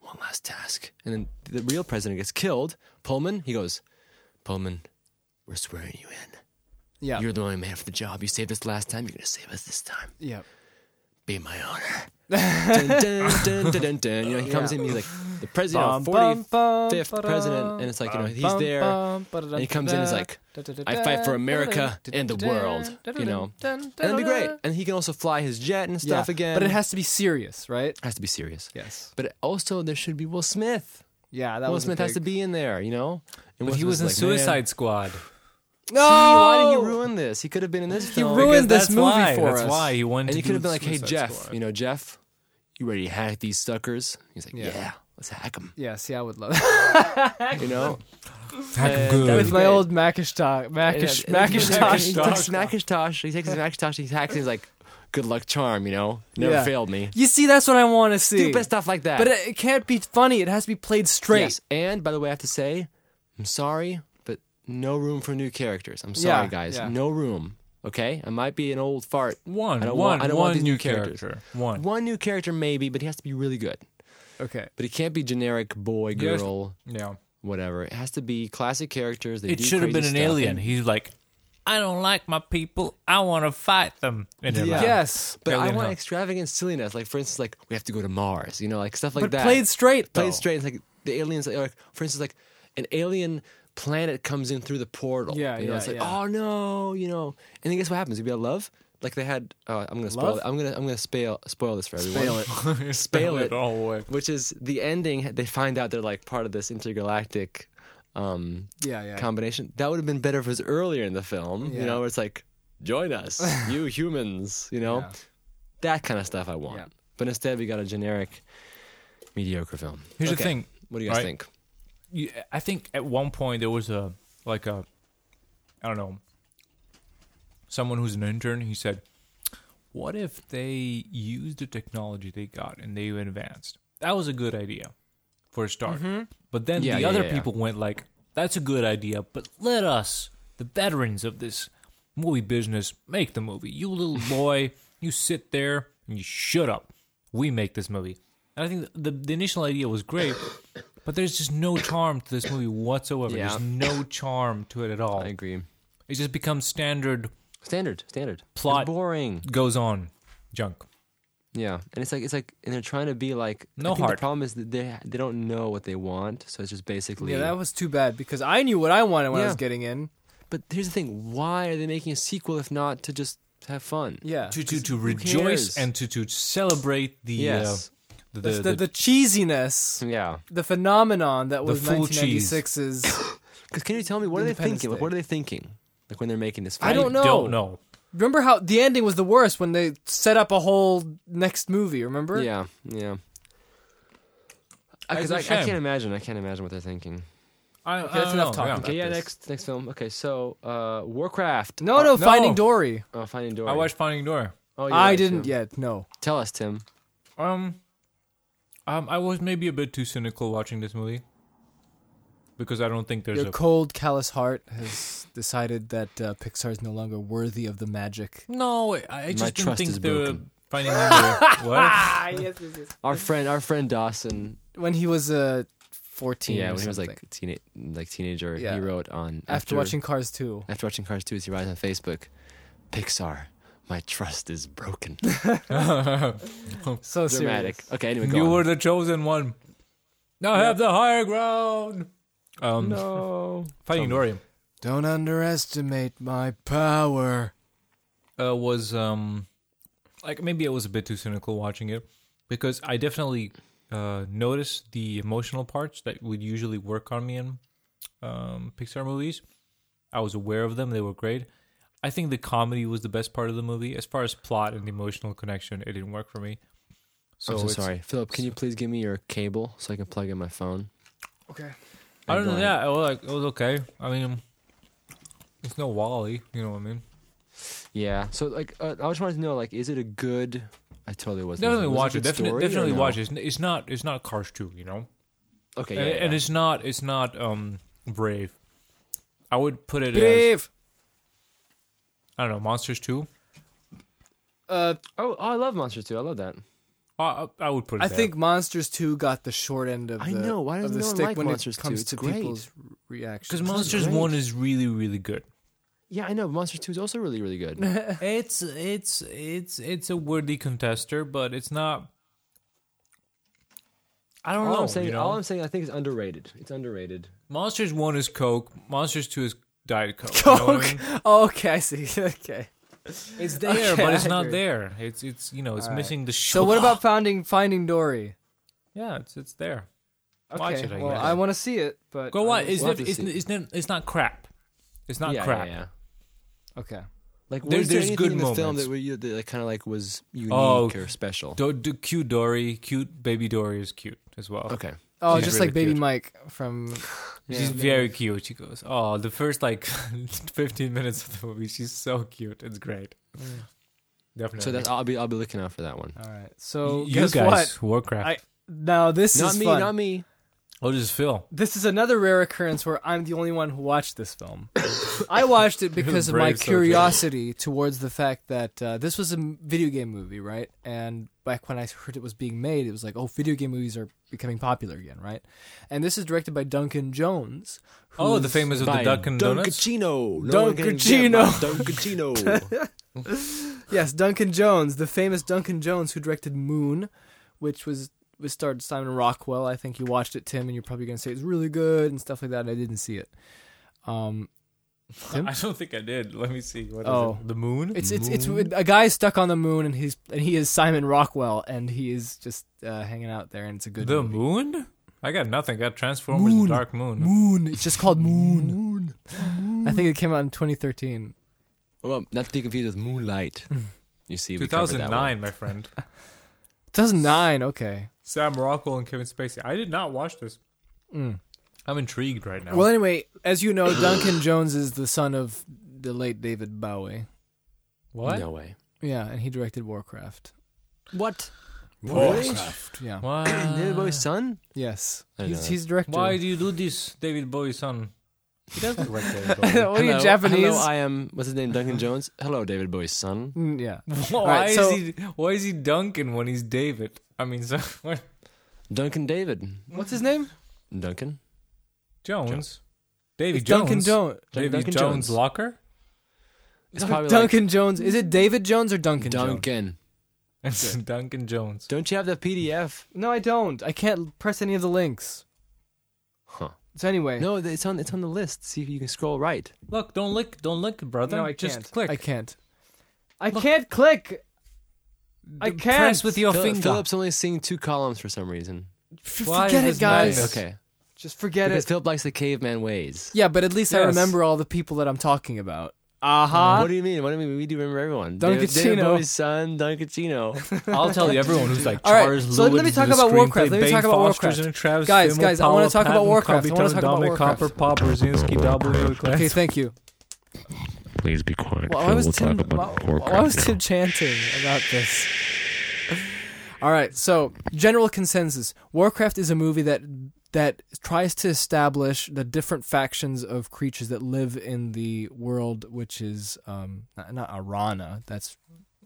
Speaker 1: one last task. And then the real president gets killed. Pullman, he goes, Pullman, we're swearing you in.
Speaker 2: yeah,
Speaker 1: You're the only man for the job. You saved us last time. You're gonna save us this time.
Speaker 2: yeah,
Speaker 1: be my honor. dun, dun, dun, dun, dun, dun. You know, he comes
Speaker 2: Yeah.
Speaker 1: in, he's like the president, you know, 45th president, and it's like, you know, he's there.
Speaker 2: and
Speaker 1: he comes in, he's like, "I fight for America and the world," you know.
Speaker 2: and
Speaker 1: And that'd be great. And he can also fly his jet and stuff again.
Speaker 2: But it has to be serious, right?
Speaker 1: has to be serious.
Speaker 2: Yes.
Speaker 1: But also, there should be Will Smith.
Speaker 2: Yeah, that
Speaker 1: Will
Speaker 2: was a
Speaker 1: Smith has
Speaker 2: big-
Speaker 1: to be in there, you know? And Will
Speaker 3: But he was in
Speaker 1: Smith's like,
Speaker 3: Suicide
Speaker 1: "Man,
Speaker 3: Squad.
Speaker 2: No,
Speaker 1: Why did you ruin this? He could have been in this film.
Speaker 2: ruined
Speaker 3: Because
Speaker 2: this
Speaker 3: that's
Speaker 2: movie
Speaker 3: why.
Speaker 2: for
Speaker 3: that's
Speaker 2: us.
Speaker 3: why he wanted
Speaker 1: And
Speaker 3: to
Speaker 1: he could have
Speaker 3: do
Speaker 1: been like, hey,
Speaker 3: Suicide
Speaker 1: Jeff,
Speaker 3: Squad.
Speaker 1: you know, Jeff, you ready to hack these suckers? He's like,
Speaker 2: Yeah.
Speaker 1: yeah, let's hack them.
Speaker 2: Yeah, see, I would love that.
Speaker 1: You know?
Speaker 3: Hack
Speaker 1: That
Speaker 3: good.
Speaker 1: was
Speaker 2: With my
Speaker 1: great.
Speaker 2: old Macintosh, Macintosh, Macintosh.
Speaker 1: He takes Macintosh. He takes his Macintosh. He hacks. He's like, "Good luck, charm." You know, never
Speaker 2: Yeah.
Speaker 1: failed me.
Speaker 2: You see, that's what I want to see.
Speaker 1: Stupid stuff like that.
Speaker 2: But it, it can't be funny. It has to be played straight.
Speaker 1: yes. And by the way, I have to say, I'm sorry, but no room for new characters. I'm sorry,
Speaker 2: Yeah,
Speaker 1: guys.
Speaker 2: yeah.
Speaker 1: No room. Okay, I might be an old fart.
Speaker 3: One,
Speaker 1: I don't
Speaker 3: one,
Speaker 1: want- I don't want
Speaker 3: one
Speaker 1: these
Speaker 3: new
Speaker 1: new characters.
Speaker 3: character. One.
Speaker 1: One new character maybe, but he has to be really good.
Speaker 2: Okay.
Speaker 1: But he can't be generic boy,
Speaker 3: Yes.
Speaker 1: girl,
Speaker 3: Yeah.
Speaker 1: whatever. It has to be classic characters. They
Speaker 3: It
Speaker 1: do
Speaker 3: should have been an
Speaker 1: crazy stuff.
Speaker 3: alien.
Speaker 1: And-
Speaker 3: He's like, I don't like my people. I want to fight them. And they're like,
Speaker 2: Yes.
Speaker 1: but I
Speaker 3: Alien,
Speaker 1: want
Speaker 3: huh?
Speaker 1: extravagant silliness. Like for instance, like we have to go to Mars. You know, like stuff like
Speaker 2: But
Speaker 1: that.
Speaker 2: played straight. Though.
Speaker 1: played straight. It's like the aliens, like, like, for instance, like an alien planet comes in through the portal.
Speaker 2: Yeah,
Speaker 1: you know,
Speaker 2: yeah,
Speaker 1: It's like,
Speaker 2: yeah.
Speaker 1: oh no, you know. And then guess what happens? It'd be a love. Like they had. Uh, I'm gonna spoil.
Speaker 2: Love?
Speaker 1: It. I'm gonna. I'm gonna spoil. Spoil this for everyone.
Speaker 2: Fail it.
Speaker 1: Spell it.
Speaker 3: all the way.
Speaker 1: Which is the ending? They find out they're like part of this intergalactic um,
Speaker 2: Yeah, yeah.
Speaker 1: combination. That would have been better if it was earlier in the film.
Speaker 2: Yeah.
Speaker 1: You know, where it's like, join us, you humans. You know,
Speaker 2: Yeah.
Speaker 1: that kind of stuff I want.
Speaker 2: Yeah.
Speaker 1: But instead, we got a generic, mediocre film.
Speaker 3: Here's the
Speaker 1: Okay.
Speaker 3: thing.
Speaker 1: What do you guys
Speaker 3: Right.
Speaker 1: think?
Speaker 3: you, I think at one point there was a like a I don't know someone who's an intern. He said, "What if they used the technology they got and they advanced?" That was a good idea for a start. But then
Speaker 1: Yeah,
Speaker 3: the
Speaker 1: yeah,
Speaker 3: other
Speaker 1: yeah.
Speaker 3: people went like, "That's a good idea, but let us, the veterans of this movie business, make the movie. You little boy, you sit there and you shut up. We make this movie." And I think the the initial idea was great, but there's just no charm to this movie whatsoever.
Speaker 1: Yeah.
Speaker 3: There's no charm to it at all.
Speaker 1: I agree.
Speaker 3: It just becomes standard
Speaker 1: Standard, standard. It's
Speaker 3: Plot.
Speaker 1: boring.
Speaker 3: goes on junk.
Speaker 1: Yeah, and it's like it's like, and they're trying to be like. I
Speaker 3: No
Speaker 1: think
Speaker 3: heart.
Speaker 1: The problem is that they they don't know what they want, so it's just basically.
Speaker 2: Yeah, that was too bad because I knew what I wanted when I
Speaker 1: Yeah.
Speaker 2: was getting in.
Speaker 1: but here's the thing: why are they making a sequel if not to just have fun?
Speaker 2: Yeah.
Speaker 3: To to to rejoice
Speaker 1: cares?
Speaker 3: and to to celebrate the
Speaker 1: Yes.
Speaker 3: uh, the,
Speaker 2: That's
Speaker 3: the,
Speaker 2: the, the cheesiness,
Speaker 1: Yeah.
Speaker 2: the phenomenon that was
Speaker 3: full cheese.
Speaker 2: 1996's.
Speaker 1: Because can you tell me what are they
Speaker 2: Independence
Speaker 1: thinking? Like,
Speaker 2: Day.
Speaker 1: what are they thinking? Like when they're making this?
Speaker 2: I
Speaker 1: film?
Speaker 2: don't know.
Speaker 3: don't know.
Speaker 2: Remember how the ending was the worst when they set up a whole next movie, remember?
Speaker 1: Yeah, yeah. Because
Speaker 3: a
Speaker 1: Uh, I, I
Speaker 3: shame.
Speaker 1: can't imagine. I can't imagine what they're thinking.
Speaker 3: I,
Speaker 2: that's enough talking.
Speaker 1: Okay, yeah. Next, next film. Okay, so uh, Warcraft.
Speaker 2: No, no,
Speaker 3: no.
Speaker 2: Finding Dory.
Speaker 1: Oh, Finding Dory.
Speaker 3: I watched Finding Dory.
Speaker 1: Oh, you're
Speaker 2: I
Speaker 1: right,
Speaker 2: didn't
Speaker 1: Tim.
Speaker 2: yet. No.
Speaker 1: Tell us, Tim.
Speaker 3: Um, um, I was maybe a bit too cynical watching this movie because I don't think there's
Speaker 2: Your
Speaker 3: a
Speaker 2: cold, callous heart has decided that uh, Pixar is no longer worthy of the magic.
Speaker 3: no. I, I just didn't
Speaker 1: trust
Speaker 3: think
Speaker 1: is
Speaker 3: there were
Speaker 1: broken.
Speaker 3: Finding Dory. what?
Speaker 1: Our friend, our friend Dawson.
Speaker 2: When he was uh, 14.
Speaker 1: Yeah,
Speaker 2: or
Speaker 1: when he was
Speaker 2: something.
Speaker 1: like teenage, like teenager,
Speaker 2: Yeah.
Speaker 1: he wrote on
Speaker 2: After, watching Cars 2.
Speaker 1: after watching Cars 2, as he writes on Facebook, Pixar, my trust is broken.
Speaker 2: So
Speaker 1: Dramatic.
Speaker 2: serious.
Speaker 1: Okay, anyway, go
Speaker 3: You
Speaker 1: on.
Speaker 3: were the chosen one. Now have the higher ground. Um,
Speaker 1: no.
Speaker 3: Finding Dory.
Speaker 2: Don't underestimate my power.
Speaker 3: uh, was um like maybe I was a bit too cynical watching it because I definitely uh, noticed the emotional parts that would usually work on me in um, Pixar movies. I was aware of them; they were great. I think the comedy was the best part of the movie. As far as plot and emotional connection, it didn't work for me. So,
Speaker 1: I'm so
Speaker 3: it's-
Speaker 1: sorry, Philip. Can you please give me your cable so I can plug in my phone?
Speaker 2: Okay.
Speaker 3: Other than
Speaker 1: Going-
Speaker 3: that, I was like, it was okay. I mean, it's no Wally, you know what I mean?
Speaker 1: Yeah. So like, uh, I just wanted to know, like, is it a good? I totally wasn't.
Speaker 3: Definitely
Speaker 1: was
Speaker 3: watch
Speaker 1: a
Speaker 3: it.
Speaker 1: good
Speaker 3: Definitely,
Speaker 1: story or
Speaker 3: definitely
Speaker 1: no?
Speaker 3: watch it. It's n- It's not. It's not Cars two, you know.
Speaker 1: Okay.
Speaker 3: and,
Speaker 1: Yeah,
Speaker 3: and
Speaker 1: yeah.
Speaker 3: it's not it's not um brave i would put it as
Speaker 2: Brave.
Speaker 3: i don't know monsters 2
Speaker 2: Uh,
Speaker 1: oh, oh, I love Monster too. I love that.
Speaker 3: i, I- I would put it
Speaker 2: I
Speaker 3: there.
Speaker 2: think Monsters 2 got the short end of
Speaker 1: I
Speaker 2: the,
Speaker 1: know, why does
Speaker 2: of the
Speaker 1: no one
Speaker 2: stick
Speaker 1: like
Speaker 2: when
Speaker 1: Monsters
Speaker 2: it
Speaker 1: 2?
Speaker 2: comes
Speaker 1: It's
Speaker 2: to
Speaker 1: great.
Speaker 2: people's re- reactions.
Speaker 3: because monsters
Speaker 1: great.
Speaker 3: 1 is really really good
Speaker 1: Yeah, I know. Monster Two is also really, really good.
Speaker 3: it's it's it's it's a worthy contester but it's not i don't
Speaker 1: all
Speaker 3: know
Speaker 1: I'm saying,
Speaker 3: you know?
Speaker 1: all I'm saying, I think is underrated. It's underrated.
Speaker 3: monsters 1 is coke monsters 2 is diet coke you know what I mean?
Speaker 2: Oh, okay, I see. okay.
Speaker 3: it's there but
Speaker 2: I
Speaker 3: it's not
Speaker 2: agree.
Speaker 3: there it's it's you know it's missing the show
Speaker 2: So what about finding Finding Dory?
Speaker 3: yeah it's it's there
Speaker 2: Okay.
Speaker 3: watch it I
Speaker 2: well,
Speaker 3: guess.
Speaker 2: I want to see it, but
Speaker 3: Go on.
Speaker 2: I-
Speaker 3: It's
Speaker 1: we'll
Speaker 3: not,
Speaker 1: have to
Speaker 3: it's,
Speaker 1: see.
Speaker 3: it's, not, it's not crap. It's not
Speaker 1: yeah,
Speaker 3: crap.
Speaker 1: yeah, yeah.
Speaker 2: Okay.
Speaker 1: Like,
Speaker 3: There-
Speaker 1: was there
Speaker 3: there's
Speaker 1: anything
Speaker 3: good
Speaker 1: in the film
Speaker 3: moments.
Speaker 1: that were you that, like, kind of like was unique
Speaker 3: Oh.
Speaker 1: or special?
Speaker 3: Do, do, cute Dory, cute baby Dory is cute as well.
Speaker 1: Okay.
Speaker 2: Oh,
Speaker 3: She's
Speaker 2: just
Speaker 3: really
Speaker 2: like Baby
Speaker 3: cute.
Speaker 2: Mike from
Speaker 3: She's very cute. She goes, oh, the first like 15 minutes of the movie, she's so cute. It's great.
Speaker 2: Mm.
Speaker 3: Definitely.
Speaker 1: So that's I'll be I'll be looking out for that one.
Speaker 2: All right.
Speaker 3: Y-
Speaker 2: So
Speaker 3: you
Speaker 2: guess
Speaker 3: guys,
Speaker 2: what?
Speaker 3: Warcraft.
Speaker 2: I now this
Speaker 1: Not
Speaker 2: is
Speaker 1: me,
Speaker 2: fun.
Speaker 1: not me.
Speaker 3: oh, this is Phil.
Speaker 2: This is another rare occurrence where I'm the only one who watched this film. I watched it because of my
Speaker 3: brave soldier.
Speaker 2: curiosity towards the fact that uh, this was a m- video game movie, right? And back when I heard it was being made, it was like, oh, video game movies are becoming popular again, right? And this is directed by Duncan Jones.
Speaker 3: Oh, the
Speaker 2: who's-
Speaker 3: famous of the
Speaker 1: By
Speaker 3: Duck and Donuts.
Speaker 1: Dunkachino. No one can get my Dunkachino.
Speaker 2: Yes, Duncan Jones, the famous Duncan Jones who directed Moon, which was was starred Simon Rockwell. I think you watched it, Tim, and you're probably gonna say it's really good and stuff like that. And I didn't see it. Um,
Speaker 3: I don't think I did. Let me see. What is
Speaker 2: Oh.
Speaker 3: it? The moon?
Speaker 2: it's it's it's with a guy stuck on the moon, and he's and he is Simon Rockwell, and he is just uh, hanging out there, and it's a good
Speaker 3: the
Speaker 2: movie.
Speaker 3: moon? I got nothing. I got Transformers
Speaker 2: Moon.
Speaker 3: the Dark Moon.
Speaker 2: Moon. It's just called Moon. I think it came out in 2013.
Speaker 1: Well, not to be confused with Moonlight. You see, we covered that one.
Speaker 3: 2009, my friend.
Speaker 2: 2009. Okay. Mm.
Speaker 3: Sam Rockwell and Kevin Spacey. I did not watch this. I'm intrigued right now.
Speaker 2: Well, anyway, as you know, Duncan Jones is the son of the late David Bowie.
Speaker 3: What?
Speaker 1: No way.
Speaker 2: Yeah, and he directed Warcraft.
Speaker 1: What?
Speaker 2: Yeah.
Speaker 3: Why?
Speaker 1: David Bowie's son?
Speaker 2: Yes.
Speaker 1: I know
Speaker 2: He's,
Speaker 1: that.
Speaker 2: he's director.
Speaker 3: Why do you do this, David Bowie son? He doesn't like David
Speaker 2: what
Speaker 3: Bowie.
Speaker 2: are Oh, you, Japanese?
Speaker 1: Hello, I am. What's his name? Duncan Jones. Hello, David Bowie's son.
Speaker 2: Mm, yeah.
Speaker 3: why
Speaker 2: right, so-
Speaker 3: is he? Why is he Duncan when he's David? I mean, so, what-
Speaker 1: Duncan David.
Speaker 2: What's his name?
Speaker 1: Duncan.
Speaker 3: Jones,
Speaker 1: Jones.
Speaker 3: Davy
Speaker 2: It's
Speaker 3: Jones,
Speaker 2: Duncan Jones.
Speaker 3: Davy
Speaker 1: Duncan
Speaker 3: Jones.
Speaker 1: Jones.
Speaker 3: Locker.
Speaker 1: It's probably like
Speaker 2: Duncan Jones. Is it David Jones or Duncan Jones?
Speaker 1: Duncan.
Speaker 3: It's Duncan Jones.
Speaker 1: Don't you have the PDF?
Speaker 2: No, I don't. I can't press any of the links.
Speaker 1: Huh.
Speaker 2: So anyway,
Speaker 1: No, it's on. It's on the list. See if you can scroll right.
Speaker 3: Look, don't lick, don't lick, brother.
Speaker 2: No, I
Speaker 3: Just
Speaker 2: can't.
Speaker 3: click.
Speaker 2: I can't. I can't click. I can't.
Speaker 3: Press with your
Speaker 1: Phil-
Speaker 3: finger.
Speaker 1: Philip's only seeing two columns for some reason.
Speaker 2: F-
Speaker 3: Why
Speaker 2: forget
Speaker 3: is
Speaker 2: it, guys.
Speaker 3: Yes.
Speaker 1: Okay.
Speaker 2: Just forget
Speaker 1: Because
Speaker 2: it.
Speaker 1: Philip likes the caveman ways.
Speaker 2: Yeah, but at least I
Speaker 3: Yes.
Speaker 2: remember all the people that I'm talking about. Aha.
Speaker 1: Uh, What do you mean? What do you mean? We do remember everyone.
Speaker 2: Don
Speaker 1: David, David
Speaker 2: Cucino.
Speaker 1: Bowie's son, Don Cucino.
Speaker 3: I'll tell you, everyone who's like
Speaker 2: All right,
Speaker 3: Charles
Speaker 2: so let me
Speaker 3: Lewis
Speaker 2: talk
Speaker 3: with a
Speaker 2: about
Speaker 3: screenplay,
Speaker 2: Warcraft. Let me
Speaker 3: Bane
Speaker 2: talk about
Speaker 3: Foster's
Speaker 2: Warcraft.
Speaker 3: and Travis
Speaker 2: Guys,
Speaker 3: Fimmel,
Speaker 2: guys, I wanna
Speaker 3: Paolo
Speaker 2: talk about
Speaker 3: Patton,
Speaker 2: Warcraft. I
Speaker 3: Colby
Speaker 2: wanna
Speaker 3: Tone,
Speaker 2: talk about
Speaker 3: Dominic
Speaker 2: Warcraft.
Speaker 3: Copper, Paul Brzezinski, W. Class.
Speaker 2: Okay, thank you.
Speaker 7: Please be quiet.
Speaker 2: Well,
Speaker 7: Phil,
Speaker 2: I was
Speaker 7: we'll
Speaker 2: Tim,
Speaker 7: talk
Speaker 2: why,
Speaker 7: about
Speaker 2: why
Speaker 7: Warcraft
Speaker 2: was
Speaker 7: now.
Speaker 2: Tim chanting about this? All right, so general consensus: Warcraft is a movie that that tries to establish the different factions of creatures that live in the world, which is um, not, not Arana. That's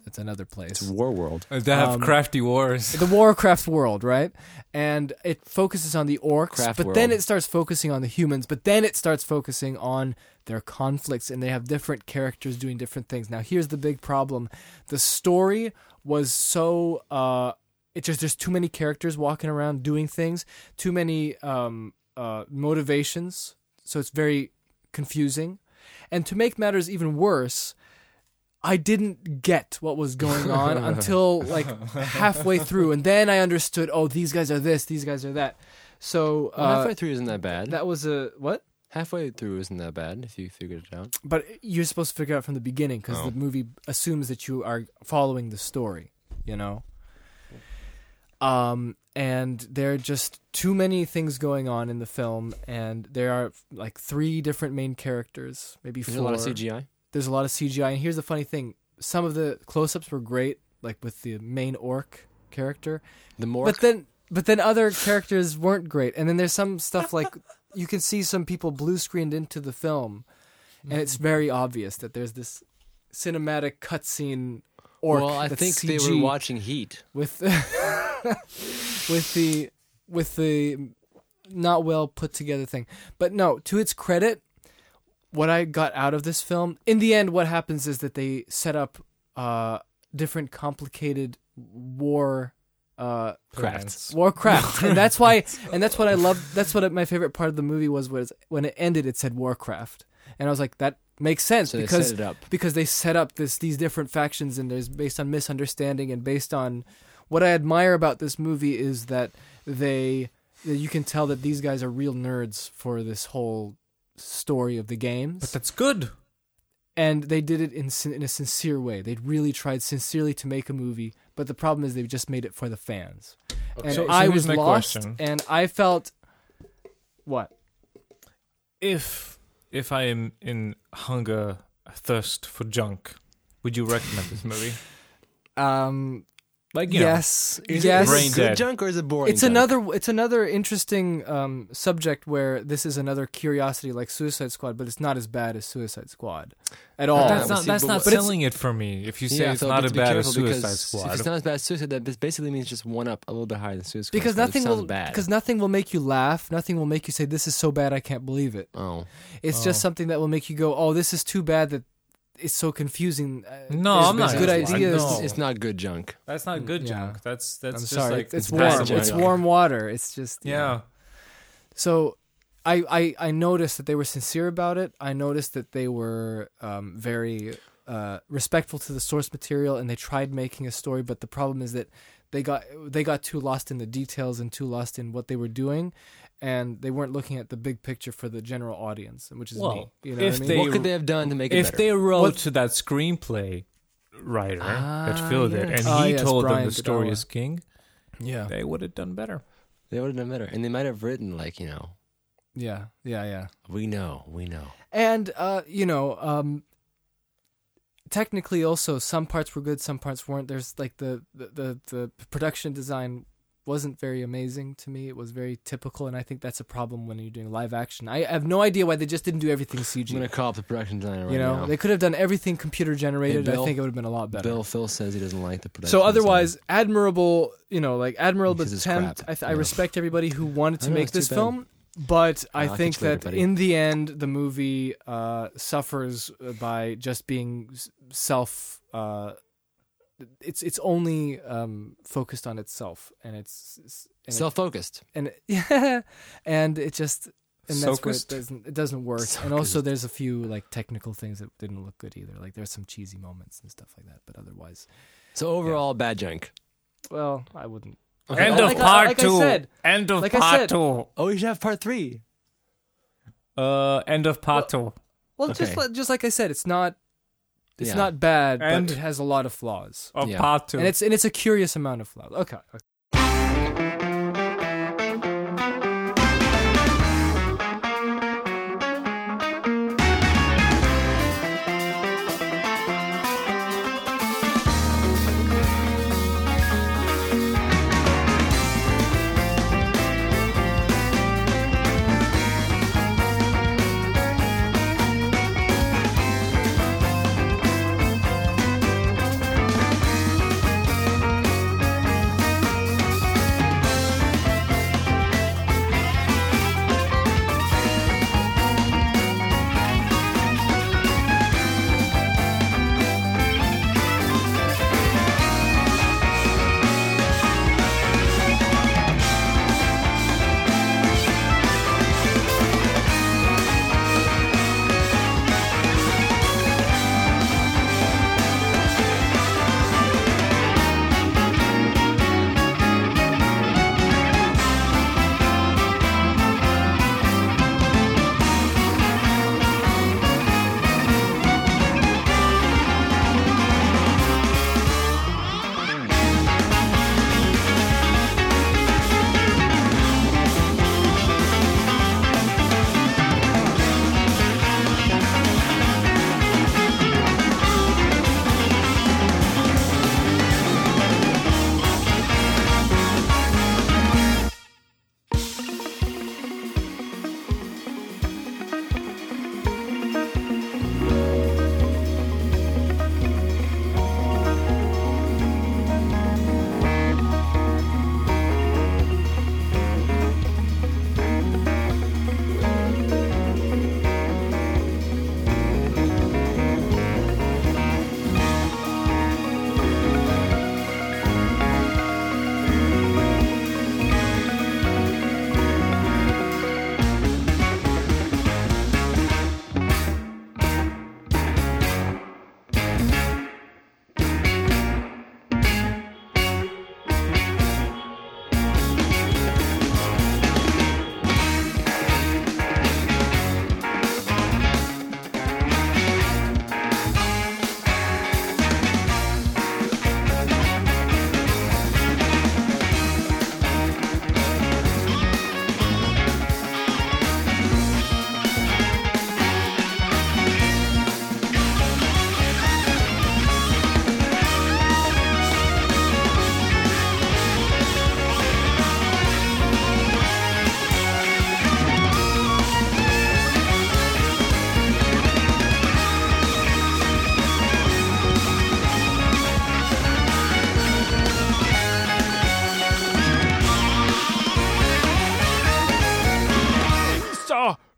Speaker 2: that's another place.
Speaker 1: War World.
Speaker 3: Uh, They have
Speaker 2: Um,
Speaker 3: crafty wars.
Speaker 2: the Warcraft world, right? And it focuses on the orcs,
Speaker 1: Craft
Speaker 2: but
Speaker 1: world.
Speaker 2: then it starts focusing on the humans, but then it starts focusing on their conflicts and they have different characters doing different things. Now here's the big problem. The story was so uh it just there's too many characters walking around doing things, too many um uh motivations, so it's very confusing. And to make matters even worse, I didn't get what was going on until like halfway through, and then I understood. Oh, these guys are this, these guys are that. So
Speaker 1: Well,
Speaker 2: uh,
Speaker 1: halfway through isn't that bad.
Speaker 2: that was a what?
Speaker 1: halfway through isn't that bad if you figured it out.
Speaker 2: But you're supposed to figure out from the beginning because
Speaker 1: Oh.
Speaker 2: the movie assumes that you are following the story. You know. Um, and there are just too many things going on in the film, and there are like three different main characters, maybe
Speaker 1: There's
Speaker 2: four.
Speaker 1: a lot of CGI.
Speaker 2: there's a lot of CGI. And here's the funny thing: some of the close-ups were great, like with the main orc character,
Speaker 1: The more
Speaker 2: but then but then other characters weren't great. And then there's some stuff like you can see some people blue screened into the film, and
Speaker 1: Mm-hmm.
Speaker 2: it's very obvious that there's this cinematic cutscene orc.
Speaker 1: well, I
Speaker 2: that's
Speaker 1: think they
Speaker 2: CG
Speaker 1: were watching Heat.
Speaker 2: with with the with the not well put together thing. But no, to its credit, what I got out of this film, in the end, what happens is that they set up uh, different complicated war. Uh,
Speaker 3: Crafts.
Speaker 2: Warcraft, and that's why, and that's what I love. That's what my favorite part of the movie was was when it ended. It said Warcraft, and I was like, that makes sense
Speaker 1: So they
Speaker 2: because
Speaker 1: set it up.
Speaker 2: because they set up this these different factions and there's based on misunderstanding and based on what I admire about this movie is that they that you can tell that these guys are real nerds for this whole story of the games
Speaker 3: But that's good.
Speaker 2: and they did it in sin- in a sincere way they really tried sincerely to make a movie but the problem is they just made it for the fans and
Speaker 3: So- so
Speaker 2: I
Speaker 3: here's
Speaker 2: was
Speaker 3: my
Speaker 2: lost
Speaker 3: question.
Speaker 2: and I felt what
Speaker 3: If if I am in hunger, thirst for junk, would you recommend this movie?
Speaker 2: um
Speaker 3: Like you
Speaker 2: yes
Speaker 1: Is
Speaker 2: yes
Speaker 1: it
Speaker 3: Brain
Speaker 1: good
Speaker 3: dead.
Speaker 1: junk or is it boring?
Speaker 2: it's
Speaker 1: junk?
Speaker 2: another it's another interesting um, subject where this is another curiosity like Suicide Squad, but it's not as bad as Suicide Squad at all.
Speaker 3: know,
Speaker 1: Oh,
Speaker 3: that's
Speaker 1: but
Speaker 3: not
Speaker 1: see,
Speaker 3: that's
Speaker 1: but
Speaker 3: not
Speaker 1: what-
Speaker 3: selling it for me. If you say
Speaker 1: Yeah,
Speaker 3: it's
Speaker 1: Phil,
Speaker 3: not
Speaker 1: be-
Speaker 3: as
Speaker 1: be
Speaker 3: bad as
Speaker 1: careful because
Speaker 3: Suicide
Speaker 1: If
Speaker 3: Squad,
Speaker 1: it's not as bad as Suicide, that bas- basically means just one up a little bit higher than Suicide Squad.
Speaker 2: because
Speaker 1: so it
Speaker 2: nothing
Speaker 1: sounds
Speaker 2: will
Speaker 1: bad.
Speaker 2: because nothing will make you laugh, nothing will make you say this is so bad I can't believe it.
Speaker 1: oh,
Speaker 2: It's just something that will make you go, "Oh, this is too bad that it's so confusing." uh, there's
Speaker 3: No, I'm
Speaker 2: there's
Speaker 3: not
Speaker 2: good
Speaker 3: gonna lie.
Speaker 2: ideas.
Speaker 3: No.
Speaker 1: it's not good junk.
Speaker 3: that's not good
Speaker 2: Yeah.
Speaker 3: junk. That's that's
Speaker 2: I'm
Speaker 3: just
Speaker 2: sorry.
Speaker 3: like
Speaker 2: it's, it's
Speaker 1: bad
Speaker 2: warm.
Speaker 1: junk.
Speaker 2: It's warm water. It's just
Speaker 3: Yeah.
Speaker 2: So I, I I noticed that they were sincere about it. I noticed that they were um, very uh, respectful to the source material, and they tried making a story. But the problem is that they got they got too lost in the details and too lost in what they were doing, and they weren't looking at the big picture for the general audience, which is
Speaker 3: Well,
Speaker 2: me. You know
Speaker 3: if
Speaker 2: what I mean?
Speaker 3: They-
Speaker 1: what could they have done to make it
Speaker 3: if
Speaker 1: better?
Speaker 3: they wrote
Speaker 2: What-
Speaker 3: to that screenplay writer
Speaker 1: Ah,
Speaker 3: that filled it,
Speaker 1: yes.
Speaker 3: and
Speaker 2: Ah,
Speaker 3: he
Speaker 2: yes,
Speaker 3: told
Speaker 2: Brian
Speaker 3: them the story
Speaker 2: Godawa.
Speaker 3: is king,
Speaker 2: yeah.
Speaker 3: they would have done better.
Speaker 1: They would have done better, and they might have written like you know,
Speaker 2: Yeah, yeah, yeah.
Speaker 1: We know, we know.
Speaker 2: And uh, you know, um, technically, also some parts were good, some parts weren't. There's like the the the, the production design wasn't very amazing to me. It was very typical, and I think that's a problem when you're doing live action. I have no idea why they just didn't do everything CG.
Speaker 1: I'm gonna call up the production designer right
Speaker 2: you know,
Speaker 1: now.
Speaker 2: they could have done everything computer generated.
Speaker 1: Hey, Bill.
Speaker 2: I think it would have been a lot better.
Speaker 1: Bill Phil says he doesn't like the production.
Speaker 2: So
Speaker 1: design.
Speaker 2: otherwise, admirable, you know, like admirable
Speaker 1: Because it's
Speaker 2: attempt.
Speaker 1: crap,
Speaker 2: I, th- I
Speaker 1: yeah.
Speaker 2: respect everybody who wanted
Speaker 1: I
Speaker 2: to
Speaker 1: know,
Speaker 2: make
Speaker 1: it's too
Speaker 2: this
Speaker 1: bad.
Speaker 2: film, but I
Speaker 1: I'll catch
Speaker 2: think
Speaker 1: you later,
Speaker 2: that
Speaker 1: buddy.
Speaker 2: in the end, the movie uh, suffers by just being s- self. Uh, it's it's only um, focused on itself, and it's it's- and it-
Speaker 1: self-focused.
Speaker 2: and it- yeah, and it just and that's where it
Speaker 3: Focused?
Speaker 2: doesn't it doesn't work. And also, there's a few like technical things that didn't look good either. Like there's some cheesy moments and stuff like that, but otherwise.
Speaker 1: So overall, bad junk.
Speaker 2: Well, I wouldn't.
Speaker 3: End
Speaker 2: Oh, Like
Speaker 3: of
Speaker 2: I-
Speaker 3: part
Speaker 2: like I
Speaker 3: two.
Speaker 2: said-
Speaker 3: end of
Speaker 2: like I
Speaker 3: part
Speaker 2: said-
Speaker 3: two.
Speaker 1: Oh, we should have part three.
Speaker 3: Uh, end of part two.
Speaker 2: Well,
Speaker 1: Okay.
Speaker 2: just li- just like I said, it's not it's
Speaker 1: Yeah.
Speaker 2: not bad,
Speaker 3: And- Oh,
Speaker 2: but it has a lot of flaws,
Speaker 3: Of
Speaker 1: Yeah.
Speaker 3: part two.
Speaker 2: and it's and it's a curious amount of flaws. Okay, okay.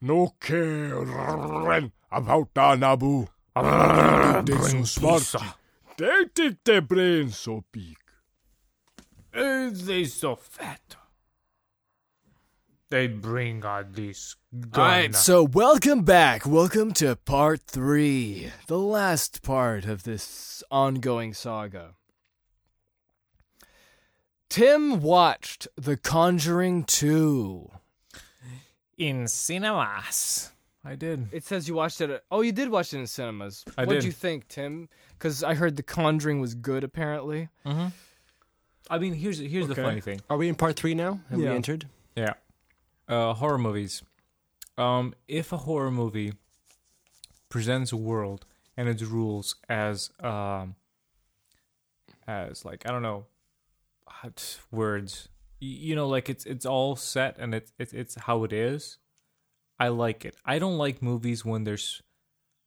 Speaker 5: no care about the Naboo. They so smart. They think their brains so big.
Speaker 4: they so fat. They bring out this gun.
Speaker 5: Alright,
Speaker 2: So welcome back. Welcome to part three, the last part of this ongoing saga. Tim watched The Conjuring 2.
Speaker 3: in cinemas. I did.
Speaker 2: It says you watched it. At, oh, you did watch it in cinemas.
Speaker 3: I
Speaker 2: What'd
Speaker 3: did.
Speaker 2: you think, Tim? Because I heard The Conjuring was good, apparently.
Speaker 3: I mean, here's here's the funny thing.
Speaker 1: Are we in part three now? Have we
Speaker 2: Yeah.
Speaker 1: entered?
Speaker 3: Yeah. Uh, horror movies. Um, if a horror movie presents a world and its rules as um, as like I don't know uh, t- words, Y- you know, like it's it's all set and it's it's it's how it is. I like it. I don't like movies when there's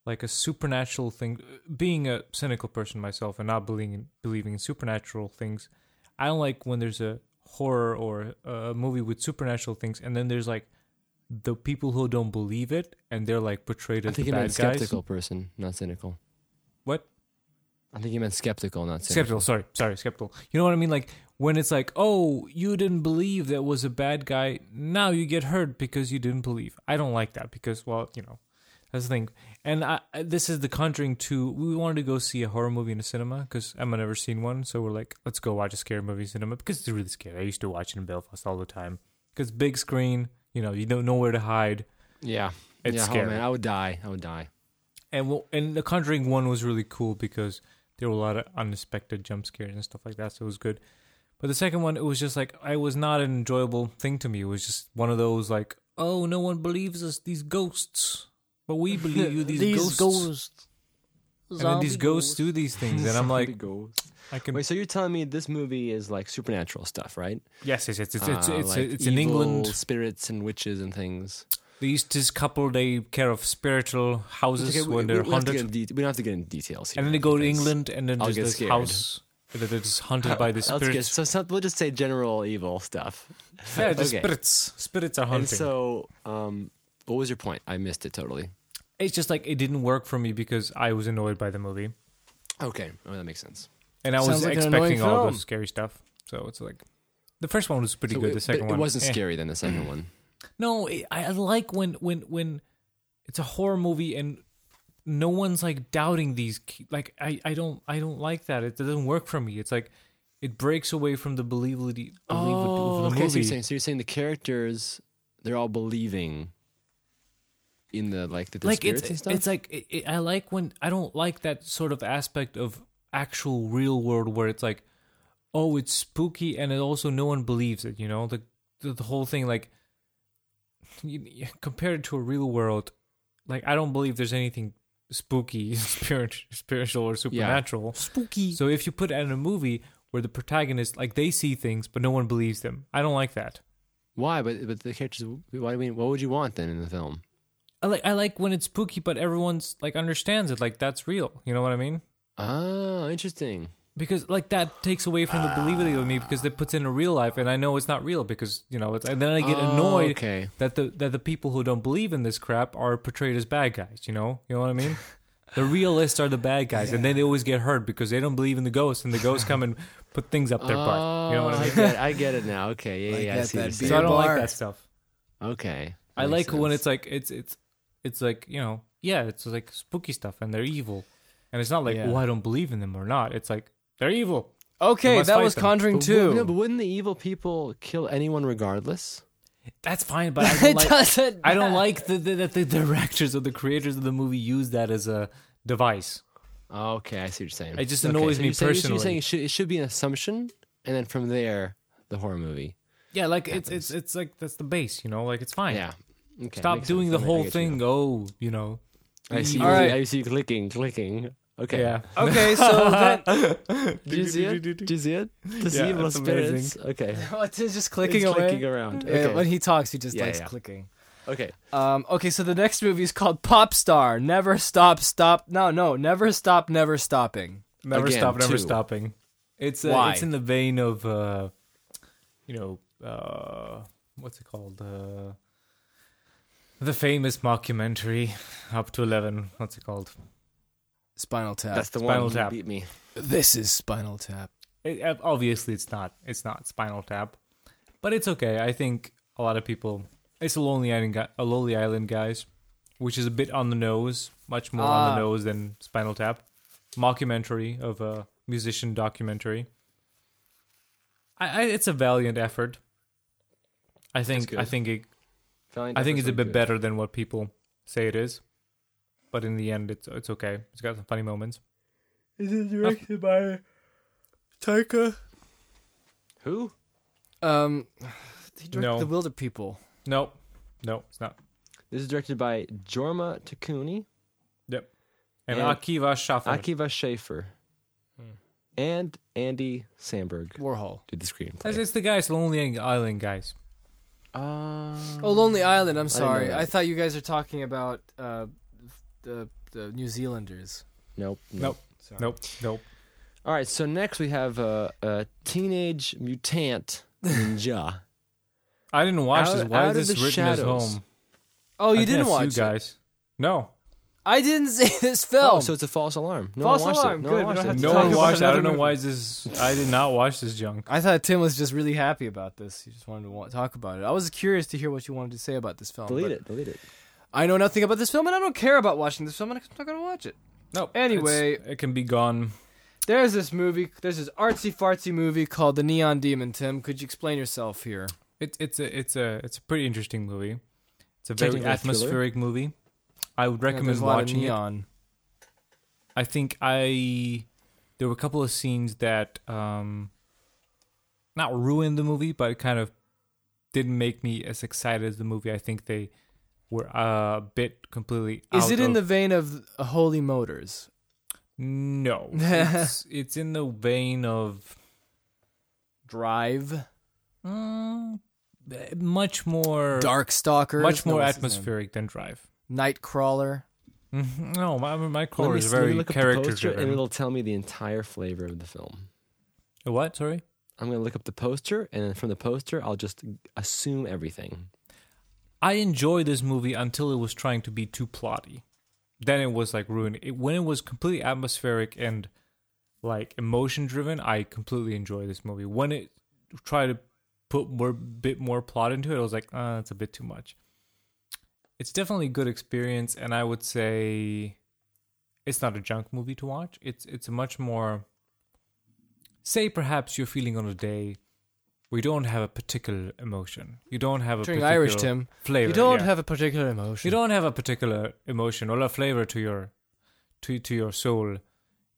Speaker 3: like a supernatural thing. Being a cynical person myself and not believing believing in supernatural things, I don't like when there's a horror or a movie with supernatural things, and then there's like the people who don't believe it, and they're like portrayed
Speaker 1: I
Speaker 3: as
Speaker 1: think
Speaker 3: the
Speaker 1: he meant
Speaker 3: bad guys.
Speaker 1: skeptical person, not cynical.
Speaker 3: What?
Speaker 1: I think he meant skeptical, not cynical.
Speaker 3: skeptical sorry sorry skeptical you know what i mean like when it's like oh you didn't believe that was a bad guy now you get hurt because you didn't believe i don't like that because well you know that's the thing and I, I- this is the conjuring 2 we wanted to go see a horror movie in a cinema because emma never seen one so we're like let's go watch a scary movie in cinema because it's really scary i used to watch it in belfast all the time because big screen you know you don't know where to hide
Speaker 1: Yeah.
Speaker 3: It's
Speaker 1: yeah,
Speaker 3: scary.
Speaker 1: Oh, man, I would die. I would die.
Speaker 3: and well, and the Conjuring one was really cool because there were a lot of unexpected jump scares and stuff like that, so it was good. But the second one, it was just like I was not an enjoyable thing to me. It was just one of those like, oh, no one believes us these ghosts, but we believe you these, ghosts. And then these ghosts do these things, and I'm like, I can.
Speaker 1: Wait, so you're telling me this movie is like supernatural stuff, right?
Speaker 3: yes, yes, yes. It's it's
Speaker 1: Uh,
Speaker 3: it's,
Speaker 1: like
Speaker 3: it's in
Speaker 1: evil
Speaker 3: England.
Speaker 1: spirits and witches and things.
Speaker 3: These this couple they care of spiritual houses
Speaker 1: Okay, we,
Speaker 3: when
Speaker 1: we-
Speaker 3: they're
Speaker 1: we don't have to
Speaker 3: haunted,
Speaker 1: get into det- we don't have to get into details here.
Speaker 3: and then they
Speaker 1: I
Speaker 3: go to
Speaker 1: think that's-
Speaker 3: England, and then
Speaker 1: I'll
Speaker 3: there's
Speaker 1: get
Speaker 3: this
Speaker 1: scared.
Speaker 3: house that is haunted by the
Speaker 1: Let's get,
Speaker 3: spirits.
Speaker 1: so, so we'll just say general evil stuff.
Speaker 3: Yeah, just
Speaker 1: Okay.
Speaker 3: spirits. Spirits are
Speaker 1: And
Speaker 3: haunting.
Speaker 1: so, um, what was your point? I missed it totally.
Speaker 3: it's just like it didn't work for me because I was annoyed by the movie,
Speaker 1: Okay, oh, that makes sense.
Speaker 3: and I
Speaker 2: Sounds
Speaker 3: was
Speaker 2: like an
Speaker 3: expecting
Speaker 2: annoying
Speaker 3: all
Speaker 2: film.
Speaker 3: the scary stuff. So it's like the first one was pretty
Speaker 1: So
Speaker 3: good.
Speaker 1: it-
Speaker 3: The second
Speaker 1: but
Speaker 3: one
Speaker 1: it wasn't
Speaker 3: eh.
Speaker 1: scary. Then the second one.
Speaker 3: No, it, I I like when when when it's a horror movie and no one's like doubting these. ki- Like I I don't I don't like that. It doesn't work for me. It's like it breaks away from the believability.
Speaker 1: Oh,
Speaker 3: believability of Oh, the
Speaker 1: okay. So
Speaker 3: movie.
Speaker 1: you're, saying, so you're saying the characters they're all believing in the like the, the
Speaker 3: like
Speaker 1: spirits
Speaker 3: it's
Speaker 1: and stuff.
Speaker 3: it's like it, it, I like when I don't like that sort of aspect of actual real world where it's like oh it's spooky and it also no one believes it you know the the, the whole thing like you, you compare it to a real world like I don't believe there's anything spooky spirit, spiritual or supernatural spooky so if you put it in a movie where the protagonist like they see things but no one believes them I don't like that
Speaker 1: why? But but the characters. Why do we? What would you want then in the film?
Speaker 3: I like I like when it's spooky but everyone's like understands it like that's real you know what I mean
Speaker 1: Oh, interesting.
Speaker 3: because like that takes away from the believability of me because it puts in a real life and i know it's not real because you know it's and then i get
Speaker 1: Oh,
Speaker 3: annoyed
Speaker 1: okay.
Speaker 3: that the that the people who don't believe in this crap are portrayed as bad guys you know you know what i mean the realists are the bad guys and then they always get hurt because they don't believe in the ghosts and the ghosts come and put things up their butt you know what i
Speaker 1: Oh, I
Speaker 3: mean
Speaker 1: get, I get it now. Okay, yeah,
Speaker 2: Like
Speaker 1: yeah, I
Speaker 2: that
Speaker 1: see. what you're
Speaker 2: bad
Speaker 1: saying.
Speaker 3: so i don't
Speaker 2: Bar.
Speaker 3: like that stuff
Speaker 1: Okay,
Speaker 3: i
Speaker 1: Makes
Speaker 3: like when
Speaker 1: sense.
Speaker 3: it's like it's it's it's like you know yeah it's like spooky stuff and they're evil and it's not like
Speaker 2: Yeah.
Speaker 3: oh i don't believe in them or not it's like they're evil You
Speaker 2: Okay,
Speaker 3: must
Speaker 2: that
Speaker 3: fight
Speaker 2: was
Speaker 3: them.
Speaker 2: Conjuring
Speaker 1: But wou- No, but
Speaker 2: Two.
Speaker 1: wouldn't the evil people kill anyone regardless?
Speaker 3: that's fine but i don't
Speaker 2: it
Speaker 3: like
Speaker 2: doesn't.
Speaker 3: I don't like the, the, that the directors or the creators of the movie use that as a device.
Speaker 1: Oh, Okay, I see what you're saying.
Speaker 3: It just
Speaker 1: Okay,
Speaker 3: annoys
Speaker 1: so
Speaker 3: me
Speaker 1: you're saying-
Speaker 3: personally.
Speaker 1: You're saying it should, it should be an assumption, and then from there, the horror movie.
Speaker 3: Yeah, like it's it's it's like that's the base, you know. Like it's fine.
Speaker 1: Yeah. Okay,
Speaker 3: Stop
Speaker 1: makes
Speaker 3: doing
Speaker 1: sense.
Speaker 3: the
Speaker 1: I mean, I
Speaker 3: whole
Speaker 1: get you
Speaker 3: thing.
Speaker 1: now.
Speaker 3: Oh, you know.
Speaker 1: I see.
Speaker 3: All
Speaker 1: you-
Speaker 2: right.
Speaker 1: I see you clicking, clicking. Okay.
Speaker 3: Yeah.
Speaker 2: Okay, so then
Speaker 1: Did you see it? Did you see it? The
Speaker 3: Yeah,
Speaker 1: evil
Speaker 3: it's
Speaker 1: spirits. Okay.
Speaker 2: oh, it's just clicking
Speaker 1: It's
Speaker 2: away.
Speaker 1: clicking around.
Speaker 2: Yeah,
Speaker 1: Okay.
Speaker 2: when he talks, he just
Speaker 1: Yeah,
Speaker 2: likes
Speaker 1: yeah.
Speaker 2: clicking.
Speaker 1: Okay.
Speaker 2: Um, okay, so the next movie is called Pop Star. Never stop, stop. No, no, never stop, never stopping.
Speaker 3: Never
Speaker 1: Again,
Speaker 3: stop. Never
Speaker 1: two.
Speaker 3: stopping. It's uh,
Speaker 2: Why?
Speaker 3: it's in the vein of uh, you know uh, what's it called? Uh, the famous mockumentary up to eleven. What's it called?
Speaker 2: Spinal Tap.
Speaker 1: That's the
Speaker 3: Spinal
Speaker 1: one. you
Speaker 3: Tap.
Speaker 1: Beat me.
Speaker 2: this is Spinal Tap.
Speaker 3: It, ob- obviously, it's not. It's not Spinal Tap, but it's okay. I think a lot of people. It's a Lonely Island, Gu- a Lonely Island, guys, which is a bit on the nose, much more on
Speaker 2: Ah.
Speaker 3: the nose than Spinal Tap. Mockumentary of a musician documentary. I, I it's a valiant effort. I think.
Speaker 1: good.
Speaker 3: I think. It,
Speaker 1: Valiant
Speaker 3: I think it's a
Speaker 1: efforts
Speaker 3: bit
Speaker 1: were good.
Speaker 3: better than what people say it is. But in the end, it's it's okay. It's got some funny moments.
Speaker 1: Who?
Speaker 2: Um, he directed
Speaker 3: No.
Speaker 2: The Wilder People.
Speaker 3: No, no, it's not.
Speaker 1: This is directed by Jorma Takuni,
Speaker 3: And,
Speaker 1: And-
Speaker 3: Akiva Schaffer.
Speaker 1: Akiva Schaffer,
Speaker 3: Hmm.
Speaker 1: and Andy Samberg
Speaker 2: Warhol.
Speaker 1: did the screenplay.
Speaker 3: That's it's the guys, Lonely Island guys.
Speaker 1: Uh,
Speaker 2: Oh, Lonely Island. I'm sorry.
Speaker 1: that.
Speaker 2: I, thought you guys are talking about uh, the the New Zealanders.
Speaker 1: nope, nope.
Speaker 3: Nope. Nope. Nope.
Speaker 1: All right, so next we have uh, a Teenage Mutant Ninja.
Speaker 3: I didn't watch
Speaker 1: Out-
Speaker 3: this. Why
Speaker 1: Out of
Speaker 3: is this
Speaker 1: the
Speaker 3: written as
Speaker 1: Shadows.
Speaker 3: home?
Speaker 2: Oh, you
Speaker 3: I think
Speaker 2: didn't
Speaker 3: that's
Speaker 2: watch
Speaker 3: you guys. No.
Speaker 2: it. I didn't see this film.
Speaker 1: Oh, so it's a false alarm. No
Speaker 2: False
Speaker 1: one watched
Speaker 2: alarm,
Speaker 1: it. No
Speaker 2: good, we
Speaker 1: one
Speaker 2: don't
Speaker 1: watched
Speaker 2: have
Speaker 1: it.
Speaker 2: to
Speaker 3: No
Speaker 2: talk
Speaker 3: one
Speaker 2: about
Speaker 3: watched. I
Speaker 2: another
Speaker 3: don't know
Speaker 2: movie.
Speaker 3: why this. I did not watch this junk.
Speaker 2: I thought Tim was just really happy about this. He just wanted to want, talk about it. I was curious to hear what you wanted to say about this film.
Speaker 1: Delete
Speaker 2: but
Speaker 1: it. Delete it.
Speaker 2: I know nothing about this film, and I don't care about watching this film, and I'm not going to watch it.
Speaker 3: No.
Speaker 2: Anyway.
Speaker 3: it can be gone.
Speaker 2: There's this movie. There's this artsy fartsy movie called The Neon Demon. Tim, could you explain yourself here?
Speaker 3: It's it's a it's a it's a pretty interesting movie. It's a very
Speaker 1: Technically a thriller.
Speaker 3: atmospheric movie. I would
Speaker 2: You know,
Speaker 3: recommend
Speaker 2: there's a lot of
Speaker 3: watching it.
Speaker 2: neon.
Speaker 3: I think I there were a couple of scenes that um not ruined the movie, but kind of didn't make me as excited as the movie. I think they were uh, a bit completely.
Speaker 2: Is
Speaker 3: out
Speaker 2: it in
Speaker 3: of-
Speaker 2: the vein of Holy Motors?
Speaker 3: No, it's, it's in the vein of
Speaker 2: Drive,
Speaker 3: mm, much more
Speaker 2: Dark Stalker,
Speaker 3: much more atmospheric than Drive.
Speaker 2: Nightcrawler.
Speaker 3: Mhm. No, my my
Speaker 1: Let
Speaker 3: core
Speaker 1: me
Speaker 3: is
Speaker 1: s- let me
Speaker 3: very
Speaker 1: look up the
Speaker 3: character
Speaker 1: poster and
Speaker 3: driven.
Speaker 1: it'll tell me the entire flavor of the film.
Speaker 3: What? Sorry.
Speaker 1: I'm gonna look up the poster, and then from the poster, I'll just assume everything.
Speaker 3: I enjoyed this movie until it was trying to be too plotty. Then it was like ruined. It, when it was completely atmospheric and like emotion driven, I completely enjoyed this movie. When it tried to put more bit more plot into it, I was like, uh, that's a bit too much. It's definitely a good experience, and I would say it's not a junk movie to watch. It's it's a much more say perhaps you're feeling on a day where you don't have a particular emotion. You don't have a
Speaker 2: During
Speaker 3: particular
Speaker 2: Irish, Tim,
Speaker 3: flavor.
Speaker 2: you don't
Speaker 3: yeah.
Speaker 2: have a particular emotion.
Speaker 3: You don't have a particular emotion or a flavor to your to to your soul.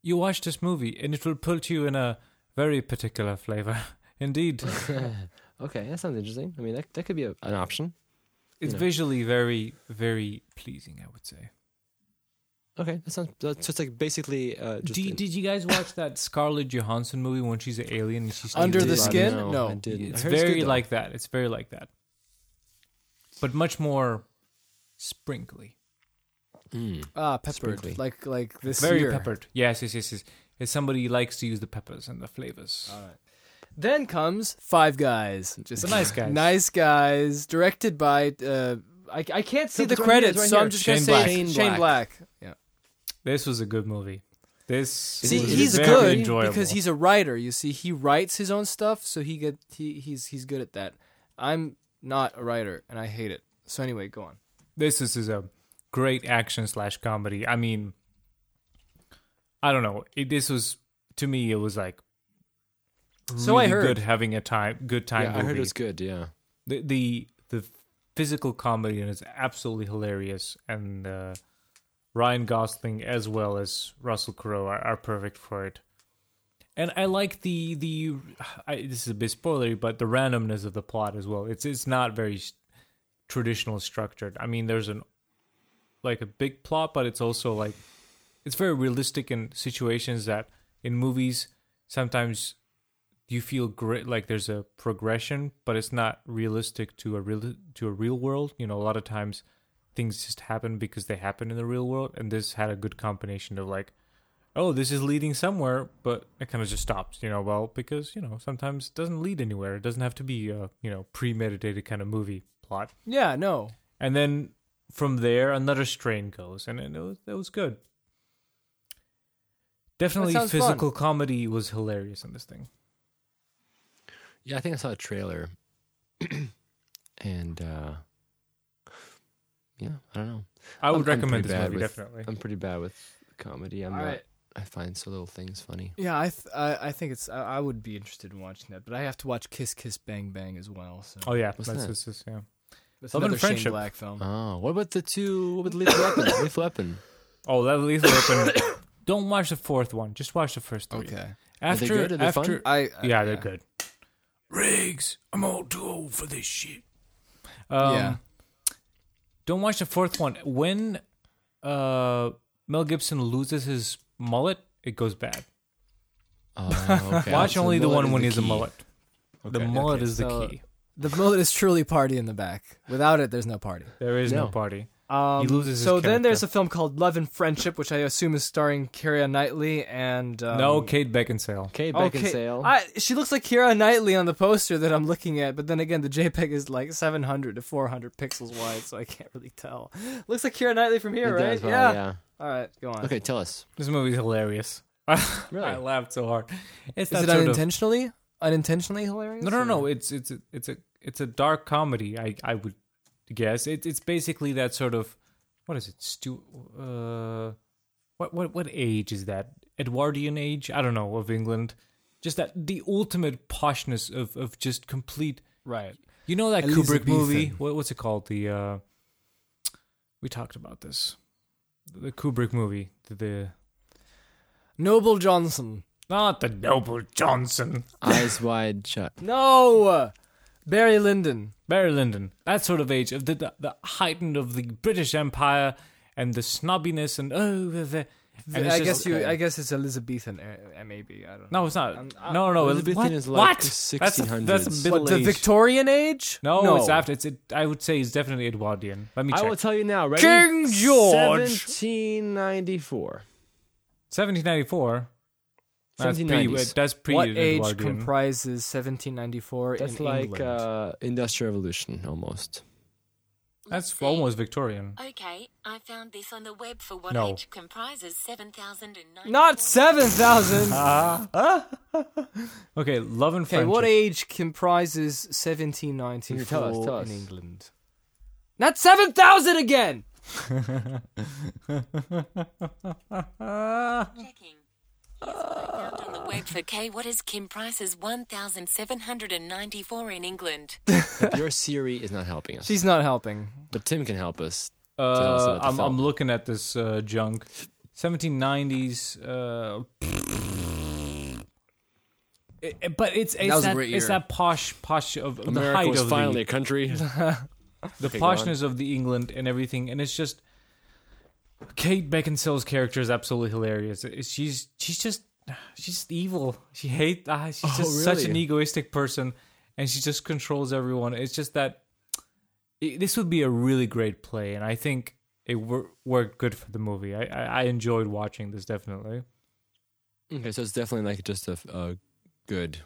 Speaker 3: You watch this movie and it will put you in a very particular flavor. Indeed,
Speaker 1: Okay, that sounds interesting. I mean, that that could be a, an option.
Speaker 3: it's
Speaker 1: Yeah.
Speaker 3: visually very very pleasing. I would say.
Speaker 1: Okay, that sounds. That's just like basically uh, just
Speaker 3: Did,
Speaker 1: an-
Speaker 3: did you guys watch that Scarlett Johansson movie when she's an alien and she's
Speaker 2: Under
Speaker 1: I
Speaker 2: the
Speaker 1: did-
Speaker 2: Skin?
Speaker 1: No,
Speaker 2: No.
Speaker 1: I didn't. I
Speaker 3: It's
Speaker 1: heard good,
Speaker 3: very
Speaker 1: though.
Speaker 3: like that. It's very like that, but much more sprinkly.
Speaker 1: Mm.
Speaker 2: ah peppered
Speaker 1: Sprinkly.
Speaker 2: like like this
Speaker 3: very
Speaker 2: year.
Speaker 3: peppered. Yes, yes, yes, yes. It's somebody likes to use the peppers and the
Speaker 2: Ah,
Speaker 3: flavors.
Speaker 2: Then comes Five Guys. Just
Speaker 3: The nice guys.
Speaker 2: Nice guys, directed by. Uh, I, I can't see
Speaker 1: So
Speaker 2: the
Speaker 1: it's right
Speaker 2: credits,
Speaker 1: here, it's
Speaker 2: so
Speaker 1: right
Speaker 2: I'm
Speaker 1: here.
Speaker 2: just
Speaker 3: Shane
Speaker 2: gonna
Speaker 3: Black.
Speaker 2: say it's
Speaker 1: Shane
Speaker 2: Shane Black. Yeah.
Speaker 3: This was a good movie. This
Speaker 2: See,
Speaker 1: was
Speaker 2: he's
Speaker 3: very
Speaker 2: good
Speaker 3: enjoyable.
Speaker 2: because he's a writer. You see, he writes his own stuff, so he get he, he's he's good at that. I'm not a writer, and I hate it. So anyway, go on.
Speaker 3: this is, is a great action slash comedy. I mean, I don't know. It, this was to me, it was like
Speaker 2: So I
Speaker 3: really
Speaker 2: heard.
Speaker 3: good having a time good time.
Speaker 1: Yeah, I heard
Speaker 3: movie.
Speaker 1: it was good. Yeah.
Speaker 3: the the the physical comedy in it is absolutely hilarious, and uh, Ryan Gosling as well as Russell Crowe are, are perfect for it. And I like the the I, this is a bit spoilery, but the randomness of the plot as well. It's it's not very s- traditional structured. I mean, there's an like a big plot, but it's also like it's very realistic in situations that in movies sometimes you feel great like there's a progression but it's not realistic to a real to a real world you know a lot of times things just happen because they happen in the real world and this had a good combination of like oh this is leading somewhere but it kind of just stops you know well because you know sometimes it doesn't lead anywhere it doesn't have to be a you know premeditated kind of movie plot
Speaker 2: Yeah, no.
Speaker 3: and then from there another strain goes and it was, it was good definitely
Speaker 2: sounds fun.
Speaker 3: physical comedy was hilarious in this thing
Speaker 1: Yeah, I think I saw a trailer, and uh, yeah, I don't know.
Speaker 3: i
Speaker 1: I'm-
Speaker 3: would
Speaker 1: I'm pretty
Speaker 3: recommend this
Speaker 1: bad
Speaker 3: movie
Speaker 1: with-
Speaker 3: definitely
Speaker 1: I'm pretty bad with comedy. I'm
Speaker 2: All
Speaker 1: not.
Speaker 2: right.
Speaker 1: I find so little things funny.
Speaker 2: Yeah, I th- I, I think it's I, I would be interested in watching that, but I have to watch Kiss Kiss Bang Bang as well. So
Speaker 3: oh yeah
Speaker 1: What's
Speaker 3: that's,
Speaker 1: that?
Speaker 3: that's, that's- yeah.
Speaker 2: that's
Speaker 3: Love and
Speaker 2: another Shane
Speaker 3: Friendship. Uh,
Speaker 2: Black film.
Speaker 1: Oh, what about the two? What about Lethal Weapon? Lethal Weapon.
Speaker 3: oh that lethal weapon don't watch the fourth one just watch the first three
Speaker 2: Okay,
Speaker 3: after
Speaker 1: they good? Are they fun?
Speaker 3: after
Speaker 2: I, I
Speaker 3: yeah they're good
Speaker 6: Riggs, I'm all too old for this shit.
Speaker 3: um,
Speaker 2: Yeah.
Speaker 3: Don't watch the fourth one. When uh, Mel Gibson loses his mullet, it goes bad.
Speaker 1: Oh, okay.
Speaker 3: Watch
Speaker 1: So
Speaker 3: only the
Speaker 1: mullet
Speaker 3: one
Speaker 1: is
Speaker 3: when he's a
Speaker 1: key.
Speaker 3: mullet. the
Speaker 1: Okay,
Speaker 3: mullet
Speaker 1: okay.
Speaker 3: is the
Speaker 2: So-
Speaker 3: key.
Speaker 2: The bullet is truly party in the back. Without it, there's no party.
Speaker 3: There is no,
Speaker 1: No.
Speaker 3: party.
Speaker 2: Um,
Speaker 3: He loses his
Speaker 2: so then
Speaker 3: character.
Speaker 2: there's a film called Love and Friendship, which I assume is starring Kira Knightley and um,
Speaker 3: no Kate Beckinsale.
Speaker 1: Kate
Speaker 2: okay,
Speaker 1: Beckinsale.
Speaker 2: I, she looks like Kira Knightley on the poster that I'm looking at, but then again, the JPEG is like 700 to 400 pixels wide, so I can't really tell. Looks like Kira Knightley from
Speaker 1: It
Speaker 2: here,
Speaker 1: does,
Speaker 2: right?
Speaker 1: well, yeah.
Speaker 2: All right, go on.
Speaker 1: Okay, tell us.
Speaker 3: This movie's hilarious.
Speaker 1: Really?
Speaker 3: I laughed so hard.
Speaker 2: Is
Speaker 3: It's that
Speaker 2: it
Speaker 3: sort of-
Speaker 2: unintentionally? Unintentionally hilarious?
Speaker 3: No, no,
Speaker 2: or-
Speaker 3: no. It's it's a, it's a it's a dark comedy. I I would guess it, it's basically that sort of what is it? Stu, uh, what what what age is that? Edwardian age? I don't know of England. Just that the ultimate poshness of of just complete.
Speaker 2: Right.
Speaker 3: You know that Kubrick
Speaker 2: Elizabethan.
Speaker 3: movie? What, what's it called? The uh, we talked about this. The Kubrick movie. The, the
Speaker 2: Noble Johnson.
Speaker 3: not the Noble Johnson.
Speaker 1: Eyes wide shut.
Speaker 2: No! Barry Lyndon.
Speaker 3: Barry Lyndon, that sort of age, of the, the, the heightened of the British Empire and the snobbiness and oh, the, the, and it's
Speaker 2: I
Speaker 3: just-
Speaker 2: guess you. I guess it's Elizabethan, uh, uh, maybe. I don't know.
Speaker 3: No, it's not.
Speaker 2: I'm- I-
Speaker 3: no, no,
Speaker 1: Elizabethan
Speaker 3: what?
Speaker 1: is
Speaker 3: what?
Speaker 1: like the
Speaker 3: That's a- That's,
Speaker 1: 1600s.
Speaker 3: a middle
Speaker 2: What, the
Speaker 3: age.
Speaker 2: Victorian age?
Speaker 3: no, it's after. It's. It, I would say it's definitely Edwardian. Let me check.
Speaker 1: I will tell you now. Ready?
Speaker 2: King George.
Speaker 1: 1794.
Speaker 3: 1794. That's
Speaker 1: 1790s.
Speaker 3: pre. uh, That's pre
Speaker 2: what age
Speaker 3: Edwardian.
Speaker 2: comprises 1794
Speaker 1: That's
Speaker 2: in
Speaker 1: like
Speaker 2: England?
Speaker 1: uh, Industrial Revolution almost.
Speaker 3: that's almost Victorian.
Speaker 8: Okay, I found this on the web for what
Speaker 3: No.
Speaker 8: age comprises 7,090.
Speaker 2: Not 7,000.
Speaker 3: Okay, love and
Speaker 2: okay,
Speaker 3: friendship.
Speaker 2: what age comprises 1794
Speaker 1: Tell us, tell us.
Speaker 2: in England? Not 7,000 again.
Speaker 8: Checking. Here's what I found on the web for K. What is Kim Price's 1,794 in England?
Speaker 1: Your Siri is not helping us,
Speaker 2: She's not helping.
Speaker 1: but Tim can help us. tell us
Speaker 3: Uh,
Speaker 1: about the
Speaker 3: I'm, I'm
Speaker 1: film.
Speaker 3: looking at this uh, junk. 1790s. Uh, it- it- eh, but it's it's
Speaker 2: was a
Speaker 3: that,
Speaker 2: great
Speaker 3: it's
Speaker 2: year.
Speaker 3: that posh posh of the height
Speaker 1: America was
Speaker 3: of
Speaker 1: finally a country.
Speaker 3: the, the
Speaker 1: go on.
Speaker 3: poshness of the England and everything, and it's just Kate Beckinsale's character is absolutely hilarious. It- She's she's just she's just evil. She hate ah, she's just such an
Speaker 1: Oh, really?
Speaker 3: egoistic person, and she just controls everyone. It's just that it, this would be a really great play, and I think it wor- worked good for the movie. I, I I enjoyed watching this definitely.
Speaker 1: okay, so it's definitely like just a, a good.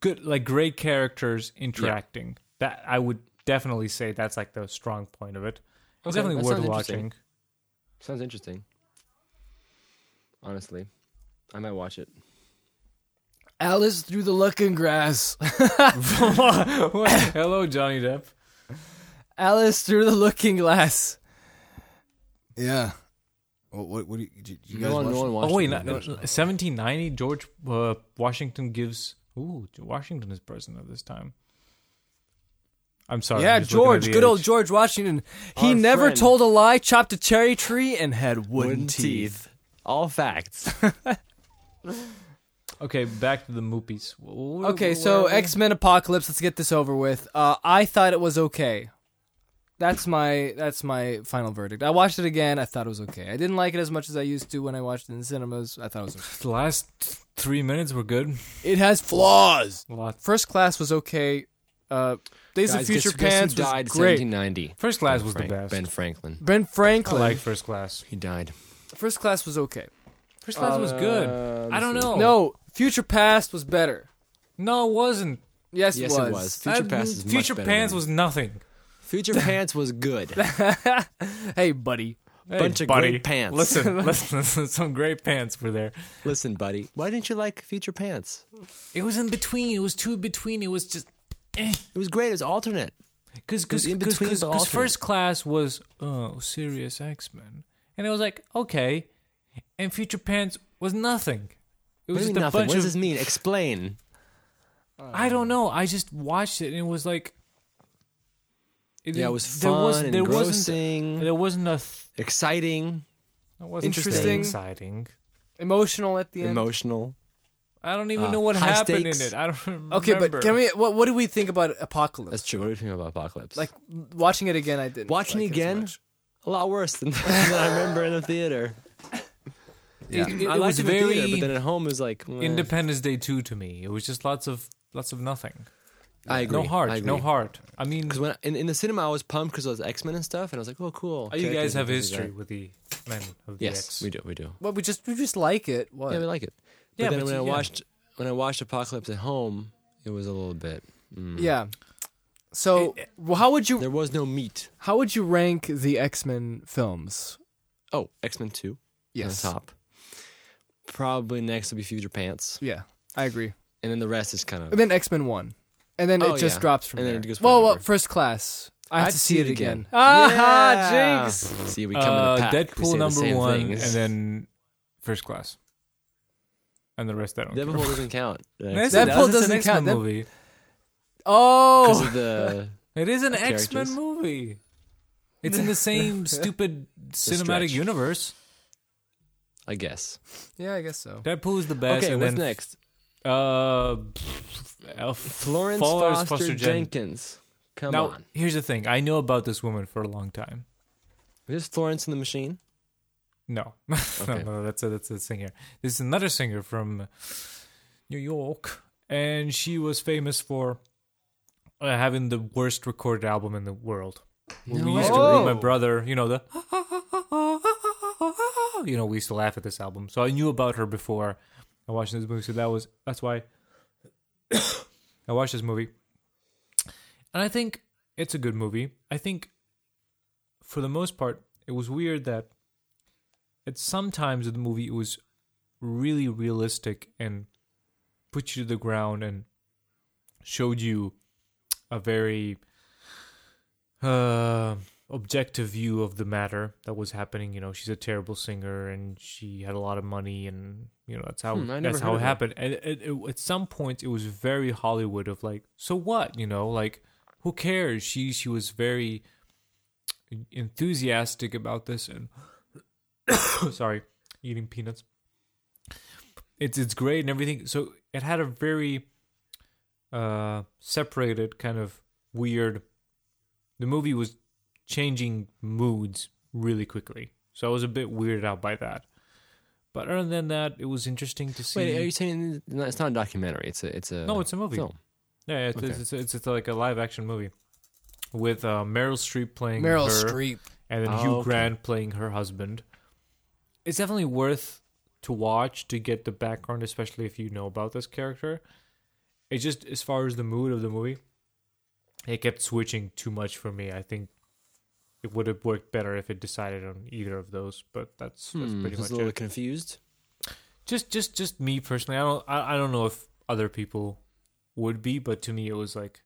Speaker 3: Good like great characters interacting. That I would definitely say that's like the strong point of it. It's
Speaker 1: Okay,
Speaker 3: definitely
Speaker 1: that
Speaker 3: worth
Speaker 1: sounds interesting.
Speaker 3: watching.
Speaker 1: Sounds interesting. Honestly, I might watch it.
Speaker 2: Alice through the looking grass. oh,
Speaker 3: Hello, Johnny Depp.
Speaker 2: Alice through the looking glass.
Speaker 5: Yeah. What? What? what do you, did you guys
Speaker 1: no one,
Speaker 5: watch
Speaker 1: no one watched
Speaker 3: Oh wait,
Speaker 1: it.
Speaker 3: not, 1790. George uh, Washington gives. Ooh, Washington is president at this time. I'm sorry.
Speaker 2: Yeah,
Speaker 3: I'm Oh, just looking at
Speaker 2: George,
Speaker 3: the
Speaker 2: good old
Speaker 3: age.
Speaker 2: George Washington. He
Speaker 1: Our
Speaker 2: never
Speaker 1: friend.
Speaker 2: told a lie, chopped a cherry tree, and had wooden,
Speaker 1: Wooden
Speaker 2: teeth.
Speaker 1: teeth. All facts.
Speaker 3: Okay, back to the moopies. Wh- wh-
Speaker 2: Okay,
Speaker 3: where
Speaker 2: so
Speaker 3: are we?
Speaker 2: X Men Apocalypse. Let's get this over with. Uh, I thought it was okay. That's my that's my final verdict. I watched it again. I thought it was okay. I didn't like it as much as I used to when I watched it in cinemas. I thought it was okay.
Speaker 3: the last th- three minutes were good.
Speaker 2: It has flaws.
Speaker 3: Lots.
Speaker 2: First Class was okay. Uh, Days
Speaker 1: Guys,
Speaker 2: of Future
Speaker 1: guess, guess who
Speaker 2: Pants
Speaker 1: died
Speaker 2: was great.
Speaker 1: 1790.
Speaker 3: First class
Speaker 1: Ben
Speaker 3: was
Speaker 1: Frank-
Speaker 3: the best.
Speaker 1: Ben Franklin.
Speaker 2: Ben
Speaker 3: I
Speaker 2: Franklin.
Speaker 3: like first class.
Speaker 1: He died.
Speaker 2: First Class was okay.
Speaker 3: First class was good. I don't know.
Speaker 2: No, Future Past was better.
Speaker 3: no, it wasn't.
Speaker 2: Yes,
Speaker 1: Yes,
Speaker 2: it was.
Speaker 1: it was. Future
Speaker 3: I-
Speaker 1: Past is much
Speaker 3: Future
Speaker 1: better
Speaker 3: Pants
Speaker 1: than-
Speaker 3: was nothing.
Speaker 1: Future Pants was good.
Speaker 2: Hey, buddy.
Speaker 3: Hey,
Speaker 1: Bunch of
Speaker 3: buddy,
Speaker 1: great pants.
Speaker 3: Listen, listen, listen, some great pants were there.
Speaker 1: Listen, buddy, why didn't you like Future Pants?
Speaker 3: It was in between. It was too between. It was just eh.
Speaker 1: It was great. It was alternate.
Speaker 3: because
Speaker 1: was
Speaker 3: because
Speaker 1: in between the
Speaker 3: because
Speaker 1: alternate.
Speaker 3: first class was oh serious X Men, and it was like okay, and Future Pants was nothing. It was
Speaker 1: Really
Speaker 3: just a
Speaker 1: nothing.
Speaker 3: bunch
Speaker 1: What does
Speaker 3: of
Speaker 1: this mean? Explain.
Speaker 3: I don't know. I just watched it and it was like it,
Speaker 1: Yeah, it was
Speaker 3: there was-
Speaker 1: fun,
Speaker 3: there
Speaker 1: engrossing.
Speaker 3: Wasn't, there wasn't a th-
Speaker 1: Exciting,
Speaker 3: it wasn't
Speaker 1: Interesting.
Speaker 3: exciting.
Speaker 2: Emotional at the end.
Speaker 1: emotional.
Speaker 3: I don't even
Speaker 1: Uh,
Speaker 3: know what
Speaker 1: high
Speaker 3: happened in
Speaker 1: stakes.
Speaker 3: it. I don't remember.
Speaker 2: Okay, but can we? What, what do we think about Apocalypse?
Speaker 1: That's true. What do you think about Apocalypse?
Speaker 2: like watching it again, I didn't.
Speaker 1: watching
Speaker 2: like it as
Speaker 1: again,
Speaker 2: much.
Speaker 1: a lot worse than, than I remember in the theater.
Speaker 3: Yeah. It, it
Speaker 1: I liked
Speaker 3: was
Speaker 1: it in the
Speaker 3: very
Speaker 1: theater, but then at home it was like eh.
Speaker 3: Independence Day two to me. It was just lots of lots of nothing.
Speaker 1: I agree.
Speaker 3: No
Speaker 1: I
Speaker 3: heart.
Speaker 1: agree.
Speaker 3: No heart. I mean,
Speaker 1: Because when in, in the cinema I was pumped because it was X Men and stuff, and I was like, oh cool.
Speaker 3: you
Speaker 1: characters
Speaker 3: guys
Speaker 1: and
Speaker 3: have
Speaker 1: things like
Speaker 3: history
Speaker 1: that.
Speaker 3: with the men of the
Speaker 1: Yes,
Speaker 3: X.
Speaker 1: we do. We do.
Speaker 2: Well, we just we just like it. What?
Speaker 1: Yeah, we like it. But
Speaker 3: Yeah,
Speaker 1: then
Speaker 3: but
Speaker 1: when
Speaker 3: you-
Speaker 1: I
Speaker 3: yeah.
Speaker 1: watched when I watched Apocalypse at home, it was a little bit. mm.
Speaker 2: Yeah. So well, how would you
Speaker 1: There was no meat.
Speaker 2: how would you rank the X Men films?
Speaker 1: Oh, X Men Two.
Speaker 2: Yes.
Speaker 1: On the top. Probably next will be Future Pants,
Speaker 2: Yeah, I agree.
Speaker 1: and then the rest is kind of.
Speaker 2: And then X Men One, and then
Speaker 1: Oh,
Speaker 2: it just
Speaker 1: yeah.
Speaker 2: drops from
Speaker 1: And
Speaker 2: there.
Speaker 1: then it goes
Speaker 2: well, well,
Speaker 1: forever.
Speaker 2: First Class. I have
Speaker 1: I'd
Speaker 2: to see, it again.
Speaker 1: Ah,
Speaker 2: Ah, Jinx.
Speaker 1: See, we come
Speaker 3: Uh,
Speaker 1: in a pack. we say
Speaker 3: Deadpool
Speaker 1: the
Speaker 3: number
Speaker 1: same
Speaker 3: one,
Speaker 1: things.
Speaker 3: and then First Class, and the rest I don't.
Speaker 1: Deadpool
Speaker 3: care.
Speaker 1: doesn't count.
Speaker 3: Yes,
Speaker 1: Because
Speaker 3: it
Speaker 2: Deadpool
Speaker 3: does. It's an
Speaker 2: doesn't
Speaker 3: X-Men
Speaker 2: count. That-
Speaker 3: movie.
Speaker 2: Oh,
Speaker 1: of the
Speaker 3: It is an
Speaker 1: characters.
Speaker 3: X Men movie. It's in the same stupid cinematic
Speaker 1: stretch.
Speaker 3: universe.
Speaker 1: I guess.
Speaker 2: yeah, I guess so.
Speaker 3: Deadpool is the best.
Speaker 1: okay,
Speaker 3: and
Speaker 1: what's
Speaker 3: then,
Speaker 1: next?
Speaker 3: Uh, Elf-
Speaker 1: Florence
Speaker 3: Fowler's
Speaker 1: Foster,
Speaker 3: Jen-
Speaker 1: Jenkins. Come
Speaker 3: Now,
Speaker 1: on.
Speaker 3: here's the thing. I know about this woman for a long time.
Speaker 1: Is this Florence in the Machine?
Speaker 3: No, No,
Speaker 1: Okay.
Speaker 3: no, that's a that's a singer. This is another singer from New York, and she was famous for uh, having the worst recorded album in the world. we used to, me and my brother, you know the, you know, we used to laugh at this album. So I knew about her before I watched this movie. So that was that's why I watched this movie, and I think it's a good movie. I think for the most part, it was weird that at some times of the movie it was really realistic and put you to the ground and showed you a very uh, objective view of the matter that was happening. You know, she's a terrible singer and she had a lot of money, and you know that's how
Speaker 1: Hmm, I never
Speaker 3: that's
Speaker 1: heard
Speaker 3: how it
Speaker 1: of that.
Speaker 3: happened. And it, it, at some point, it was very Hollywood of like, so what? You know, like who cares? She she was very enthusiastic about this and sorry, eating peanuts. It's it's great and everything. So it had a very uh separated kind of weird the movie was changing moods really quickly. So I was a bit weirded out by that. But other than that, it was interesting to see.
Speaker 1: Wait, are you saying no, it's not a documentary? It's a it's a
Speaker 3: No, it's a movie.
Speaker 1: Film.
Speaker 3: yeah, it's,
Speaker 1: Okay.
Speaker 3: it's, it's, it's, it's like a live action movie with uh, Meryl Streep playing
Speaker 2: Meryl
Speaker 3: her
Speaker 2: Streep.
Speaker 3: and then
Speaker 1: Oh,
Speaker 3: Hugh
Speaker 1: okay.
Speaker 3: Grant playing her husband. It's definitely worth to watch to get the background, especially if you know about this character. It's just as far as the mood of the movie, it kept switching too much for me. I think it would have worked better if it decided on either of those, but that's that's
Speaker 1: Hmm,
Speaker 3: pretty
Speaker 1: just
Speaker 3: much
Speaker 1: a little
Speaker 3: it.
Speaker 1: confused.
Speaker 3: Just just just me personally. I don't I, I don't know if other people would be, but to me it was like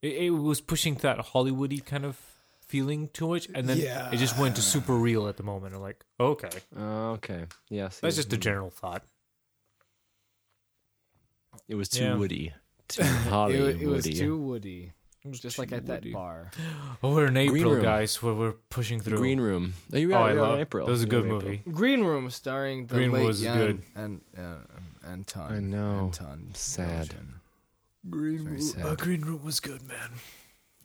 Speaker 3: it, it was pushing that Hollywoody kind of feeling to it, and then it just went to super real at the moment. I'm like, okay,
Speaker 1: Uh, okay, yeah. I see.
Speaker 3: that's just a general thought.
Speaker 1: It was too
Speaker 3: Yeah.
Speaker 1: woody, too Holly
Speaker 2: It, wa- it was
Speaker 1: woody.
Speaker 2: too Woody, just like at that bar.
Speaker 3: Oh, we're in
Speaker 1: Green
Speaker 3: April,
Speaker 1: Room.
Speaker 3: guys. We're we're pushing
Speaker 1: The
Speaker 3: through.
Speaker 1: Green Room. Oh, you
Speaker 3: oh,
Speaker 1: were,
Speaker 3: I
Speaker 1: you were
Speaker 3: love
Speaker 1: in April.
Speaker 3: That was a
Speaker 1: You were
Speaker 3: good
Speaker 1: in April.
Speaker 3: movie.
Speaker 2: Green Room starring the
Speaker 3: Green Room
Speaker 2: late
Speaker 3: was
Speaker 2: Jan
Speaker 3: good.
Speaker 2: and uh, um, Anton.
Speaker 1: I know.
Speaker 2: Anton.
Speaker 1: Sad.
Speaker 2: Yelchin.
Speaker 3: Green
Speaker 1: Very sad. uh,
Speaker 3: Green Room was good, man.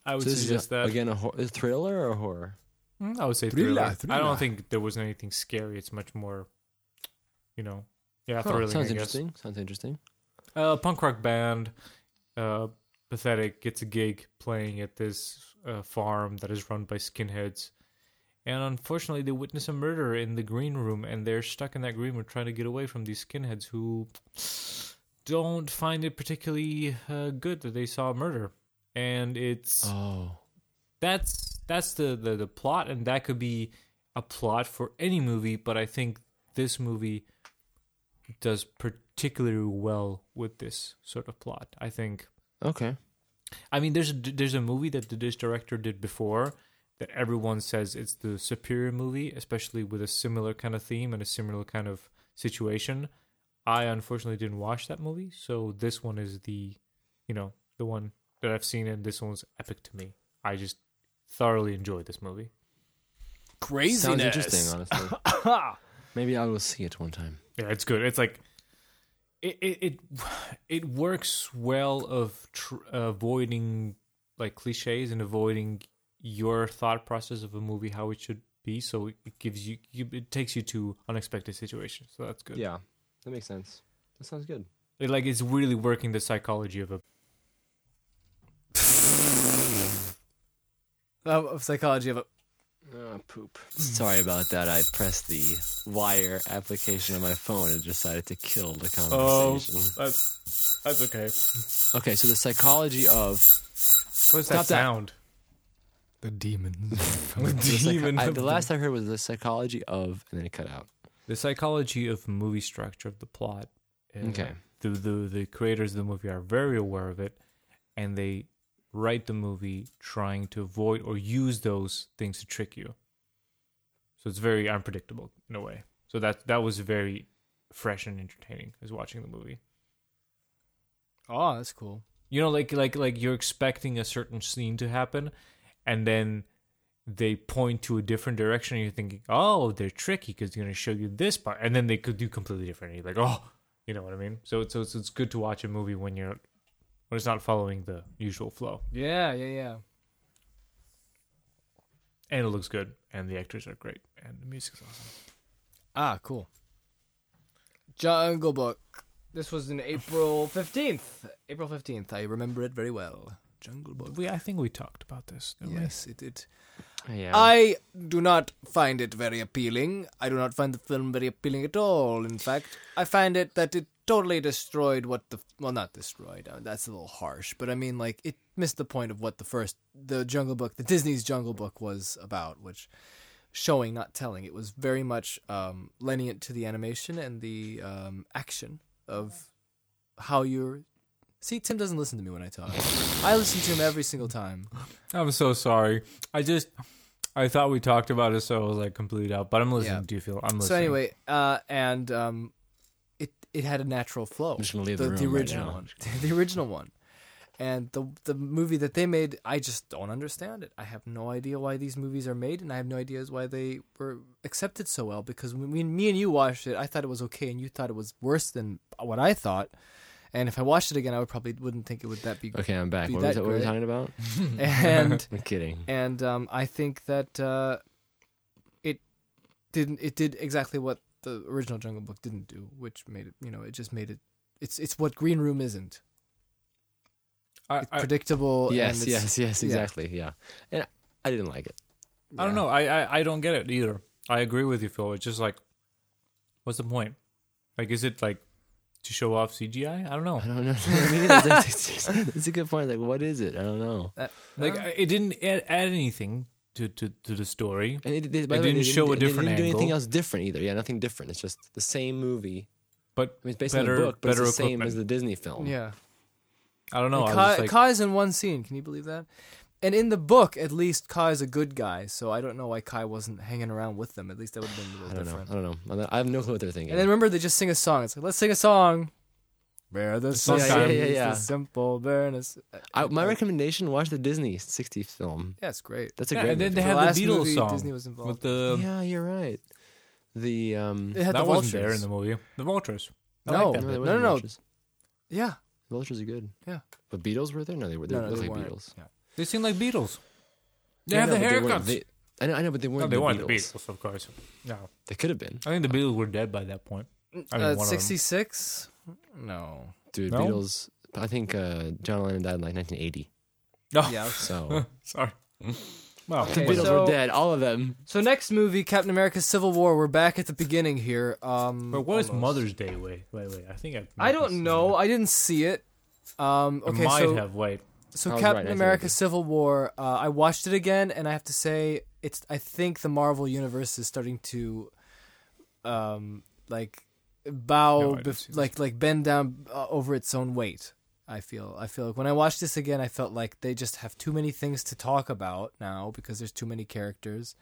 Speaker 3: I would
Speaker 1: So this is
Speaker 3: suggest
Speaker 1: a,
Speaker 3: that.
Speaker 1: again a, hor- a thriller or a horror.
Speaker 3: Mm, I would say
Speaker 2: Thriller,
Speaker 3: thriller. I
Speaker 2: thriller.
Speaker 3: don't think there was anything scary. It's much more, you know, yeah,
Speaker 1: Huh,
Speaker 3: thrilling. I
Speaker 1: sounds
Speaker 3: guess.
Speaker 1: interesting. Sounds interesting.
Speaker 3: uh, punk rock band, uh, pathetic, gets a gig playing at this uh, farm that is run by skinheads, and unfortunately, they witness a murder in the green room, and they're stuck in that green room trying to get away from these skinheads who don't find it particularly uh, good that they saw a murder, and it's
Speaker 1: Oh,
Speaker 3: that's that's the, the the plot and that could be a plot for any movie but i think this movie does particularly well with this sort of plot i think
Speaker 1: okay.
Speaker 3: i mean there's a, there's a movie that this director did before that everyone says it's the superior movie especially with a similar kind of theme and a similar kind of situation i unfortunately didn't watch that movie so this one is the you know the one that i've seen and this one's epic to me i just thoroughly enjoyed this movie
Speaker 1: Sounds interesting, honestly. Maybe I will see it one time.
Speaker 3: Yeah, it's good. It's like it it it, it works well of tr- avoiding like cliches and avoiding your thought process of a movie how it should be so it it gives you, you it takes you to unexpected situations so that's good
Speaker 1: Yeah, that makes sense. That sounds good.
Speaker 3: it, like it's really working the psychology of a
Speaker 2: Of, of psychology of a.
Speaker 1: Oh, poop. Sorry about that. I pressed the wire application on my phone and decided to kill the conversation.
Speaker 3: that's that's okay
Speaker 1: Okay, so the psychology of
Speaker 3: what's
Speaker 1: Stop that.
Speaker 3: that sound
Speaker 5: The demons.
Speaker 1: the, psych-
Speaker 3: Demon
Speaker 1: I-
Speaker 3: of
Speaker 1: the last I heard was the psychology of, and then it cut out.
Speaker 3: the psychology of movie structure of the plot uh,
Speaker 1: Okay.
Speaker 3: the, the the creators of the movie are very aware of it and they write the movie trying to avoid or use those things to trick you so it's very unpredictable in a way so that that was very fresh and entertaining as watching the movie
Speaker 2: Oh, that's cool.
Speaker 3: you know like like like you're expecting a certain scene to happen and then they point to a different direction and you're thinking oh they're tricky because they're going to show you this part and then they could do completely different and you're like oh you know what i mean so so, so it's good to watch a movie when you're when it's not following the usual flow
Speaker 2: Yeah, yeah, yeah.
Speaker 3: and it looks good and the actors are great and the music's awesome
Speaker 2: Ah, cool. Jungle Book. This was in April 15th. April 15th. I remember it very well. Jungle Book.
Speaker 3: we i think we talked about this didn't we?
Speaker 2: Yes, it did.
Speaker 1: Yeah.
Speaker 2: I do not find it very appealing. I do not find the film very appealing at all. In fact, I find it that it totally destroyed what the well, not destroyed. uh, That's a little harsh, but I mean, like it missed the point of what the first the Jungle Book, the Disney's Jungle Book, was about, which showing, not telling. It was very much um, lenient to the animation and the um, action of how you're. See, Tim doesn't listen to me when I talk. I listen to him every single time.
Speaker 3: i'm so sorry i just i thought we talked about it so i was like completely out but i'm listening
Speaker 2: Yeah.
Speaker 3: do you feel i'm listening
Speaker 2: So anyway, uh, and um, it it had a natural flow.
Speaker 1: I'm just gonna leave the room right
Speaker 2: original
Speaker 1: now.
Speaker 2: one, the original one, and the the movie that they made. I just don't understand it. I have no idea why these movies are made, and I have no ideas why they were accepted so well. Because when we, me and you watched it, I thought it was okay, and you thought it was worse than what I thought. And if I watched it again, I would probably wouldn't think it would that be.
Speaker 1: okay, I'm back.
Speaker 2: Be
Speaker 1: What was
Speaker 2: that
Speaker 1: that? What were we
Speaker 2: great.
Speaker 1: talking about?
Speaker 2: And
Speaker 1: I'm kidding.
Speaker 2: and um, I think that uh, it didn't. It did exactly what the original Jungle Book didn't do, which made it. You know, it just made it. It's it's what Green Room isn't.
Speaker 3: I,
Speaker 2: It's
Speaker 3: I,
Speaker 2: predictable.
Speaker 1: Yes,
Speaker 2: and it's,
Speaker 1: yes, yes,
Speaker 2: yeah.
Speaker 1: exactly. Yeah. And I didn't like it.
Speaker 3: I don't know. I, I I don't get it either. I agree with you, Phil. It's just like, what's the point? Like, is it like to show off CGI? I don't know.
Speaker 1: I don't know. I mean, it's, it's- it's- it's a good point. Like, what is it? I don't know.
Speaker 3: Like, I- it didn't add, add anything to, to to the story.
Speaker 1: And it, they, by the
Speaker 3: It
Speaker 1: way, they
Speaker 3: didn't show a
Speaker 1: they
Speaker 3: different
Speaker 1: didn't do anything
Speaker 3: angle.
Speaker 1: else different either. Yeah, nothing different. It's just the same movie.
Speaker 3: But
Speaker 1: I mean, it's based
Speaker 3: better,
Speaker 1: on a book, but it's
Speaker 3: better
Speaker 1: the same
Speaker 3: equipment.
Speaker 1: as the Disney film.
Speaker 2: Yeah.
Speaker 3: I don't know. Oh, I
Speaker 2: And
Speaker 3: was
Speaker 2: Ka,
Speaker 3: like,
Speaker 2: Ka is in one scene. Can you believe that? And in the book, at least Ka is a good guy, so I don't know why Kai wasn't hanging around with them. At least that would have been a
Speaker 1: I
Speaker 2: little
Speaker 1: don't know.
Speaker 2: different.
Speaker 1: I don't know. I don't- I have no clue what they're thinking.
Speaker 2: And then remember, they just sing a song. It's like, let's sing a song. Bear the
Speaker 3: song. Yeah, yeah,
Speaker 2: sometimes
Speaker 1: yeah, yeah.
Speaker 2: the simple bareness.
Speaker 1: I, my recommendation: watch the Disney '60 film.
Speaker 2: Yeah, it's great.
Speaker 1: That's a
Speaker 3: yeah,
Speaker 1: great.
Speaker 3: and then
Speaker 1: movie.
Speaker 2: The
Speaker 3: they had um,
Speaker 2: last
Speaker 3: the Beatles
Speaker 2: movie
Speaker 3: song
Speaker 2: Disney was involved
Speaker 3: with the
Speaker 1: yeah, you're right. The um, oh,
Speaker 2: It had
Speaker 3: that
Speaker 2: the
Speaker 3: wasn't
Speaker 2: vultures.
Speaker 3: there in the movie. The vultures. I
Speaker 2: no,
Speaker 3: like that
Speaker 1: no,
Speaker 3: bit.
Speaker 1: there
Speaker 2: no,
Speaker 1: wasn't
Speaker 2: no, no.
Speaker 1: Vultures.
Speaker 2: Yeah.
Speaker 1: Vultures are good.
Speaker 2: Yeah.
Speaker 1: but Beatles were there? No, they were. They
Speaker 2: No,
Speaker 1: were
Speaker 2: no, they
Speaker 1: like
Speaker 2: weren't.
Speaker 1: Beatles.
Speaker 3: They seem like Beatles. They
Speaker 1: Yeah,
Speaker 3: have
Speaker 1: no, but
Speaker 3: the
Speaker 1: they
Speaker 3: haircuts.
Speaker 1: weren't- they- I know, I know, but they
Speaker 3: no,
Speaker 1: weren't.
Speaker 3: they
Speaker 1: the
Speaker 3: weren't the
Speaker 1: Beatles.
Speaker 3: Beatles, of course. No,
Speaker 1: They could have been,
Speaker 3: I think the Beatles were dead by that point. I mean,
Speaker 2: Uh,
Speaker 3: one of them.
Speaker 2: 66? No.
Speaker 1: dude.
Speaker 3: No?
Speaker 1: Beatles. I think uh, John Lennon died in like 1980.
Speaker 3: No,
Speaker 2: Yeah.
Speaker 1: So
Speaker 3: sorry. Well,
Speaker 1: the Beatles
Speaker 2: so-
Speaker 1: were dead. All of them.
Speaker 2: So next movie, Captain America: Civil War. We're back at the beginning here. Um,
Speaker 3: But what is
Speaker 2: almost.
Speaker 3: Mother's Day? Wait, wait, wait. I think I.
Speaker 2: I don't know. I didn't see it. Um,
Speaker 3: I
Speaker 2: okay,
Speaker 3: might
Speaker 2: so
Speaker 3: have. Wait.
Speaker 2: so
Speaker 1: I was
Speaker 2: Captain
Speaker 1: Oh, right, I
Speaker 2: America:
Speaker 1: did.
Speaker 2: Civil War. Uh, I watched it again, and I have to say, it's. I think the Marvel universe is starting to, um, like bow,
Speaker 3: No, I didn't
Speaker 2: bef-
Speaker 3: see this.
Speaker 2: like like bend down uh, over its own weight. I feel. I feel like when I watched this again, I felt like they just have too many things to talk about now because there's too many characters,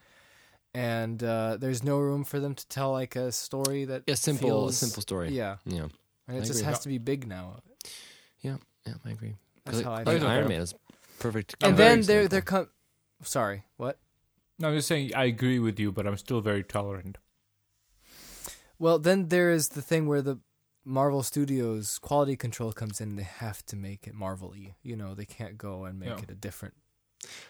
Speaker 2: and uh, there's no room for them to tell like a story that
Speaker 1: A simple,
Speaker 2: feels-
Speaker 1: simple story.
Speaker 2: Yeah,
Speaker 1: yeah,
Speaker 2: and it
Speaker 1: I
Speaker 2: just
Speaker 1: agree.
Speaker 2: has to be big now.
Speaker 1: yeah. I agree.
Speaker 2: That's
Speaker 1: like,
Speaker 2: how I
Speaker 1: like
Speaker 2: feel.
Speaker 1: Iron Man is perfect. very
Speaker 2: And then there there
Speaker 1: example.
Speaker 2: come. Sorry, what?
Speaker 3: No, I'm just saying I agree with you, but I'm still very tolerant.
Speaker 2: Well, then there is the thing where the Marvel Studios quality control comes in, they have to make it Marvel-y. You know, they can't go and make
Speaker 3: Yeah.
Speaker 2: it a different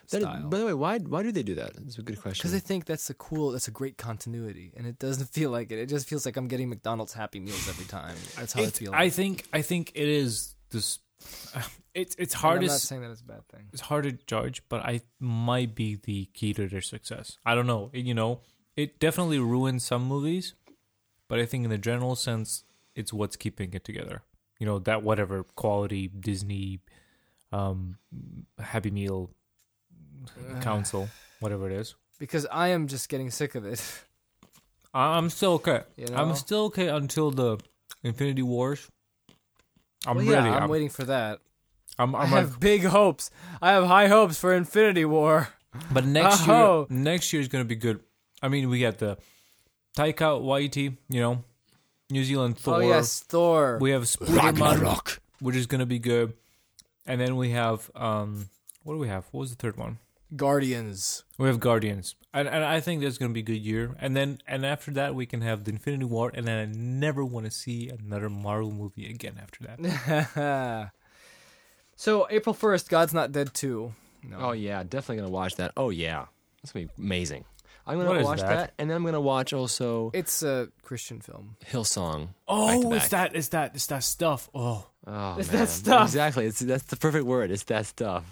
Speaker 1: That-
Speaker 2: style.
Speaker 1: by the way, why why do they do that? It's a good question.
Speaker 2: because I think that's a cool, that's a great continuity, and it doesn't feel like it. It just feels like I'm getting McDonald's Happy Meals every time. That's how I
Speaker 3: It-
Speaker 2: feel.
Speaker 3: I think I think it is this. It's it's
Speaker 2: And I'm
Speaker 3: hard to
Speaker 2: not
Speaker 3: s-
Speaker 2: saying that it's a bad thing.
Speaker 3: it's hard to judge, but I might be the key to their success. I don't know. You know, it definitely ruins some movies, but I think in the general sense, it's what's keeping it together. You know, that whatever quality Disney, um, Happy Meal Council, whatever it is.
Speaker 2: Because I am just getting sick of it.
Speaker 3: I- I'm still okay.
Speaker 2: You know?
Speaker 3: I'm still okay until the Infinity Wars. I'm
Speaker 2: Well, yeah,
Speaker 3: ready.
Speaker 2: I'm,
Speaker 3: I'm,
Speaker 2: waiting for that.
Speaker 3: I'm,
Speaker 2: i
Speaker 3: I'm like,
Speaker 2: have big hopes. I have high hopes for Infinity War.
Speaker 3: But next
Speaker 2: Oh.
Speaker 3: year, next year is going to be good. I mean, we got the Taika Waititi, you know, New Zealand Thor.
Speaker 2: oh yes, Thor.
Speaker 3: We have Spider-Man, which is going to be good. And then we have um, what do we have? What was the third one?
Speaker 2: Guardians.
Speaker 3: We have Guardians, and, and I think that's going to be a good year. And then and after that, we can have the Infinity War, and then I never want to see another Marvel movie again after that.
Speaker 2: so April first, God's Not Dead two. No.
Speaker 1: oh yeah, definitely gonna watch that. Oh yeah, that's gonna be amazing. I'm gonna
Speaker 3: What is
Speaker 1: watch
Speaker 3: that?
Speaker 1: that? and then I'm gonna watch also
Speaker 2: It's a Christian film.
Speaker 1: Hillsong.
Speaker 3: oh,
Speaker 1: back
Speaker 3: it's that, it's that, it's that stuff. Oh,
Speaker 1: Oh,
Speaker 2: It's
Speaker 1: man.
Speaker 2: that stuff.
Speaker 1: Exactly. It's that's the perfect word. It's that stuff.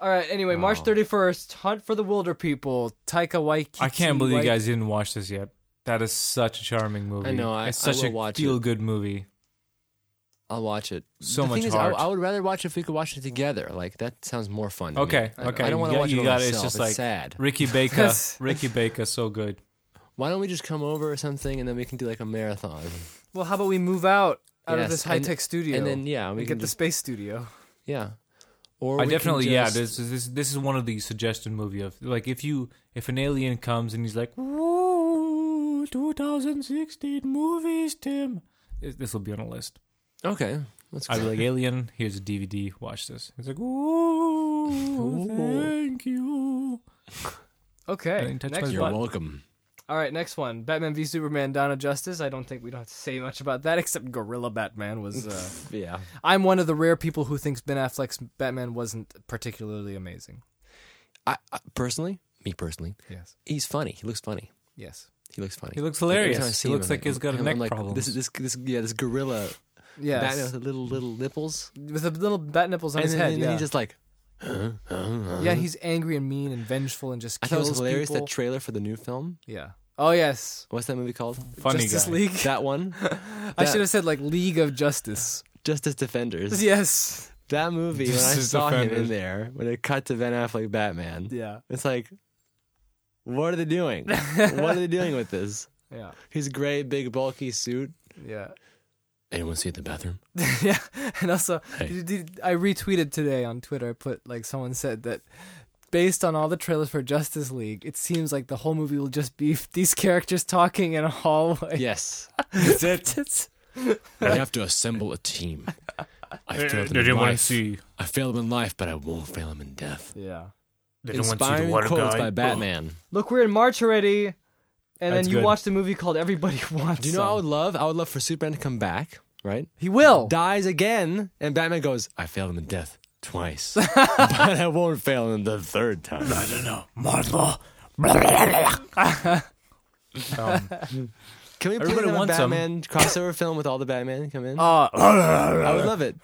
Speaker 2: All right. Anyway, March
Speaker 1: Oh.
Speaker 2: thirty first, Hunt for the Wilder People. Taika Waititi.
Speaker 3: I can't believe
Speaker 2: Wait-
Speaker 3: you guys didn't watch this yet. That is such a charming movie.
Speaker 1: I know, I-
Speaker 3: it's
Speaker 1: I
Speaker 3: such
Speaker 1: will
Speaker 3: a
Speaker 1: watch it.
Speaker 3: feel-good movie.
Speaker 1: I'll watch it.
Speaker 3: So
Speaker 1: the thing
Speaker 3: much
Speaker 1: is, I,
Speaker 3: heart.
Speaker 1: I would rather watch if we could watch it together. Like that sounds more fun. to me.
Speaker 3: Okay,
Speaker 1: I-
Speaker 3: okay.
Speaker 1: I don't want to
Speaker 3: Yeah,
Speaker 1: watch
Speaker 3: you
Speaker 1: it by
Speaker 3: got it. It's
Speaker 1: myself.
Speaker 3: just like
Speaker 1: sad.
Speaker 3: Ricky Baker.
Speaker 2: That's-
Speaker 3: Ricky Baker, so good.
Speaker 1: Why don't we just come over or something, and then we can do like a marathon?
Speaker 2: Well, how about we move out out of
Speaker 1: Yes,
Speaker 2: this high
Speaker 1: and-
Speaker 2: tech studio
Speaker 1: and then, yeah, we
Speaker 2: we
Speaker 1: can
Speaker 2: get the
Speaker 1: just-
Speaker 2: space studio.
Speaker 1: Yeah. Or
Speaker 3: I
Speaker 1: we can
Speaker 3: definitely, yeah.
Speaker 1: just-
Speaker 3: This is this, this is one of the suggested movie of like if you if an alien comes and he's like, "Whoa, 2016 movies, Tim." This will be on a list.
Speaker 1: Okay. That's
Speaker 3: I'd be like, "Alien, here's a DVD. Watch this." He's like, "Whoa, thank you." I
Speaker 2: Okay.
Speaker 3: didn't touch
Speaker 2: Next
Speaker 3: my
Speaker 2: one.
Speaker 1: welcome.
Speaker 2: All right, next one. Batman v Superman: Dawn of Justice. I don't think we don't have to say much about that, except Gorilla Batman was. Uh,
Speaker 1: Yeah.
Speaker 2: I'm one of the rare people who thinks Ben Affleck's Batman wasn't particularly amazing.
Speaker 1: I, I personally, me personally,
Speaker 2: Yes.
Speaker 1: he's funny. He looks funny.
Speaker 2: Yes.
Speaker 1: He looks funny.
Speaker 3: He looks
Speaker 1: Every time I
Speaker 3: hilarious.
Speaker 1: see
Speaker 3: He
Speaker 1: him,
Speaker 3: looks
Speaker 1: I'm
Speaker 3: like he's got a
Speaker 1: I'm
Speaker 3: neck
Speaker 1: like,
Speaker 3: problem.
Speaker 1: This is this, this yeah this gorilla
Speaker 2: Yes.
Speaker 1: Batman with the little little nipples
Speaker 2: With the little bat nipples on
Speaker 1: and
Speaker 2: his
Speaker 1: then,
Speaker 2: head.
Speaker 1: and
Speaker 2: yeah.
Speaker 1: then he's just like
Speaker 2: yeah, he's angry and mean and vengeful and just
Speaker 1: Uh-huh. I thought it
Speaker 2: kills
Speaker 1: was hilarious
Speaker 2: people.
Speaker 1: that trailer for the new film
Speaker 2: yeah. Oh yes.
Speaker 1: what's that movie called
Speaker 3: Funny
Speaker 2: Justice
Speaker 3: guy.
Speaker 2: League.
Speaker 1: that one
Speaker 2: I
Speaker 1: that-
Speaker 2: should have said like League of Justice.
Speaker 1: Justice Defenders
Speaker 2: yes.
Speaker 1: that movie when I
Speaker 3: Justice
Speaker 1: saw him in
Speaker 3: Defenders.
Speaker 1: there when it cut to Ben Affleck Batman
Speaker 2: Yeah.
Speaker 1: it's like what are they doing what are they doing with this
Speaker 2: Yeah.
Speaker 1: his gray big bulky suit
Speaker 2: Yeah.
Speaker 1: anyone see it in the bathroom
Speaker 2: yeah, and also
Speaker 1: Hey.
Speaker 2: did- did- I retweeted today on Twitter. I put like someone said that based on all the trailers for Justice League, it seems like the whole movie will just be these characters talking in a hallway.
Speaker 1: yes
Speaker 2: That's it.
Speaker 1: I have to assemble a team I failed
Speaker 4: They didn't want to see.
Speaker 1: I fail him in life, but I won't fail him in death.
Speaker 2: yeah.
Speaker 4: They didn't want to see the
Speaker 1: Inspiring
Speaker 4: water
Speaker 1: quotes
Speaker 4: guy. Oh.
Speaker 1: by Batman.
Speaker 2: Look, we're in March already, and then
Speaker 3: That's
Speaker 2: you
Speaker 3: good.
Speaker 2: watched a movie called Everybody Wants.
Speaker 1: Do you know what I
Speaker 2: Some.
Speaker 1: would love? I would love for Superman to come back, right?
Speaker 2: he will?
Speaker 1: Dies again, and Batman goes, I failed him in death twice, but I won't fail him the third time.
Speaker 6: Martha.
Speaker 1: Can we please
Speaker 3: Everybody
Speaker 1: have a
Speaker 3: wants 'em.
Speaker 1: Batman crossover film with all the Batman come in?
Speaker 2: Uh,
Speaker 5: Oh,
Speaker 1: I would love it.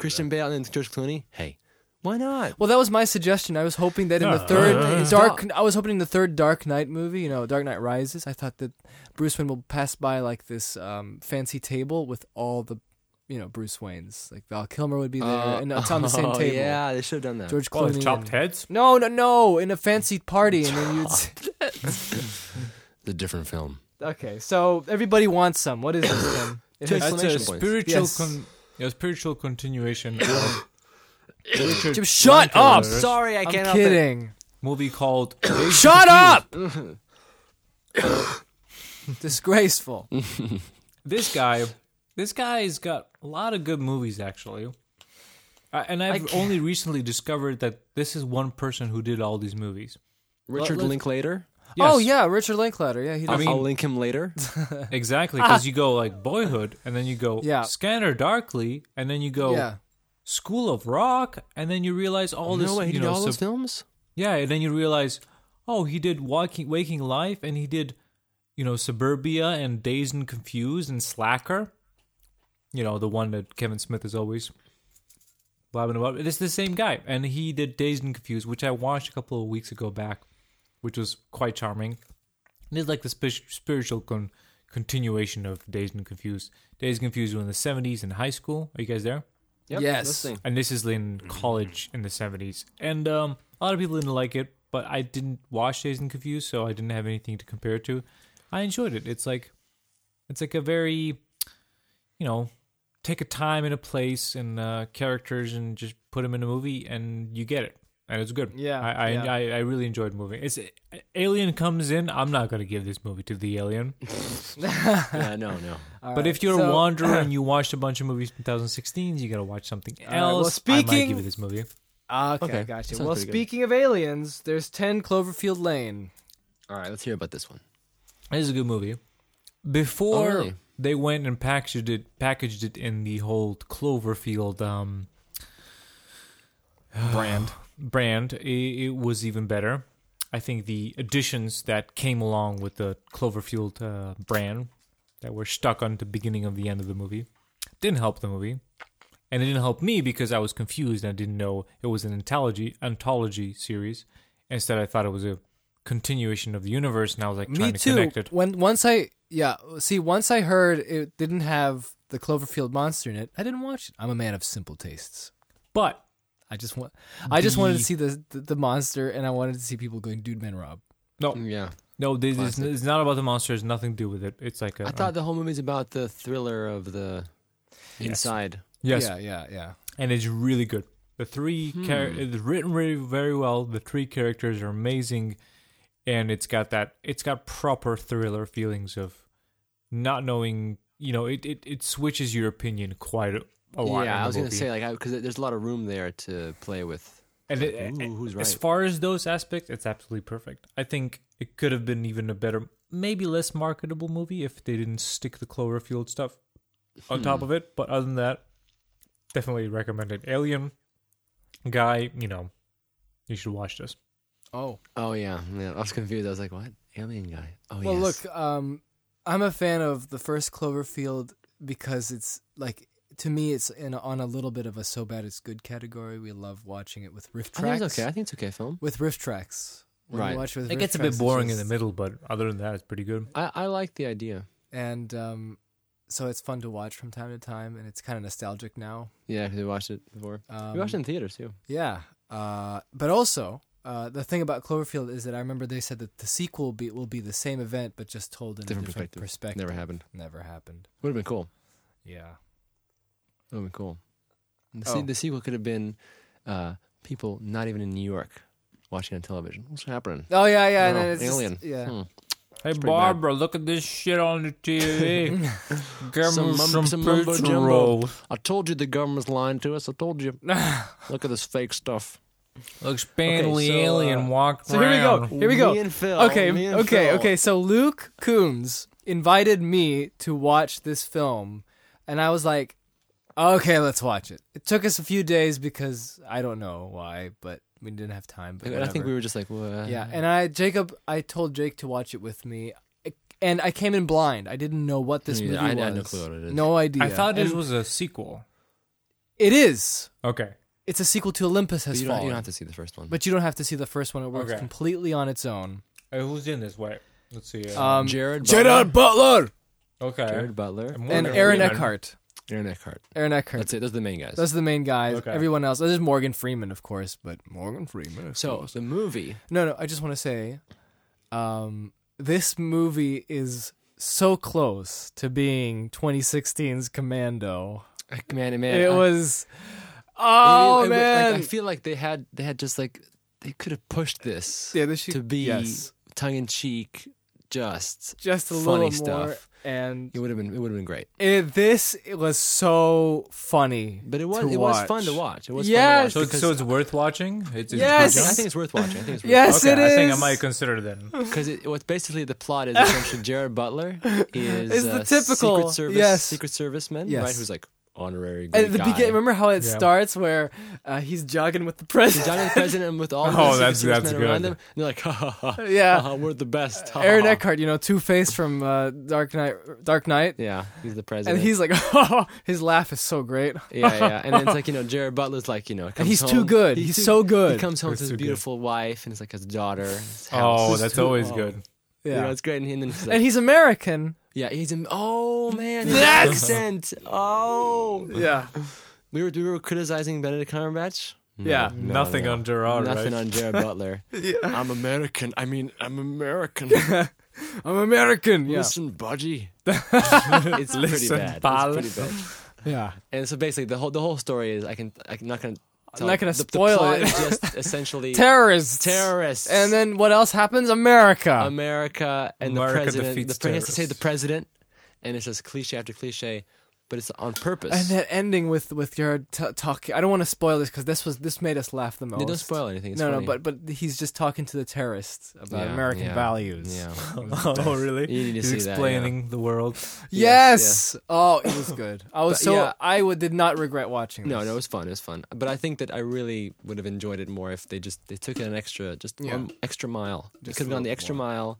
Speaker 1: Christian Bale and George Clooney? Hey, why not?
Speaker 2: well, that was my suggestion. I was hoping that in the third Dark, I was hoping in the third Dark Knight movie, you know, Dark Knight Rises. I thought that Bruce Wayne will pass by like this um, fancy table with all the, you know, Bruce Wayne's. Like Val Kilmer would be there,
Speaker 1: Uh,
Speaker 2: and it's on the same
Speaker 1: oh,
Speaker 2: table.
Speaker 1: Yeah, they should have done that.
Speaker 2: George
Speaker 5: Oh,
Speaker 3: Well,
Speaker 2: Clooney.
Speaker 3: chopped
Speaker 2: and-
Speaker 3: heads.
Speaker 2: No, no, no! In a fancy party, and then you'd.
Speaker 1: The different film.
Speaker 2: okay, so everybody wants some. What is this, Tim? It has-
Speaker 3: That's a
Speaker 1: Exclamation points.
Speaker 3: spiritual,
Speaker 2: Yes.
Speaker 3: con- a spiritual continuation of Richard
Speaker 2: Jim, shut up!
Speaker 3: Linklater's
Speaker 1: Sorry, I
Speaker 2: I'm
Speaker 1: can't help it.
Speaker 2: kidding.
Speaker 3: movie called Days
Speaker 2: Shut
Speaker 3: of
Speaker 2: up! Disgraceful.
Speaker 3: Future. This guy, this guy's got a lot of good movies actually, I, and I've
Speaker 2: can't-
Speaker 3: only recently discovered that this is one person who did all these movies.
Speaker 1: Richard
Speaker 2: let's-
Speaker 1: Linklater?
Speaker 2: Oh
Speaker 3: Yes.
Speaker 2: yeah, Richard Linklater. Yeah, he does.
Speaker 3: I mean-
Speaker 1: I'll link him later.
Speaker 3: Exactly, because you go like Boyhood, and then you go
Speaker 2: Ah. Yeah.
Speaker 3: Scanner Darkly, and then you go
Speaker 2: yeah.
Speaker 3: School of Rock, and then you realize all this.
Speaker 1: no way, he
Speaker 3: you
Speaker 1: did
Speaker 3: know,
Speaker 1: all
Speaker 3: sub-
Speaker 1: those films.
Speaker 3: yeah, and then you realize, oh, he did Walking, Waking Life, and he did, you know, Suburbia and Dazed and Confused and Slacker. You know, the one that Kevin Smith is always blabbing about. It's the same guy, and he did Dazed and Confused, which I watched a couple of weeks ago back, which was quite charming. And it's like the spi- spiritual con- continuation of Dazed and Confused. Dazed and Confused were in the seventies in high school. Are you guys there?
Speaker 2: Yes.
Speaker 3: and this is in
Speaker 2: Mm-hmm.
Speaker 3: college in the 70s and um, a lot of people didn't like it but i didn't watch days and confused so i didn't have anything to compare it to i enjoyed it it's like it's like a very you know take a time and a place and uh, characters and just put them in a movie and you get it and it's good
Speaker 2: Yeah,
Speaker 3: i i,
Speaker 2: yeah.
Speaker 3: I, I really enjoyed the movie it's alien comes in i'm not going to give this movie to the alien
Speaker 1: yeah, no, no.
Speaker 3: but if you're
Speaker 2: so-
Speaker 3: a wanderer and you watched a bunch of movies in 2016 you got to watch something else
Speaker 2: well,
Speaker 3: i might
Speaker 2: speaking-
Speaker 3: give it this movie
Speaker 2: Okay,
Speaker 1: Okay,
Speaker 2: gotcha.
Speaker 1: sounds
Speaker 2: Well,
Speaker 1: pretty good.
Speaker 2: speaking of aliens, there's 10 Cloverfield Lane.
Speaker 1: All right, let's hear about this one.
Speaker 3: This is a good movie. Before
Speaker 1: Oh, really?
Speaker 3: they went and packaged it, packaged it in the whole Cloverfield um, brand. Brand, it, it was even better. I think the additions that came along with the Cloverfield uh, brand that were stuck on the beginning of the end of the movie didn't help the movie, and it didn't help me because I was confused and I didn't know it was an anthology anthology series. Instead, I thought it was a continuation of the universe, and I was like
Speaker 2: Me
Speaker 3: trying to
Speaker 2: too.
Speaker 3: connect it.
Speaker 2: When once I yeah, see once I heard it didn't have the Cloverfield monster in it, I didn't watch it. I'm a man of simple tastes.
Speaker 3: But
Speaker 2: I just want I just wanted to
Speaker 3: The-
Speaker 2: see the, the the monster and I wanted to see people going dude man rob.
Speaker 3: no,
Speaker 1: Yeah,
Speaker 3: no, this is,
Speaker 1: Classic.
Speaker 3: it's not about the monster. It's nothing to do with it. It's like a um,
Speaker 1: I thought the whole movie's about the thriller of the inside.
Speaker 3: yes,
Speaker 2: Yeah, yeah, yeah.
Speaker 3: and it's really good. The three char- it's written really very well. The three characters are amazing, and it's got that it's got proper thriller feelings of not knowing. You know, it it, it switches your opinion quite a, a lot. in
Speaker 1: yeah,
Speaker 3: the
Speaker 1: Oh, I was gonna
Speaker 3: movie.
Speaker 1: say like because there's a lot of room there to play with.
Speaker 3: And it,
Speaker 1: Ooh,
Speaker 3: and
Speaker 1: who's
Speaker 3: as
Speaker 1: right?
Speaker 3: far as those aspects, it's absolutely perfect. I think it could have been even a better, maybe less marketable movie if they didn't stick the Cloverfield stuff on top of it. But other than that, definitely recommend it. Alien guy, you know, you should watch this.
Speaker 2: Oh.
Speaker 1: Oh yeah, yeah. I was confused. I was like, what alien guy? Oh
Speaker 2: Well,
Speaker 1: yes.
Speaker 2: look, um I'm a fan of the first Cloverfield because it's like to me it's in on a little bit of a so bad it's good category. We love watching it with riff
Speaker 1: I think
Speaker 2: tracks.
Speaker 1: it's okay. I think it's okay film.
Speaker 2: With riff tracks. When you
Speaker 1: Right.
Speaker 2: watch with
Speaker 3: It
Speaker 2: riff
Speaker 3: gets a
Speaker 2: tracks,
Speaker 3: bit
Speaker 2: it's
Speaker 3: boring in
Speaker 2: just-
Speaker 3: the middle, but other than that, it's pretty good.
Speaker 1: I, I like the idea.
Speaker 2: and um, so it's fun to watch from time to time, and it's kind of nostalgic now.
Speaker 1: Yeah, 'cause we watched it before.
Speaker 2: Um,
Speaker 1: we watched it in theaters too.
Speaker 2: yeah. Uh, but also, uh, the thing about Cloverfield is that I remember they said that the sequel be, will be the same event, but just told in
Speaker 1: Different
Speaker 2: a different
Speaker 1: perspective.
Speaker 2: perspective.
Speaker 1: Never happened.
Speaker 2: Never happened.
Speaker 1: Would have been cool.
Speaker 2: Yeah.
Speaker 1: That would be cool. And The, se-
Speaker 2: Oh.
Speaker 1: the sequel could have been uh, people not even in New York watching on television. What's happening?
Speaker 2: Oh yeah, yeah. and
Speaker 1: Oh,
Speaker 2: then it's just-
Speaker 1: Alien.
Speaker 2: yeah.
Speaker 1: Hmm.
Speaker 3: Hey
Speaker 1: pretty bad.
Speaker 3: Barbara, look at this shit on the
Speaker 1: Hmm.
Speaker 3: TV. Give
Speaker 1: Some
Speaker 3: me
Speaker 1: mum-
Speaker 3: some,
Speaker 1: some mumbo
Speaker 3: pizza
Speaker 1: jumbo.
Speaker 3: roll.
Speaker 1: I told you the government's lying to us. I told you. Look at this fake stuff.
Speaker 3: Looks painfully
Speaker 1: so, uh,
Speaker 3: alien. Walk
Speaker 2: So here we go. Here we go.
Speaker 1: Me and Phil. Oh, me
Speaker 2: Okay,
Speaker 1: and
Speaker 2: okay,
Speaker 1: Phil.
Speaker 2: okay. So Luke Coons invited me to watch this film, and I was like, "Okay, let's watch it." It took us a few days because I don't know why, but we didn't have time. But
Speaker 1: I think
Speaker 2: whatever.
Speaker 1: we were just like, what?
Speaker 2: Yeah, and I Jacob, I told Jake to watch it with me, and I came in blind. I didn't know what this
Speaker 1: Me neither.
Speaker 2: movie
Speaker 1: I
Speaker 2: was.
Speaker 1: had no clue what it is.
Speaker 2: No idea.
Speaker 3: I thought
Speaker 2: And
Speaker 3: this was a sequel.
Speaker 2: it is.
Speaker 3: Okay.
Speaker 2: It's a sequel to Olympus
Speaker 1: But
Speaker 2: Has
Speaker 1: you, don't, you
Speaker 2: Fallen.
Speaker 1: don't have to see the first one.
Speaker 2: But you don't have to see the first one. It works
Speaker 3: Okay.
Speaker 2: completely on its own.
Speaker 3: Uh, who's in this? Wait, let's see. uh,
Speaker 2: Um,
Speaker 1: Jared Butler.
Speaker 5: Gerard Butler.
Speaker 3: okay.
Speaker 1: Jared Butler.
Speaker 3: I'm
Speaker 2: and
Speaker 3: wondering-
Speaker 2: Aaron Eckhart.
Speaker 1: Aaron Eckhart.
Speaker 2: Aaron Eckhart.
Speaker 1: That's it. Those are the main guys.
Speaker 2: Those are the main guys.
Speaker 3: Okay.
Speaker 2: Everyone else. There's Morgan Freeman, of course, but Morgan Freeman.
Speaker 1: so the movie.
Speaker 2: No, no. I just want to say, um, this movie is so close to being 2016's Commando.
Speaker 1: Man, man,
Speaker 2: It
Speaker 1: I-
Speaker 2: was.
Speaker 1: it-
Speaker 2: Oh
Speaker 1: it- like,
Speaker 2: man!
Speaker 1: I feel like they had they had just like they could have pushed this
Speaker 2: yeah, this should
Speaker 1: to be
Speaker 2: yes,
Speaker 1: tongue in cheek, just
Speaker 2: just a
Speaker 1: funny
Speaker 2: little more.
Speaker 1: stuff.
Speaker 2: and
Speaker 1: It would have been it would have been great.
Speaker 2: it, this it was so funny.
Speaker 1: But it was
Speaker 2: to
Speaker 1: it was fun to watch. It was
Speaker 2: Yeah,
Speaker 1: fun to
Speaker 3: So,
Speaker 1: watch
Speaker 3: it's-
Speaker 1: because
Speaker 3: so it's worth watching. It's, it's
Speaker 2: Yes!
Speaker 1: I think it's worth watching. I think it's worth
Speaker 2: Yes,
Speaker 3: Okay,
Speaker 2: it is.
Speaker 3: I think I might consider it then.
Speaker 1: Because it, what's basically the plot is essentially Jared Butler is
Speaker 2: Is the
Speaker 1: uh,
Speaker 2: typical-
Speaker 1: Secret Service,
Speaker 2: yes.
Speaker 1: Secret Serviceman,
Speaker 2: Yes.
Speaker 1: right? Who's like honorary good
Speaker 2: At the
Speaker 1: guy.
Speaker 2: beginning, remember how it
Speaker 3: Yeah.
Speaker 2: starts where uh, he's jogging with the
Speaker 1: He's
Speaker 2: president.
Speaker 1: down with the president and with all the
Speaker 3: Oh,
Speaker 1: Secret
Speaker 3: that's- that's
Speaker 1: Servicemen around
Speaker 3: good.
Speaker 1: him, and they're like, ha ha ha,
Speaker 2: Yeah. Uh,
Speaker 1: ha, ha, we're the best. Ha,
Speaker 2: Aaron
Speaker 1: ha, ha."
Speaker 2: Eckhart, you know, Two Face from uh, Dark Knight, Dark Knight,
Speaker 1: Yeah, he's the president.
Speaker 2: and he's like, his laugh is so great.
Speaker 1: yeah, yeah, and then it's like you know Jared Butler's like you know, comes
Speaker 2: And he's too
Speaker 1: home-
Speaker 2: good. He's, so
Speaker 1: He
Speaker 2: good.
Speaker 1: comes home to his
Speaker 3: too good.
Speaker 1: beautiful wife and it's like his daughter. His house.
Speaker 3: Oh, that's always good.
Speaker 1: yeah,
Speaker 2: yeah.
Speaker 1: it's great. And then he's like,
Speaker 2: and he's American.
Speaker 1: yeah, he's in. Oh man, his accent. Oh,
Speaker 2: Yeah.
Speaker 1: we were we were criticizing Benedict Cumberbatch.
Speaker 2: Yeah.
Speaker 3: Nothing on Gerard,
Speaker 1: Nothing
Speaker 3: right?
Speaker 1: on Jared Butler. I'm American. I mean, I'm American.
Speaker 2: I'm American. Yeah.
Speaker 1: Listen, budgie. it's pretty bad.
Speaker 3: pal.
Speaker 1: It's pretty bad.
Speaker 2: Yeah.
Speaker 1: And so basically, the whole the whole story is I can I'm not gonna tell,
Speaker 2: not gonna
Speaker 1: the, the
Speaker 2: spoil
Speaker 1: plot
Speaker 2: it.
Speaker 1: is just essentially
Speaker 2: Terrorists.
Speaker 1: terrorists. Um,
Speaker 2: And then what else happens? America.
Speaker 1: America and
Speaker 3: America
Speaker 1: the president.
Speaker 3: defeats
Speaker 1: The president has to say the
Speaker 3: terrorists.
Speaker 1: president, and it's just cliche after cliche, but it's on purpose.
Speaker 2: and that ending with with your t- talk. I don't want to spoil this because this was this made us laugh the most.
Speaker 1: they don't spoil anything. It's
Speaker 2: no,
Speaker 1: funny.
Speaker 2: no, but but he's just talking to the terrorists about
Speaker 1: Yeah,
Speaker 2: American
Speaker 1: yeah,
Speaker 2: values.
Speaker 1: yeah.
Speaker 3: oh, really?
Speaker 1: You need to
Speaker 3: He's
Speaker 1: see that, yeah.
Speaker 3: explaining the world.
Speaker 2: Yes.
Speaker 1: Yes,
Speaker 2: Oh, it was good. I was
Speaker 1: But
Speaker 2: so
Speaker 1: yeah.
Speaker 2: I would did not regret watching.
Speaker 1: No,
Speaker 2: this.
Speaker 1: no, it was fun. It was fun. But I think that I really would have enjoyed it more if they just they took it an extra, just
Speaker 2: Yeah.
Speaker 1: one extra mile. it
Speaker 2: Just
Speaker 1: could have
Speaker 2: a
Speaker 1: gone the
Speaker 2: little
Speaker 1: extra mile,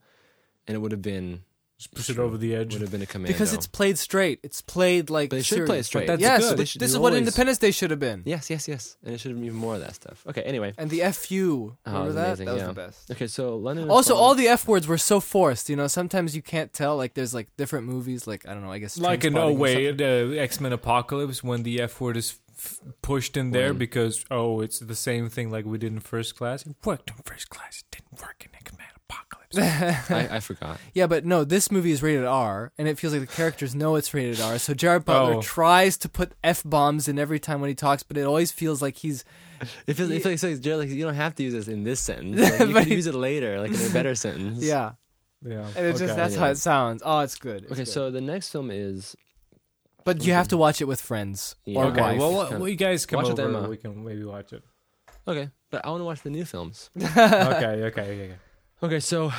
Speaker 1: and it would have been
Speaker 3: Just push it over the edge.
Speaker 1: would have been a commando.
Speaker 2: because it's played straight. It's played like
Speaker 1: But they should play
Speaker 2: serious.
Speaker 1: it straight.
Speaker 3: that's
Speaker 2: yes,
Speaker 3: good.
Speaker 2: but
Speaker 1: They
Speaker 2: this
Speaker 1: should
Speaker 2: is
Speaker 1: do
Speaker 2: what
Speaker 1: always-
Speaker 2: Independence Day should have been.
Speaker 1: yes, yes, yes, and it should have been more of that stuff. Okay, anyway.
Speaker 2: And the FU.
Speaker 1: Oh, it
Speaker 2: Remember
Speaker 1: was
Speaker 2: that?
Speaker 1: amazing,
Speaker 2: that was
Speaker 1: yeah.
Speaker 2: the best.
Speaker 1: Okay, so London. and
Speaker 2: Also,
Speaker 1: Florence-
Speaker 2: all the F words were so forced. You know, sometimes you can't tell. Like, there's like different movies. Like, I don't know. I guess
Speaker 3: like in
Speaker 2: Trainspotting
Speaker 3: oh
Speaker 2: or
Speaker 3: way
Speaker 2: something.
Speaker 3: the X Men Apocalypse when the F word is f- pushed in there
Speaker 1: When-
Speaker 3: because oh it's the same thing like we did in first class. It worked in first class. It didn't work in X Men Apocalypse.
Speaker 1: I, I forgot.
Speaker 2: Yeah, but no, this movie is rated R, and it feels like the characters know it's rated R. So Jared Butler
Speaker 3: Oh.
Speaker 2: tries to put f bombs in every time when he talks, but it always feels like he's
Speaker 1: It feels, it feels like, Jared, like you don't have to use this in this sentence. Like, you
Speaker 2: But
Speaker 1: can use it later, like in a better sentence.
Speaker 2: yeah.
Speaker 3: yeah,
Speaker 2: And it's just
Speaker 3: okay.
Speaker 2: that's how it sounds. Oh, it's good. It's
Speaker 1: Okay,
Speaker 2: good.
Speaker 1: so the next film is
Speaker 2: but you have to watch it with friends
Speaker 1: Yeah.
Speaker 2: or
Speaker 1: Okay,
Speaker 2: wife.
Speaker 3: Okay, well, well, you guys come
Speaker 1: Watch it,
Speaker 3: over.
Speaker 1: Emma.
Speaker 3: we can maybe watch it.
Speaker 1: okay, but I want to watch the new films.
Speaker 3: okay, okay, okay, okay.
Speaker 1: Okay, so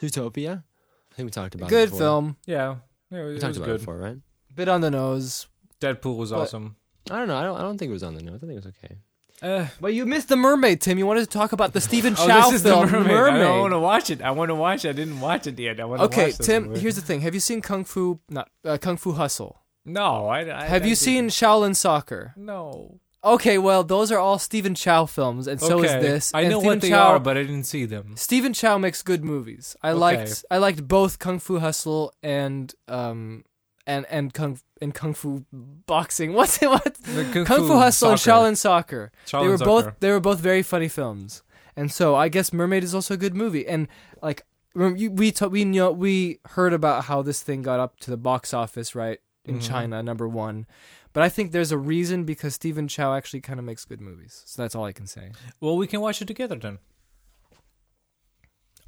Speaker 1: Utopia. I think we talked about it
Speaker 2: good
Speaker 1: before.
Speaker 2: film,
Speaker 3: Yeah, yeah it
Speaker 1: We
Speaker 3: was, it
Speaker 1: talked
Speaker 3: was
Speaker 1: about it
Speaker 3: good.
Speaker 1: before, right?
Speaker 2: bit on the nose,
Speaker 3: Deadpool was
Speaker 2: But-
Speaker 3: awesome.
Speaker 1: I don't know. I don't. I don't think it was on the notes. I think it was okay.
Speaker 3: Uh,
Speaker 2: but you missed the mermaid, Tim. You wanted to talk about the Stephen
Speaker 3: Oh,
Speaker 2: Chow film,
Speaker 3: I don't want to watch it. I want to watch. it. I didn't watch it yet. I want to
Speaker 2: Okay,
Speaker 3: watch this
Speaker 2: Tim.
Speaker 3: movie.
Speaker 2: Here's the thing: Have you seen Kung Fu? Not uh, Kung Fu Hustle.
Speaker 3: no. I, I
Speaker 2: Have
Speaker 3: I
Speaker 2: you
Speaker 3: didn't-
Speaker 2: seen Shaolin Soccer?
Speaker 3: No.
Speaker 2: Okay, well, those are all Stephen Chow films, and so
Speaker 3: Okay,
Speaker 2: is this.
Speaker 3: I
Speaker 2: and
Speaker 3: know
Speaker 2: Stephen
Speaker 3: what they
Speaker 2: Chow,
Speaker 3: are, but I didn't see them.
Speaker 2: Stephen Chow makes good movies. I
Speaker 3: Okay.
Speaker 2: liked I liked both Kung Fu Hustle and um and and Kung and Kung Fu boxing. What's it? What
Speaker 3: The
Speaker 2: Kung Fu Hustle
Speaker 3: Soccer.
Speaker 2: and Shaolin Soccer. they
Speaker 3: Shaolin
Speaker 2: were
Speaker 3: Soccer.
Speaker 2: both they were both very funny films, and so I guess Mermaid is also a good movie. And like rem- you- we ta- we know we heard about how this thing got up to the box office right in
Speaker 3: Mm-hmm.
Speaker 2: China number one, but I think there's a reason because Stephen Chow actually kind of makes good movies. So that's all I can say.
Speaker 3: Well, we can watch it together then.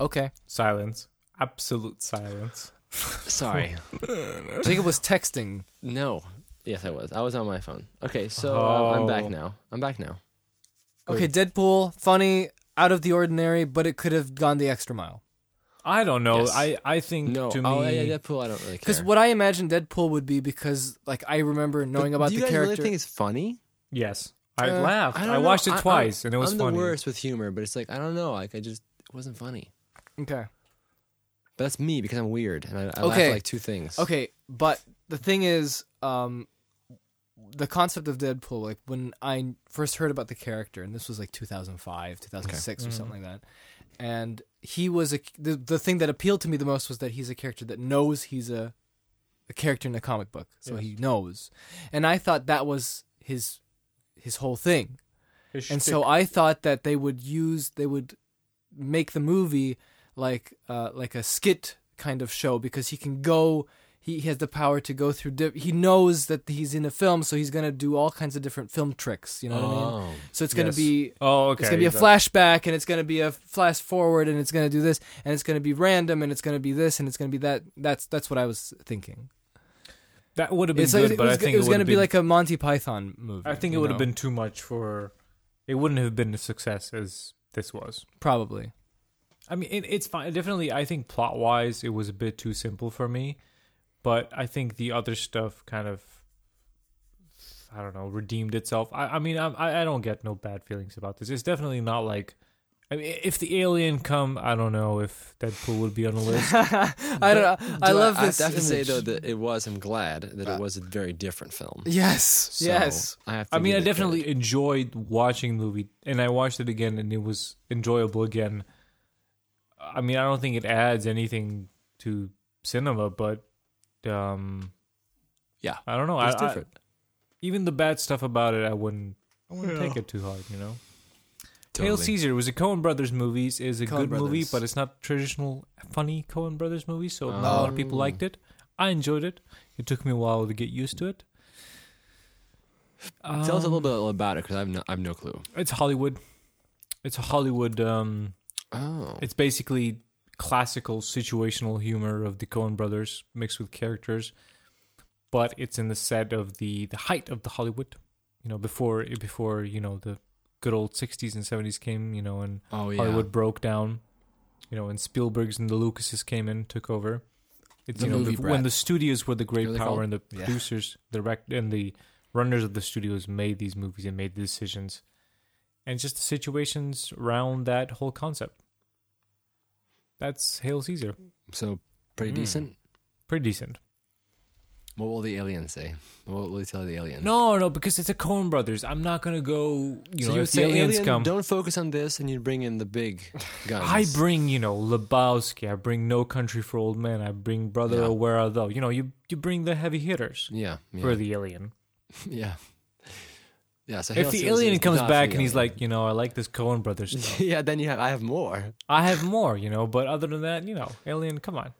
Speaker 2: Okay,
Speaker 3: Silence. Absolute silence.
Speaker 1: Sorry.
Speaker 2: Jacob was texting.
Speaker 1: no. Yes, I was. I was on my phone. Okay, so
Speaker 3: Oh.
Speaker 1: um, I'm back now. I'm back now.
Speaker 2: Okay, Deadpool, funny, out of the ordinary, but it could have gone the extra mile.
Speaker 3: I don't know.
Speaker 1: Yes.
Speaker 3: I I think
Speaker 1: No.
Speaker 3: to me.
Speaker 1: oh, yeah, yeah, Deadpool. I don't really care.
Speaker 2: Because what I imagine Deadpool would be, because like I remember
Speaker 1: But
Speaker 2: knowing about
Speaker 1: do
Speaker 2: the
Speaker 1: you guys
Speaker 2: character.
Speaker 1: really think it's funny?
Speaker 3: Yes. I
Speaker 2: Uh,
Speaker 3: laughed.
Speaker 1: don't
Speaker 3: I,
Speaker 1: know.
Speaker 3: watched it
Speaker 1: I'm-
Speaker 3: twice, and it was
Speaker 1: I'm
Speaker 3: funny.
Speaker 1: the worst with humor, but it's like I don't know. Like I just it wasn't funny.
Speaker 2: okay,
Speaker 1: But that's me because I'm weird and I, I laugh
Speaker 2: Okay.
Speaker 1: at like two things.
Speaker 2: okay, but the thing is, um, the concept of Deadpool, like when I first heard about the character, and this was like 2005, 2006, or something like that, and he was a the, the thing that appealed to me the most was that he's a character that knows he's a a character in a comic book, so he knows, and I thought that was his his whole thing. and so I thought that they would use they would make the movie like uh, like a skit kind of show because he can go he has the power to go through. Di- he knows that he's in a film, so he's gonna do all kinds of different film tricks. You know what I mean? So it's gonna
Speaker 3: Oh, Yes.
Speaker 2: be
Speaker 3: Oh, okay.
Speaker 2: it's gonna be a
Speaker 3: that-
Speaker 2: flashback, and it's gonna be a flash forward, and it's gonna do this, and it's gonna be random, and it's gonna be this, and it's gonna be that. That's that's what I was thinking.
Speaker 3: That would have been
Speaker 2: it's
Speaker 3: good,
Speaker 2: like, it
Speaker 3: but
Speaker 2: was,
Speaker 3: I think
Speaker 2: it was
Speaker 3: would
Speaker 2: gonna
Speaker 3: have
Speaker 2: be
Speaker 3: been-
Speaker 2: like a Monty Python movie.
Speaker 3: I think it
Speaker 2: you
Speaker 3: would have
Speaker 2: know?
Speaker 3: been too much for. It wouldn't have been a success as this was.
Speaker 2: probably.
Speaker 3: I mean, it, it's fine. Definitely, I think plot wise, it was a bit too simple for me. But I think the other stuff kind of, I don't know, redeemed itself. I, I mean, I'm- I, I don't get no bad feelings about this. It's definitely not like, I mean, if the alien come, I don't know if Deadpool would be on the list.
Speaker 2: I don't know. I
Speaker 1: Do
Speaker 2: love
Speaker 1: I,
Speaker 2: this.
Speaker 1: I have to say
Speaker 2: image.
Speaker 1: though that it was. I'm glad that it was a very different film.
Speaker 2: Yes.
Speaker 1: So,
Speaker 2: yes.
Speaker 1: I have. To
Speaker 3: I
Speaker 1: give it
Speaker 3: mean, I
Speaker 1: credit.
Speaker 3: definitely enjoyed watching the movie, and I watched it again, and it was enjoyable again. I mean, I don't think it adds anything to cinema, but um,
Speaker 1: Yeah,
Speaker 3: I don't know.
Speaker 1: It's
Speaker 3: I, I-
Speaker 1: different.
Speaker 3: even the bad stuff about it, I wouldn't, I wouldn't take it too hard, you know. Hail
Speaker 1: Totally.
Speaker 3: Caesar was a Coen Brothers movie. Is a
Speaker 1: Coen
Speaker 3: good movie,
Speaker 1: Brothers.
Speaker 3: but it's not traditional funny Coen Brothers movie, so not a lot of
Speaker 1: Um,
Speaker 3: people liked it. I enjoyed it. It took me a while to get used to it.
Speaker 1: Tell us a little bit about it because I've no, I've no clue.
Speaker 3: It's Hollywood. It's a Hollywood. Um,
Speaker 1: Oh,
Speaker 3: it's basically classical situational humor of the Coen Brothers mixed with characters, but it's in the set of the the height of the Hollywood. You know, before before you know the good old '60s and '70s came. You know, and
Speaker 1: oh yeah.
Speaker 3: Hollywood broke down. You know, and Spielberg's and the Lucases came in, took over. It's
Speaker 1: The
Speaker 3: you know
Speaker 1: movie
Speaker 3: the, when
Speaker 1: brat.
Speaker 3: the studios were the great
Speaker 1: What are they
Speaker 3: power
Speaker 1: called?
Speaker 3: and the
Speaker 1: Yeah.
Speaker 3: producers, the rec- and the runners of the studios made these movies and made the decisions, and just the situations around that whole concept. That's Hail Caesar,
Speaker 1: So pretty
Speaker 3: Hmm.
Speaker 1: decent.
Speaker 3: pretty decent.
Speaker 1: What will the alien say? What will they tell the alien?
Speaker 3: No, no, because it's a Coen Brothers. I'm not gonna go. You
Speaker 1: So you
Speaker 3: know, if
Speaker 1: would
Speaker 3: the
Speaker 1: say
Speaker 3: aliens
Speaker 1: alien,
Speaker 3: come.
Speaker 1: Don't focus on this, and you bring in the big guns.
Speaker 3: I bring, you know, Lebowski. I bring No Country for Old Men. I bring Brother
Speaker 1: Yeah.
Speaker 3: or Where Are Thou. You know, you you bring the heavy hitters
Speaker 1: Yeah, yeah,
Speaker 3: for the alien.
Speaker 1: yeah, yeah. So
Speaker 3: If
Speaker 1: Hail
Speaker 3: the
Speaker 1: Caesar
Speaker 3: alien
Speaker 1: is
Speaker 3: comes
Speaker 1: not for
Speaker 3: back
Speaker 1: the
Speaker 3: and he's
Speaker 1: alien.
Speaker 3: like, you know, I like this Cohen Brothers stuff.
Speaker 1: yeah, then you have. I have more.
Speaker 3: I have more, you know, but other than that, you know, alien, come on.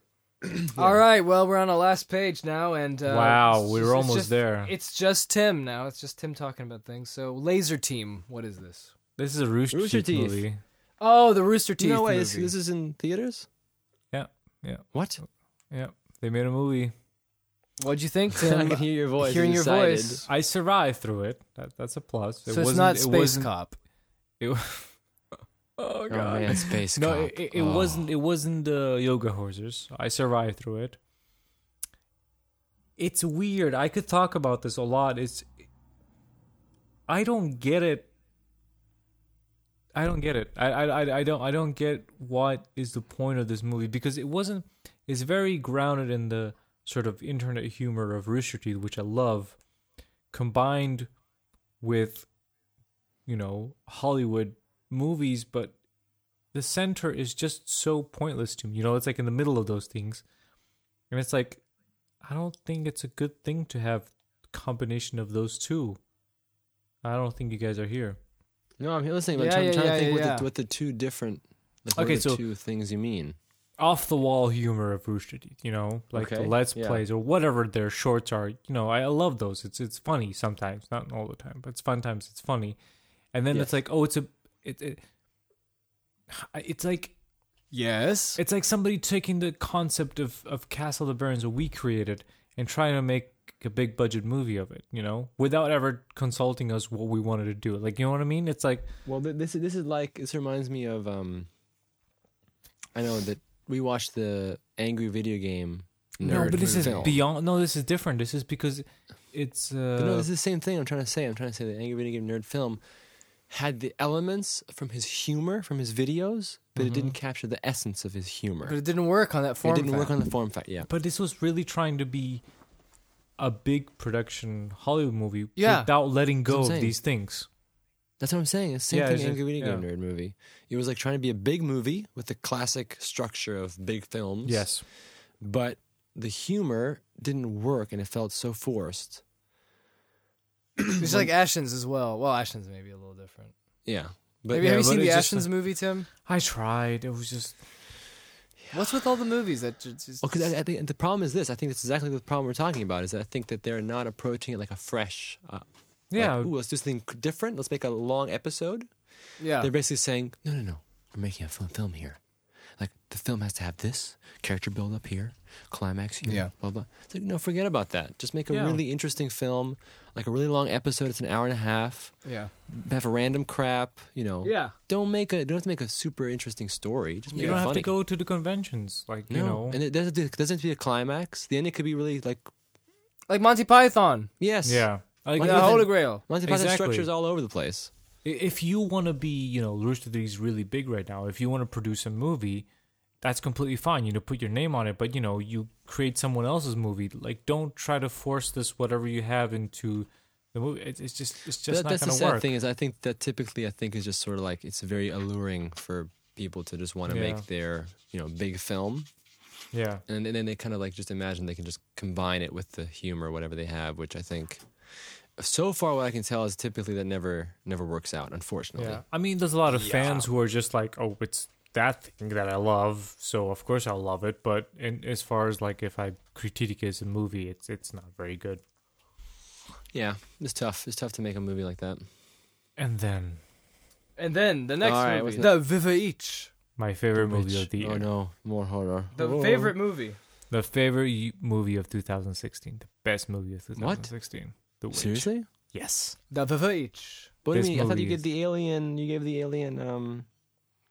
Speaker 2: All right. Well, we're on our last page now, and uh,
Speaker 3: Wow,
Speaker 2: it's
Speaker 3: we
Speaker 2: just-
Speaker 3: were
Speaker 2: it's
Speaker 3: almost
Speaker 2: just-
Speaker 3: there.
Speaker 2: It's just Tim now. It's just Tim talking about things. So, Laser Team. What is this?
Speaker 3: This is a Rooster,
Speaker 1: Rooster
Speaker 3: Teeth
Speaker 1: Teeth.
Speaker 3: movie.
Speaker 2: Oh, the Rooster Teeth
Speaker 1: No way. This,
Speaker 2: movie.
Speaker 1: this is in theaters.
Speaker 3: Yeah, yeah,
Speaker 1: What?
Speaker 3: yeah. They made a movie.
Speaker 2: What'd you think,
Speaker 1: I
Speaker 3: Um,
Speaker 2: Tim?
Speaker 1: can hear your voice.
Speaker 2: Hearing
Speaker 1: You're
Speaker 2: your
Speaker 1: excited.
Speaker 2: voice.
Speaker 3: I survived through it. That, that's a plus. It
Speaker 2: so it's
Speaker 3: wasn't-
Speaker 2: not
Speaker 3: it
Speaker 2: Space
Speaker 3: wasn't-
Speaker 2: Cop.
Speaker 3: It, wa- oh, God.
Speaker 1: Oh man, space.
Speaker 3: No,
Speaker 1: Cop.
Speaker 3: it, it, it
Speaker 1: Oh.
Speaker 3: wasn't. It wasn't uh, yoga horses. I survived through it. It's weird. I could talk about this a lot. It's. I don't get it. I don't get it. I I I- I don't I don't get what is the point of this movie because it wasn't. It's very grounded in the sort of internet humor of Rooster Teeth, which I love, combined with, you know, Hollywood movies, but the center is just so pointless to me. You know, it's like in the middle of those things. And it's like I don't think it's a good thing to have combination of those two. I don't think you guys are here.
Speaker 1: No, I'm listening. But
Speaker 2: Yeah,
Speaker 1: I'm trying,
Speaker 2: yeah,
Speaker 1: trying
Speaker 2: yeah,
Speaker 1: to think
Speaker 2: yeah,
Speaker 1: what,
Speaker 2: yeah.
Speaker 1: The, what the two different. Like, what
Speaker 3: Okay,
Speaker 1: are the
Speaker 3: so-
Speaker 1: two things you mean.
Speaker 3: Off the wall humor of Rooster Teeth, you know, like the
Speaker 1: Okay,
Speaker 3: Let's
Speaker 1: yeah.
Speaker 3: Plays or whatever their shorts are. You know, I, I love those. It's it's funny sometimes, not all the time, but it's fun times. It's funny, and then
Speaker 1: Yes.
Speaker 3: it's like, oh, it's a, it, it, it's like
Speaker 9: Yes.
Speaker 3: It's like somebody taking the concept of, of Castle of the Burns we created and trying to make a big budget movie of it, you know, without ever consulting us what we wanted to do. Like, you know what I mean? It's like,
Speaker 1: Well, th- this is this is like this reminds me of um. I know that we watched the angry video game. Nerd
Speaker 3: no, but this is
Speaker 1: film.
Speaker 3: beyond. No, this is different. This is because it's. Uh,
Speaker 1: But no, this is the same thing I'm trying to say. I'm trying to say the angry video game nerd film had the elements from his humor from his videos, but it didn't capture the essence of his humor.
Speaker 2: But it didn't work on that form.
Speaker 1: it didn't work
Speaker 2: factor.
Speaker 1: on the form factor. Yeah.
Speaker 3: but this was really trying to be a big production Hollywood movie
Speaker 2: Yeah.
Speaker 3: without letting
Speaker 1: what
Speaker 3: go
Speaker 1: I'm
Speaker 3: of
Speaker 1: saying.
Speaker 3: these things.
Speaker 1: That's what I'm saying. It's the same
Speaker 3: Yeah,
Speaker 1: thing
Speaker 3: it's
Speaker 1: angry
Speaker 3: just-
Speaker 1: video game
Speaker 3: yeah.
Speaker 1: nerd movie. It was like trying to be a big movie with the classic structure of big films.
Speaker 3: Yes.
Speaker 1: but the humor didn't work and it felt so forced.
Speaker 2: It's like Ashens as well. Well, Ashens may be a little different.
Speaker 1: Yeah. But
Speaker 2: have you,
Speaker 3: yeah,
Speaker 2: have you
Speaker 3: but
Speaker 2: seen the
Speaker 3: it's just
Speaker 2: Ashens movie, Tim?
Speaker 3: I tried. It was just.
Speaker 2: What's with all the movies that just, just
Speaker 1: Well, because I, I think the problem is this. I think that's exactly the problem we're talking about. Is that I think that they're not approaching it like a fresh. Uh,
Speaker 3: Yeah.
Speaker 1: Like, Ooh, let's do something c- different. Let's make a long episode.
Speaker 2: yeah.
Speaker 1: They're basically saying, no, no, no. We're making a film, film here. Like the film has to have this character build up here, climax here,
Speaker 10: Yeah.
Speaker 1: blah blah. It's like no, forget about that. Just make a
Speaker 3: Yeah.
Speaker 1: really interesting film, like a really long episode. It's an hour and a half.
Speaker 2: yeah.
Speaker 1: Have a random crap, you know.
Speaker 2: Yeah.
Speaker 1: Don't make a. Don't have to make a super interesting story. Just make
Speaker 3: You
Speaker 1: it
Speaker 3: don't have
Speaker 1: funny.
Speaker 3: to go to the conventions, like
Speaker 1: No,
Speaker 3: you know.
Speaker 1: and it doesn't it doesn't have to be a climax. The ending could be really like
Speaker 2: Like Monty Python.
Speaker 1: yes,
Speaker 3: yeah,
Speaker 2: Like
Speaker 3: like,
Speaker 1: Monty
Speaker 2: the
Speaker 1: Python-
Speaker 2: Holy Grail.
Speaker 1: Monty Python
Speaker 3: Exactly.
Speaker 1: structures all over the place.
Speaker 3: I- if you want to be, you know, Rooster Teeth's really big right now. If you want to produce a movie, that's completely fine. You know, put your name on it, but you know, you create someone else's movie. Like, don't try to force this whatever you have into the movie. It, it's just, it's just
Speaker 1: That-
Speaker 3: not
Speaker 1: that's the
Speaker 3: going to
Speaker 1: sad
Speaker 3: work.
Speaker 1: thing is I think that typically I think is just sort of like it's very alluring for people to just want to
Speaker 3: Yeah.
Speaker 1: make their you know big film,
Speaker 3: Yeah,
Speaker 1: and, then- then they kind of like just imagine they can just combine it with the humor whatever they have, which I think so far what I can tell is typically that never never works out. Unfortunately,
Speaker 3: yeah. I mean, there's a lot of fans who are just like, oh, it's that thing that I love, so of course I'll love it. But in, as far as like, if I critique it as a movie, it's it's not very good.
Speaker 1: yeah, it's tough. It's tough to make a movie like that.
Speaker 3: And then
Speaker 2: And then the next
Speaker 1: All right, what's
Speaker 2: movie. The Viva Each.
Speaker 3: my favorite movie of the year.
Speaker 1: oh no, more horror. Oh.
Speaker 2: The favorite movie.
Speaker 3: The favorite y- movie of 2016. The best movie of
Speaker 1: What?
Speaker 3: 2016. The Witch.
Speaker 1: Seriously.
Speaker 3: Yes.
Speaker 2: The Viva Each.
Speaker 1: What do you
Speaker 3: This
Speaker 1: mean? I thought you
Speaker 3: movie
Speaker 1: gave
Speaker 3: is-
Speaker 1: the alien. You gave the alien. Um,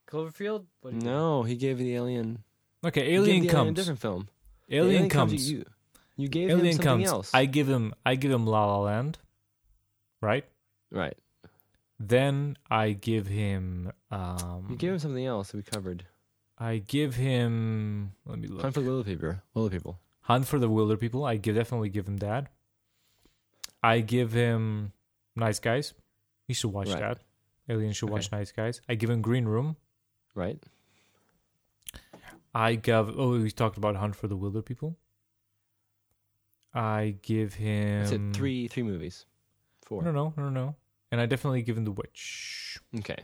Speaker 2: Cloverfield? What do you-
Speaker 1: no, he gave the alien.
Speaker 3: Okay,
Speaker 1: you gave
Speaker 3: Alien
Speaker 1: the
Speaker 3: comes.
Speaker 1: Alien a different film.
Speaker 3: Alien,
Speaker 1: Alien
Speaker 3: comes.
Speaker 1: You, you- you gave him
Speaker 3: Alien
Speaker 1: something
Speaker 3: comes.
Speaker 1: else.
Speaker 3: I give him. I give him La La Land. Right.
Speaker 1: right.
Speaker 3: Then I give him. Um,
Speaker 1: You gave him something else that we covered.
Speaker 3: I give him. Let me look.
Speaker 1: Hunt for the Willow People. Willow People.
Speaker 3: Hunt for the Wilder People. I give definitely give him that. I give him Nice Guys. He should watch
Speaker 1: Right.
Speaker 3: that. Alien should watch Nice Guys. I give him Green Room.
Speaker 1: Right.
Speaker 3: I give. Oh, we talked about Hunt for the Wilder People. I give him.
Speaker 1: That's it. Three. Three movies. Four.
Speaker 3: Um, No, no, no, no. And I definitely give him The Witch.
Speaker 1: Okay.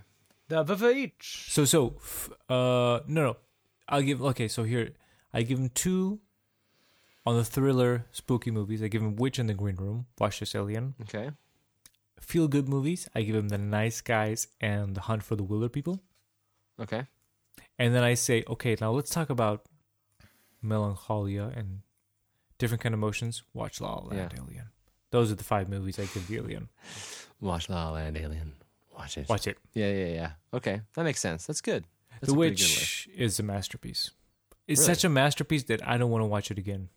Speaker 2: The Viva Each.
Speaker 3: So, so, f- uh, no, no. I'll give. Okay, so here I give him two on the thriller spooky movies. I give him Witch in the Green Room. Watch this alien.
Speaker 1: Okay.
Speaker 3: Feel good movies. I give him The Nice Guys and The Hunt for the Wilder People.
Speaker 1: Okay.
Speaker 3: and then I say, okay, now let's talk about melancholia and different kind of emotions. Watch La La Land, Alien. Those are the five movies I give the Alien.
Speaker 1: Watch La La Land Alien. Watch it.
Speaker 3: Watch it.
Speaker 1: Yeah, yeah, yeah. Okay, that makes sense. That's good. That's
Speaker 3: the
Speaker 1: a pretty good
Speaker 3: Witch is a masterpiece. It's
Speaker 1: Really?
Speaker 3: such a masterpiece that I don't want to watch it again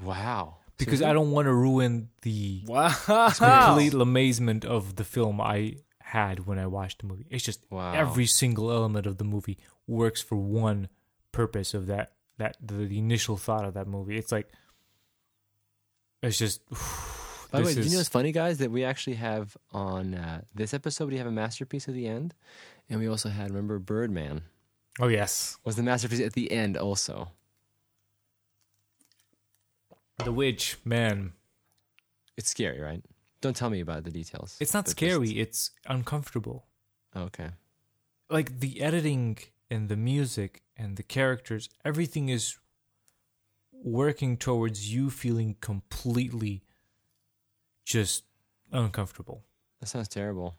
Speaker 1: list. Wow.
Speaker 3: because I don't want to ruin the
Speaker 2: Wow.
Speaker 3: complete amazement of the film I had when I watched the movie. It's just
Speaker 1: Wow.
Speaker 3: every single element of the movie works for one purpose of that that the, the initial thought of that movie. It's like it's just
Speaker 1: By the way,
Speaker 3: this
Speaker 1: did you know
Speaker 3: is-
Speaker 1: it's funny, guys, that we actually have on uh, this episode we have a masterpiece at the end, and we also had remember Birdman
Speaker 3: oh yes,
Speaker 1: was the masterpiece at the end also.
Speaker 3: The Witch, man.
Speaker 1: It's scary, right? Don't tell me about the details.
Speaker 3: It's not
Speaker 1: but just-
Speaker 3: scary, it's uncomfortable.
Speaker 1: Okay.
Speaker 3: Like the editing and the music and the characters, everything is working towards you feeling completely just uncomfortable.
Speaker 1: That sounds terrible.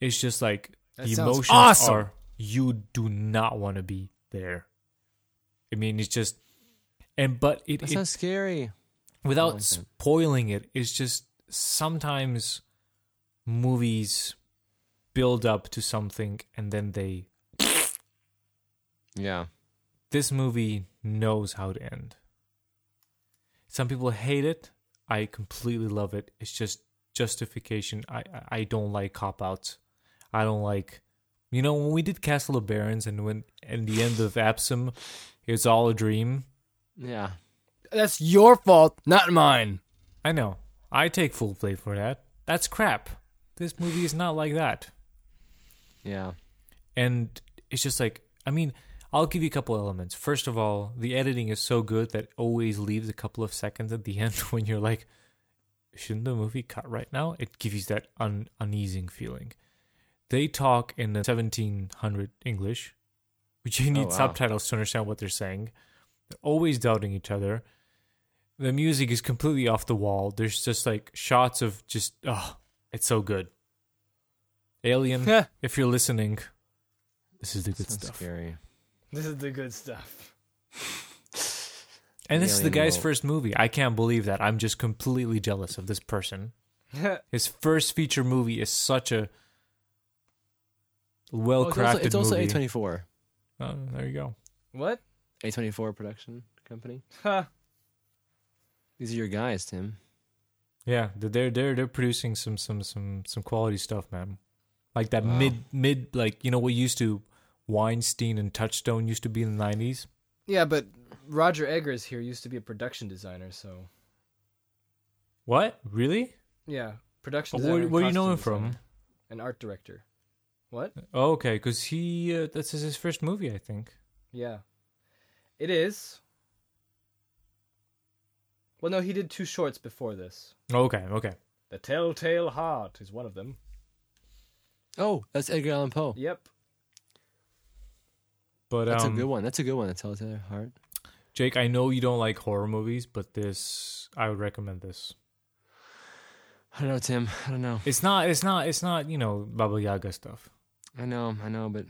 Speaker 3: it's just like
Speaker 2: That
Speaker 3: the
Speaker 2: sounds
Speaker 3: emotions
Speaker 2: awesome.
Speaker 3: are you do not want to be there. I mean, it's just and but it,
Speaker 1: That
Speaker 3: it
Speaker 1: sounds scary.
Speaker 3: without
Speaker 1: like that.
Speaker 3: spoiling it, it's just sometimes movies build up to something and then they
Speaker 1: Yeah.
Speaker 3: this movie knows how to end. Some people hate it. I completely love it. It's just justification. I I- I don't like cop outs. I don't like you know when we did Castle of Barons and when and the end of Absum, it's all a dream.
Speaker 1: Yeah.
Speaker 2: That's your fault, not mine.
Speaker 3: I know. I take full play for that. That's crap. This movie is not like that.
Speaker 1: Yeah.
Speaker 3: and it's just like i mean i'll give you a couple elements first of all the editing is so good that always leaves a couple of seconds at the end when you're like shouldn't the movie cut right now it gives you that un- uneasing feeling they talk in the 1700 english You need
Speaker 1: wow.
Speaker 3: subtitles to understand what they're saying. They're always doubting each other. The music is completely off the wall. There's just like shots of just oh, it's so good. Alien,
Speaker 2: Yeah.
Speaker 3: if you're listening, this is the good
Speaker 1: Sounds
Speaker 3: stuff.
Speaker 1: scary.
Speaker 2: This is the good stuff.
Speaker 3: And this is the
Speaker 1: Alien
Speaker 3: guy's
Speaker 1: world.
Speaker 3: first movie. I can't believe that. I'm just completely jealous of this person. His first feature movie is such a
Speaker 1: Well,
Speaker 3: well crafted
Speaker 1: Oh, it's also
Speaker 3: movie.
Speaker 1: A24.
Speaker 3: Oh, there you go.
Speaker 2: what?
Speaker 1: A24 production company.
Speaker 2: Huh.
Speaker 1: These are your guys, Tim.
Speaker 3: Yeah, th- they're they're they're producing some some some some quality stuff, man. Like that
Speaker 1: Wow.
Speaker 3: mid mid like you know what used to Weinstein and Touchstone used to be in the nineties.
Speaker 2: Yeah, but Roger Eggers here used to be a production designer, so
Speaker 3: What really?
Speaker 2: yeah, production.
Speaker 3: Where,
Speaker 2: Designer
Speaker 3: where
Speaker 2: and
Speaker 3: do you know
Speaker 2: costume
Speaker 3: him from?
Speaker 2: designer. An art director. What?
Speaker 3: Oh, okay, because he uh, that's his first movie, I think.
Speaker 2: Yeah, it is. Well, no, he did two shorts before this.
Speaker 3: Okay, okay.
Speaker 2: The Telltale Heart is one of them.
Speaker 1: Oh, that's Edgar Allan Poe.
Speaker 2: Yep.
Speaker 3: But
Speaker 1: That's
Speaker 3: um,
Speaker 1: a good one. That's a good one. The Telltale Heart.
Speaker 3: Jake, I know you don't like horror movies, but this I would recommend this.
Speaker 1: I don't know, Tim. I don't know.
Speaker 3: It's not it's not it's not, you know, Baba Yaga stuff.
Speaker 1: I know. I know, but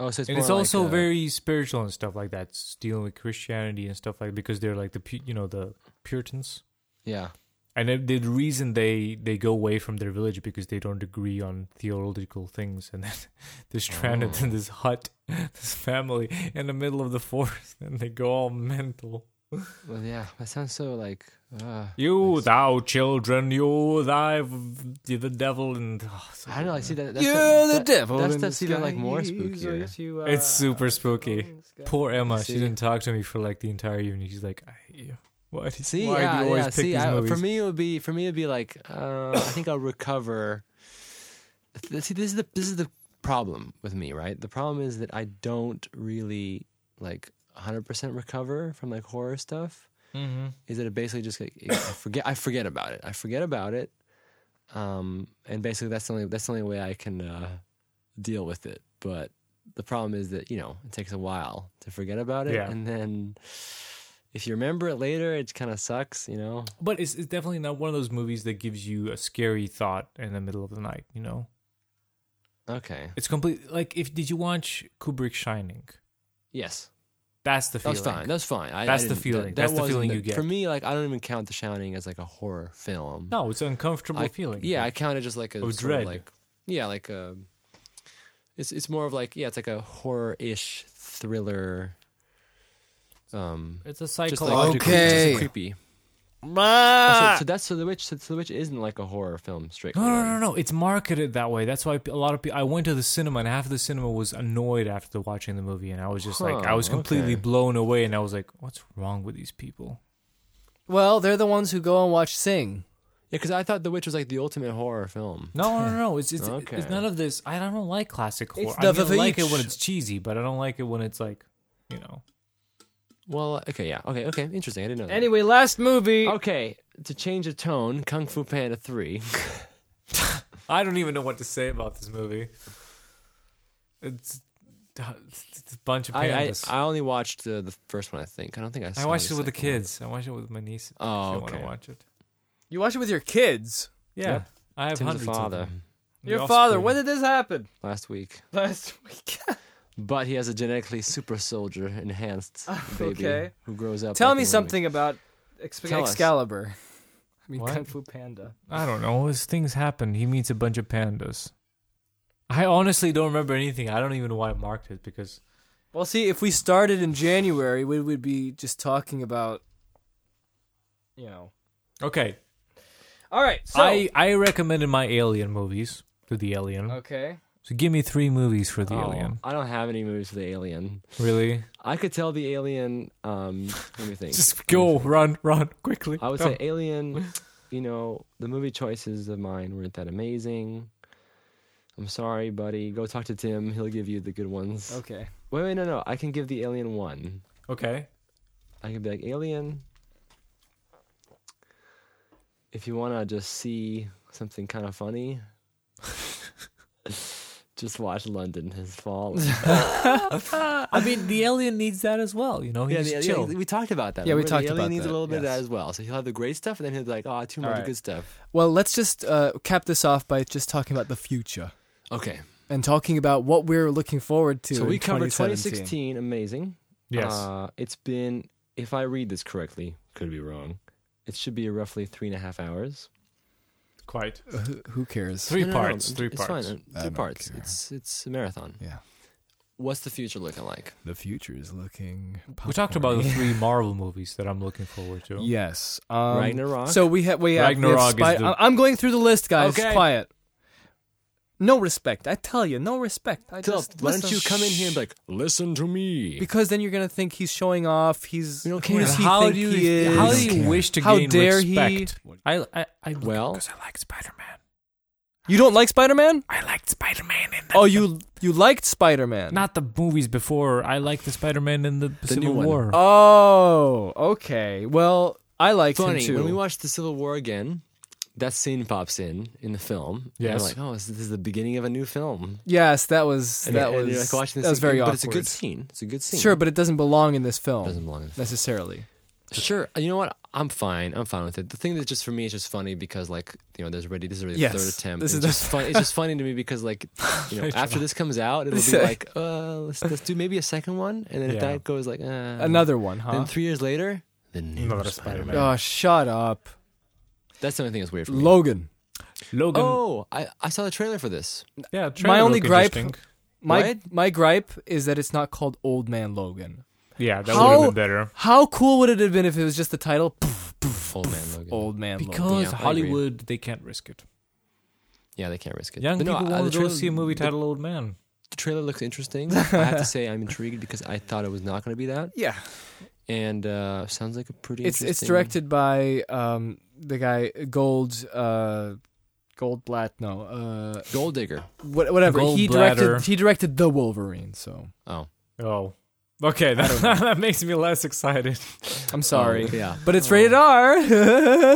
Speaker 1: oh, so it's
Speaker 3: and
Speaker 1: more
Speaker 3: it's also
Speaker 1: like, uh,
Speaker 3: very spiritual and stuff like that, it's dealing with Christianity and stuff like because they're like the pu- you know, the Puritans.
Speaker 1: yeah.
Speaker 3: And then the reason they they go away from their village because they don't agree on theological things and then they're stranded
Speaker 1: Oh.
Speaker 3: in this hut, this family in the middle of the forest and they go all mental.
Speaker 1: Well, yeah. That sounds so like. Uh,
Speaker 3: You,
Speaker 1: like-
Speaker 3: thou children, you, thy, you the devil, and oh, so
Speaker 1: I don't know. I
Speaker 3: good,
Speaker 1: see
Speaker 3: man.
Speaker 1: that. That's
Speaker 2: You're
Speaker 1: that,
Speaker 2: the
Speaker 1: that,
Speaker 2: devil
Speaker 1: That
Speaker 2: in
Speaker 1: stuff's
Speaker 2: the
Speaker 1: even like more
Speaker 2: skies.
Speaker 1: spookier.
Speaker 2: Yes, you are.
Speaker 3: It's super spooky. Poor Emma, she
Speaker 1: See?
Speaker 3: didn't talk to me for like the entire evening. She's like, I hate you. Why, do-
Speaker 1: See,
Speaker 3: why
Speaker 1: yeah,
Speaker 3: do you always
Speaker 1: yeah.
Speaker 3: pick
Speaker 1: See,
Speaker 3: these
Speaker 1: I,
Speaker 3: movies?
Speaker 1: for me, it would be for me, it'd be like uh, I think I'll recover. Th- See, this is the this is the problem with me, right? The problem is that I don't really like 100% recover from like horror stuff. Is that it basically just like, I forget I forget about it. I forget about it, um, and basically that's the only that's the only way I can uh, deal with it. But the problem is that you know it takes a while to forget about it,
Speaker 3: Yeah.
Speaker 1: and then if you remember it later, it kind of sucks, you know.
Speaker 3: But it's, it's definitely not one of those movies that gives you a scary thought in the middle of the night, you know?
Speaker 1: Okay.
Speaker 3: It's complete. Like, if did you watch Kubrick Shining?
Speaker 1: Yes.
Speaker 3: That's the feeling.
Speaker 1: That's fine. That's fine. I,
Speaker 3: That's
Speaker 1: I
Speaker 3: the
Speaker 1: didn't-
Speaker 3: feeling. That's the
Speaker 1: wasn't
Speaker 3: feeling you get.
Speaker 1: For me, like I don't even count The Shining as like a horror film.
Speaker 3: no, it's an uncomfortable
Speaker 1: I,
Speaker 3: feeling.
Speaker 1: Yeah, I count it just like a
Speaker 3: Of
Speaker 1: sort
Speaker 3: dread.
Speaker 1: Of like yeah, like a. It's it's more of like yeah, it's like a horror-ish thriller. Um,
Speaker 3: it's a
Speaker 1: just
Speaker 3: psychological.
Speaker 1: like
Speaker 2: Okay.
Speaker 1: just creepy. So, so that's so the witch. So, the witch isn't like a horror film strictly.
Speaker 3: Ah! No, no,
Speaker 1: then.
Speaker 3: no, no. It's marketed that way. That's why a lot of people. I went to the cinema, and half of the cinema was annoyed after watching the movie, and I was just like,
Speaker 1: Huh,
Speaker 3: I was completely
Speaker 1: okay.
Speaker 3: blown away, and I was like, what's wrong with these people?
Speaker 2: Well, they're the ones who go and watch Sing.
Speaker 1: Yeah, because I thought the witch was like the ultimate horror film.
Speaker 3: No, no, no, no. It's it's,
Speaker 1: Okay.
Speaker 3: it's none of this. I don't like classic horror.
Speaker 2: It's
Speaker 3: I mean,
Speaker 2: the
Speaker 3: I like it
Speaker 2: Vavitch.
Speaker 3: when it's cheesy, but I don't like it when it's like, you know.
Speaker 1: Well, okay, yeah, okay, okay, interesting. I didn't know. That.
Speaker 2: Anyway, last movie.
Speaker 1: Okay, to change the tone, Kung Fu Panda 3.
Speaker 3: I don't even know what to say about this movie. It's, it's a bunch of
Speaker 1: I, I,
Speaker 3: pandas. I,
Speaker 1: I only watched uh, the first one, I think. I don't think I saw
Speaker 3: watched it
Speaker 1: the
Speaker 3: with the
Speaker 1: second one.
Speaker 3: kids. I watched it with my niece.
Speaker 1: Oh,
Speaker 3: if you want
Speaker 1: okay.
Speaker 3: to watch it.
Speaker 2: You watch it with your kids.
Speaker 3: Yeah,
Speaker 1: Yep.
Speaker 3: I have
Speaker 1: Tim's a
Speaker 3: hundreds of
Speaker 1: father
Speaker 3: them.
Speaker 2: Your
Speaker 3: The
Speaker 2: father.
Speaker 3: offspring.
Speaker 2: When did this happen?
Speaker 1: last week.
Speaker 2: Last week.
Speaker 1: But he has a genetically super soldier enhanced baby
Speaker 2: Oh, okay.
Speaker 1: who grows up.
Speaker 2: Tell
Speaker 1: like a
Speaker 2: me
Speaker 1: woman.
Speaker 2: something about Exc-
Speaker 1: Tell us.
Speaker 2: Excalibur. I mean,
Speaker 3: What?
Speaker 2: Kung Fu Panda.
Speaker 3: I don't know. As things happen, he meets a bunch of pandas. I honestly don't remember anything. I don't even know why I marked it because
Speaker 2: Well, see, if we started in January, we would be just talking about, you know.
Speaker 3: okay,
Speaker 2: All right. So.
Speaker 3: I I recommended my alien movies to the alien.
Speaker 2: okay.
Speaker 3: So give me three movies for the
Speaker 1: Oh,
Speaker 3: alien.
Speaker 1: I don't have any movies for the alien.
Speaker 3: Really?
Speaker 1: I could tell the alien. Um, let me think.
Speaker 3: Just go, run, run quickly.
Speaker 1: I would
Speaker 3: Go.
Speaker 1: say Alien. You know, the movie choices of mine weren't that amazing. I'm sorry, buddy. Go talk to Tim. He'll give you the good ones.
Speaker 2: Okay.
Speaker 1: Wait, wait, no, no. I can give the Alien one.
Speaker 3: okay.
Speaker 1: I can be like Alien. If you want to just see something kind of funny, Just watch London has fallen.
Speaker 3: I mean, the alien needs that as well. You know,
Speaker 1: yeah,
Speaker 3: he's
Speaker 1: the-
Speaker 3: chill.
Speaker 1: we talked about that.
Speaker 2: Yeah, we
Speaker 1: remember?
Speaker 2: talked
Speaker 1: the alien
Speaker 2: about
Speaker 1: needs
Speaker 2: that,
Speaker 1: a little bit of
Speaker 3: yes.
Speaker 1: that as well. So he'll have the great stuff, and then he'll be like, oh, too much
Speaker 3: Alright.
Speaker 1: good stuff.
Speaker 2: Well, let's just uh, cap this off by just talking about the future
Speaker 1: Okay,
Speaker 2: and talking about what we're looking forward to.
Speaker 1: so we
Speaker 2: in
Speaker 1: covered
Speaker 2: 2017.
Speaker 1: 2016. Amazing. Uh, it's been, if I read this correctly, could be wrong. It should be roughly three and a half hours.
Speaker 3: quite.
Speaker 2: Who- Who cares?
Speaker 11: Three
Speaker 1: No, no, no,
Speaker 11: parts.
Speaker 1: it's-
Speaker 11: three
Speaker 1: it's
Speaker 11: parts.
Speaker 1: Fine.
Speaker 5: I
Speaker 1: Three
Speaker 5: don't
Speaker 1: parts.
Speaker 5: care.
Speaker 1: It's it's a marathon.
Speaker 5: Yeah.
Speaker 1: What's the future looking like?
Speaker 5: The future is looking.
Speaker 3: We talked about the three Marvel movies that I'm looking forward to.
Speaker 5: Yes. Um,
Speaker 1: Ragnarok.
Speaker 2: So we have we have, we have
Speaker 3: Ragnarok
Speaker 2: Spy-
Speaker 3: is the-
Speaker 2: I- I'm going through the list, guys.
Speaker 1: Okay.
Speaker 2: Quiet. No respect. I tell you, no respect. I
Speaker 1: Till,
Speaker 2: just
Speaker 1: why
Speaker 2: listen.
Speaker 1: don't you come in here and be like, listen to me?
Speaker 2: Because then you're gonna think he's showing off. He's
Speaker 1: We don't
Speaker 2: who
Speaker 1: care.
Speaker 2: does he
Speaker 3: how
Speaker 2: think
Speaker 3: do you
Speaker 2: he is?
Speaker 3: how do
Speaker 5: Don't
Speaker 3: you
Speaker 5: care.
Speaker 3: wish to
Speaker 2: How
Speaker 3: gain
Speaker 2: dare he-
Speaker 3: respect? I I, I
Speaker 1: Well-
Speaker 3: because I like Spider Man.
Speaker 2: You don't like Spider-Man?
Speaker 3: I liked Spider Man in the
Speaker 2: Oh, you you liked Spider-Man?
Speaker 3: not the movies before. I liked the Spider Man in the,
Speaker 1: new
Speaker 3: Civil
Speaker 1: one.
Speaker 3: War.
Speaker 2: Oh, okay. Well, I liked him
Speaker 1: Funny
Speaker 2: too.
Speaker 1: when we watch the Civil War again, that scene pops in in the film. and we're
Speaker 3: Yes.
Speaker 1: like, oh, this this is the beginning of a new film.
Speaker 2: yes, that was
Speaker 1: And
Speaker 2: that
Speaker 1: you're- and
Speaker 2: was
Speaker 1: you're like watching this
Speaker 2: that was
Speaker 1: again,
Speaker 2: very
Speaker 1: but
Speaker 2: awkward.
Speaker 1: it's a good scene. It's a good scene.
Speaker 2: Sure, but it doesn't belong in this film
Speaker 1: doesn't belong in the film.
Speaker 2: necessarily.
Speaker 1: Sure, you know what? I'm fine. I'm fine with it. The thing that just for me is just funny because like you know, there's already this is already
Speaker 2: Yes,
Speaker 1: the third attempt.
Speaker 2: this
Speaker 1: it's
Speaker 2: is the-
Speaker 1: just fun. It's just funny to me because like you know, after this comes out, it'll be
Speaker 2: Sorry.
Speaker 1: like uh, let's, let's do maybe a second one, and then if
Speaker 3: Yeah.
Speaker 1: that goes like uh,
Speaker 2: Another one,
Speaker 1: then
Speaker 2: huh?
Speaker 1: three years later, the new
Speaker 3: Another
Speaker 1: Spider-Man.
Speaker 3: Spider-Man.
Speaker 2: Oh, shut up,
Speaker 1: That's the only thing that's weird for me.
Speaker 2: Logan.
Speaker 3: Logan.
Speaker 1: oh, I, I saw the trailer for this.
Speaker 3: yeah.
Speaker 2: my only gripe-
Speaker 3: Distinct.
Speaker 2: My
Speaker 1: What?
Speaker 2: my gripe is that it's not called Old Man Logan.
Speaker 3: Yeah, that
Speaker 2: How-
Speaker 3: would have been better.
Speaker 2: How cool would it have been if it was just the title? Poof, poof,
Speaker 1: Old man Logan.
Speaker 2: Old Man Logan.
Speaker 3: Because
Speaker 1: Yeah, I agree.
Speaker 3: Hollywood, they can't risk it.
Speaker 1: Yeah, they can't risk it.
Speaker 3: Young
Speaker 1: But no,
Speaker 3: people
Speaker 1: uh,
Speaker 3: want to go
Speaker 1: trail-
Speaker 3: see a movie
Speaker 1: the-
Speaker 3: titled "Old Man."
Speaker 1: The trailer looks interesting. I have to say, I'm intrigued because I thought it was not going to be that,
Speaker 2: Yeah,
Speaker 1: and uh, sounds like a pretty.
Speaker 2: it's it's
Speaker 1: interesting-
Speaker 2: directed by um the guy Gold uh Gold Blatt no uh
Speaker 1: Gold Digger.
Speaker 2: what, whatever he
Speaker 3: Goldbladder.
Speaker 2: directed he directed the Wolverine so
Speaker 1: Oh,
Speaker 3: Oh, okay, that, that makes me less excited.
Speaker 2: I'm sorry
Speaker 1: Oh, yeah.
Speaker 2: but it's rated R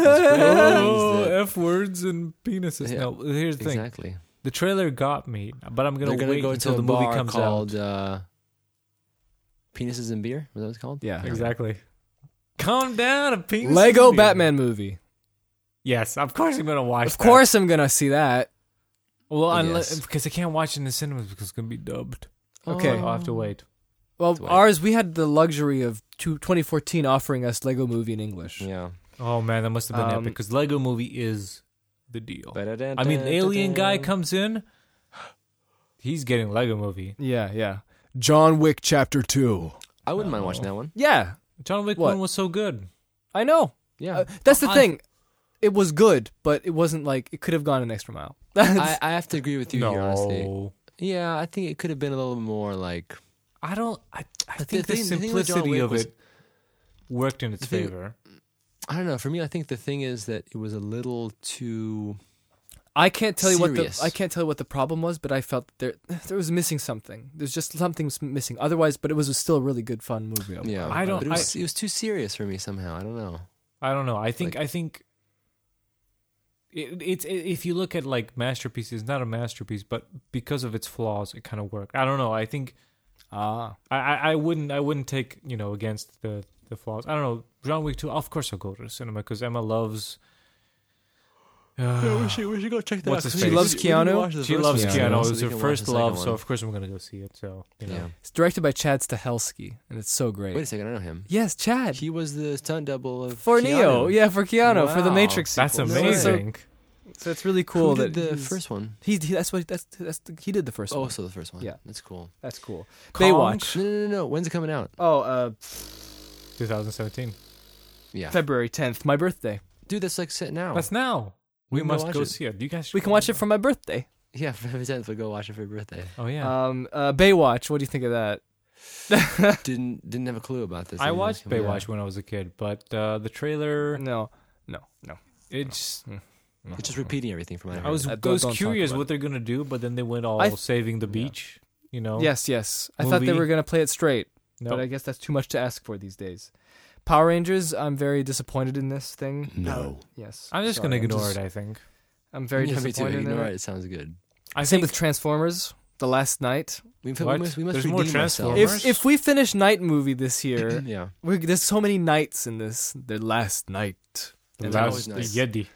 Speaker 3: Oh,
Speaker 1: that-
Speaker 3: f words and penises.
Speaker 1: Yeah,
Speaker 3: No, here's the thing:
Speaker 1: Exactly.
Speaker 3: the trailer got me, but I'm gonna
Speaker 1: They're gonna
Speaker 3: wait
Speaker 1: go
Speaker 3: until
Speaker 1: to a
Speaker 3: the movie
Speaker 1: bar
Speaker 3: comes
Speaker 1: called
Speaker 3: out.
Speaker 1: uh, Penises and Beer. Was that what it's called?
Speaker 2: yeah
Speaker 3: Exactly. Calm down, a penis.
Speaker 2: Lego
Speaker 3: movie.
Speaker 2: Batman movie
Speaker 3: Yes, of course I'm gonna watch.
Speaker 2: of
Speaker 3: that.
Speaker 2: course I'm gonna see that
Speaker 3: Well,
Speaker 1: Yes.
Speaker 3: unless because I can't watch it in the cinemas because it's gonna be dubbed.
Speaker 2: Okay.
Speaker 3: I'll have to wait.
Speaker 2: well
Speaker 1: That's why-
Speaker 2: ours we had the luxury of two, 2014 offering us Lego movie in English
Speaker 1: Yeah.
Speaker 3: Oh man, that must have been
Speaker 2: Um,
Speaker 3: epic because Lego Movie is the deal. I mean,
Speaker 1: Ba-da-da-da-da-da.
Speaker 3: alien guy comes in, he's getting Lego Movie.
Speaker 2: yeah yeah
Speaker 5: John Wick Chapter 2.
Speaker 1: I wouldn't mind watching that one.
Speaker 2: yeah
Speaker 3: John Wick
Speaker 2: What?
Speaker 3: one was so good.
Speaker 2: I know
Speaker 1: Yeah.
Speaker 2: Uh, that's the
Speaker 3: I-
Speaker 2: thing. It was good, but it wasn't like it could have gone an extra mile.
Speaker 1: I, I have to agree with you here, honestly.
Speaker 3: No,
Speaker 1: Yeah, I think it could have been a little more like
Speaker 3: I don't. I, I
Speaker 1: The
Speaker 3: think the,
Speaker 1: thing- the thing with John
Speaker 3: simplicity
Speaker 1: Wick
Speaker 3: of
Speaker 1: was-
Speaker 3: it worked in its
Speaker 1: thing-
Speaker 3: favor.
Speaker 1: I don't know. For me, I think the thing is that it was a little too.
Speaker 2: I can't tell you
Speaker 1: Serious.
Speaker 2: what the I can't tell you what the problem was, but I felt there there was missing something. There's just something was missing. Otherwise, but it was still a really good fun movie. overall.
Speaker 1: Yeah,
Speaker 3: I don't-
Speaker 1: But it, was, it was too serious for me somehow. I don't know.
Speaker 3: I don't know. I think.
Speaker 1: Like-
Speaker 3: I think. It, it's i if you look at like masterpieces, it's not a masterpiece, but because of its flaws, it kind of worked. I don't know. I think
Speaker 2: Ah,
Speaker 3: I, I, I wouldn't I wouldn't take you know against the the flaws. I don't know John Wick two. Of course I'll go to the cinema because Emma loves.
Speaker 1: should, we should go check
Speaker 3: that What's out, his 'cause
Speaker 2: she
Speaker 3: face?
Speaker 2: loves Keanu.
Speaker 1: She
Speaker 3: she loves
Speaker 2: one.
Speaker 3: Keanu.
Speaker 2: Yeah.
Speaker 3: It was her first love, so of course I'm gonna go see it. So you know.
Speaker 1: yeah.
Speaker 2: It's directed by Chad Stahelski, and it's so great.
Speaker 1: Wait a second, I know him.
Speaker 2: yes, Chad
Speaker 1: He was the stunt double of
Speaker 2: for Neo.
Speaker 1: Keanu.
Speaker 2: Yeah, for Keanu for the
Speaker 1: Wow.
Speaker 2: Matrix.
Speaker 3: That's
Speaker 2: sequels. So-
Speaker 3: amazing.
Speaker 2: So, so it's really
Speaker 1: Who
Speaker 2: cool
Speaker 1: did
Speaker 2: that
Speaker 1: the
Speaker 2: he's-
Speaker 1: first one.
Speaker 2: He's, he, that's what that's that's the, he did the first
Speaker 1: Oh,
Speaker 2: one.
Speaker 1: so the first one.
Speaker 2: Yeah.
Speaker 1: that's cool.
Speaker 2: That's cool.
Speaker 3: Kong?
Speaker 2: Baywatch.
Speaker 1: No, no, no, no. When's it coming out?
Speaker 2: Oh, uh,
Speaker 3: 2017.
Speaker 1: Yeah,
Speaker 2: February 10th, my birthday.
Speaker 1: dude, that's like set
Speaker 2: Oh.
Speaker 1: now.
Speaker 3: That's now. We,
Speaker 1: We can go
Speaker 3: must
Speaker 1: watch
Speaker 3: go
Speaker 1: it.
Speaker 3: see it. You guys. should
Speaker 2: We can
Speaker 3: go.
Speaker 2: watch it for my birthday.
Speaker 1: yeah, February tenth. We'll go watch it for your birthday.
Speaker 3: Oh yeah.
Speaker 2: Um, uh, Baywatch. What do you think of that?
Speaker 1: didn't didn't have a clue about this.
Speaker 3: I
Speaker 1: didn't know
Speaker 3: watched
Speaker 1: it was coming out.
Speaker 3: Baywatch when I was a kid, but uh, the trailer.
Speaker 2: uh, no, no, no.
Speaker 3: It's.
Speaker 1: It's just repeating everything from my.
Speaker 3: I was.
Speaker 2: Uh,
Speaker 3: I
Speaker 2: don't-
Speaker 3: was
Speaker 2: don't talk
Speaker 3: curious
Speaker 2: about
Speaker 3: what they're gonna do, but then they went all
Speaker 2: I th-
Speaker 3: saving the beach. You know.
Speaker 2: Yes, yes. I thought they
Speaker 3: Oh. Movie.
Speaker 2: were gonna play it straight,
Speaker 3: No.
Speaker 2: but I guess that's too much to ask for these days. Power Rangers. I'm very disappointed in this thing. Uh,
Speaker 1: no.
Speaker 2: Yes.
Speaker 3: I'm just
Speaker 2: Sorry,
Speaker 3: gonna ignore
Speaker 2: just-
Speaker 3: it. I think.
Speaker 2: I'm very
Speaker 1: yeah, me too.
Speaker 2: disappointed in
Speaker 1: Ignore it.
Speaker 2: it.
Speaker 1: It sounds good.
Speaker 3: I
Speaker 2: Same
Speaker 3: think
Speaker 2: with Transformers. the last night.
Speaker 1: We, we
Speaker 3: What?
Speaker 1: must, we must
Speaker 3: There's
Speaker 1: redeem
Speaker 3: more
Speaker 1: ourselves.
Speaker 3: Transformers?
Speaker 2: If if we finish night movie this year,
Speaker 1: yeah.
Speaker 2: we, there's so many nights in this.
Speaker 5: The last night.
Speaker 1: And they're always nice.
Speaker 3: Last Yeti.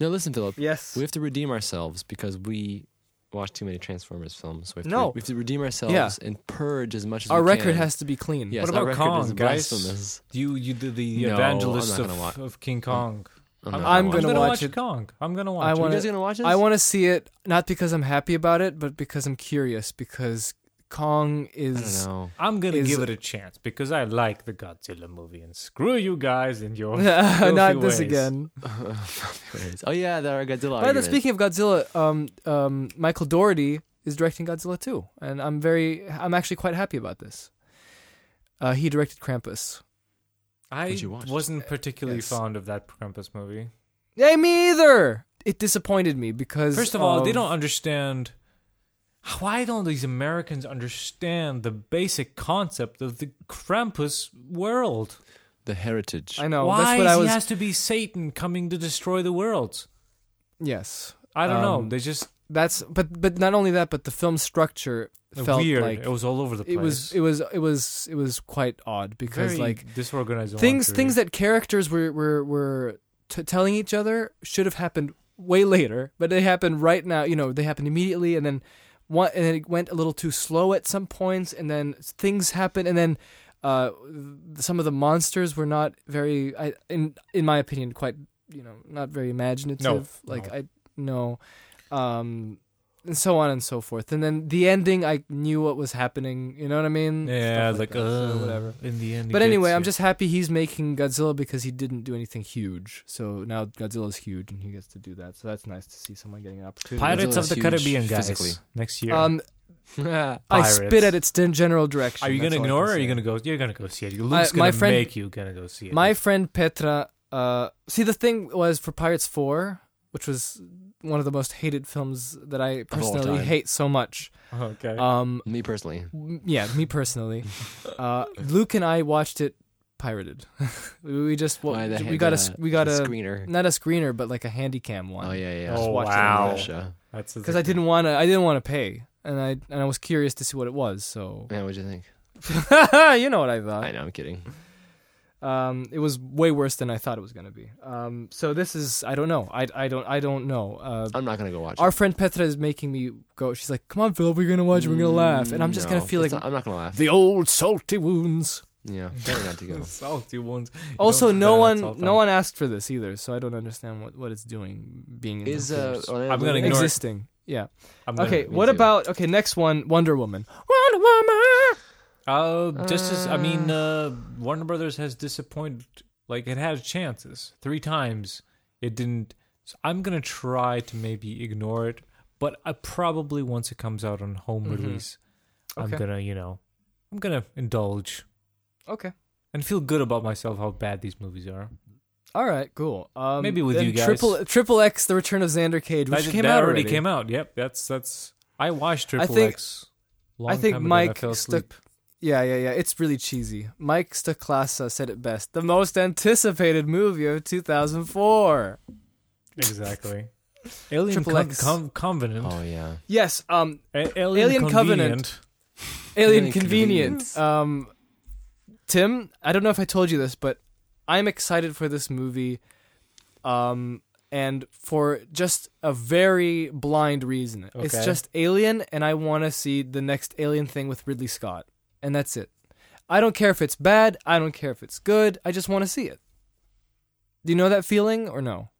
Speaker 1: No, listen, Philip.
Speaker 2: Yes.
Speaker 1: We have to redeem ourselves because we watch too many Transformers films. So we have
Speaker 2: No.
Speaker 1: To, we have to redeem ourselves
Speaker 2: Yeah.
Speaker 1: and purge as much as
Speaker 2: Our
Speaker 1: we
Speaker 2: record
Speaker 1: can.
Speaker 2: has to be clean.
Speaker 1: Yes,
Speaker 3: What
Speaker 1: our
Speaker 3: about
Speaker 1: record
Speaker 3: Kong,
Speaker 1: is
Speaker 3: guys?
Speaker 1: blasphemous.
Speaker 3: You you did the
Speaker 1: No,
Speaker 3: evangelist
Speaker 1: I'm not gonna
Speaker 3: of,
Speaker 1: wa-
Speaker 3: of King Kong.
Speaker 1: I'm,
Speaker 2: I'm
Speaker 1: not gonna watch it.
Speaker 2: gonna
Speaker 3: I'm gonna
Speaker 2: watch
Speaker 3: watch
Speaker 2: it.
Speaker 3: Kong. I'm gonna watch.
Speaker 2: I
Speaker 3: it.
Speaker 1: Are you
Speaker 2: wanna-
Speaker 1: guys gonna watch this?
Speaker 2: I want to see it not because I'm happy about it, but because I'm curious. Because Kong
Speaker 1: I
Speaker 2: is
Speaker 1: don't know.
Speaker 3: I'm gonna
Speaker 2: is-
Speaker 3: give it a chance because I like the Godzilla movie and screw you guys and your filthy
Speaker 2: not this
Speaker 3: ways.
Speaker 2: again.
Speaker 1: Oh yeah, there are Godzilla.
Speaker 2: By the
Speaker 1: arguments.
Speaker 2: speaking of Godzilla, um, um, Michael Doherty is directing Godzilla too, and I'm very, I'm actually quite happy about this. Uh, he directed Krampus.
Speaker 3: I
Speaker 1: Did you watch it?
Speaker 3: wasn't particularly
Speaker 2: Yes.
Speaker 3: fond of that Krampus movie.
Speaker 2: Yeah, me either. It disappointed me because
Speaker 3: First of all, they don't understand. Why don't these Americans understand the basic concept of the Krampus world?
Speaker 1: the heritage.
Speaker 2: I know
Speaker 3: Why
Speaker 2: Oh, that's what I
Speaker 3: is
Speaker 2: was.
Speaker 3: he has to be Satan coming to destroy the world?
Speaker 2: yes,
Speaker 3: I don't
Speaker 2: Um,
Speaker 3: know. They just
Speaker 2: that's but but not only that, but the film structure felt
Speaker 3: weird.
Speaker 2: like
Speaker 3: it was all over the place.
Speaker 2: it was it was it was it was quite odd because
Speaker 3: Very
Speaker 2: like
Speaker 3: disorganized.
Speaker 2: things
Speaker 3: wanker.
Speaker 2: things that characters were were were t- telling each other should have happened way later, but they happened right now. You know, they happened immediately, and then one and then it went a little too slow at some points, and then things happened, and then uh, some of the monsters were not very, I, in in my opinion, quite you know not very imaginative.
Speaker 3: No,
Speaker 2: like
Speaker 3: no.
Speaker 2: I no. Um, and so on and so forth, and then the ending. I knew what was happening. You know what I mean?
Speaker 3: yeah,
Speaker 2: Stuff
Speaker 3: like,
Speaker 2: that, so
Speaker 3: uh,
Speaker 2: whatever.
Speaker 3: In the end, it
Speaker 2: But anyway,
Speaker 3: gets
Speaker 2: I'm
Speaker 3: you.
Speaker 2: just happy he's making Godzilla because he didn't do anything huge. So now Godzilla's huge and he gets to do that. So that's nice to see someone getting an opportunity.
Speaker 3: Pirates
Speaker 1: Godzilla's
Speaker 3: of the
Speaker 1: huge
Speaker 3: Caribbean guys
Speaker 1: physically.
Speaker 3: next year.
Speaker 2: Um, I spit
Speaker 3: Pirates.
Speaker 2: at its din- general direction.
Speaker 3: are you
Speaker 2: That's
Speaker 3: gonna
Speaker 2: all I
Speaker 3: ignore?
Speaker 2: can
Speaker 3: Or are you
Speaker 2: say.
Speaker 3: gonna go? You're gonna go see it.
Speaker 2: My-
Speaker 3: Luke's gonna
Speaker 2: my friend-
Speaker 3: make you gonna go see it.
Speaker 2: My friend Petra. Uh, see, the thing was for Pirates Four, which was one of the most hated films that I
Speaker 1: all
Speaker 2: personally
Speaker 1: time.
Speaker 2: hate so much.
Speaker 3: okay.
Speaker 2: Um,
Speaker 1: Me personally,
Speaker 2: m- yeah, me personally. uh, Luke and I watched it pirated. we we just
Speaker 1: Why they
Speaker 2: we
Speaker 1: had
Speaker 2: got a
Speaker 1: a-
Speaker 2: s- we got
Speaker 1: a
Speaker 2: a
Speaker 1: screener.
Speaker 2: not a screener, but like a handy cam one.
Speaker 1: Oh yeah, yeah.
Speaker 3: Oh,
Speaker 1: Watch it in
Speaker 3: wow.
Speaker 1: Russia.
Speaker 3: That's
Speaker 2: because I didn't want to. I didn't want to pay, and I and I was curious to see what it was. So
Speaker 1: Man, what'd you think?
Speaker 2: you know what I
Speaker 1: I
Speaker 2: thought.
Speaker 1: know, I'm kidding.
Speaker 2: Um, it was way worse than I thought it was going to be. Um, so this is I don't know. I I don't I don't know. Uh,
Speaker 1: I'm not gonna go watch it.
Speaker 2: our friend Petra is making me go. She's like, "Come on, Philip, we're gonna watch. it, We're gonna laugh." And I'm just
Speaker 1: No,
Speaker 2: gonna feel like.
Speaker 1: it's not- I'm not gonna laugh.
Speaker 5: The old salty wounds.
Speaker 1: Yeah, better not to go.
Speaker 3: salty ones.
Speaker 2: also, no one
Speaker 3: all
Speaker 2: no one asked for this either, so I don't understand what, what it's doing. Being in the
Speaker 1: Is uh,
Speaker 2: theaters.
Speaker 1: Orlando
Speaker 3: I'm gonna
Speaker 1: Bloom-
Speaker 3: ignore it.
Speaker 2: existing. Yeah.
Speaker 3: I'm
Speaker 2: Okay.
Speaker 1: me
Speaker 2: What
Speaker 1: too.
Speaker 2: about okay? Next one, Wonder Woman. Wonder Woman.
Speaker 3: Uh, just as I mean, uh, Warner Brothers has disappointed. Like it had chances three times, it didn't. So I'm gonna try to maybe ignore it, but I probably once it comes out on home release, I'm
Speaker 2: Mm-hmm. Okay.
Speaker 3: gonna you know, I'm gonna indulge
Speaker 2: Okay.
Speaker 3: and feel good about myself how bad these movies are.
Speaker 2: All right, cool. Um,
Speaker 3: Maybe with
Speaker 2: then
Speaker 3: you guys.
Speaker 2: Triple Triple X: The Return of Xander Cage, which
Speaker 3: That-
Speaker 2: came
Speaker 3: that
Speaker 2: out
Speaker 3: already came out. Yep, that's that's. I watched Triple
Speaker 2: I think-
Speaker 3: X. Long
Speaker 2: I think
Speaker 3: time ago and I
Speaker 2: Mike
Speaker 3: fell
Speaker 2: Stuck-
Speaker 3: asleep.
Speaker 2: Yeah, yeah, yeah. It's really cheesy. Mike Staklasa said it best: the most anticipated movie of 2004.
Speaker 3: exactly. Alien
Speaker 2: Triple
Speaker 3: Con-
Speaker 2: X.
Speaker 3: Con- Covenant.
Speaker 1: Oh yeah.
Speaker 2: Yes. Um,
Speaker 3: A-
Speaker 2: Alien Covenant.
Speaker 3: Convenient.
Speaker 2: Alien
Speaker 1: Alien
Speaker 2: Convenience. Um, Tim, I don't know if I told you this, but I'm excited for this movie, um, and for just a very blind reason. It's
Speaker 3: Okay.
Speaker 2: just Alien, and I want to see the next Alien thing with Ridley Scott, and that's it. I don't care if it's bad. I don't care if it's good. I just want to see it. Do you know that feeling or no?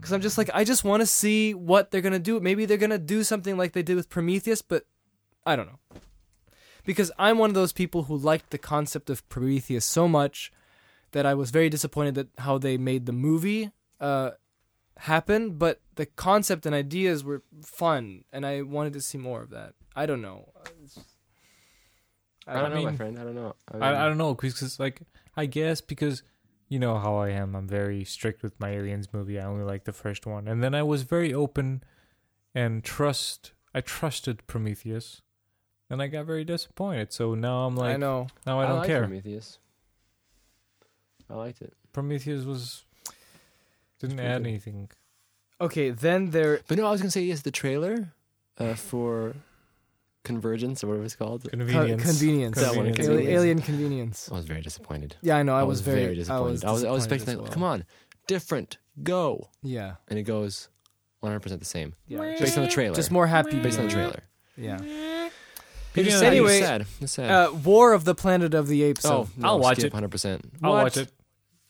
Speaker 2: Because I'm just like, I just want to see what they're going to do. Maybe they're going to do something like they did with Prometheus, but I don't know. Because I'm one of those people who liked the concept of Prometheus so much that I was very disappointed that how they made the movie uh, happen, but the concept and ideas were fun, and I wanted to see more of that. I don't know. It's- I
Speaker 1: I don't know,
Speaker 3: mean-
Speaker 1: my friend. I don't know.
Speaker 3: I,
Speaker 1: mean,
Speaker 3: I don't know because like I guess because you know how I am. I'm very strict with my aliens movie. I only like the first one, and then I was very open and trust. I trusted Prometheus, and I got very disappointed. So now I'm like,
Speaker 2: I know.
Speaker 3: now I don't
Speaker 1: liked
Speaker 3: care.
Speaker 1: Prometheus. I liked it,
Speaker 3: Prometheus was didn't
Speaker 1: pretty
Speaker 3: add
Speaker 1: good.
Speaker 3: anything.
Speaker 2: Okay, then there.
Speaker 1: but no, I was gonna say yes. The trailer uh, for Convergence or whatever it's called.
Speaker 2: Co-
Speaker 3: Convenience.
Speaker 2: convenience.
Speaker 1: That one,
Speaker 2: Ali-
Speaker 1: convenience.
Speaker 2: Alien convenience.
Speaker 1: I was very disappointed.
Speaker 2: Yeah, I know. I,
Speaker 1: I was very, disappointed. I was, I was,
Speaker 2: disappointed
Speaker 1: expecting,
Speaker 2: as
Speaker 1: like,
Speaker 2: well.
Speaker 1: come on, different, go.
Speaker 2: Yeah.
Speaker 1: And it goes 100% the same.
Speaker 2: yeah.
Speaker 1: Based on the trailer.
Speaker 2: Just more happy
Speaker 1: Based on the
Speaker 2: beginning.
Speaker 1: trailer.
Speaker 2: Yeah.
Speaker 1: It's
Speaker 2: Yeah.
Speaker 1: sad.
Speaker 2: Anyway,
Speaker 1: It's sad. It's sad.
Speaker 2: Uh, War of the Planet of the Apes.
Speaker 1: oh,
Speaker 2: of-
Speaker 1: no,
Speaker 3: I'll watch
Speaker 1: skip
Speaker 3: it.
Speaker 1: 100%.
Speaker 3: I'll
Speaker 2: What?
Speaker 3: watch it.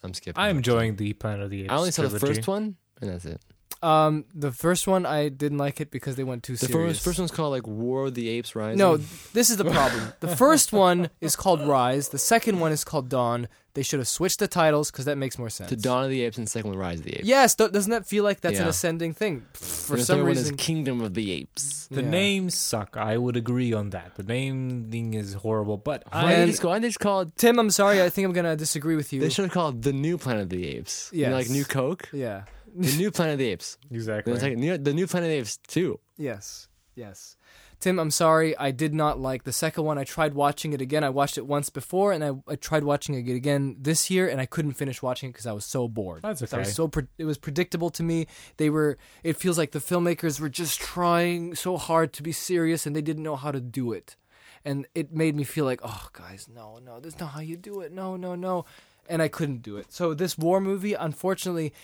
Speaker 1: I'm skipping. 100%.
Speaker 3: I'm enjoying the Planet of the Apes.
Speaker 1: I only saw the
Speaker 3: trilogy.
Speaker 1: first one, and that's it.
Speaker 2: Um, the first one I didn't like it because they went too
Speaker 1: Oh. The
Speaker 2: serious.
Speaker 1: first, first one's called like War of the Apes Rising.
Speaker 2: no, this is the problem. The first one is called Rise. The second one is called Dawn. They should have switched the titles because that makes more sense.
Speaker 1: to Dawn of the Apes and the second one Rise of the Apes.
Speaker 2: Yes, th- doesn't that feel like that's an
Speaker 1: Yeah.
Speaker 2: ascending thing? Pff, For
Speaker 1: and the
Speaker 2: some
Speaker 1: third one
Speaker 2: reason,
Speaker 1: is Kingdom of the Apes.
Speaker 3: The
Speaker 2: Yeah.
Speaker 3: names suck. I would agree on that. The naming is horrible, but
Speaker 1: Why did
Speaker 2: And-
Speaker 1: they just call? Why did they just call? it-
Speaker 2: Tim, I'm sorry. I think I'm gonna disagree with you.
Speaker 1: They should have called it the New Planet of the Apes. You know, like
Speaker 2: Yes.
Speaker 1: New Coke,
Speaker 2: yeah.
Speaker 1: the New Planet of the Apes. Then
Speaker 3: exactly.
Speaker 1: it's like new, the New Planet of the Apes too.
Speaker 2: Yes. Yes. Tim, I'm sorry. I did not like the second one. I tried watching it again. I watched it once before, and I, I tried watching it again this year, and I couldn't finish watching it because I was so bored.
Speaker 3: That's
Speaker 2: I
Speaker 3: okay.
Speaker 2: was so pre- it was predictable to me. They were. It feels like the filmmakers were just trying so hard to be serious, and they didn't know how to do it. And it made me feel like, oh, guys, no, no, that's not how you do it. No, no, no. And I couldn't do it. So this war movie, unfortunately,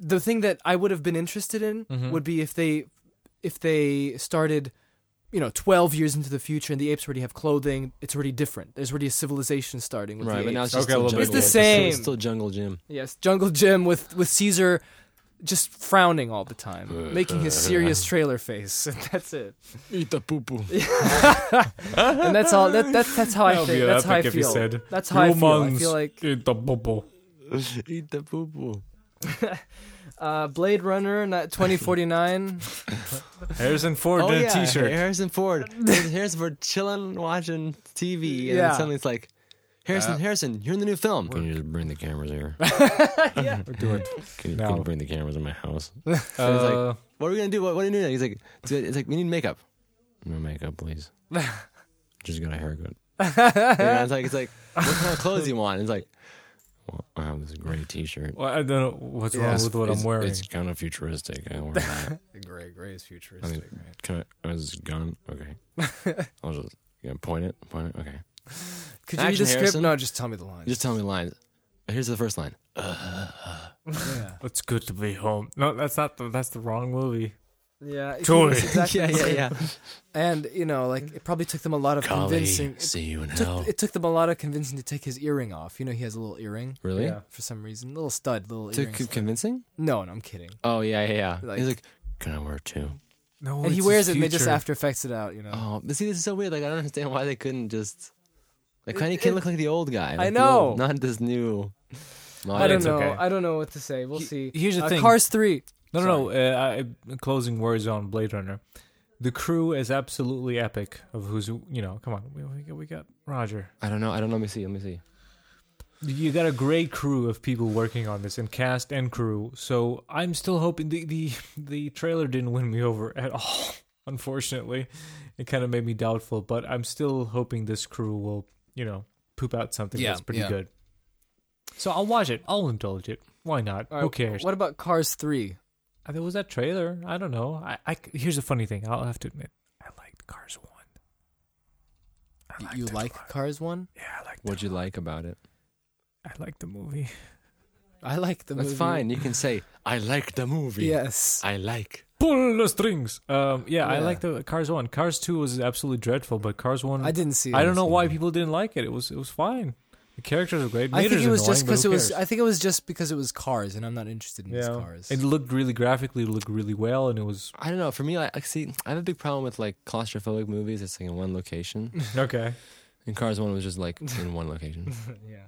Speaker 2: the thing that I would have been interested in
Speaker 3: Mm-hmm.
Speaker 2: would be if they if they started you know 12 years into the future and the apes already have clothing it's already different there's already a civilization starting with
Speaker 1: Right,
Speaker 2: the
Speaker 1: but now
Speaker 2: apes.
Speaker 1: it's just
Speaker 3: Okay,
Speaker 1: still
Speaker 3: well,
Speaker 1: jungle.
Speaker 2: it's the
Speaker 1: still-
Speaker 2: same.
Speaker 1: It's still Jungle Gym.
Speaker 2: yes jungle gym with with caesar just frowning all the time making his serious trailer face and that's it
Speaker 1: Eat the poo poo.
Speaker 2: and that's all that, that that's how
Speaker 3: That
Speaker 2: i
Speaker 3: would
Speaker 2: feel
Speaker 3: be
Speaker 2: that's how i
Speaker 3: epic if you
Speaker 2: feel
Speaker 3: said,
Speaker 2: that's how i feel i
Speaker 3: "Humans
Speaker 2: feel like
Speaker 3: eat the bubble.
Speaker 1: Eat the poo poo.
Speaker 2: uh blade runner not 2049
Speaker 3: Harrison Ford
Speaker 1: Oh
Speaker 3: in a
Speaker 1: yeah,
Speaker 3: t-shirt.
Speaker 1: Harrison Ford. Harrison Ford chilling, watching TV, and
Speaker 2: Yeah.
Speaker 1: then suddenly it's like, Harrison, Harrison, you're in the new film. Can you just bring the cameras here?
Speaker 3: Do it.
Speaker 1: Can you,
Speaker 3: No.
Speaker 1: bring the cameras in my house?
Speaker 3: Uh,
Speaker 1: What are we gonna do? What, what are you doing? He's like, it's like- it's like we need makeup. No makeup, please. Just got a haircut. You know, it's like it's like what kind of clothes you want? It's like, well, I have this gray T-shirt.
Speaker 3: well, I don't know what's wrong with what I'm
Speaker 1: It's-
Speaker 3: wearing.
Speaker 1: It's kind of futuristic. I wear that.
Speaker 3: Gray, gray is
Speaker 1: I
Speaker 3: futuristic.
Speaker 1: mean, can I? oh, Is this gun okay? I'll just yeah, point it. Point it. Okay.
Speaker 2: could you read the
Speaker 1: Action,
Speaker 2: script
Speaker 1: Harrison.
Speaker 2: no just tell me the line
Speaker 1: Just tell me the lines. Here's the first line.
Speaker 3: It's good to be home. No, that's not. The, that's the wrong movie.
Speaker 2: yeah it's
Speaker 3: Totally.
Speaker 2: exactly the same.
Speaker 1: yeah.
Speaker 2: and you know like it probably took them a lot of convincing
Speaker 1: see you in
Speaker 2: took, it took them a lot of convincing to take his earring off. You know, he has a little earring
Speaker 1: really?
Speaker 3: Yeah.
Speaker 2: for some reason, little stud, little
Speaker 1: To
Speaker 2: earring.
Speaker 1: c- convincing?
Speaker 2: No, no, I'm kidding.
Speaker 1: Oh yeah, yeah. yeah.
Speaker 2: Like-
Speaker 1: He's like, can I wear two?
Speaker 3: No,
Speaker 2: and he wears it, and they just After Effects it out. You know,
Speaker 1: Oh, but see, this is so weird. Like, I don't understand why they couldn't just. Like, Kanye
Speaker 2: It-
Speaker 1: can't
Speaker 2: it-
Speaker 1: look like the old guy.
Speaker 2: I
Speaker 1: Like the old-
Speaker 2: know.
Speaker 1: not this new.
Speaker 2: I
Speaker 1: modern-
Speaker 2: don't know.
Speaker 3: Oh, okay.
Speaker 2: I don't know what to say. We'll see.
Speaker 3: here's the
Speaker 2: Uh,
Speaker 3: thing.
Speaker 2: Cars three.
Speaker 3: No, no, no. Uh, I, closing words on Blade Runner. The crew is absolutely epic. Of who's you know, come on, we, we, got- we got Roger.
Speaker 1: I don't know. I don't know. Let me see. Let me see.
Speaker 3: You got a great crew of people working on this, and cast and crew. So I'm still hoping the the, the trailer didn't win me over at all. Unfortunately, it kind of made me doubtful. But I'm still hoping this crew will you know poop out something
Speaker 2: Yeah,
Speaker 3: that's pretty
Speaker 2: yeah.
Speaker 3: good. So I'll watch it. I'll indulge it. Why not?
Speaker 2: All right,
Speaker 3: Who cares?
Speaker 2: What about Cars three?
Speaker 3: Uh, There was that trailer. I don't know. I, I c- here's the funny thing. I'll have to admit, I liked Cars One. I liked
Speaker 2: you
Speaker 3: it a
Speaker 2: like
Speaker 3: lot.
Speaker 2: Cars one?
Speaker 3: Yeah, I liked.
Speaker 1: What'd
Speaker 3: Would
Speaker 1: you like about it?
Speaker 3: I liked the movie.
Speaker 2: I like the
Speaker 1: That's
Speaker 2: movie.
Speaker 1: fine. You can say, I like the movie.
Speaker 2: Yes.
Speaker 1: I like.
Speaker 3: Pull the strings. Um, yeah, I
Speaker 2: Yeah.
Speaker 3: liked the Cars One. Cars Two was absolutely dreadful, but Cars One.
Speaker 2: I didn't see. it.
Speaker 3: I don't know why people didn't like it. It was it was fine. The characters were great.
Speaker 2: I think
Speaker 3: Mater's
Speaker 2: it was just
Speaker 3: annoying, but
Speaker 2: because
Speaker 3: who
Speaker 2: it was.
Speaker 3: cares?
Speaker 2: I think it was just because it was Cars, and I'm not interested in these
Speaker 3: yeah,
Speaker 2: Cars.
Speaker 3: it looked really graphically, it looked really well, and it was
Speaker 1: I don't know. For me, like, see, I have a big problem with like claustrophobic movies. It's like in one location.
Speaker 3: okay.
Speaker 1: and Cars One was just like in one location.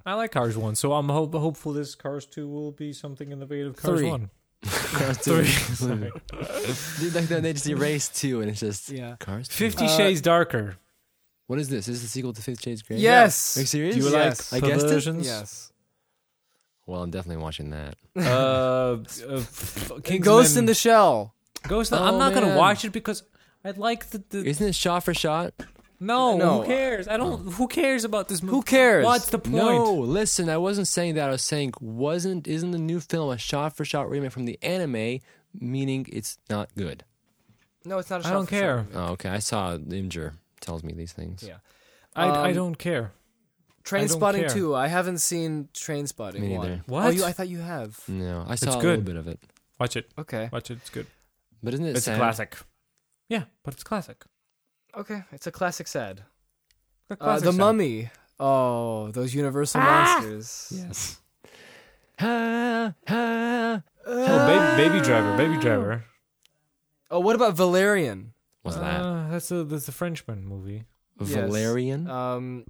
Speaker 3: I like Cars One, so I'm hope hopeful this Cars Two will be something in the vein of Cars
Speaker 2: Three.
Speaker 3: One.
Speaker 1: Cars Two. Dude, like, they just erase two, and it's just
Speaker 2: yeah.
Speaker 1: Cars. Two.
Speaker 3: Fifty
Speaker 2: Uh,
Speaker 3: Shades Darker.
Speaker 1: What is this? Is this the sequel to Fifth Shades Grey?
Speaker 2: Yes.
Speaker 1: Are you serious?
Speaker 3: Do you
Speaker 2: Yes.
Speaker 1: I
Speaker 3: like
Speaker 1: guessed it.
Speaker 3: perversions?
Speaker 2: Yes.
Speaker 1: Well, I'm definitely watching that.
Speaker 3: Uh, uh,
Speaker 2: Ghost in the Shell.
Speaker 3: Ghost. In,
Speaker 1: Oh,
Speaker 3: I'm not
Speaker 1: man.
Speaker 3: gonna watch it because I like the. the
Speaker 1: Isn't it shot for shot?
Speaker 3: no,
Speaker 2: No.
Speaker 3: who cares? I don't. Who cares about this movie?
Speaker 2: Who cares?
Speaker 3: What's the point?
Speaker 1: No, listen, I wasn't saying that. I was saying wasn't isn't the new film a shot for shot remake from the anime, meaning it's not good.
Speaker 2: No, it's not a shot.
Speaker 3: I don't
Speaker 2: for shot.
Speaker 3: care.
Speaker 1: Oh, okay. I saw Imgur tells me these things.
Speaker 3: Yeah. I, I
Speaker 2: Um,
Speaker 3: don't care.
Speaker 2: Train
Speaker 3: I don't
Speaker 2: Spotting
Speaker 3: care.
Speaker 2: 2. I haven't seen Train Spotting
Speaker 1: Me
Speaker 2: 1.
Speaker 1: neither. Mm.
Speaker 2: Oh,
Speaker 3: What?
Speaker 2: you, I thought you have.
Speaker 1: No, I saw a little
Speaker 3: good.
Speaker 1: bit of it.
Speaker 3: Watch it.
Speaker 2: Okay.
Speaker 3: Watch it. It's good.
Speaker 1: But isn't it
Speaker 3: It's a
Speaker 1: sad?
Speaker 3: classic. Yeah, but it's classic.
Speaker 2: Okay. It's a classic sad.
Speaker 3: A
Speaker 2: Uh,
Speaker 3: classic Ah!
Speaker 2: the
Speaker 3: sound.
Speaker 2: Mummy. Oh, those Universal monsters.
Speaker 3: Yes.
Speaker 1: Ha, ha.
Speaker 3: Oh, baby, baby driver. Baby driver.
Speaker 2: Oh, what about Valerian?
Speaker 1: What's that?
Speaker 3: Uh, that's the that's the Frenchman movie.
Speaker 2: yes.
Speaker 1: Valerian?
Speaker 2: Um,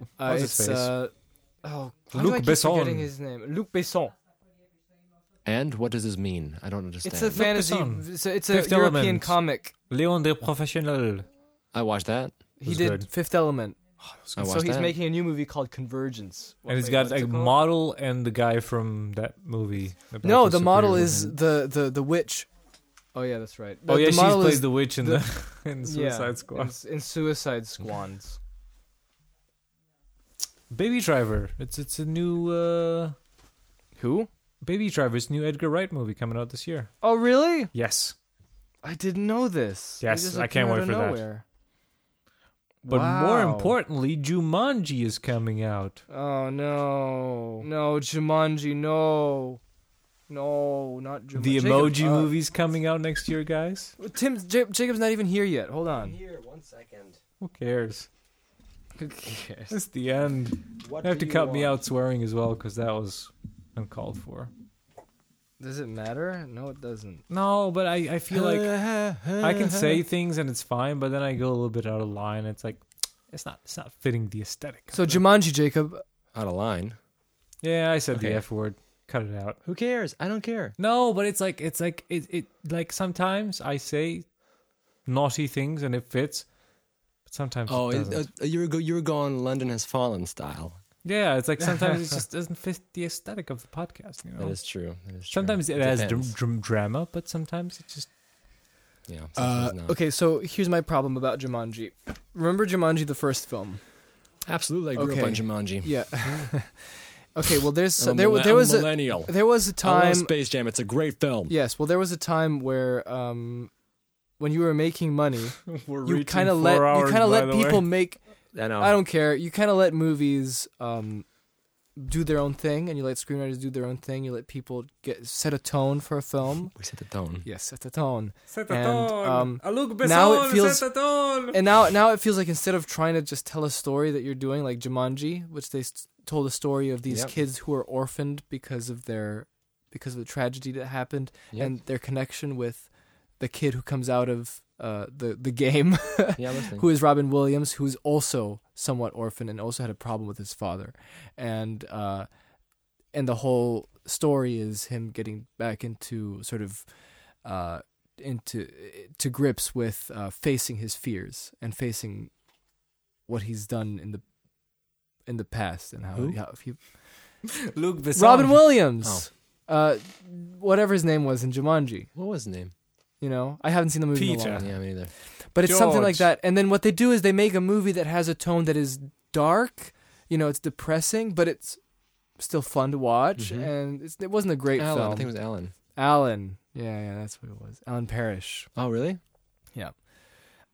Speaker 2: uh,
Speaker 3: What's Hmm? his
Speaker 2: it's
Speaker 3: face?
Speaker 2: uh, oh, how do
Speaker 3: Luc
Speaker 2: I keep
Speaker 3: Besson.
Speaker 2: forgetting his name? Luc Besson.
Speaker 1: and what does this mean? I don't understand.
Speaker 2: It's a fantasy.
Speaker 3: Besson.
Speaker 2: It's a, it's a
Speaker 3: Fifth
Speaker 2: European
Speaker 3: Element.
Speaker 2: comic.
Speaker 3: Leon de Professionnel.
Speaker 1: I watched that.
Speaker 2: He
Speaker 3: was
Speaker 2: did
Speaker 3: good. Oh,
Speaker 2: Fifth Element.
Speaker 1: I watched
Speaker 2: so he's
Speaker 1: that.
Speaker 2: making a new movie called Convergence.
Speaker 3: And it's
Speaker 2: Wait,
Speaker 3: got
Speaker 2: what's
Speaker 3: like
Speaker 2: it called?
Speaker 3: model and the guy from that movie. about
Speaker 2: No, the model
Speaker 3: superhero
Speaker 2: is
Speaker 3: movie.
Speaker 2: the, the the witch. Oh yeah, that's right.
Speaker 3: Oh yeah,
Speaker 2: the
Speaker 3: she's
Speaker 2: model
Speaker 3: played
Speaker 2: is-
Speaker 3: the witch in the, in Suicide
Speaker 2: yeah,
Speaker 3: Squad.
Speaker 2: In, in Suicide Squads.
Speaker 3: Baby Driver. It's it's a new uh,
Speaker 2: Who?
Speaker 3: Baby Driver's new Edgar Wright movie coming out this year.
Speaker 2: Oh really?
Speaker 3: Yes,
Speaker 2: I didn't know this. It
Speaker 3: Yes,
Speaker 2: just
Speaker 3: I can't
Speaker 2: appeared
Speaker 3: wait
Speaker 2: out
Speaker 3: for
Speaker 2: of
Speaker 3: that.
Speaker 2: nowhere.
Speaker 3: but more
Speaker 2: Wow.
Speaker 3: importantly, Jumanji is coming out.
Speaker 2: Oh no. No, Jumanji, no. No, not Jumanji.
Speaker 3: the
Speaker 2: Jacob,
Speaker 3: Emoji
Speaker 2: uh,
Speaker 3: movie's coming out next year, guys.
Speaker 2: Tim, Ja- Jacob's not even here yet. Hold on.
Speaker 1: Here, one second.
Speaker 3: Who cares?
Speaker 2: Who cares?
Speaker 3: It's the end.
Speaker 1: What
Speaker 3: You have to cut me out swearing as well because that was uncalled for.
Speaker 2: Does it matter? No, it doesn't.
Speaker 3: No, but I, I feel like I can say things and it's fine, but then I go a little bit out of line. It's like it's not it's not fitting the aesthetic.
Speaker 2: So Jumanji, Jacob.
Speaker 1: Out of line.
Speaker 3: yeah, I said
Speaker 1: Okay.
Speaker 3: the f word. Cut it out.
Speaker 1: Who cares? I don't care.
Speaker 3: No, but it's like it's like it, it like sometimes I say naughty things and it fits, but sometimes
Speaker 1: Oh,
Speaker 3: it
Speaker 1: it,
Speaker 3: doesn't.
Speaker 1: uh, you were go, you were going London has fallen style.
Speaker 3: yeah, it's like sometimes it just doesn't fit the aesthetic of the podcast. You know,
Speaker 1: That is true. That is true.
Speaker 3: sometimes it has dr-
Speaker 1: Depends.
Speaker 3: dr- drama, but sometimes it just
Speaker 1: yeah.
Speaker 2: Uh,
Speaker 1: Sometimes not.
Speaker 2: okay, so here's my problem about Jumanji. Remember Jumanji, the first film?
Speaker 1: Absolutely, I grew
Speaker 2: okay.
Speaker 1: up on Jumanji.
Speaker 2: Yeah. okay. Well, there's
Speaker 1: I'm a
Speaker 2: there wa-
Speaker 1: millen-
Speaker 2: there
Speaker 1: I'm
Speaker 2: was
Speaker 1: a
Speaker 2: a
Speaker 1: millennial.
Speaker 2: there was a
Speaker 1: I love
Speaker 2: time.
Speaker 1: Space Jam. It's a great film.
Speaker 2: Yes. Well, there was a time where um, when you were making money,
Speaker 3: we're
Speaker 2: you kind of let you kind of let people make.
Speaker 1: I know.
Speaker 2: I don't care. You kind of let movies um, do their own thing, and you let screenwriters do their own thing. You let people get set a tone for a film.
Speaker 1: We set the tone.
Speaker 2: Yes, set a tone.
Speaker 3: Set
Speaker 2: the and, tone. um, now it Besson, feels- set and now now it feels like instead of trying to just tell a story that you're doing like Jumanji, which they s told a story of these
Speaker 1: Yep.
Speaker 2: kids who are orphaned because of their because of the tragedy that happened
Speaker 1: Yep.
Speaker 2: and their connection with the kid who comes out of uh, the the game,
Speaker 1: Yeah, listening.
Speaker 2: who is Robin Williams, who is also somewhat orphaned and also had a problem with his father, and uh, and the whole story is him getting back into sort of uh, into to grips with uh, facing his fears and facing what he's done in the in the past and how,
Speaker 1: Who?
Speaker 2: how if he,
Speaker 3: Luke Besson.
Speaker 2: Robin Williams, uh, whatever his name was in Jumanji.
Speaker 1: What was his name?
Speaker 2: You know, I haven't seen the movie in a
Speaker 3: Peter.
Speaker 2: long
Speaker 1: Yeah,
Speaker 2: time.
Speaker 1: me neither.
Speaker 2: But it's something like
Speaker 3: George.
Speaker 2: that. And then what they do is they make a movie that has a tone that is dark. You know, it's depressing, but it's still fun to watch.
Speaker 1: Mhm.
Speaker 2: And it's, it wasn't a great
Speaker 1: Alan. I
Speaker 2: film.
Speaker 1: think it was Alan.
Speaker 2: Alan. Yeah, yeah, that's what it was. Alan Parrish.
Speaker 1: Oh, really?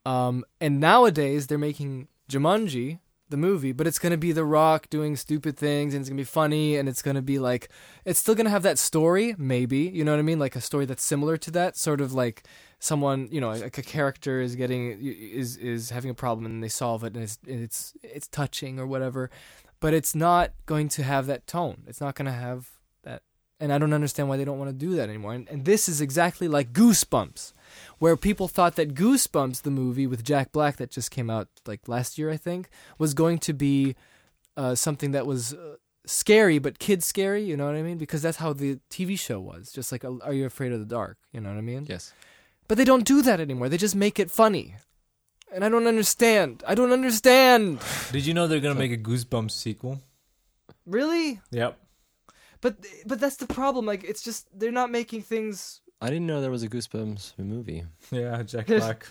Speaker 2: Um, and nowadays they're making Jumanji, the movie, but it's going to be The Rock doing stupid things and it's going to be funny and it's going to be like, it's still going to have that story, maybe. You know what I mean? Like a story that's similar to that, sort of like someone you know like a character is getting is is having a problem and they solve it and it's and it's it's touching or whatever but it's not going to have that tone it's not going to have that and i don't understand why they don't want to do that anymore and, and this is exactly like goosebumps where people thought that goosebumps the movie with jack black that just came out like last year i think was going to be uh, something that was uh, scary but kid scary you know what i mean because that's how the tv show was just like are you afraid of the dark you know what i mean
Speaker 1: Yes.
Speaker 2: but they don't do that anymore. They just make it funny. And I don't understand. I don't understand.
Speaker 3: Did you know they're gonna make a Goosebumps sequel?
Speaker 2: Really?
Speaker 3: Yep.
Speaker 2: But but that's the problem. Like it's just they're not making things.
Speaker 1: I didn't know there was a Goosebumps movie.
Speaker 3: Yeah, Jack
Speaker 2: There's-
Speaker 3: Black.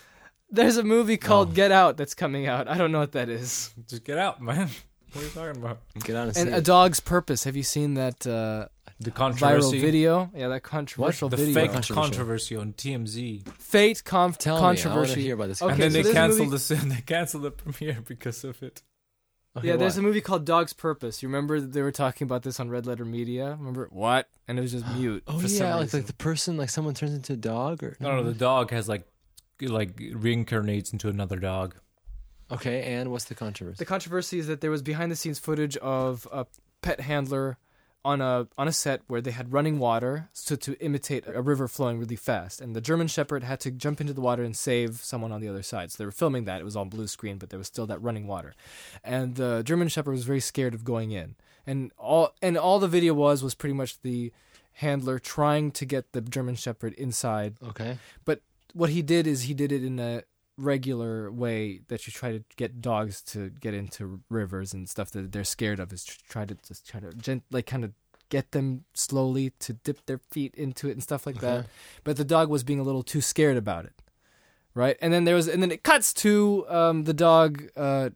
Speaker 2: There's a movie called Get Out that's coming out. I don't know what that is.
Speaker 3: Just get out, man. What are you talking about?
Speaker 1: Get on and,
Speaker 2: And
Speaker 1: see
Speaker 2: A
Speaker 1: it.
Speaker 2: Dog's Purpose. Have you seen that uh
Speaker 1: I
Speaker 3: The
Speaker 2: viral
Speaker 3: controversy.
Speaker 2: video. Yeah, that controversial
Speaker 3: The
Speaker 2: video.
Speaker 3: fake
Speaker 1: Controversial.
Speaker 3: controversy on TMZ.
Speaker 2: Fate conf-
Speaker 1: Tell me, I wanna
Speaker 2: controversy.
Speaker 1: hear about this
Speaker 2: Okay,
Speaker 3: and then
Speaker 2: so
Speaker 3: they
Speaker 2: there's a
Speaker 3: canceled
Speaker 2: movie-
Speaker 3: the they canceled the premiere because of it.
Speaker 2: Yeah, there's a movie called Dog's Purpose. You remember they were talking about this on Red Letter Media? Remember what? And it was just mute.
Speaker 1: Oh
Speaker 2: for some
Speaker 1: yeah, like,
Speaker 2: reason.
Speaker 1: like the person, like someone turns into a dog,
Speaker 2: Mm-hmm.
Speaker 1: or
Speaker 3: No, no, the dog has like like reincarnates into another dog.
Speaker 1: okay. And what's the controversy?
Speaker 2: The controversy is that there was behind the scenes footage of a pet handler on a on a set where they had running water so to imitate a river flowing really fast and the German shepherd had to jump into the water and save someone on the other side. So they were filming that. It was on blue screen, but there was still that running water. And the German shepherd was very scared of going in. And all and all the video was was pretty much the handler trying to get the German shepherd inside
Speaker 1: okay,
Speaker 2: but what he did is he did it in a regular way that you try to get dogs to get into rivers and stuff that they're scared of is tr- try to just try to gent- like kind of get them slowly to dip their feet into it and stuff like that but the dog was being a little too scared about it right and then there was and then it cuts to um, the dog uh,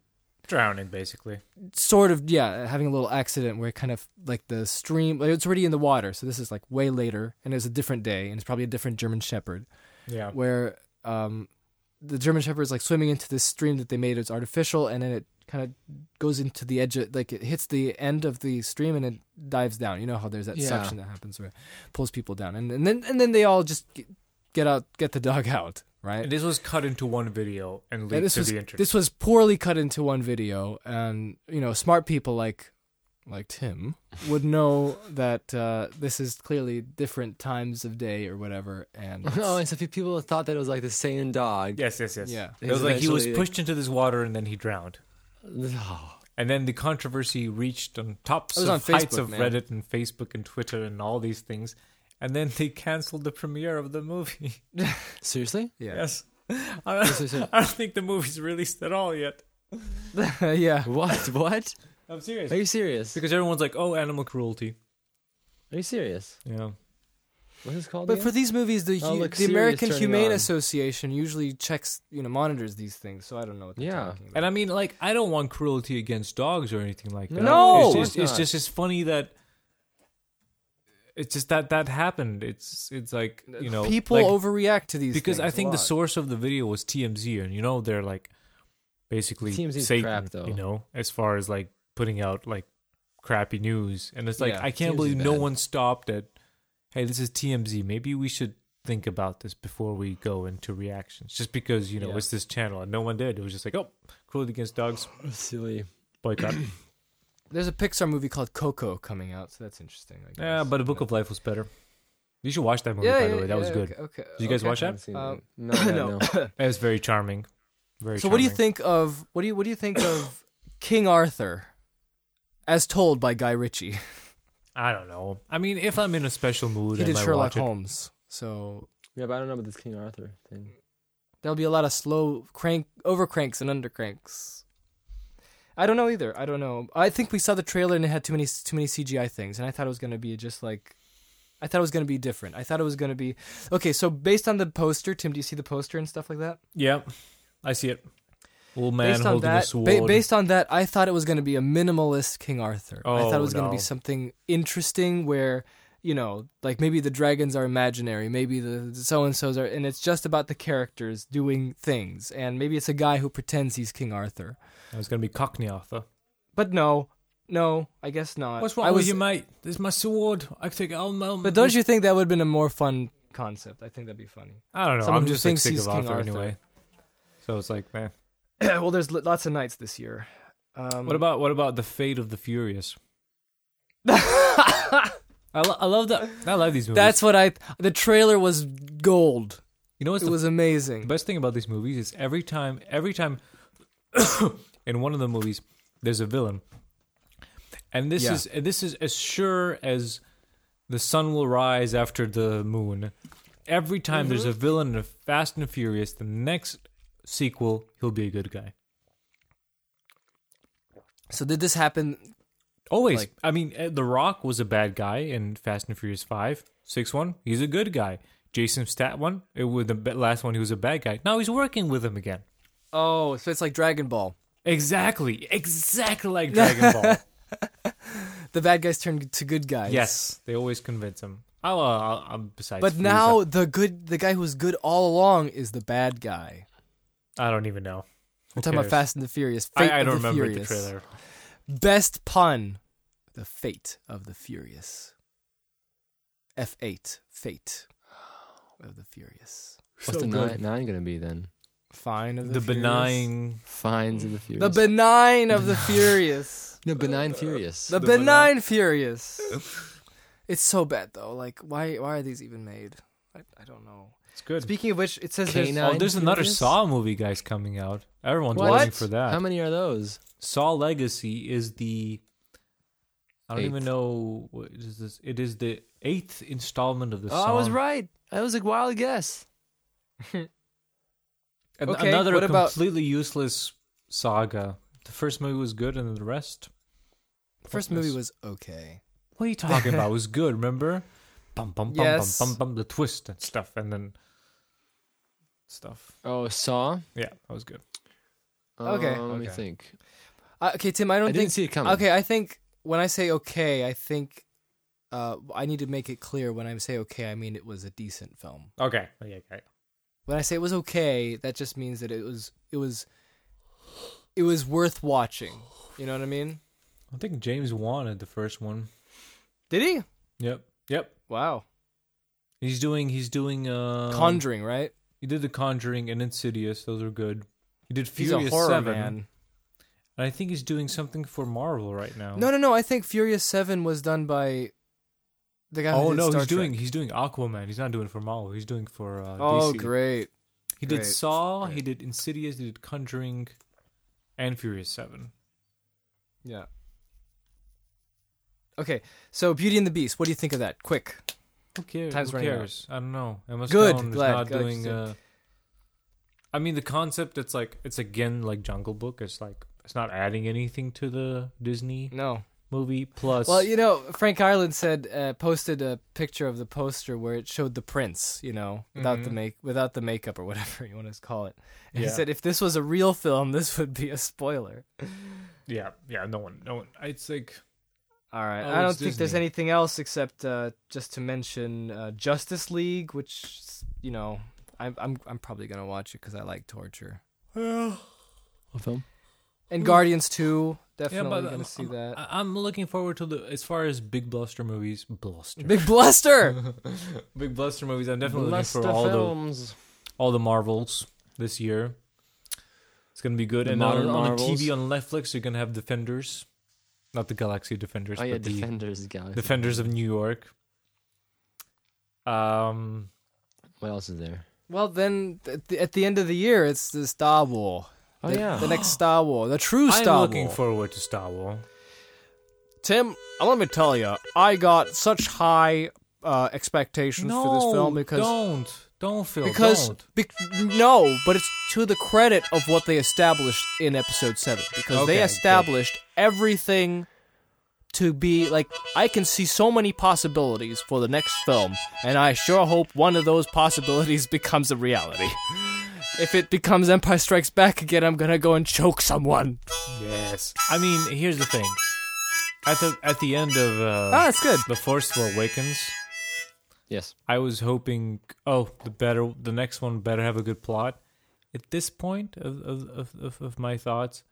Speaker 3: Drowning, basically.
Speaker 2: sort of yeah having a little accident where it kind of like the stream like, it's already in the water so this is like way later and it was a different day and it's probably a different german shepherd
Speaker 3: Yeah.
Speaker 2: where um, the German Shepherd is like swimming into this stream that they made it's artificial, and then it kind of goes into the edge, of, like it hits the end of the stream and it dives down. You know how there's that
Speaker 1: Yeah.
Speaker 2: suction that happens where it pulls people down, and, and then and then they all just g- get out, get the dog out, right?
Speaker 3: And this was cut into one video and leaked
Speaker 2: And this
Speaker 3: to
Speaker 2: was
Speaker 3: the internet.
Speaker 2: this was poorly cut into one video, and you know smart people like like Tim would know that uh, this is clearly different times of day or whatever, and
Speaker 1: oh, and so few people thought that it was like the same dog.
Speaker 3: yes, yes, yes.
Speaker 2: Yeah.
Speaker 3: It was like he was
Speaker 1: Eventually-
Speaker 3: pushed into this water and then he drowned.
Speaker 1: Oh,
Speaker 3: And then the controversy reached on tops
Speaker 2: It was
Speaker 3: of
Speaker 2: on
Speaker 3: heights
Speaker 2: Facebook,
Speaker 3: of
Speaker 2: man.
Speaker 3: Reddit and Facebook and Twitter and all these things. And then they canceled the premiere of the movie.
Speaker 1: seriously?
Speaker 2: yeah,
Speaker 3: yes. I don't,
Speaker 1: so-
Speaker 3: I don't think the movie's released at all yet.
Speaker 2: yeah.
Speaker 1: What? What?
Speaker 3: I'm serious.
Speaker 1: Are you serious?
Speaker 3: Because everyone's like, oh, animal cruelty.
Speaker 1: Are you serious?
Speaker 3: Yeah.
Speaker 1: What's this called?
Speaker 2: But
Speaker 1: again?
Speaker 2: for these movies, the,
Speaker 1: Oh,
Speaker 2: hu-
Speaker 1: look,
Speaker 2: the
Speaker 1: Siri is
Speaker 2: American
Speaker 1: turning
Speaker 2: Humane
Speaker 1: on.
Speaker 2: Association usually checks, you know, monitors these things. So I don't know what they're
Speaker 1: Yeah.
Speaker 2: talking about.
Speaker 3: And I mean, like, I don't want cruelty against dogs or anything like that.
Speaker 2: No,
Speaker 3: it's
Speaker 1: of
Speaker 3: just,
Speaker 1: course
Speaker 3: it's
Speaker 1: not.
Speaker 3: just it's funny that it's just that that happened. It's it's like you know
Speaker 2: People
Speaker 3: like,
Speaker 2: overreact to these
Speaker 3: because
Speaker 2: things
Speaker 3: I
Speaker 2: a
Speaker 3: think the
Speaker 2: lot.
Speaker 3: source of the video was TMZ, and you know they're like basically
Speaker 1: TMZ is
Speaker 3: Satan,
Speaker 1: crap, though.
Speaker 3: You know, as far as like putting out like crappy news, and it's like
Speaker 1: Yeah,
Speaker 3: I can't
Speaker 1: TMZ is
Speaker 3: believe no
Speaker 1: bad.
Speaker 3: one stopped at. Hey, this is TMZ. Maybe we should think about this before we go into reactions. Just because you know
Speaker 1: Yeah.
Speaker 3: it's this channel, and no one did. It was just like, oh, cruelty against dogs,
Speaker 1: Oh, silly.
Speaker 3: boycott.
Speaker 2: There's a Pixar movie called Coco coming out, so that's interesting. I guess.
Speaker 3: yeah, but a Book of Life was better. You should watch that movie.
Speaker 2: Yeah,
Speaker 3: by
Speaker 2: yeah,
Speaker 3: the way, that was
Speaker 2: yeah,
Speaker 3: good.
Speaker 2: Okay. okay
Speaker 3: Did you guys
Speaker 2: okay.
Speaker 3: watch
Speaker 1: I
Speaker 3: that?
Speaker 1: haven't seen
Speaker 2: Um,
Speaker 1: that. No, no,
Speaker 2: no.
Speaker 1: no.
Speaker 3: It was very charming. Very.
Speaker 2: So what do you
Speaker 3: charming.
Speaker 2: think of what do you what do you think of King Arthur, as told by Guy Ritchie?
Speaker 3: I don't know. I mean, if I'm in a special mood,
Speaker 2: He
Speaker 3: I
Speaker 2: did
Speaker 3: might
Speaker 2: Sherlock
Speaker 3: watch it.
Speaker 2: Holmes, so
Speaker 1: Yeah, but I don't know about this King Arthur thing.
Speaker 2: there'll be a lot of slow crank over cranks and under cranks. I don't know either. I don't know. I think we saw the trailer and it had too many too many CGI things, and I thought it was gonna be just like, I thought it was gonna be different. I thought it was gonna be okay. So based on the poster, Tim, do you see the poster and stuff like that?
Speaker 3: Yeah, I see it. Old man
Speaker 2: based on
Speaker 3: holding a
Speaker 2: that,
Speaker 3: sword.
Speaker 2: ba- based on that, I thought it was gonna be a minimalist King Arthur. I thought
Speaker 3: Oh,
Speaker 2: it was gonna be
Speaker 3: no.
Speaker 2: something interesting where. You know, like maybe the dragons are imaginary, maybe the so and so's are, and it's just about the characters doing things, and maybe it's a guy who pretends he's King Arthur.
Speaker 3: I was gonna be Cockney Arthur.
Speaker 2: But no, no, I guess not.
Speaker 3: What's wrong
Speaker 2: I
Speaker 3: with you, mate? There's my sword. I take it. on my.
Speaker 2: But don't you think that would have been a more fun concept? I think that'd be funny.
Speaker 3: I don't know.
Speaker 2: someone
Speaker 3: I'm
Speaker 2: who
Speaker 3: just like,
Speaker 2: thinks
Speaker 3: sick
Speaker 2: he's
Speaker 3: of
Speaker 2: King
Speaker 3: Arthur,
Speaker 2: Arthur.
Speaker 3: anyway. So it's like, man.
Speaker 2: well, there's l- lots of knights this year. Um,
Speaker 3: What about what about the fate of the furious? I, lo- I love that. I love these movies.
Speaker 2: That's what I. The trailer was gold.
Speaker 3: you know
Speaker 2: It
Speaker 3: what's the
Speaker 2: was amazing.
Speaker 3: The best thing about these movies is every time, every time in one of the movies, there's a villain, and this
Speaker 2: Yeah.
Speaker 3: is and this is as sure as the sun will rise after the moon. Every time there's
Speaker 2: Mm-hmm.
Speaker 3: a villain in a Fast and Furious, the next sequel he'll be a good guy.
Speaker 2: So did this happen?
Speaker 3: Always.
Speaker 2: Like-
Speaker 3: I mean, uh, The Rock was a bad guy in Fast and Furious 5. 6 1, he's a good guy. Jason Stat one, it was the be- last one, he was a bad guy. Now he's working with him again.
Speaker 2: Oh, so it's like Dragon Ball.
Speaker 3: Exactly, exactly like Dragon Ball.
Speaker 2: the bad guys turn to good guys.
Speaker 3: Yes, they always convince him. Oh, well, I'll, I'm besides.
Speaker 2: But
Speaker 3: Frieza.
Speaker 2: now the good, the guy who was good all along is the bad guy.
Speaker 3: I don't even know.
Speaker 2: We're talking about
Speaker 3: cares?
Speaker 2: Fast and the Furious. Fate
Speaker 3: I, I
Speaker 2: of
Speaker 3: don't
Speaker 2: the
Speaker 3: remember
Speaker 2: Furious.
Speaker 3: the trailer.
Speaker 2: Best pun: The Fate of the Furious. F8, Fate of the Furious.
Speaker 1: What's the nine, nine going to be then?
Speaker 2: Fine of the,
Speaker 3: The
Speaker 2: Furious.
Speaker 3: benign.
Speaker 1: Fines of the Furious.
Speaker 2: The benign of the Furious.
Speaker 1: no, benign Furious.
Speaker 2: The, benign Furious. It's so bad though. Like, why? Why are these even made? I, I don't know.
Speaker 3: It's good.
Speaker 2: Speaking of which, it says there's,
Speaker 1: Canine
Speaker 3: oh, there's another
Speaker 1: Furious?
Speaker 3: Saw movie, guys, coming out. Everyone's
Speaker 2: What?
Speaker 3: waiting for that.
Speaker 1: How many are those?
Speaker 3: Saw Legacy is the. I don't even
Speaker 1: Eighth.
Speaker 3: know what is this. It is the eighth installment of the
Speaker 1: Oh,
Speaker 3: Saw.
Speaker 1: I was right. That was a wild guess.
Speaker 3: An-
Speaker 2: Okay,
Speaker 3: another
Speaker 2: what about-
Speaker 3: completely useless saga. The first movie was good, and the rest.
Speaker 2: first movie was okay.
Speaker 3: What are you talking about? It was good, remember? Bum bum bum
Speaker 2: Yes.
Speaker 3: bum bum bum. The twist and stuff, and then stuff.
Speaker 1: Oh, Saw.
Speaker 3: Yeah, that was good.
Speaker 2: Okay.
Speaker 1: Um, Let me
Speaker 3: Okay.
Speaker 1: think.
Speaker 2: Uh, okay, Tim, I don't
Speaker 1: I
Speaker 2: think
Speaker 1: didn't see it coming.
Speaker 2: Okay, I think when I say okay, I think uh, I need to make it clear when I say okay, I mean it was a decent film.
Speaker 3: Okay, Oh, okay, okay.
Speaker 2: When I say it was okay, that just means that it was it was it was worth watching. You know what I mean?
Speaker 3: I think James wanted the first one.
Speaker 2: Did he?
Speaker 3: Yep, yep.
Speaker 2: Wow.
Speaker 3: He's doing. He's doing.
Speaker 1: Um,
Speaker 3: Uh,
Speaker 2: Conjuring, right?
Speaker 3: He did The Conjuring and Insidious. Those are good. He did
Speaker 2: He's
Speaker 3: Furious
Speaker 2: a horror
Speaker 3: 7.
Speaker 2: man.
Speaker 3: And I think he's doing something for Marvel right now.
Speaker 2: No, no, no. I think Furious Seven was done by the guy. Who
Speaker 3: Oh
Speaker 2: did
Speaker 3: no,
Speaker 2: Star
Speaker 3: he's doing
Speaker 2: Trek.
Speaker 3: he's doing Aquaman. He's not doing for Marvel. He's doing for uh,
Speaker 2: Oh,
Speaker 3: DC.
Speaker 2: great.
Speaker 3: He did
Speaker 2: great,
Speaker 3: Saw, he did Insidious, he did Conjuring and Furious 7.
Speaker 2: Yeah. Okay, so Beauty and the Beast. What do you think of that? Quick.
Speaker 3: Who cares?
Speaker 2: Time's
Speaker 3: Who
Speaker 2: running out.
Speaker 3: cares? I don't know. Emma
Speaker 2: Good,
Speaker 3: Stone is
Speaker 2: glad-
Speaker 3: not
Speaker 2: glad you
Speaker 3: doing.
Speaker 2: said-
Speaker 3: Uh, I mean, the concept. It's like it's again like Jungle Book. It's like it's not adding anything to the Disney
Speaker 2: No.
Speaker 3: movie. Plus,
Speaker 2: Well, you know, Frank Ireland said uh, posted a picture of the poster where it showed the prince, you know, without the make without the makeup or whatever you want to call it. And He
Speaker 3: Mm-hmm. Yeah.
Speaker 2: said if this was a real film, this would be a spoiler.
Speaker 3: yeah, yeah. No one, no one. It's like
Speaker 2: All right.
Speaker 3: Oh,
Speaker 2: I don't
Speaker 3: it's
Speaker 2: think there's
Speaker 3: Disney.
Speaker 2: anything else except uh, just to mention uh, Justice League, which you know, I'm I'm I'm probably gonna watch it because I like torture.
Speaker 1: What film?
Speaker 2: And Guardians 2,
Speaker 3: yeah,
Speaker 2: definitely
Speaker 3: but
Speaker 2: gonna
Speaker 3: I'm,
Speaker 2: see
Speaker 3: I'm-
Speaker 2: that.
Speaker 3: I- I'm looking forward to the as far as big bluster movies, bluster, big,
Speaker 2: Big bluster.
Speaker 3: bluster movies. I'm definitely looking for all the all the Marvels this year. It's gonna be good.
Speaker 1: The
Speaker 3: and on,
Speaker 1: modern
Speaker 3: on the
Speaker 1: Marvels.
Speaker 3: TV on Netflix, you're gonna have Defenders, not the Galaxy Defenders,
Speaker 1: Oh yeah,
Speaker 3: but the
Speaker 1: Defenders Galaxy.
Speaker 3: Defenders of New York. Um,
Speaker 1: What else is there?
Speaker 2: Well, then at the, at the end of the year, it's the Star War.
Speaker 1: Oh
Speaker 2: the,
Speaker 1: yeah.
Speaker 2: the next Star War, the true
Speaker 3: I'm
Speaker 2: Star
Speaker 3: looking
Speaker 2: War.
Speaker 3: forward to Star Wars.
Speaker 2: Tim, let me tell you, I got such high uh, expectations for this film because
Speaker 3: don't, don't Phil,
Speaker 2: because
Speaker 3: Oh, don't.
Speaker 2: bec- no, but it's to the credit of what they established in Episode Seven because
Speaker 3: Okay,
Speaker 2: they
Speaker 3: good.
Speaker 2: established everything to be like I can see so many possibilities for the next film, and I sure hope one of those possibilities becomes a reality. If it becomes Empire Strikes Back again, I'm gonna go and choke someone.
Speaker 3: Yes. I mean, here's the thing. At the at the end of uh,
Speaker 2: Ah, that's good.
Speaker 3: The Force Awakens,
Speaker 1: yes.
Speaker 3: I was hoping, oh, the better, the next one better have a good plot. At this point of of of, of, of my thoughts,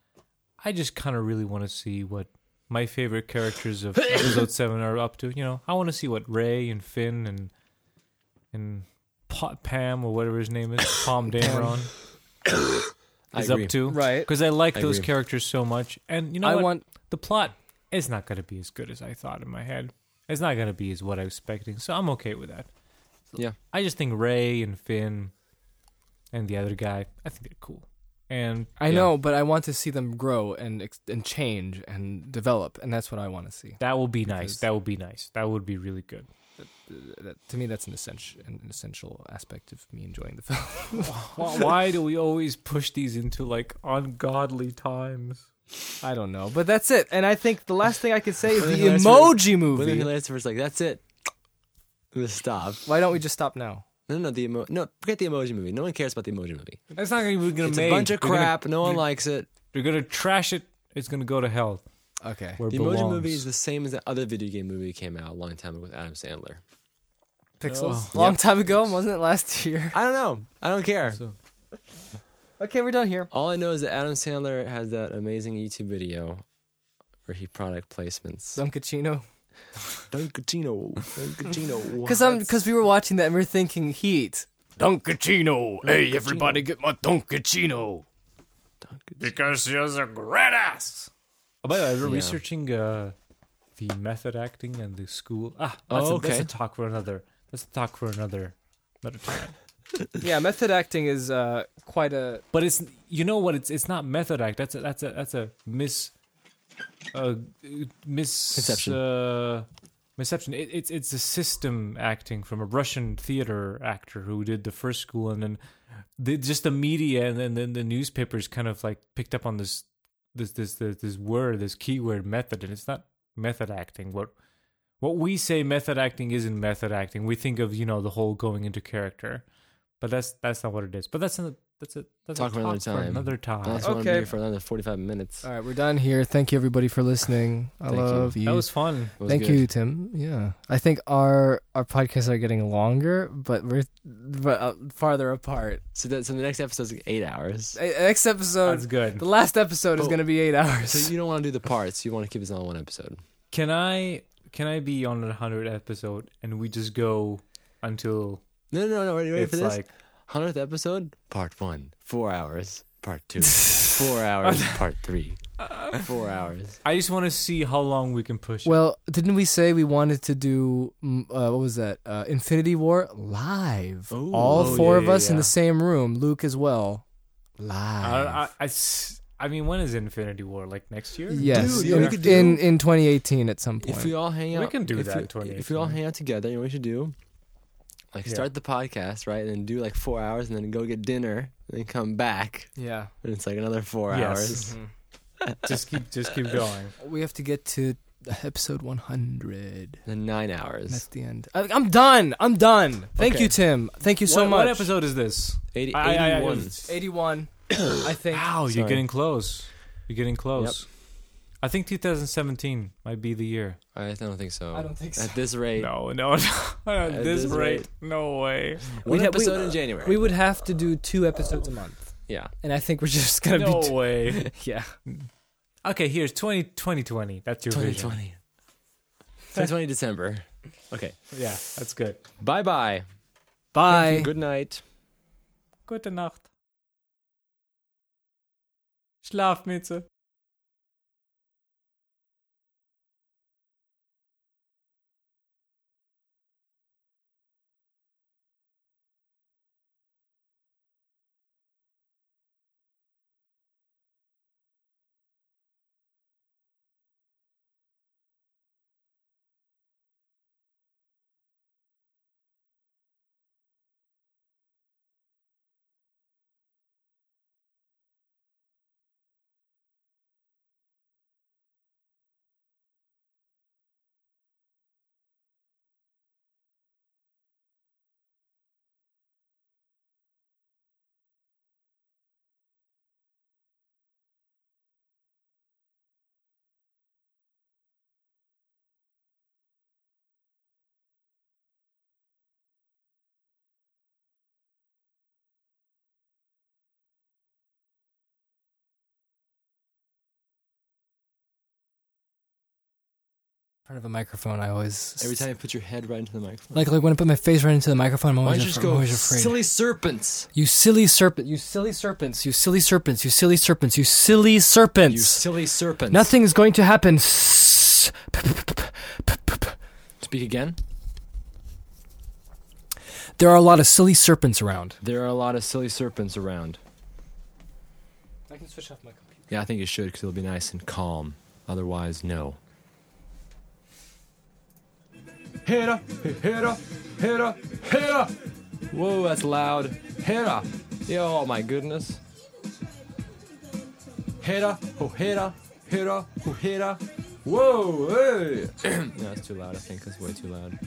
Speaker 3: I just kind of really want to see what my favorite characters of Episode Seven are up to. You know, I want to see what Ray and Finn and and Pa- Pam or whatever his name is, Palm Dameron,
Speaker 1: I
Speaker 3: is
Speaker 1: agree.
Speaker 3: up to,
Speaker 2: Right.
Speaker 3: Because I like
Speaker 1: I
Speaker 3: those
Speaker 1: agree.
Speaker 3: characters so much, and you know,
Speaker 2: I
Speaker 3: what?
Speaker 2: want
Speaker 3: the plot is not going to be as good as I thought in my head. It's not going to be as what I was expecting, so I'm okay with that.
Speaker 1: Yeah.
Speaker 3: I just think Ray and Finn and the other guy, I think they're cool. And
Speaker 2: I
Speaker 3: yeah,
Speaker 2: know, but I want to see them grow and ex- and change and develop, and that's what I want to see.
Speaker 3: that will be nice. That will be nice. That would be really good.
Speaker 2: That, to me, that's an essential an essential aspect of me enjoying the film.
Speaker 3: Why, why do we always push these into like ungodly times?
Speaker 2: I don't know, but that's it. And I think the last thing I could say is
Speaker 1: When
Speaker 2: the
Speaker 1: the last
Speaker 2: emoji
Speaker 1: When the
Speaker 2: movie.
Speaker 1: Hilarious was like, "That's it." Let's stop.
Speaker 2: Why don't we just stop now?
Speaker 1: No, no, the emo- no. Forget the emoji movie. No one cares about the emoji movie.
Speaker 3: That's not going to be going
Speaker 1: It's
Speaker 3: to make
Speaker 1: a bunch of
Speaker 3: they're gonna-
Speaker 1: crap. no one likes it.
Speaker 3: they're going to trash it. It's going to go to hell.
Speaker 2: Okay. Where
Speaker 3: where it
Speaker 1: The Emoji
Speaker 3: belongs.
Speaker 1: Movie is the same as the other video game movie that came out a long time ago with Adam Sandler.
Speaker 2: Pixels. Long time ago, wasn't it last year?
Speaker 1: I don't know. I don't care.
Speaker 2: Okay, we're done here.
Speaker 1: All I know is that Adam Sandler has that amazing YouTube video where he product placements.
Speaker 2: Dunkachino.
Speaker 1: Dunkachino. Dunkachino.
Speaker 2: Because I'm because we were watching that and we are thinking heat.
Speaker 5: Dunkachino. Hey, everybody get my Dunkachino.
Speaker 12: Because she's a great ass.
Speaker 3: Oh, by the way, we're
Speaker 1: Yeah.
Speaker 3: researching uh, the method acting and the school. Ah, that's,
Speaker 1: Oh,
Speaker 3: a, that's
Speaker 1: okay.
Speaker 3: a talk for another. That's a talk for another. Another time.
Speaker 2: Yeah, method acting is uh quite a
Speaker 3: But it's you know what? It's it's not method act. That's a that's a that's a mis uh,
Speaker 1: Conception.
Speaker 3: misconception. Uh, misception. It, it's it's a system acting from a Russian theater actor who did the first school, and then the, just the media and then, then the newspapers kind of like picked up on this this this this, this word, this keyword method, and it's not method acting. What what we say method acting isn't method acting. We think of you know the whole going into character, but that's that's not what it is. But that's not, that's it. That's
Speaker 1: Talk
Speaker 3: a
Speaker 1: for another time.
Speaker 3: another time.
Speaker 1: That's what I'm
Speaker 2: Okay.
Speaker 1: here for another 45 minutes.
Speaker 2: All right, we're done here. Thank you everybody for listening. I
Speaker 1: Thank you.
Speaker 2: love you.
Speaker 3: That was fun.
Speaker 1: It was
Speaker 2: Thank
Speaker 1: good.
Speaker 2: you, Tim. Yeah, I think our our podcasts are getting longer, but we're but, uh, farther apart.
Speaker 1: So, that, so the next episode's like eight hours.
Speaker 2: Uh, Next
Speaker 3: That's
Speaker 2: episode,
Speaker 3: good.
Speaker 2: the last episode is
Speaker 1: Oh.
Speaker 2: going to be eight hours.
Speaker 1: So you don't want to do the parts. You want to keep this all in one episode.
Speaker 3: Can I can I be on a hundred episode and we just go until
Speaker 1: No, no, no. no. Ready, ready
Speaker 3: it's
Speaker 1: for this?
Speaker 3: like
Speaker 1: 100th episode, part one. Four hours, part two. Four hours, part three. Four hours.
Speaker 3: I just want to see how long we can push. it.
Speaker 2: well, didn't we say we wanted to do mm, uh, what was that? Uh, Infinity War live.
Speaker 1: Ooh.
Speaker 2: All
Speaker 1: Oh,
Speaker 2: four
Speaker 3: yeah,
Speaker 2: of
Speaker 3: yeah,
Speaker 2: us in
Speaker 3: yeah.
Speaker 2: the same room. Luke as well.
Speaker 3: I,
Speaker 2: Live.
Speaker 3: don't- I- I s- I mean, when is Infinity War? Like next year?
Speaker 2: yes,
Speaker 1: Dude, yeah, we
Speaker 2: in,
Speaker 1: could do-
Speaker 2: in in 2018 at some point.
Speaker 1: If we all hang
Speaker 3: We
Speaker 1: out,
Speaker 3: can do
Speaker 1: if
Speaker 3: that
Speaker 1: you-
Speaker 3: 28th,
Speaker 1: if we all
Speaker 3: right?
Speaker 1: hang out together, you know what we should do? Like
Speaker 3: Yeah.
Speaker 1: start the podcast, right, and then do like four hours, and then go get dinner, and then come back,
Speaker 2: yeah,
Speaker 1: and it's like another four
Speaker 3: Yes.
Speaker 1: hours.
Speaker 3: just keep just keep going.
Speaker 2: we have to get to episode 100.
Speaker 1: Then nine
Speaker 2: That's
Speaker 1: hours.
Speaker 2: the end. I, I'm done. I'm done. Thank
Speaker 1: Okay.
Speaker 2: you, Tim. Thank you so
Speaker 3: what,
Speaker 2: much.
Speaker 3: what episode is this?
Speaker 1: 80,
Speaker 3: I- I- I-
Speaker 1: 81.
Speaker 2: 81, I think.
Speaker 3: Wow, you're
Speaker 1: Sorry.
Speaker 3: getting close. You're getting close. I think 2017 might be the year.
Speaker 1: I, don't think so.
Speaker 2: I don't think so.
Speaker 1: At this rate,
Speaker 3: No, no, no. At this
Speaker 1: this
Speaker 3: rate,
Speaker 1: rate.
Speaker 3: no way.
Speaker 1: one
Speaker 2: We'd have-
Speaker 1: episode
Speaker 2: we-
Speaker 1: in January.
Speaker 2: We would have to do two episodes a month.
Speaker 1: yeah.
Speaker 2: And I think we're just going to
Speaker 3: No
Speaker 2: be.
Speaker 3: way.
Speaker 2: yeah.
Speaker 3: Okay, here's 20, 2020. That's your 2020.
Speaker 1: 2020. 2020 December. Okay.
Speaker 3: Yeah, that's good.
Speaker 1: Bye bye.
Speaker 2: Bye.
Speaker 1: Good night.
Speaker 3: Gute Nacht. Schlafmütze.
Speaker 2: In front of a microphone, I always.
Speaker 1: Every time you put your head right into the microphone.
Speaker 2: Like, like when I put my face right into the microphone, I'm
Speaker 1: Why
Speaker 2: always,
Speaker 1: don't you
Speaker 2: af-
Speaker 1: just
Speaker 2: I'm
Speaker 1: go,
Speaker 2: always afraid.
Speaker 1: silly serpents?
Speaker 2: You silly serpent. You silly serpents. You silly serpents. You silly serpents. You silly serpents.
Speaker 1: You silly serpents.
Speaker 2: Nothing is going to happen. S- p- p- p- p- p- p- p-
Speaker 1: Speak again.
Speaker 2: There are a lot of silly serpents around.
Speaker 1: There are a lot of silly serpents around.
Speaker 2: I can switch off my computer.
Speaker 1: Yeah, I think you should because it'll be nice and calm. Otherwise, no. Hera, Hera, Hera, Hera! Whoa, that's loud. Hera! Yeah, oh my goodness. Hera, oh Hera, Hera, oh Hera. Whoa, hey! no, that's too loud. I think that's way too loud.